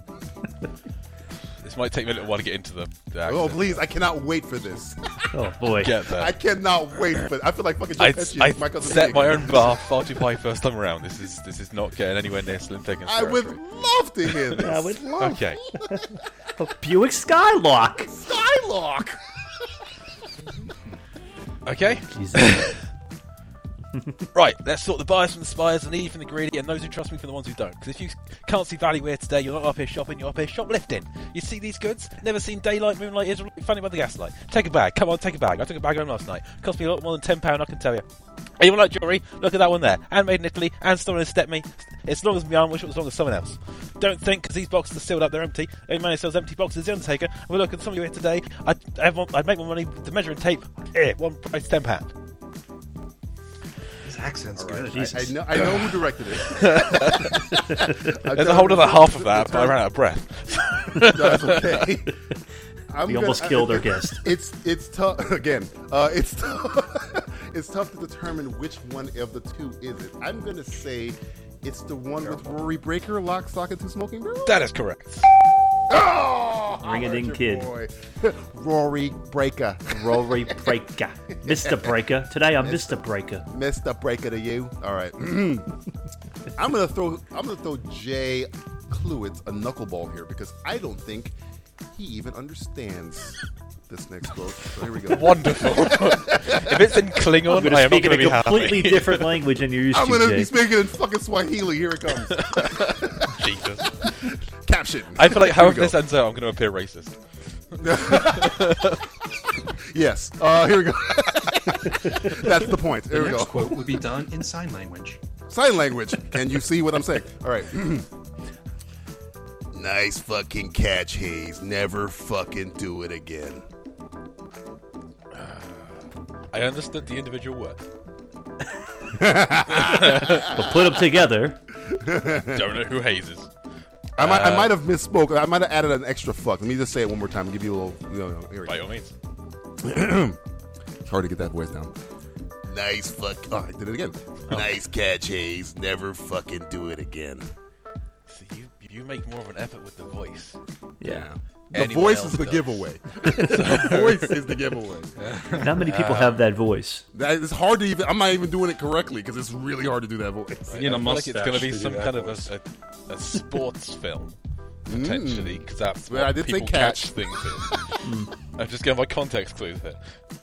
[SPEAKER 2] This might take me a little while to get into the. the
[SPEAKER 4] Oh
[SPEAKER 2] accent.
[SPEAKER 4] please, I cannot wait for this.
[SPEAKER 6] Oh boy.
[SPEAKER 2] Get there.
[SPEAKER 4] I cannot wait for. I feel like fucking Joe
[SPEAKER 2] I,
[SPEAKER 4] Pesci.
[SPEAKER 2] I
[SPEAKER 4] is my cousin
[SPEAKER 2] set
[SPEAKER 4] Nick.
[SPEAKER 2] my own bar far too high first time around. This is this is not getting anywhere near Slim Pickens.
[SPEAKER 4] I would love to hear this.
[SPEAKER 6] I would love
[SPEAKER 2] Okay.
[SPEAKER 6] a Buick Skylock.
[SPEAKER 4] Skylock.
[SPEAKER 2] Okay. right, let's sort the buyers from the spies, the needy from the greedy, and those who trust me from the ones who don't. Because if you can't see value today, you're not up here shopping, you're up here shoplifting. You see these goods? Never seen daylight, moonlight, is funny about the gaslight. Take a bag, come on, take a bag. I took a bag home last night. Cost me a lot more than £10, I can tell you. Anyone like jewellery? Look at that one there. Handmade in Italy, and stolen in Stepney. It's as long as my arm, wish it was as long as someone else. Don't think, because these boxes are sealed up, they're empty. Every man who sells empty boxes is the Undertaker. And we're looking, some of you here today, I'd, have one, I'd make my money with the measuring tape. Here, one price £10.
[SPEAKER 1] His accent's
[SPEAKER 4] All right.
[SPEAKER 1] good.
[SPEAKER 4] I- I know- I know who directed it. I've
[SPEAKER 2] There's a
[SPEAKER 4] done
[SPEAKER 2] whole other
[SPEAKER 4] it
[SPEAKER 2] half
[SPEAKER 4] multiple
[SPEAKER 2] of that, but I ran out of
[SPEAKER 4] times.
[SPEAKER 2] breath.
[SPEAKER 4] That's okay.
[SPEAKER 6] We almost killed our guest.
[SPEAKER 4] It's it's tough again. Uh, it's tough. it's tough to determine which one of the two is it. I'm gonna say it's the one with Rory Breaker, Lock, Stock, and Two Smoking Barrels.
[SPEAKER 2] That is correct.
[SPEAKER 4] Oh,
[SPEAKER 6] Ring a ding
[SPEAKER 4] your
[SPEAKER 6] kid.
[SPEAKER 4] boy. Rory Breaker.
[SPEAKER 6] Rory Breaker. Mr. Breaker. Today I'm Mr. Breaker.
[SPEAKER 4] Mr. Breaker to you. All right. I'm gonna throw I'm gonna throw Jay Cluett a knuckleball here because I don't think he even understands this next quote. So here we go.
[SPEAKER 2] Wonderful. If it's in Klingon, I'm gonna I am not speak in gonna a be completely happy. different language than you're used
[SPEAKER 4] I'm
[SPEAKER 2] to,
[SPEAKER 4] gonna
[SPEAKER 2] Jay.
[SPEAKER 4] be speaking in fucking Swahili. Here it comes.
[SPEAKER 2] Jesus.
[SPEAKER 4] Caption.
[SPEAKER 2] I feel
[SPEAKER 4] Here we
[SPEAKER 2] like however
[SPEAKER 4] go.
[SPEAKER 2] this ends out, I'm going to appear racist.
[SPEAKER 4] yes. Uh, here we go. That's the point. There
[SPEAKER 8] the
[SPEAKER 4] we
[SPEAKER 8] next
[SPEAKER 4] go.
[SPEAKER 8] quote would be done in sign language.
[SPEAKER 4] Sign language. Can you see what I'm saying? All right. nice fucking catch, Hayes. Never fucking do it again.
[SPEAKER 2] I understood the individual word.
[SPEAKER 6] But put them together.
[SPEAKER 2] Don't know who Hayes is.
[SPEAKER 4] I might, I
[SPEAKER 2] Uh,
[SPEAKER 4] might have misspoke. I might have added an extra fuck. Let me just say it one more time. Give you a little. You know, here we
[SPEAKER 2] By
[SPEAKER 4] go.
[SPEAKER 2] all means.
[SPEAKER 4] it's hard to get that voice down. Nice fuck. Oh, I did it again. Nice catch, Hayes. Never fucking do it again.
[SPEAKER 2] See, you, you make more of an effort with the voice.
[SPEAKER 4] Yeah. The
[SPEAKER 2] Anyone
[SPEAKER 4] voice
[SPEAKER 2] else
[SPEAKER 4] is the
[SPEAKER 2] does.
[SPEAKER 4] giveaway. the voice is the giveaway.
[SPEAKER 6] Not many people have that voice.
[SPEAKER 4] That is hard to even. I'm not even doing it correctly because it's really hard to do that voice.
[SPEAKER 2] I feel like it's going to be some kind of a, a, a sports film, potentially, because that's
[SPEAKER 4] Mm. Well, I
[SPEAKER 2] what
[SPEAKER 4] did say
[SPEAKER 2] people
[SPEAKER 4] catch.
[SPEAKER 2] catch things in. I'm just going by context clues here.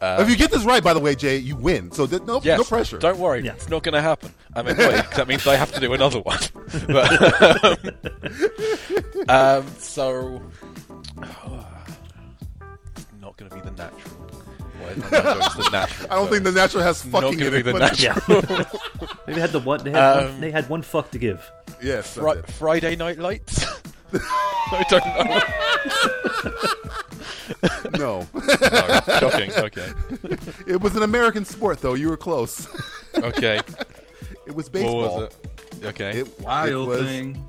[SPEAKER 4] if you get this right, by the way, Jay, you win. So th- no,
[SPEAKER 2] Yes,
[SPEAKER 4] no pressure.
[SPEAKER 2] Don't worry, it's not going to happen. I'm annoyed 'cause that means I have to do another one. But, um, um, so, not going to be the natural. Why is that not just the natural?
[SPEAKER 4] I don't think the natural has
[SPEAKER 2] Not
[SPEAKER 4] fucking
[SPEAKER 2] gonna
[SPEAKER 4] in
[SPEAKER 2] be
[SPEAKER 4] it.
[SPEAKER 2] the
[SPEAKER 4] but-
[SPEAKER 2] natural.
[SPEAKER 6] Maybe they had the one. They had,
[SPEAKER 2] Um,
[SPEAKER 6] one, they had one fuck to give.
[SPEAKER 4] Yes.
[SPEAKER 2] Fri- Friday Night Lights. I don't know.
[SPEAKER 4] No.
[SPEAKER 2] no. Oh, Shocking. Okay.
[SPEAKER 4] it was an American sport, though. You were close.
[SPEAKER 2] Okay.
[SPEAKER 4] It was
[SPEAKER 2] What
[SPEAKER 4] baseball.
[SPEAKER 2] was it? Okay.
[SPEAKER 4] It,
[SPEAKER 8] Wild
[SPEAKER 4] it was,
[SPEAKER 8] thing.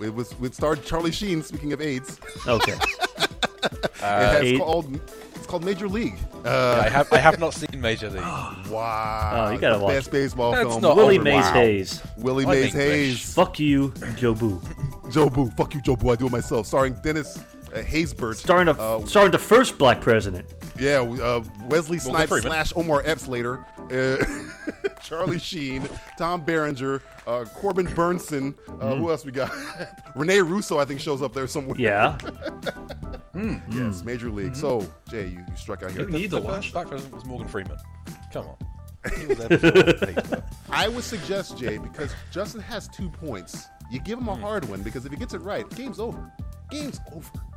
[SPEAKER 4] It was. It starred Charlie Sheen. Speaking of AIDS.
[SPEAKER 6] Okay.
[SPEAKER 4] it has
[SPEAKER 2] AIDS-
[SPEAKER 4] called. It's called Major League.
[SPEAKER 2] I have I have not seen Major League.
[SPEAKER 4] Uh, Wow.
[SPEAKER 6] Oh, you gotta
[SPEAKER 4] the
[SPEAKER 6] watch
[SPEAKER 4] Best
[SPEAKER 6] it.
[SPEAKER 4] baseball
[SPEAKER 2] That's
[SPEAKER 4] film.
[SPEAKER 2] not
[SPEAKER 6] Willie
[SPEAKER 2] over.
[SPEAKER 6] Mays
[SPEAKER 2] Wow.
[SPEAKER 6] Hayes.
[SPEAKER 4] Willie
[SPEAKER 2] I'm
[SPEAKER 4] Mays
[SPEAKER 2] English.
[SPEAKER 4] Hayes.
[SPEAKER 6] Fuck you, Joe Boo.
[SPEAKER 4] Joe Boo. Fuck you, Joe Boo. I do it myself. Starring Dennis uh, Haysbert.
[SPEAKER 6] Starring the
[SPEAKER 4] Uh,
[SPEAKER 6] starring the first black president.
[SPEAKER 4] yeah, uh, Wesley Snipes
[SPEAKER 2] Freeman.
[SPEAKER 4] slash Omar Epps later. Uh, Charlie Sheen, Tom Berenger, uh, Corbin Burnson. Uh,
[SPEAKER 2] Mm-hmm.
[SPEAKER 4] Who else we got? Rene Russo, I think, shows up there somewhere.
[SPEAKER 6] Yeah.
[SPEAKER 2] Hmm.
[SPEAKER 4] Yes, Major
[SPEAKER 2] Mm-hmm.
[SPEAKER 4] League. So, Jay, you, you struck out here.
[SPEAKER 2] The- the first black president was Morgan Freeman. Come on. He was there
[SPEAKER 4] I would suggest Jay because Justin has two points. You give him a
[SPEAKER 2] Hmm.
[SPEAKER 4] hard one because if he gets it right, game's over. Game's over.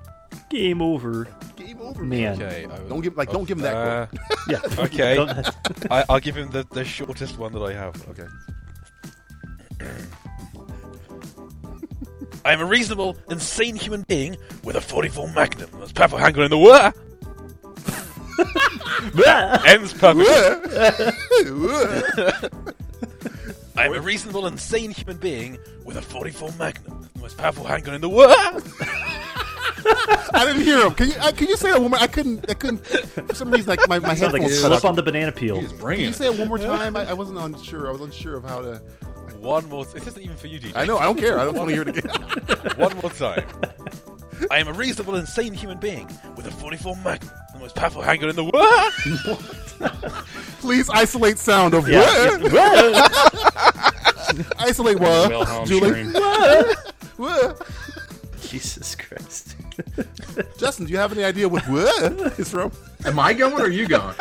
[SPEAKER 6] Game over.
[SPEAKER 4] Game over,
[SPEAKER 6] man.
[SPEAKER 2] Okay, I was-
[SPEAKER 4] Don't give- like, don't give him that
[SPEAKER 2] Uh,
[SPEAKER 6] Yeah.
[SPEAKER 2] Okay.
[SPEAKER 6] Don't-
[SPEAKER 2] I, I'll give him the, the shortest one that I have. Okay. I am a reasonable, insane human being with a 44 Magnum that's powerful handgun in the war. Ends perfectly. I am a reasonable, insane human being with a 44 Magnum, the most powerful handgun in the world.
[SPEAKER 4] I didn't hear him. Can you uh, can you say that one more? I couldn't. I couldn't. For some reason, like my my
[SPEAKER 6] Sounds like a
[SPEAKER 4] headphones cut
[SPEAKER 6] slip
[SPEAKER 4] out.
[SPEAKER 6] on the banana peel.
[SPEAKER 4] Can you say it one more time? I, I wasn't unsure. I was unsure of how to.
[SPEAKER 2] One more. This isn't even for you, DJ.
[SPEAKER 4] I know. I don't care. I don't want to hear it again.
[SPEAKER 2] One more time. I am a reasonable, insane human being with a 44 Magnum, the most powerful handgun in the world.
[SPEAKER 4] Please isolate sound of
[SPEAKER 2] Yeah.
[SPEAKER 4] what? isolate
[SPEAKER 2] Wilhelm
[SPEAKER 4] what? Julie.
[SPEAKER 2] scream.
[SPEAKER 4] What? What?
[SPEAKER 6] Jesus Christ.
[SPEAKER 4] Justin, do you have any idea what what is from?
[SPEAKER 8] Am I going or are you going?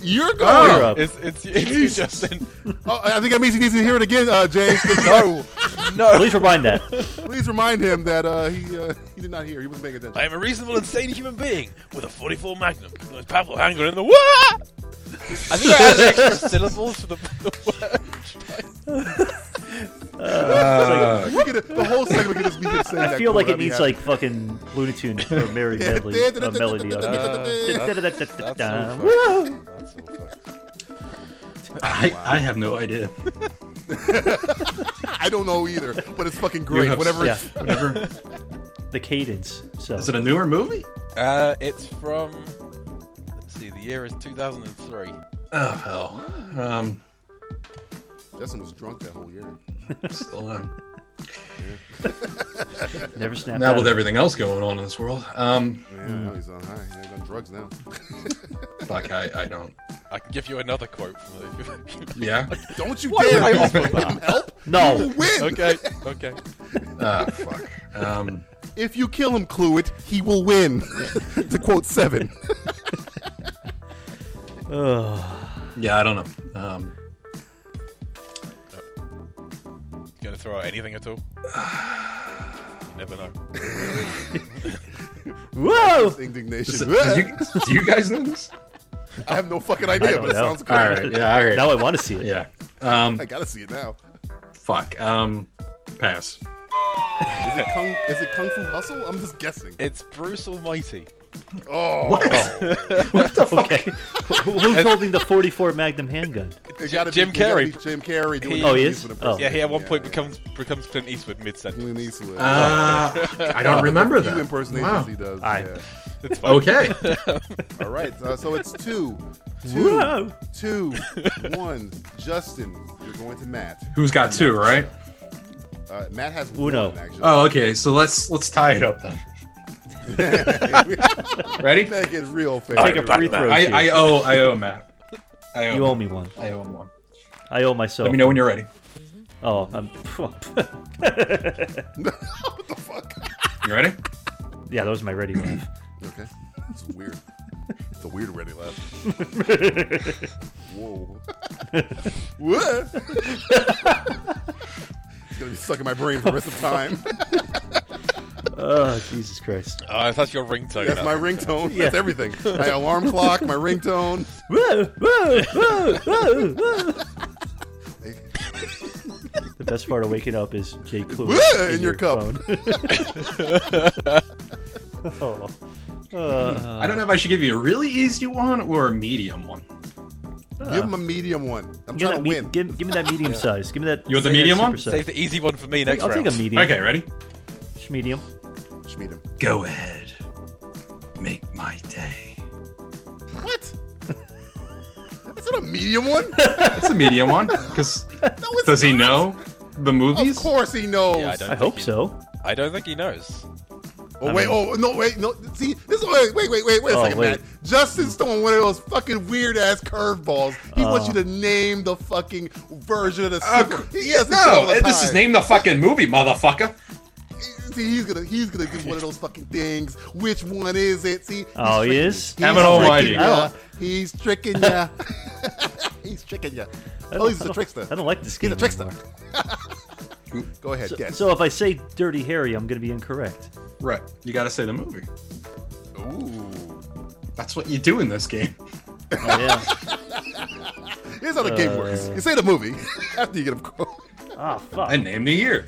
[SPEAKER 4] You're
[SPEAKER 2] Oh,
[SPEAKER 4] going.
[SPEAKER 2] you're up. It's- it's- it's you,
[SPEAKER 4] Jesus.
[SPEAKER 2] Justin.
[SPEAKER 4] oh, I think that means he needs to hear it again, uh, James. 'cause- no,
[SPEAKER 2] No.
[SPEAKER 6] Please remind that.
[SPEAKER 4] Please remind him that uh, he uh, he did not hear. He wasn't paying attention.
[SPEAKER 2] I am a reasonable, insane human being with a 44 Magnum, the most powerful handgun in the world. I think I added extra syllables for the, the word.
[SPEAKER 6] Uh,
[SPEAKER 4] We could- the whole segment could just be him saying
[SPEAKER 6] I
[SPEAKER 4] that
[SPEAKER 6] feel like
[SPEAKER 4] quote. I'd
[SPEAKER 6] it
[SPEAKER 4] be
[SPEAKER 6] needs
[SPEAKER 4] happy.
[SPEAKER 6] like fucking Looney Tunes or Mary Medley a melody. on it.
[SPEAKER 1] I, I have no idea.
[SPEAKER 4] I don't know either, but it's fucking great.
[SPEAKER 6] You're
[SPEAKER 4] Whatever.
[SPEAKER 6] Yeah,
[SPEAKER 4] It's,
[SPEAKER 6] whatever. the cadence. So
[SPEAKER 1] Is it a newer movie?
[SPEAKER 2] Uh, it's from. Let's see, the year is 2003.
[SPEAKER 1] Oh hell. Um,
[SPEAKER 4] Justin was drunk that whole year.
[SPEAKER 1] Still am.
[SPEAKER 6] Never snapped
[SPEAKER 1] Now
[SPEAKER 6] out
[SPEAKER 1] with
[SPEAKER 6] of it.
[SPEAKER 1] everything else going on in this world, um,
[SPEAKER 4] Yeah, now he's on high. He's on drugs now.
[SPEAKER 1] fuck, I, I don't.
[SPEAKER 2] I can give you another quote from the.
[SPEAKER 1] Yeah.
[SPEAKER 4] Uh, Don't you
[SPEAKER 2] Why
[SPEAKER 4] dare
[SPEAKER 2] would I
[SPEAKER 4] give
[SPEAKER 2] offer
[SPEAKER 4] him
[SPEAKER 2] that?
[SPEAKER 4] help. No. You will win.
[SPEAKER 2] Okay. Okay.
[SPEAKER 1] Ah, fuck. Um,
[SPEAKER 4] If you kill him, Cluet, he will win. to quote seven.
[SPEAKER 1] yeah, I don't know. Um,
[SPEAKER 2] Gonna throw out anything at all? You never know.
[SPEAKER 4] Whoa! Indignation.
[SPEAKER 1] Is it- do you- do you guys know this?
[SPEAKER 4] I have no fucking idea, but it sounds great.
[SPEAKER 1] All right, yeah, all right.
[SPEAKER 6] Now I want to see it.
[SPEAKER 1] Yeah. Um,
[SPEAKER 4] I gotta see it now.
[SPEAKER 1] fuck. Um, pass.
[SPEAKER 4] Is it Kung, is it Kung Fu Hustle? I'm just guessing.
[SPEAKER 2] It's Bruce Almighty.
[SPEAKER 4] Oh.
[SPEAKER 6] what the fuck? Who's holding the 44 Magnum handgun?
[SPEAKER 4] It gotta be-
[SPEAKER 2] Jim
[SPEAKER 4] it gotta
[SPEAKER 2] Carrey.
[SPEAKER 4] be Jim Carrey doing
[SPEAKER 6] Oh, he
[SPEAKER 4] the
[SPEAKER 6] is?
[SPEAKER 4] Clint Eastwood
[SPEAKER 6] Oh.
[SPEAKER 2] Yeah, he at one
[SPEAKER 4] impersonation.
[SPEAKER 2] point becomes becomes Clint Eastwood mid sentence.
[SPEAKER 4] Clint Eastwood.
[SPEAKER 1] Ah, I don't remember
[SPEAKER 4] The few
[SPEAKER 1] that.
[SPEAKER 4] impersonations
[SPEAKER 1] Wow.
[SPEAKER 4] he does.
[SPEAKER 1] I-
[SPEAKER 4] yeah.
[SPEAKER 2] It's fine.
[SPEAKER 1] Okay.
[SPEAKER 4] All right, uh, so it's two,
[SPEAKER 6] Whoa.
[SPEAKER 4] two, two, one. Justin, you're going to Matt.
[SPEAKER 1] Who's got two, right?
[SPEAKER 4] Uh, Matt has
[SPEAKER 6] Uno.
[SPEAKER 4] one actually.
[SPEAKER 1] Oh, okay. So let's let's tie it up then. Ready?
[SPEAKER 4] Make it real fair.
[SPEAKER 6] Take a free throw.
[SPEAKER 1] I,
[SPEAKER 6] shoot.
[SPEAKER 1] I owe I owe Matt. I owe
[SPEAKER 6] You owe me one.
[SPEAKER 1] I owe him one.
[SPEAKER 6] I owe myself.
[SPEAKER 1] Let me know when you're ready.
[SPEAKER 6] Oh, I'm.
[SPEAKER 4] what the fuck?
[SPEAKER 1] You ready?
[SPEAKER 6] yeah, that was my ready laugh.
[SPEAKER 4] Okay, it's weird. It's a weird ready laugh. Whoa. What? it's gonna be stuck in my brain for the rest of time.
[SPEAKER 6] Oh, Jesus Christ.
[SPEAKER 2] Oh, that's your ringtone.
[SPEAKER 4] That's
[SPEAKER 2] now.
[SPEAKER 4] my ringtone.
[SPEAKER 6] Yeah.
[SPEAKER 4] That's everything. My alarm clock, my ringtone.
[SPEAKER 6] Whoa, whoa, whoa, whoa, whoa. The best part of waking up is Jay Clue
[SPEAKER 4] Whoa, in your cup.
[SPEAKER 6] phone. oh. Uh,
[SPEAKER 1] I don't know if I should give you a really easy one or a medium one.
[SPEAKER 4] Give him a medium one. I'm
[SPEAKER 6] give, me
[SPEAKER 4] trying
[SPEAKER 6] that
[SPEAKER 4] to
[SPEAKER 6] me-
[SPEAKER 4] win.
[SPEAKER 6] give, give me that medium size. Give me that.
[SPEAKER 1] You want the
[SPEAKER 6] give me that
[SPEAKER 1] medium one?
[SPEAKER 6] super size.
[SPEAKER 2] Save the easy one for me next
[SPEAKER 6] I'll
[SPEAKER 2] round.
[SPEAKER 6] take a medium.
[SPEAKER 1] Okay, ready?
[SPEAKER 6] Sh- Medium.
[SPEAKER 4] Schmeed him.
[SPEAKER 1] Go ahead. Make my day.
[SPEAKER 4] What? Is it a medium one?
[SPEAKER 1] That's a medium one. Because
[SPEAKER 4] No, it's
[SPEAKER 1] does he
[SPEAKER 4] not. Oh,
[SPEAKER 1] know the
[SPEAKER 4] Of
[SPEAKER 1] movies?
[SPEAKER 4] course he knows.
[SPEAKER 2] Yeah, I don't
[SPEAKER 6] I
[SPEAKER 2] think
[SPEAKER 6] hope
[SPEAKER 2] he-
[SPEAKER 6] so.
[SPEAKER 2] I don't think he knows.
[SPEAKER 4] Oh
[SPEAKER 6] I
[SPEAKER 4] wait!
[SPEAKER 6] mean-
[SPEAKER 4] oh no! Wait! No! See, this is wait! Wait! Wait! Wait! Wait a
[SPEAKER 6] Oh,
[SPEAKER 4] second,
[SPEAKER 6] wait.
[SPEAKER 4] Matt. Justin's throwing one of those fucking weird ass curveballs. He wants you
[SPEAKER 6] Oh.
[SPEAKER 4] to name the fucking version of the
[SPEAKER 1] Uh,
[SPEAKER 4] super. he has this shit all
[SPEAKER 1] no,
[SPEAKER 4] the
[SPEAKER 1] this is
[SPEAKER 4] time.
[SPEAKER 1] name the fucking movie, motherfucker.
[SPEAKER 4] See, he's gonna he's gonna do one of those fucking things. Which one is it? See? he's
[SPEAKER 6] Oh, he
[SPEAKER 4] tricking
[SPEAKER 6] is?
[SPEAKER 4] you. He's
[SPEAKER 1] Have it all
[SPEAKER 4] tricking
[SPEAKER 1] right.
[SPEAKER 4] ya. He's tricking ya. he's tricking ya. Oh, he's
[SPEAKER 6] I
[SPEAKER 4] a
[SPEAKER 6] don't-
[SPEAKER 4] trickster.
[SPEAKER 6] I don't like this
[SPEAKER 4] He's
[SPEAKER 6] game.
[SPEAKER 4] a trickster.
[SPEAKER 6] anymore.
[SPEAKER 4] Go ahead,
[SPEAKER 6] So,
[SPEAKER 4] guess.
[SPEAKER 6] so if I say Dirty Harry, I'm going to be incorrect.
[SPEAKER 1] Right. You gotta say the movie.
[SPEAKER 4] Ooh.
[SPEAKER 1] That's what you do in this game.
[SPEAKER 6] Oh, yeah.
[SPEAKER 4] Here's how the game works.
[SPEAKER 6] Uh,
[SPEAKER 4] You say the movie after you get him. caught.
[SPEAKER 6] Ah, fuck.
[SPEAKER 1] And name the year.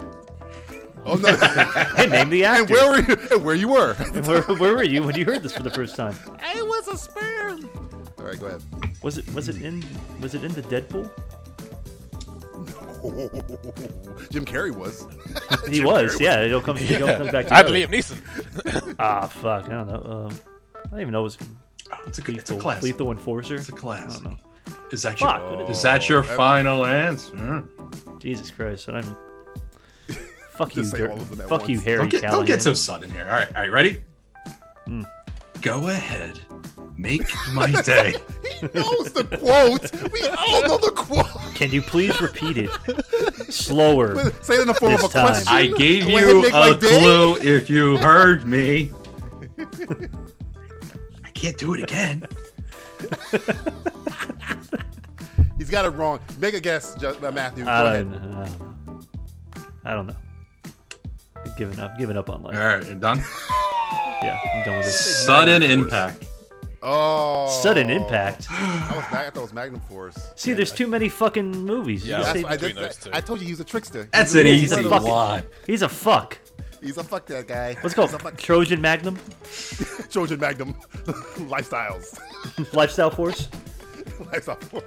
[SPEAKER 4] Oh no.
[SPEAKER 6] I named the
[SPEAKER 4] and
[SPEAKER 6] actor.
[SPEAKER 4] where were you? And where you were?
[SPEAKER 6] where, where were you when you heard this for the first time?
[SPEAKER 4] I was a sperm. All right, go ahead.
[SPEAKER 6] Was it was it in was it in the Deadpool?
[SPEAKER 4] Jim Carrey was.
[SPEAKER 6] He was, yeah. It'll come. It'll come back. To
[SPEAKER 2] I
[SPEAKER 6] know.
[SPEAKER 2] believe Neeson.
[SPEAKER 6] Ah, fuck. I don't know. Um, I don't even know. It was
[SPEAKER 1] Oh, It's a, good, it's a
[SPEAKER 6] lethal,
[SPEAKER 1] classic.
[SPEAKER 6] lethal enforcer.
[SPEAKER 1] It's a classic.
[SPEAKER 6] I don't
[SPEAKER 1] Is that your,
[SPEAKER 6] Fuck, what is
[SPEAKER 1] is that your
[SPEAKER 4] that-
[SPEAKER 1] final answer? Hmm.
[SPEAKER 6] know. Jesus Christ! And I'm. Fuck you,
[SPEAKER 4] Just say
[SPEAKER 6] Dir-
[SPEAKER 4] all of them at
[SPEAKER 6] fuck
[SPEAKER 4] once.
[SPEAKER 6] you, Harry
[SPEAKER 1] Don't get,
[SPEAKER 6] Callahan. Hmm.
[SPEAKER 1] don't get so sudden here. All right, all right, ready? Go ahead. Make my day.
[SPEAKER 4] He knows the quote. We all know the quote.
[SPEAKER 6] Can you please repeat it slower?
[SPEAKER 4] Say it in the form of a
[SPEAKER 6] This time.
[SPEAKER 4] question.
[SPEAKER 1] I gave
[SPEAKER 4] Go ahead,
[SPEAKER 1] you
[SPEAKER 4] make my
[SPEAKER 1] a
[SPEAKER 4] day.
[SPEAKER 1] clue if you heard me. I can't do it again.
[SPEAKER 4] He's got it wrong. Make a guess, just, uh, Matthew. Go
[SPEAKER 6] I
[SPEAKER 4] ahead.
[SPEAKER 6] don't, know. I don't know. I don't know. I've given up. Given up on life. All
[SPEAKER 8] right, you're done.
[SPEAKER 6] yeah, I'm done with this.
[SPEAKER 8] Sudden impact.
[SPEAKER 4] Oh.
[SPEAKER 6] Sudden impact.
[SPEAKER 4] I, was, I thought it was Magnum Force.
[SPEAKER 6] See, there's too many fucking movies. You
[SPEAKER 4] Yeah,
[SPEAKER 6] just
[SPEAKER 4] that's
[SPEAKER 6] say-
[SPEAKER 4] why I, did- I told you he was a trickster.
[SPEAKER 6] That's
[SPEAKER 4] He
[SPEAKER 6] an
[SPEAKER 4] was a
[SPEAKER 6] easy
[SPEAKER 4] fucking-
[SPEAKER 6] one. He's a fuck.
[SPEAKER 4] He's a fuck that guy.
[SPEAKER 6] Let's go.
[SPEAKER 4] He's a fuck-
[SPEAKER 6] Trojan Magnum,
[SPEAKER 4] Trojan Magnum. Lifestyles.
[SPEAKER 6] Lifestyle Force.
[SPEAKER 4] Lifestyle Force.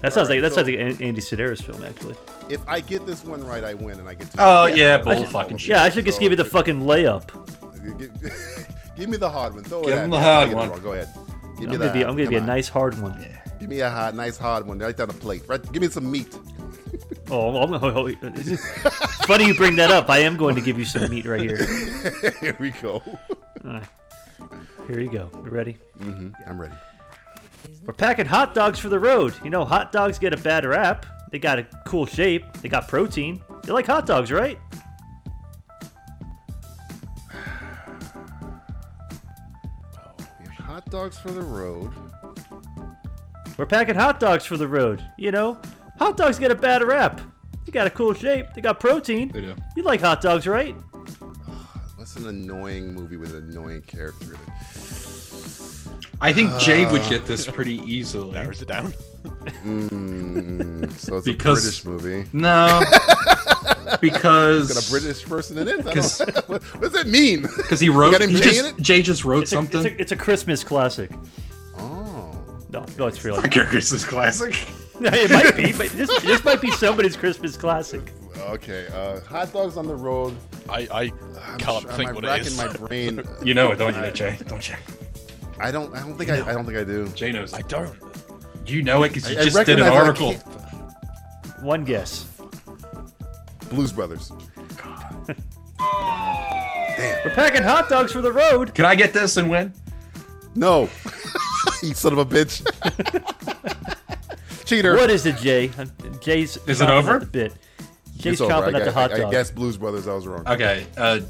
[SPEAKER 6] That sounds
[SPEAKER 4] All
[SPEAKER 6] like
[SPEAKER 4] right,
[SPEAKER 6] that sounds
[SPEAKER 4] so-
[SPEAKER 6] like an Andy Sedaris film, actually.
[SPEAKER 4] If I get this one right, I win, and I get. to-
[SPEAKER 6] I should- Oh, Yeah, I should just give you the fucking layup.
[SPEAKER 4] Give, give me the hard one. Throw
[SPEAKER 6] Give
[SPEAKER 4] it at
[SPEAKER 6] him
[SPEAKER 4] me.
[SPEAKER 6] the
[SPEAKER 4] I'll
[SPEAKER 6] hard
[SPEAKER 4] get it
[SPEAKER 6] one.
[SPEAKER 4] wrong. Go ahead. Give
[SPEAKER 6] I'm
[SPEAKER 4] me
[SPEAKER 6] gonna
[SPEAKER 4] that.
[SPEAKER 6] be, I'm gonna be a
[SPEAKER 4] Come on.
[SPEAKER 6] nice hard one.
[SPEAKER 4] Give me a hard, nice hard one. Right down the plate. Right. Give me some meat.
[SPEAKER 6] Oh, I'm gonna. Funny you bring that up. I am going to give you some meat right here.
[SPEAKER 4] here we go.
[SPEAKER 6] Here you go. You ready?
[SPEAKER 4] Mm-hmm. I'm ready.
[SPEAKER 6] We're packing hot dogs for the road. You know, hot dogs get a bad rap. They got a cool shape. They got protein. You like hot dogs, right?
[SPEAKER 4] Hot dogs for the road.
[SPEAKER 6] We're packing hot dogs for the road. You know, hot dogs get a bad rap. They got a cool shape. They got protein. They do. You like hot dogs, right?
[SPEAKER 4] What's an annoying movie with an annoying character? in it?
[SPEAKER 1] I think Jay would
[SPEAKER 4] Uh,
[SPEAKER 1] get this pretty easily. Narrows it down.
[SPEAKER 4] Mm, so it's
[SPEAKER 1] Because-
[SPEAKER 4] a British movie.
[SPEAKER 1] No. Because-
[SPEAKER 4] it's got a British person in it. I
[SPEAKER 1] Because-
[SPEAKER 4] don't, what, what does that mean?
[SPEAKER 1] Because he wrote.
[SPEAKER 4] You got him
[SPEAKER 1] he
[SPEAKER 4] Jay in it?
[SPEAKER 1] just, Jay just wrote
[SPEAKER 6] It's a,
[SPEAKER 1] something.
[SPEAKER 6] it's, a, it's a Christmas classic.
[SPEAKER 4] Oh.
[SPEAKER 6] No, no, it's really.
[SPEAKER 1] Not your Christmas classic.
[SPEAKER 6] it might be, but this, this might be somebody's Christmas classic.
[SPEAKER 4] Okay. Uh, hot dogs on the road.
[SPEAKER 2] I, I
[SPEAKER 4] can't
[SPEAKER 2] think
[SPEAKER 4] am
[SPEAKER 2] what it
[SPEAKER 4] racking
[SPEAKER 2] is.
[SPEAKER 4] my brain.
[SPEAKER 2] You know it, don't
[SPEAKER 1] you, Jay? Don't you?
[SPEAKER 4] I don't. I don't think
[SPEAKER 2] You know.
[SPEAKER 4] I. I don't think I do.
[SPEAKER 1] Jay knows. I
[SPEAKER 2] don't.
[SPEAKER 1] You know it because you
[SPEAKER 4] I- I
[SPEAKER 1] just did an
[SPEAKER 4] recognize it, I
[SPEAKER 1] article.
[SPEAKER 6] One guess.
[SPEAKER 4] Blues Brothers.
[SPEAKER 6] We're packing hot dogs for the road.
[SPEAKER 1] Can I get this and win?
[SPEAKER 4] No. you son of a bitch. Cheater.
[SPEAKER 6] What is it, Jay? Uh, Jay's.
[SPEAKER 4] Is it
[SPEAKER 6] chomping
[SPEAKER 4] over?
[SPEAKER 6] at The bit. Jay's
[SPEAKER 4] It's over.
[SPEAKER 6] chomping
[SPEAKER 4] I
[SPEAKER 6] at the
[SPEAKER 4] guess-
[SPEAKER 6] hot
[SPEAKER 4] I-
[SPEAKER 6] dog.
[SPEAKER 4] I guess Blues Brothers. I was wrong.
[SPEAKER 1] Okay, uh,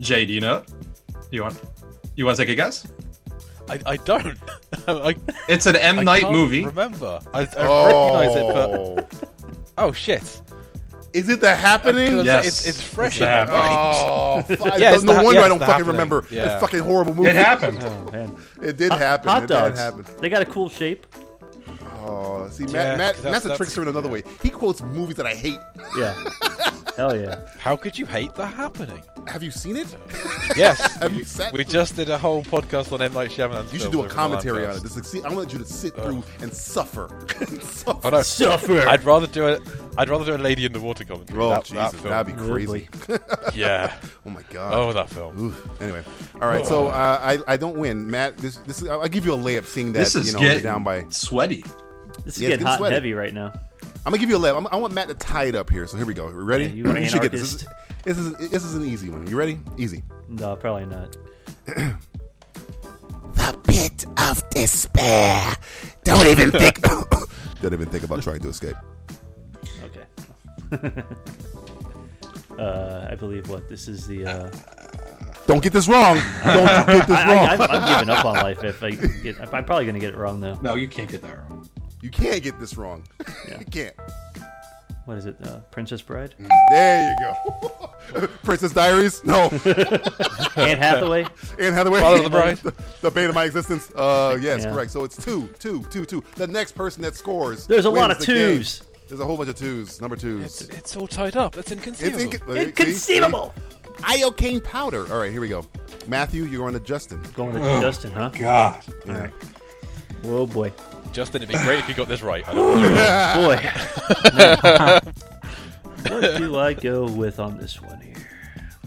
[SPEAKER 1] Jay, do you know? It? You want? You want to take a guess?
[SPEAKER 2] I, I don't. I,
[SPEAKER 1] It's an M
[SPEAKER 2] I
[SPEAKER 1] Night
[SPEAKER 2] can't
[SPEAKER 1] movie.
[SPEAKER 2] Remember, I, I
[SPEAKER 4] Oh.
[SPEAKER 2] recognize it, but oh shit!
[SPEAKER 4] Is it the happening?
[SPEAKER 2] Yes. It's- it's fresh It's The in my Happening.
[SPEAKER 4] Oh,
[SPEAKER 2] mind.
[SPEAKER 4] fuck.
[SPEAKER 2] Yeah, it's
[SPEAKER 4] no
[SPEAKER 2] The Ha-
[SPEAKER 4] wonder I
[SPEAKER 2] yeah, it's
[SPEAKER 4] don't fucking
[SPEAKER 2] The Happening.
[SPEAKER 4] remember.
[SPEAKER 2] Yeah.
[SPEAKER 4] That fucking horrible movie.
[SPEAKER 1] happened.
[SPEAKER 6] Oh, man.
[SPEAKER 4] It did
[SPEAKER 6] Hot-
[SPEAKER 4] happen.
[SPEAKER 6] Hot
[SPEAKER 4] it
[SPEAKER 6] dogs.
[SPEAKER 4] did happen.
[SPEAKER 6] They got a cool shape.
[SPEAKER 4] Oh, see, Matt,
[SPEAKER 2] Yeah,
[SPEAKER 4] Matt,
[SPEAKER 2] 'cause that's-
[SPEAKER 4] that's, a
[SPEAKER 2] that's-
[SPEAKER 4] trickster in another way. He quotes movies that I hate.
[SPEAKER 6] Yeah. Hell yeah.
[SPEAKER 2] How could you hate the happening?
[SPEAKER 4] Have you seen it?
[SPEAKER 2] Yes,
[SPEAKER 4] Have
[SPEAKER 2] we-
[SPEAKER 4] you sat-
[SPEAKER 2] we just did a whole podcast on M Night Shyamalan.
[SPEAKER 4] You should do a commentary on it. This is, see, I want you to sit through and suffer. And suffer.
[SPEAKER 2] Oh, no. I'd rather do it. I'd rather do a Lady in the Water commentary.
[SPEAKER 4] Oh,
[SPEAKER 2] that,
[SPEAKER 4] Jesus,
[SPEAKER 2] that film.
[SPEAKER 4] that'd be crazy.
[SPEAKER 2] yeah.
[SPEAKER 4] Oh my god.
[SPEAKER 2] Oh, that film. Oh.
[SPEAKER 4] Oof. Anyway, all right. So uh, I I don't win, Matt. This this is, I'll give you a layup, seeing that
[SPEAKER 1] This is
[SPEAKER 4] you know
[SPEAKER 1] getting
[SPEAKER 4] you're down by
[SPEAKER 1] sweaty.
[SPEAKER 6] This is
[SPEAKER 4] Yeah, it's
[SPEAKER 6] getting hot
[SPEAKER 4] sweaty.
[SPEAKER 6] and heavy right now.
[SPEAKER 4] I'm gonna give you a layup. I'm, I want Matt to tie it up here. So here we go. We ready?
[SPEAKER 6] Yeah, you are
[SPEAKER 4] should get this. This is, this is this is an easy one. You ready? Easy.
[SPEAKER 6] No, probably not.
[SPEAKER 4] The pit of despair. Don't even think. don't even think about trying to escape.
[SPEAKER 6] Okay. uh, I believe what this is the. Uh,
[SPEAKER 4] Don't get this wrong. Don't get this
[SPEAKER 6] I, I,
[SPEAKER 4] wrong.
[SPEAKER 6] I'm, I'm giving up on life if I get. I'm probably gonna get it wrong though.
[SPEAKER 1] No, you can't get that wrong.
[SPEAKER 4] You can't get this wrong. You can't.
[SPEAKER 6] What is it? Uh, Princess Bride.
[SPEAKER 1] Mm-hmm.
[SPEAKER 4] There you go. Princess Diaries? No.
[SPEAKER 6] Anne Hathaway?
[SPEAKER 4] Anne Hathaway.
[SPEAKER 6] Father of the Bride?
[SPEAKER 4] The, the bane of my existence. Uh, yes,
[SPEAKER 6] Yeah.
[SPEAKER 4] correct. So it's two, two, two, two. The next person that scores.
[SPEAKER 6] There's a lot
[SPEAKER 4] wins
[SPEAKER 6] of
[SPEAKER 4] the game.
[SPEAKER 6] twos.
[SPEAKER 4] There's a whole bunch of twos. Number twos.
[SPEAKER 2] It's all tied up. That's inconceivable.
[SPEAKER 4] inco- Inconceivable. Iocane powder. All right, here we go. Matthew, you're going to Justin.
[SPEAKER 6] Going to Oh, Justin, huh?
[SPEAKER 2] God.
[SPEAKER 4] All right.
[SPEAKER 6] Oh boy.
[SPEAKER 2] Justin, it'd be great if you got this right. I don't
[SPEAKER 6] boy. what do I go with on this one here?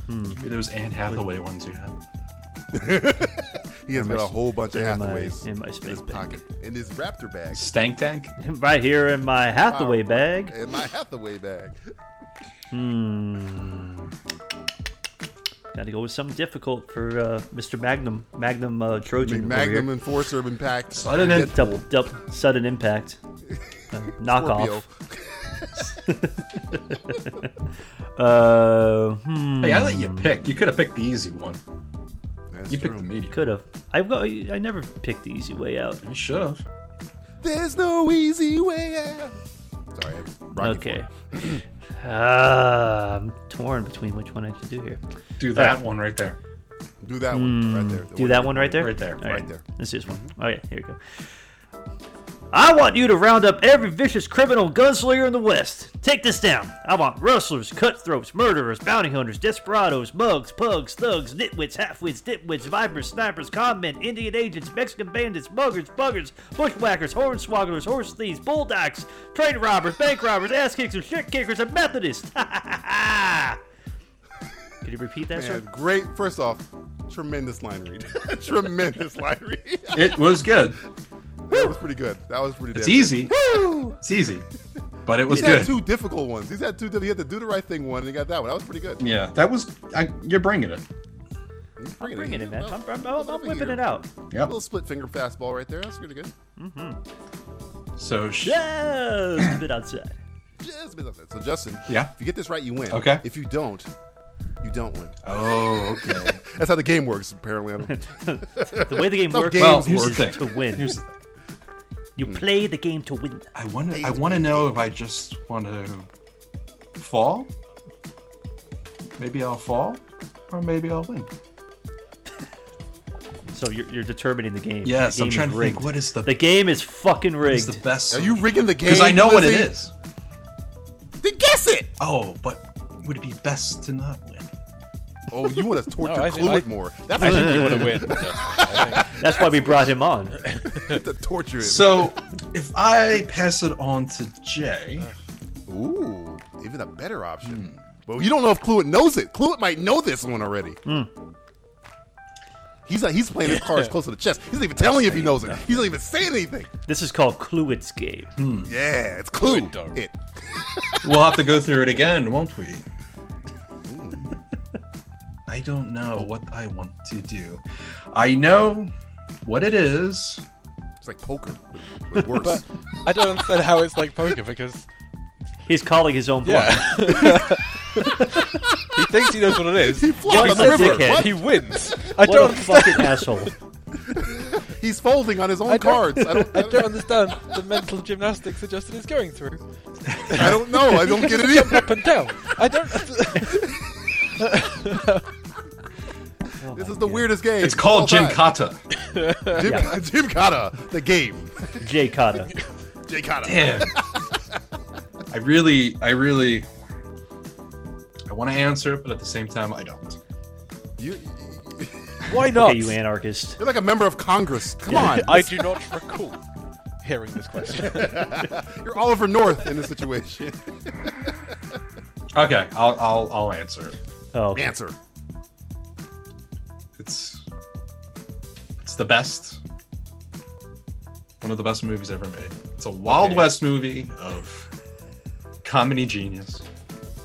[SPEAKER 6] Hmm.
[SPEAKER 1] Those Anne Hathaway ones you have.
[SPEAKER 4] He has
[SPEAKER 6] Am I
[SPEAKER 4] got a
[SPEAKER 6] s-
[SPEAKER 4] whole bunch of
[SPEAKER 6] am I-
[SPEAKER 4] Hathaways
[SPEAKER 6] am I
[SPEAKER 4] in
[SPEAKER 6] space
[SPEAKER 4] his pocket, in his raptor bag.
[SPEAKER 1] Stank Tank.
[SPEAKER 6] Right here in my Hathaway
[SPEAKER 4] Wow.
[SPEAKER 6] bag.
[SPEAKER 4] In my Hathaway bag.
[SPEAKER 6] Hmm. Gotta go with something difficult for uh, Mr. Magnum. Magnum uh, Trojan. over
[SPEAKER 4] Magnum
[SPEAKER 6] here.
[SPEAKER 4] Enforcer of Impact. Deadpool.
[SPEAKER 6] double, double, sudden impact. Uh, knockoff. uh, hmm.
[SPEAKER 1] Hey, I let you pick. You could have picked the easy one. you picked the medium.
[SPEAKER 6] Could have. I've got. I never picked the easy way out.
[SPEAKER 1] You should have.
[SPEAKER 4] There's no easy way out. Sorry.
[SPEAKER 6] okay. Ah, I'm torn between which one I should do here. Uh,
[SPEAKER 1] Do that one right there.
[SPEAKER 4] Do that one right there. The
[SPEAKER 6] Hmm. do
[SPEAKER 4] one
[SPEAKER 6] that
[SPEAKER 4] you-
[SPEAKER 6] one right there?
[SPEAKER 4] Right there,
[SPEAKER 6] All
[SPEAKER 4] right there.
[SPEAKER 6] This is one. Oh, yeah, here we go. I want you to round up every vicious criminal gunslinger in the West. Take this down. I want rustlers, cutthroats, murderers, bounty hunters, desperados, mugs, pugs, thugs, nitwits, halfwits, dipwits, vipers, snipers, con men, Indian agents, Mexican bandits, muggers, buggers, bushwhackers, hornswogglers, horse thieves, bull dykes, train robbers, bank robbers, ass kickers, shit kickers, and Methodists. Could you repeat that, sir?
[SPEAKER 4] Ah. Man, great. First off, tremendous line read. tremendous line read.
[SPEAKER 1] It was good.
[SPEAKER 4] That was pretty good. That was pretty.
[SPEAKER 1] It's
[SPEAKER 4] damn good.
[SPEAKER 1] easy. It's easy, but it was
[SPEAKER 4] He's
[SPEAKER 1] good.
[SPEAKER 4] had two difficult ones. He's had two. He had the do the right thing one, and he got that one. That was pretty good.
[SPEAKER 1] Yeah, that was. I, you're bringing it.
[SPEAKER 4] Bring
[SPEAKER 6] I'm bringing it, man.
[SPEAKER 4] Well,
[SPEAKER 6] I'm, I'm,
[SPEAKER 4] what's
[SPEAKER 6] I'm,
[SPEAKER 4] up
[SPEAKER 6] I'm
[SPEAKER 4] with
[SPEAKER 6] whipping
[SPEAKER 4] you?
[SPEAKER 6] it out.
[SPEAKER 1] Yep.
[SPEAKER 4] Little split finger fastball right there. That's pretty good.
[SPEAKER 6] Mm-hmm.
[SPEAKER 1] So sh-
[SPEAKER 6] Just a bit outside.
[SPEAKER 4] Just a bit of it. So Justin,
[SPEAKER 1] Yeah.
[SPEAKER 4] If you get this right, you win.
[SPEAKER 1] Okay.
[SPEAKER 4] If you don't, you don't win.
[SPEAKER 1] Oh, okay.
[SPEAKER 4] That's how the game works. Apparently, I don't-
[SPEAKER 6] The way the game
[SPEAKER 4] How
[SPEAKER 6] works
[SPEAKER 1] Well,
[SPEAKER 6] is
[SPEAKER 1] here's the thing.
[SPEAKER 6] to win.
[SPEAKER 1] Here's the thing.
[SPEAKER 6] You
[SPEAKER 4] Hmm.
[SPEAKER 6] play the game to win.
[SPEAKER 1] I want to. I want to know if I just want to fall. Maybe I'll fall, or maybe I'll win.
[SPEAKER 6] So you're, you're determining the game.
[SPEAKER 1] Yes,
[SPEAKER 6] the
[SPEAKER 1] I'm
[SPEAKER 6] game
[SPEAKER 1] trying
[SPEAKER 6] is
[SPEAKER 1] to think,
[SPEAKER 6] rigged.
[SPEAKER 1] what is the-
[SPEAKER 6] The game is fucking rigged.
[SPEAKER 1] It's the best.
[SPEAKER 4] Are you rigging the game?
[SPEAKER 1] Because I know what it
[SPEAKER 4] Lizzie?
[SPEAKER 1] is.
[SPEAKER 4] Then guess it.
[SPEAKER 1] Oh, but would it be best to not win?
[SPEAKER 4] Oh, you want to torture
[SPEAKER 1] No, I think-
[SPEAKER 4] Klulik
[SPEAKER 1] I-
[SPEAKER 4] more?
[SPEAKER 1] I think you
[SPEAKER 4] you
[SPEAKER 1] wanna win, Justin. I
[SPEAKER 6] That's why we brought him on.
[SPEAKER 4] to torture him.
[SPEAKER 1] So, if I pass it on to Jay,
[SPEAKER 4] ooh, even a better option. Well, you don't know if Cluet knows it. Cluet might know this one already.
[SPEAKER 6] Hmm.
[SPEAKER 4] He's like, he's playing his cards close to the chest. He's not even telling you if he knows it. He's not even saying anything.
[SPEAKER 6] This is called Cluett's game.
[SPEAKER 4] Yeah, it's Clue. It.
[SPEAKER 1] Hmm. we'll have to go through it again, won't we? I don't know what I want to do. I know what it is.
[SPEAKER 4] It's like poker.
[SPEAKER 1] Worse.
[SPEAKER 2] I don't understand how it's like poker because
[SPEAKER 6] He's calling his own bluff.
[SPEAKER 2] yeah, he thinks he knows what it is. He
[SPEAKER 4] flops
[SPEAKER 2] he's
[SPEAKER 4] the
[SPEAKER 2] a
[SPEAKER 4] river.
[SPEAKER 2] dickhead.
[SPEAKER 4] What?
[SPEAKER 2] He wins. I
[SPEAKER 6] what
[SPEAKER 2] don't
[SPEAKER 6] a
[SPEAKER 2] understand.
[SPEAKER 6] fucking asshole.
[SPEAKER 4] He's folding on his own
[SPEAKER 2] I don't-
[SPEAKER 4] cards. I don't,
[SPEAKER 2] I don't understand the mental gymnastics that Justin is going through.
[SPEAKER 4] I don't know. I don't get it
[SPEAKER 2] Jump
[SPEAKER 4] either.
[SPEAKER 2] up and down. I don't.
[SPEAKER 6] Oh
[SPEAKER 4] This is the weirdest game.
[SPEAKER 1] It's called
[SPEAKER 4] of all time.
[SPEAKER 1] Jinkata.
[SPEAKER 4] Jim, Jim Cotta, the game.
[SPEAKER 6] Jay Cotta.
[SPEAKER 4] Jay Cotta.
[SPEAKER 1] Damn. I really, I really, I want to answer it, but at the same time, I don't.
[SPEAKER 4] You,
[SPEAKER 2] Why not?
[SPEAKER 6] Okay, you anarchist.
[SPEAKER 4] you're like a member of Congress. Come on.
[SPEAKER 2] I do not recall hearing this question.
[SPEAKER 4] You're Oliver North in this situation.
[SPEAKER 1] Okay, I'll, I'll, I'll answer it.
[SPEAKER 6] Oh, okay.
[SPEAKER 4] Answer.
[SPEAKER 1] It's, it's the best, one of the best movies ever made. It's a Wild West movie of comedy genius.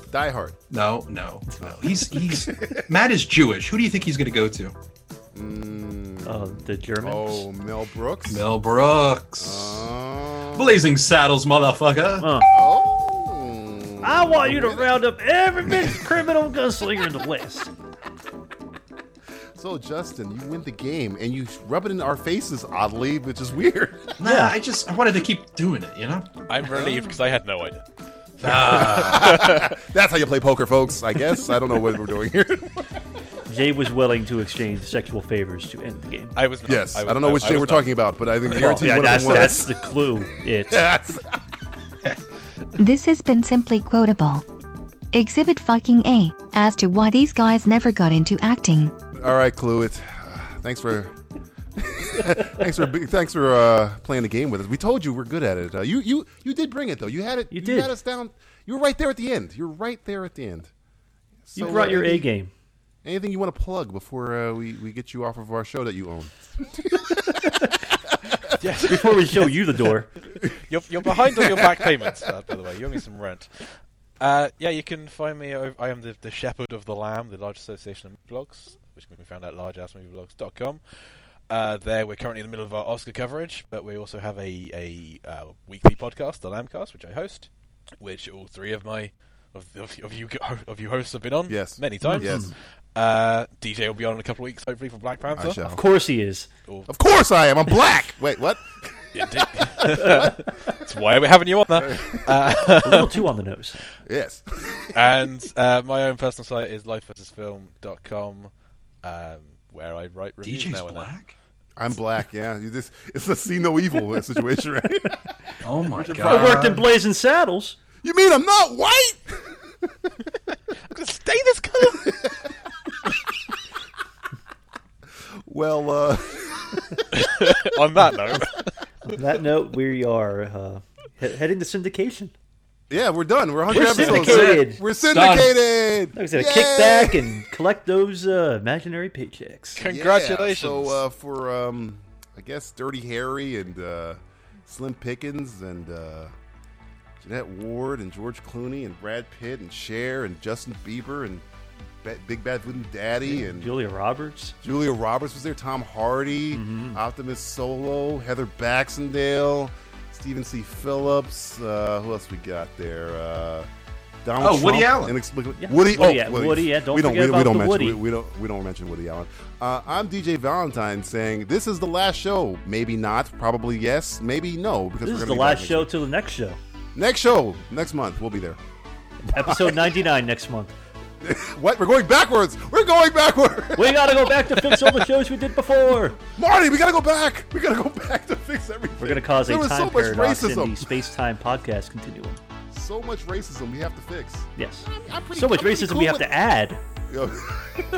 [SPEAKER 4] Die Hard.
[SPEAKER 1] No, no, no. He's, he's, Matt is Jewish. Who do you think he's gonna go to?
[SPEAKER 6] Oh, the Germans.
[SPEAKER 4] Mm. Oh, Mel Brooks.
[SPEAKER 1] Mel Brooks.
[SPEAKER 4] Oh.
[SPEAKER 1] Blazing Saddles, motherfucker.
[SPEAKER 6] Huh.
[SPEAKER 4] Oh.
[SPEAKER 6] I want you to round up every vicious criminal gunslinger in the West.
[SPEAKER 4] So Justin, you win the game and you rub it in our faces oddly, which is weird.
[SPEAKER 1] Nah, I just, I wanted to keep doing it, you know?
[SPEAKER 2] I'm relieved because I had no idea.
[SPEAKER 6] Ah.
[SPEAKER 4] That's how you play poker, folks. I guess I don't know what we're doing here.
[SPEAKER 6] Jay was willing to exchange sexual favors to end the game.
[SPEAKER 2] I was. Not,
[SPEAKER 4] Yes, I,
[SPEAKER 2] was
[SPEAKER 4] don't know
[SPEAKER 2] not-
[SPEAKER 4] which
[SPEAKER 2] I
[SPEAKER 4] day
[SPEAKER 2] was
[SPEAKER 4] we're
[SPEAKER 2] not.
[SPEAKER 4] talking about, but I think guaranteed
[SPEAKER 6] yeah,
[SPEAKER 4] one
[SPEAKER 6] that's,
[SPEAKER 4] of them
[SPEAKER 6] that's
[SPEAKER 4] was.
[SPEAKER 6] the clue. It.
[SPEAKER 4] That's
[SPEAKER 5] This has been simply quotable. Exhibit fucking A as to why these guys never got into acting.
[SPEAKER 4] all right, Clue. It. Thanks for. thanks for thanks for uh, playing the game with us. We told you we're good at it. Uh, you you you did bring it though. You had it. You,
[SPEAKER 6] did.
[SPEAKER 4] had us down. You were right there at the end. You're right there at the end.
[SPEAKER 6] You
[SPEAKER 4] So,
[SPEAKER 6] brought
[SPEAKER 4] uh,
[SPEAKER 6] your A
[SPEAKER 4] anything-
[SPEAKER 6] game.
[SPEAKER 4] Anything you want to plug before uh, we we get you off of our show that you own?
[SPEAKER 6] Before we show you the door.
[SPEAKER 2] You're, you're behind on your back payments, uh, by the way. You owe me some rent. Uh, yeah, you can find me. o- I am the, the Shepherd of the Lamb, the large association of blogs, which can be found at largeassmovieblogs.com. Uh, there, we're currently in the middle of our Oscar coverage, but we also have a, a uh, weekly podcast, the Lambcast, which I host, which all three of my of, of, of you go- of you hosts have been on
[SPEAKER 4] Yes.
[SPEAKER 2] many times.
[SPEAKER 4] Yes.
[SPEAKER 2] Uh, DJ will be on in a couple of weeks, hopefully for Black Panther.
[SPEAKER 4] shall.
[SPEAKER 6] Of course he is.
[SPEAKER 4] Of course I am. I'm black. Wait, what?
[SPEAKER 2] Indeed. That's why we're having you on there. Uh,
[SPEAKER 6] A little too on the nose.
[SPEAKER 4] Yes.
[SPEAKER 2] and uh, my own personal site is lifeversusfilm.com, um, where I write reviews
[SPEAKER 4] DJ's
[SPEAKER 2] now and then.
[SPEAKER 4] I'm black, yeah. You just it's a see no evil situation, right?
[SPEAKER 8] oh my
[SPEAKER 6] I worked in Blazing Saddles.
[SPEAKER 4] You mean I'm not white?
[SPEAKER 2] Stay this color.
[SPEAKER 4] Well, uh
[SPEAKER 2] on that note.
[SPEAKER 6] On that note, we are uh, he- heading to syndication.
[SPEAKER 4] Yeah, we're done. We're 100
[SPEAKER 6] We're
[SPEAKER 4] episodes.
[SPEAKER 6] syndicated.
[SPEAKER 4] We're syndicated.
[SPEAKER 6] Like I said,
[SPEAKER 4] Yay!
[SPEAKER 6] kick back and collect those uh, imaginary paychecks.
[SPEAKER 4] Yeah, so uh, for um, I guess Dirty Harry and uh, Slim Pickens and uh, Jeanette Ward and George Clooney and Brad Pitt and Cher and Justin Bieber and Ba- Big Bad Wooden Daddy and
[SPEAKER 6] Julia Roberts.
[SPEAKER 4] Julia Roberts was there. Tom Hardy,
[SPEAKER 1] Mm-hmm.
[SPEAKER 4] Optimus Solo, Heather Baxendale, Stephen C. Phillips. Uh, who else we got there? Uh, Donald
[SPEAKER 1] Oh, Woody
[SPEAKER 4] Trump,
[SPEAKER 1] Allen.
[SPEAKER 4] inexplicably-
[SPEAKER 1] Yeah.
[SPEAKER 4] Woody,
[SPEAKER 1] Woody-
[SPEAKER 4] oh,
[SPEAKER 1] Woody, yeah, don't
[SPEAKER 4] we don't,
[SPEAKER 1] forget
[SPEAKER 4] we, we
[SPEAKER 1] about
[SPEAKER 4] don't
[SPEAKER 1] the
[SPEAKER 4] mention,
[SPEAKER 1] Woody.
[SPEAKER 4] We, we don't we don't mention Woody Allen. Uh, I'm DJ Valentine saying this is the last show. Maybe not. Probably yes. Maybe no. Because
[SPEAKER 6] This
[SPEAKER 4] we're
[SPEAKER 6] is
[SPEAKER 4] gonna
[SPEAKER 6] the
[SPEAKER 4] be back
[SPEAKER 6] last
[SPEAKER 4] next
[SPEAKER 6] show till the next show.
[SPEAKER 4] Next show next month. We'll be there.
[SPEAKER 6] Episode 99 next month.
[SPEAKER 4] What? We're going backwards. We're going backwards.
[SPEAKER 6] We gotta go back to fix all the shows we did before.
[SPEAKER 4] Marty, we gotta go back. We gotta go back to fix everything.
[SPEAKER 6] We're gonna cause
[SPEAKER 4] There
[SPEAKER 6] a
[SPEAKER 4] was
[SPEAKER 6] time
[SPEAKER 4] so much
[SPEAKER 6] paradox in the
[SPEAKER 4] racism.
[SPEAKER 6] space-time podcast continuum.
[SPEAKER 4] So much racism we have to fix.
[SPEAKER 6] Yes.
[SPEAKER 4] I'm- I'm pretty-
[SPEAKER 6] so much
[SPEAKER 4] I'm pretty
[SPEAKER 6] racism
[SPEAKER 4] cool
[SPEAKER 6] we have
[SPEAKER 4] with-
[SPEAKER 6] to add.
[SPEAKER 4] Yo.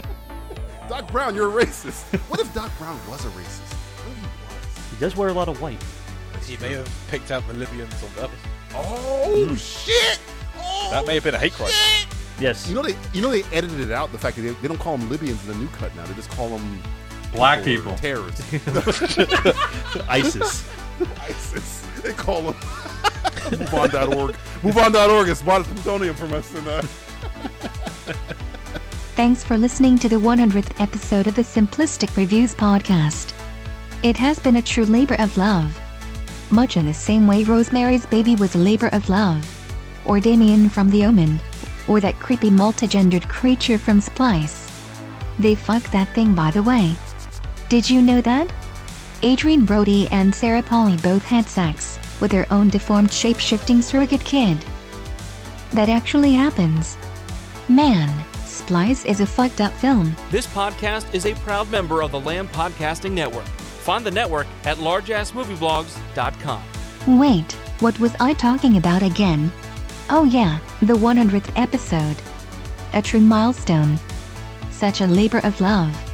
[SPEAKER 4] Doc Brown, you're a racist. What if Doc Brown was a racist? What if he was?
[SPEAKER 6] He does wear a lot of white.
[SPEAKER 2] He may have picked out Malivians on purpose.
[SPEAKER 4] Oh shit!
[SPEAKER 2] That may have been a hate crime.
[SPEAKER 6] Yes.
[SPEAKER 4] You know they, you know they edited it out. The fact that they, they don't call them Libyans in the new cut now. They just call them
[SPEAKER 1] Black
[SPEAKER 4] or
[SPEAKER 1] people.
[SPEAKER 4] terrorists.
[SPEAKER 6] ISIS.
[SPEAKER 4] ISIS. They call them. MoveOn.org. MoveOn.org is bought plutonium from us. And, uh,
[SPEAKER 5] Thanks for listening to the 100th episode of the Simplistic Reviews podcast. It has been a true labor of love. Much in the same way Rosemary's Baby was a labor of love. Or Damien from The Omen. Or that creepy multigendered creature from Splice. They fucked that thing, by the way. Did you know that? Adrian Brody and Sarah Polly both had sex with their own deformed shape shifting surrogate kid. That actually happens. Man, Splice is a fucked up film.
[SPEAKER 20] This podcast is a proud member of the Lamb Podcasting Network. Find the network at largeassmovieblogs.com.
[SPEAKER 5] Wait, what was I talking about again? Oh, yeah, the 100th episode. A true milestone. Such a labor of love.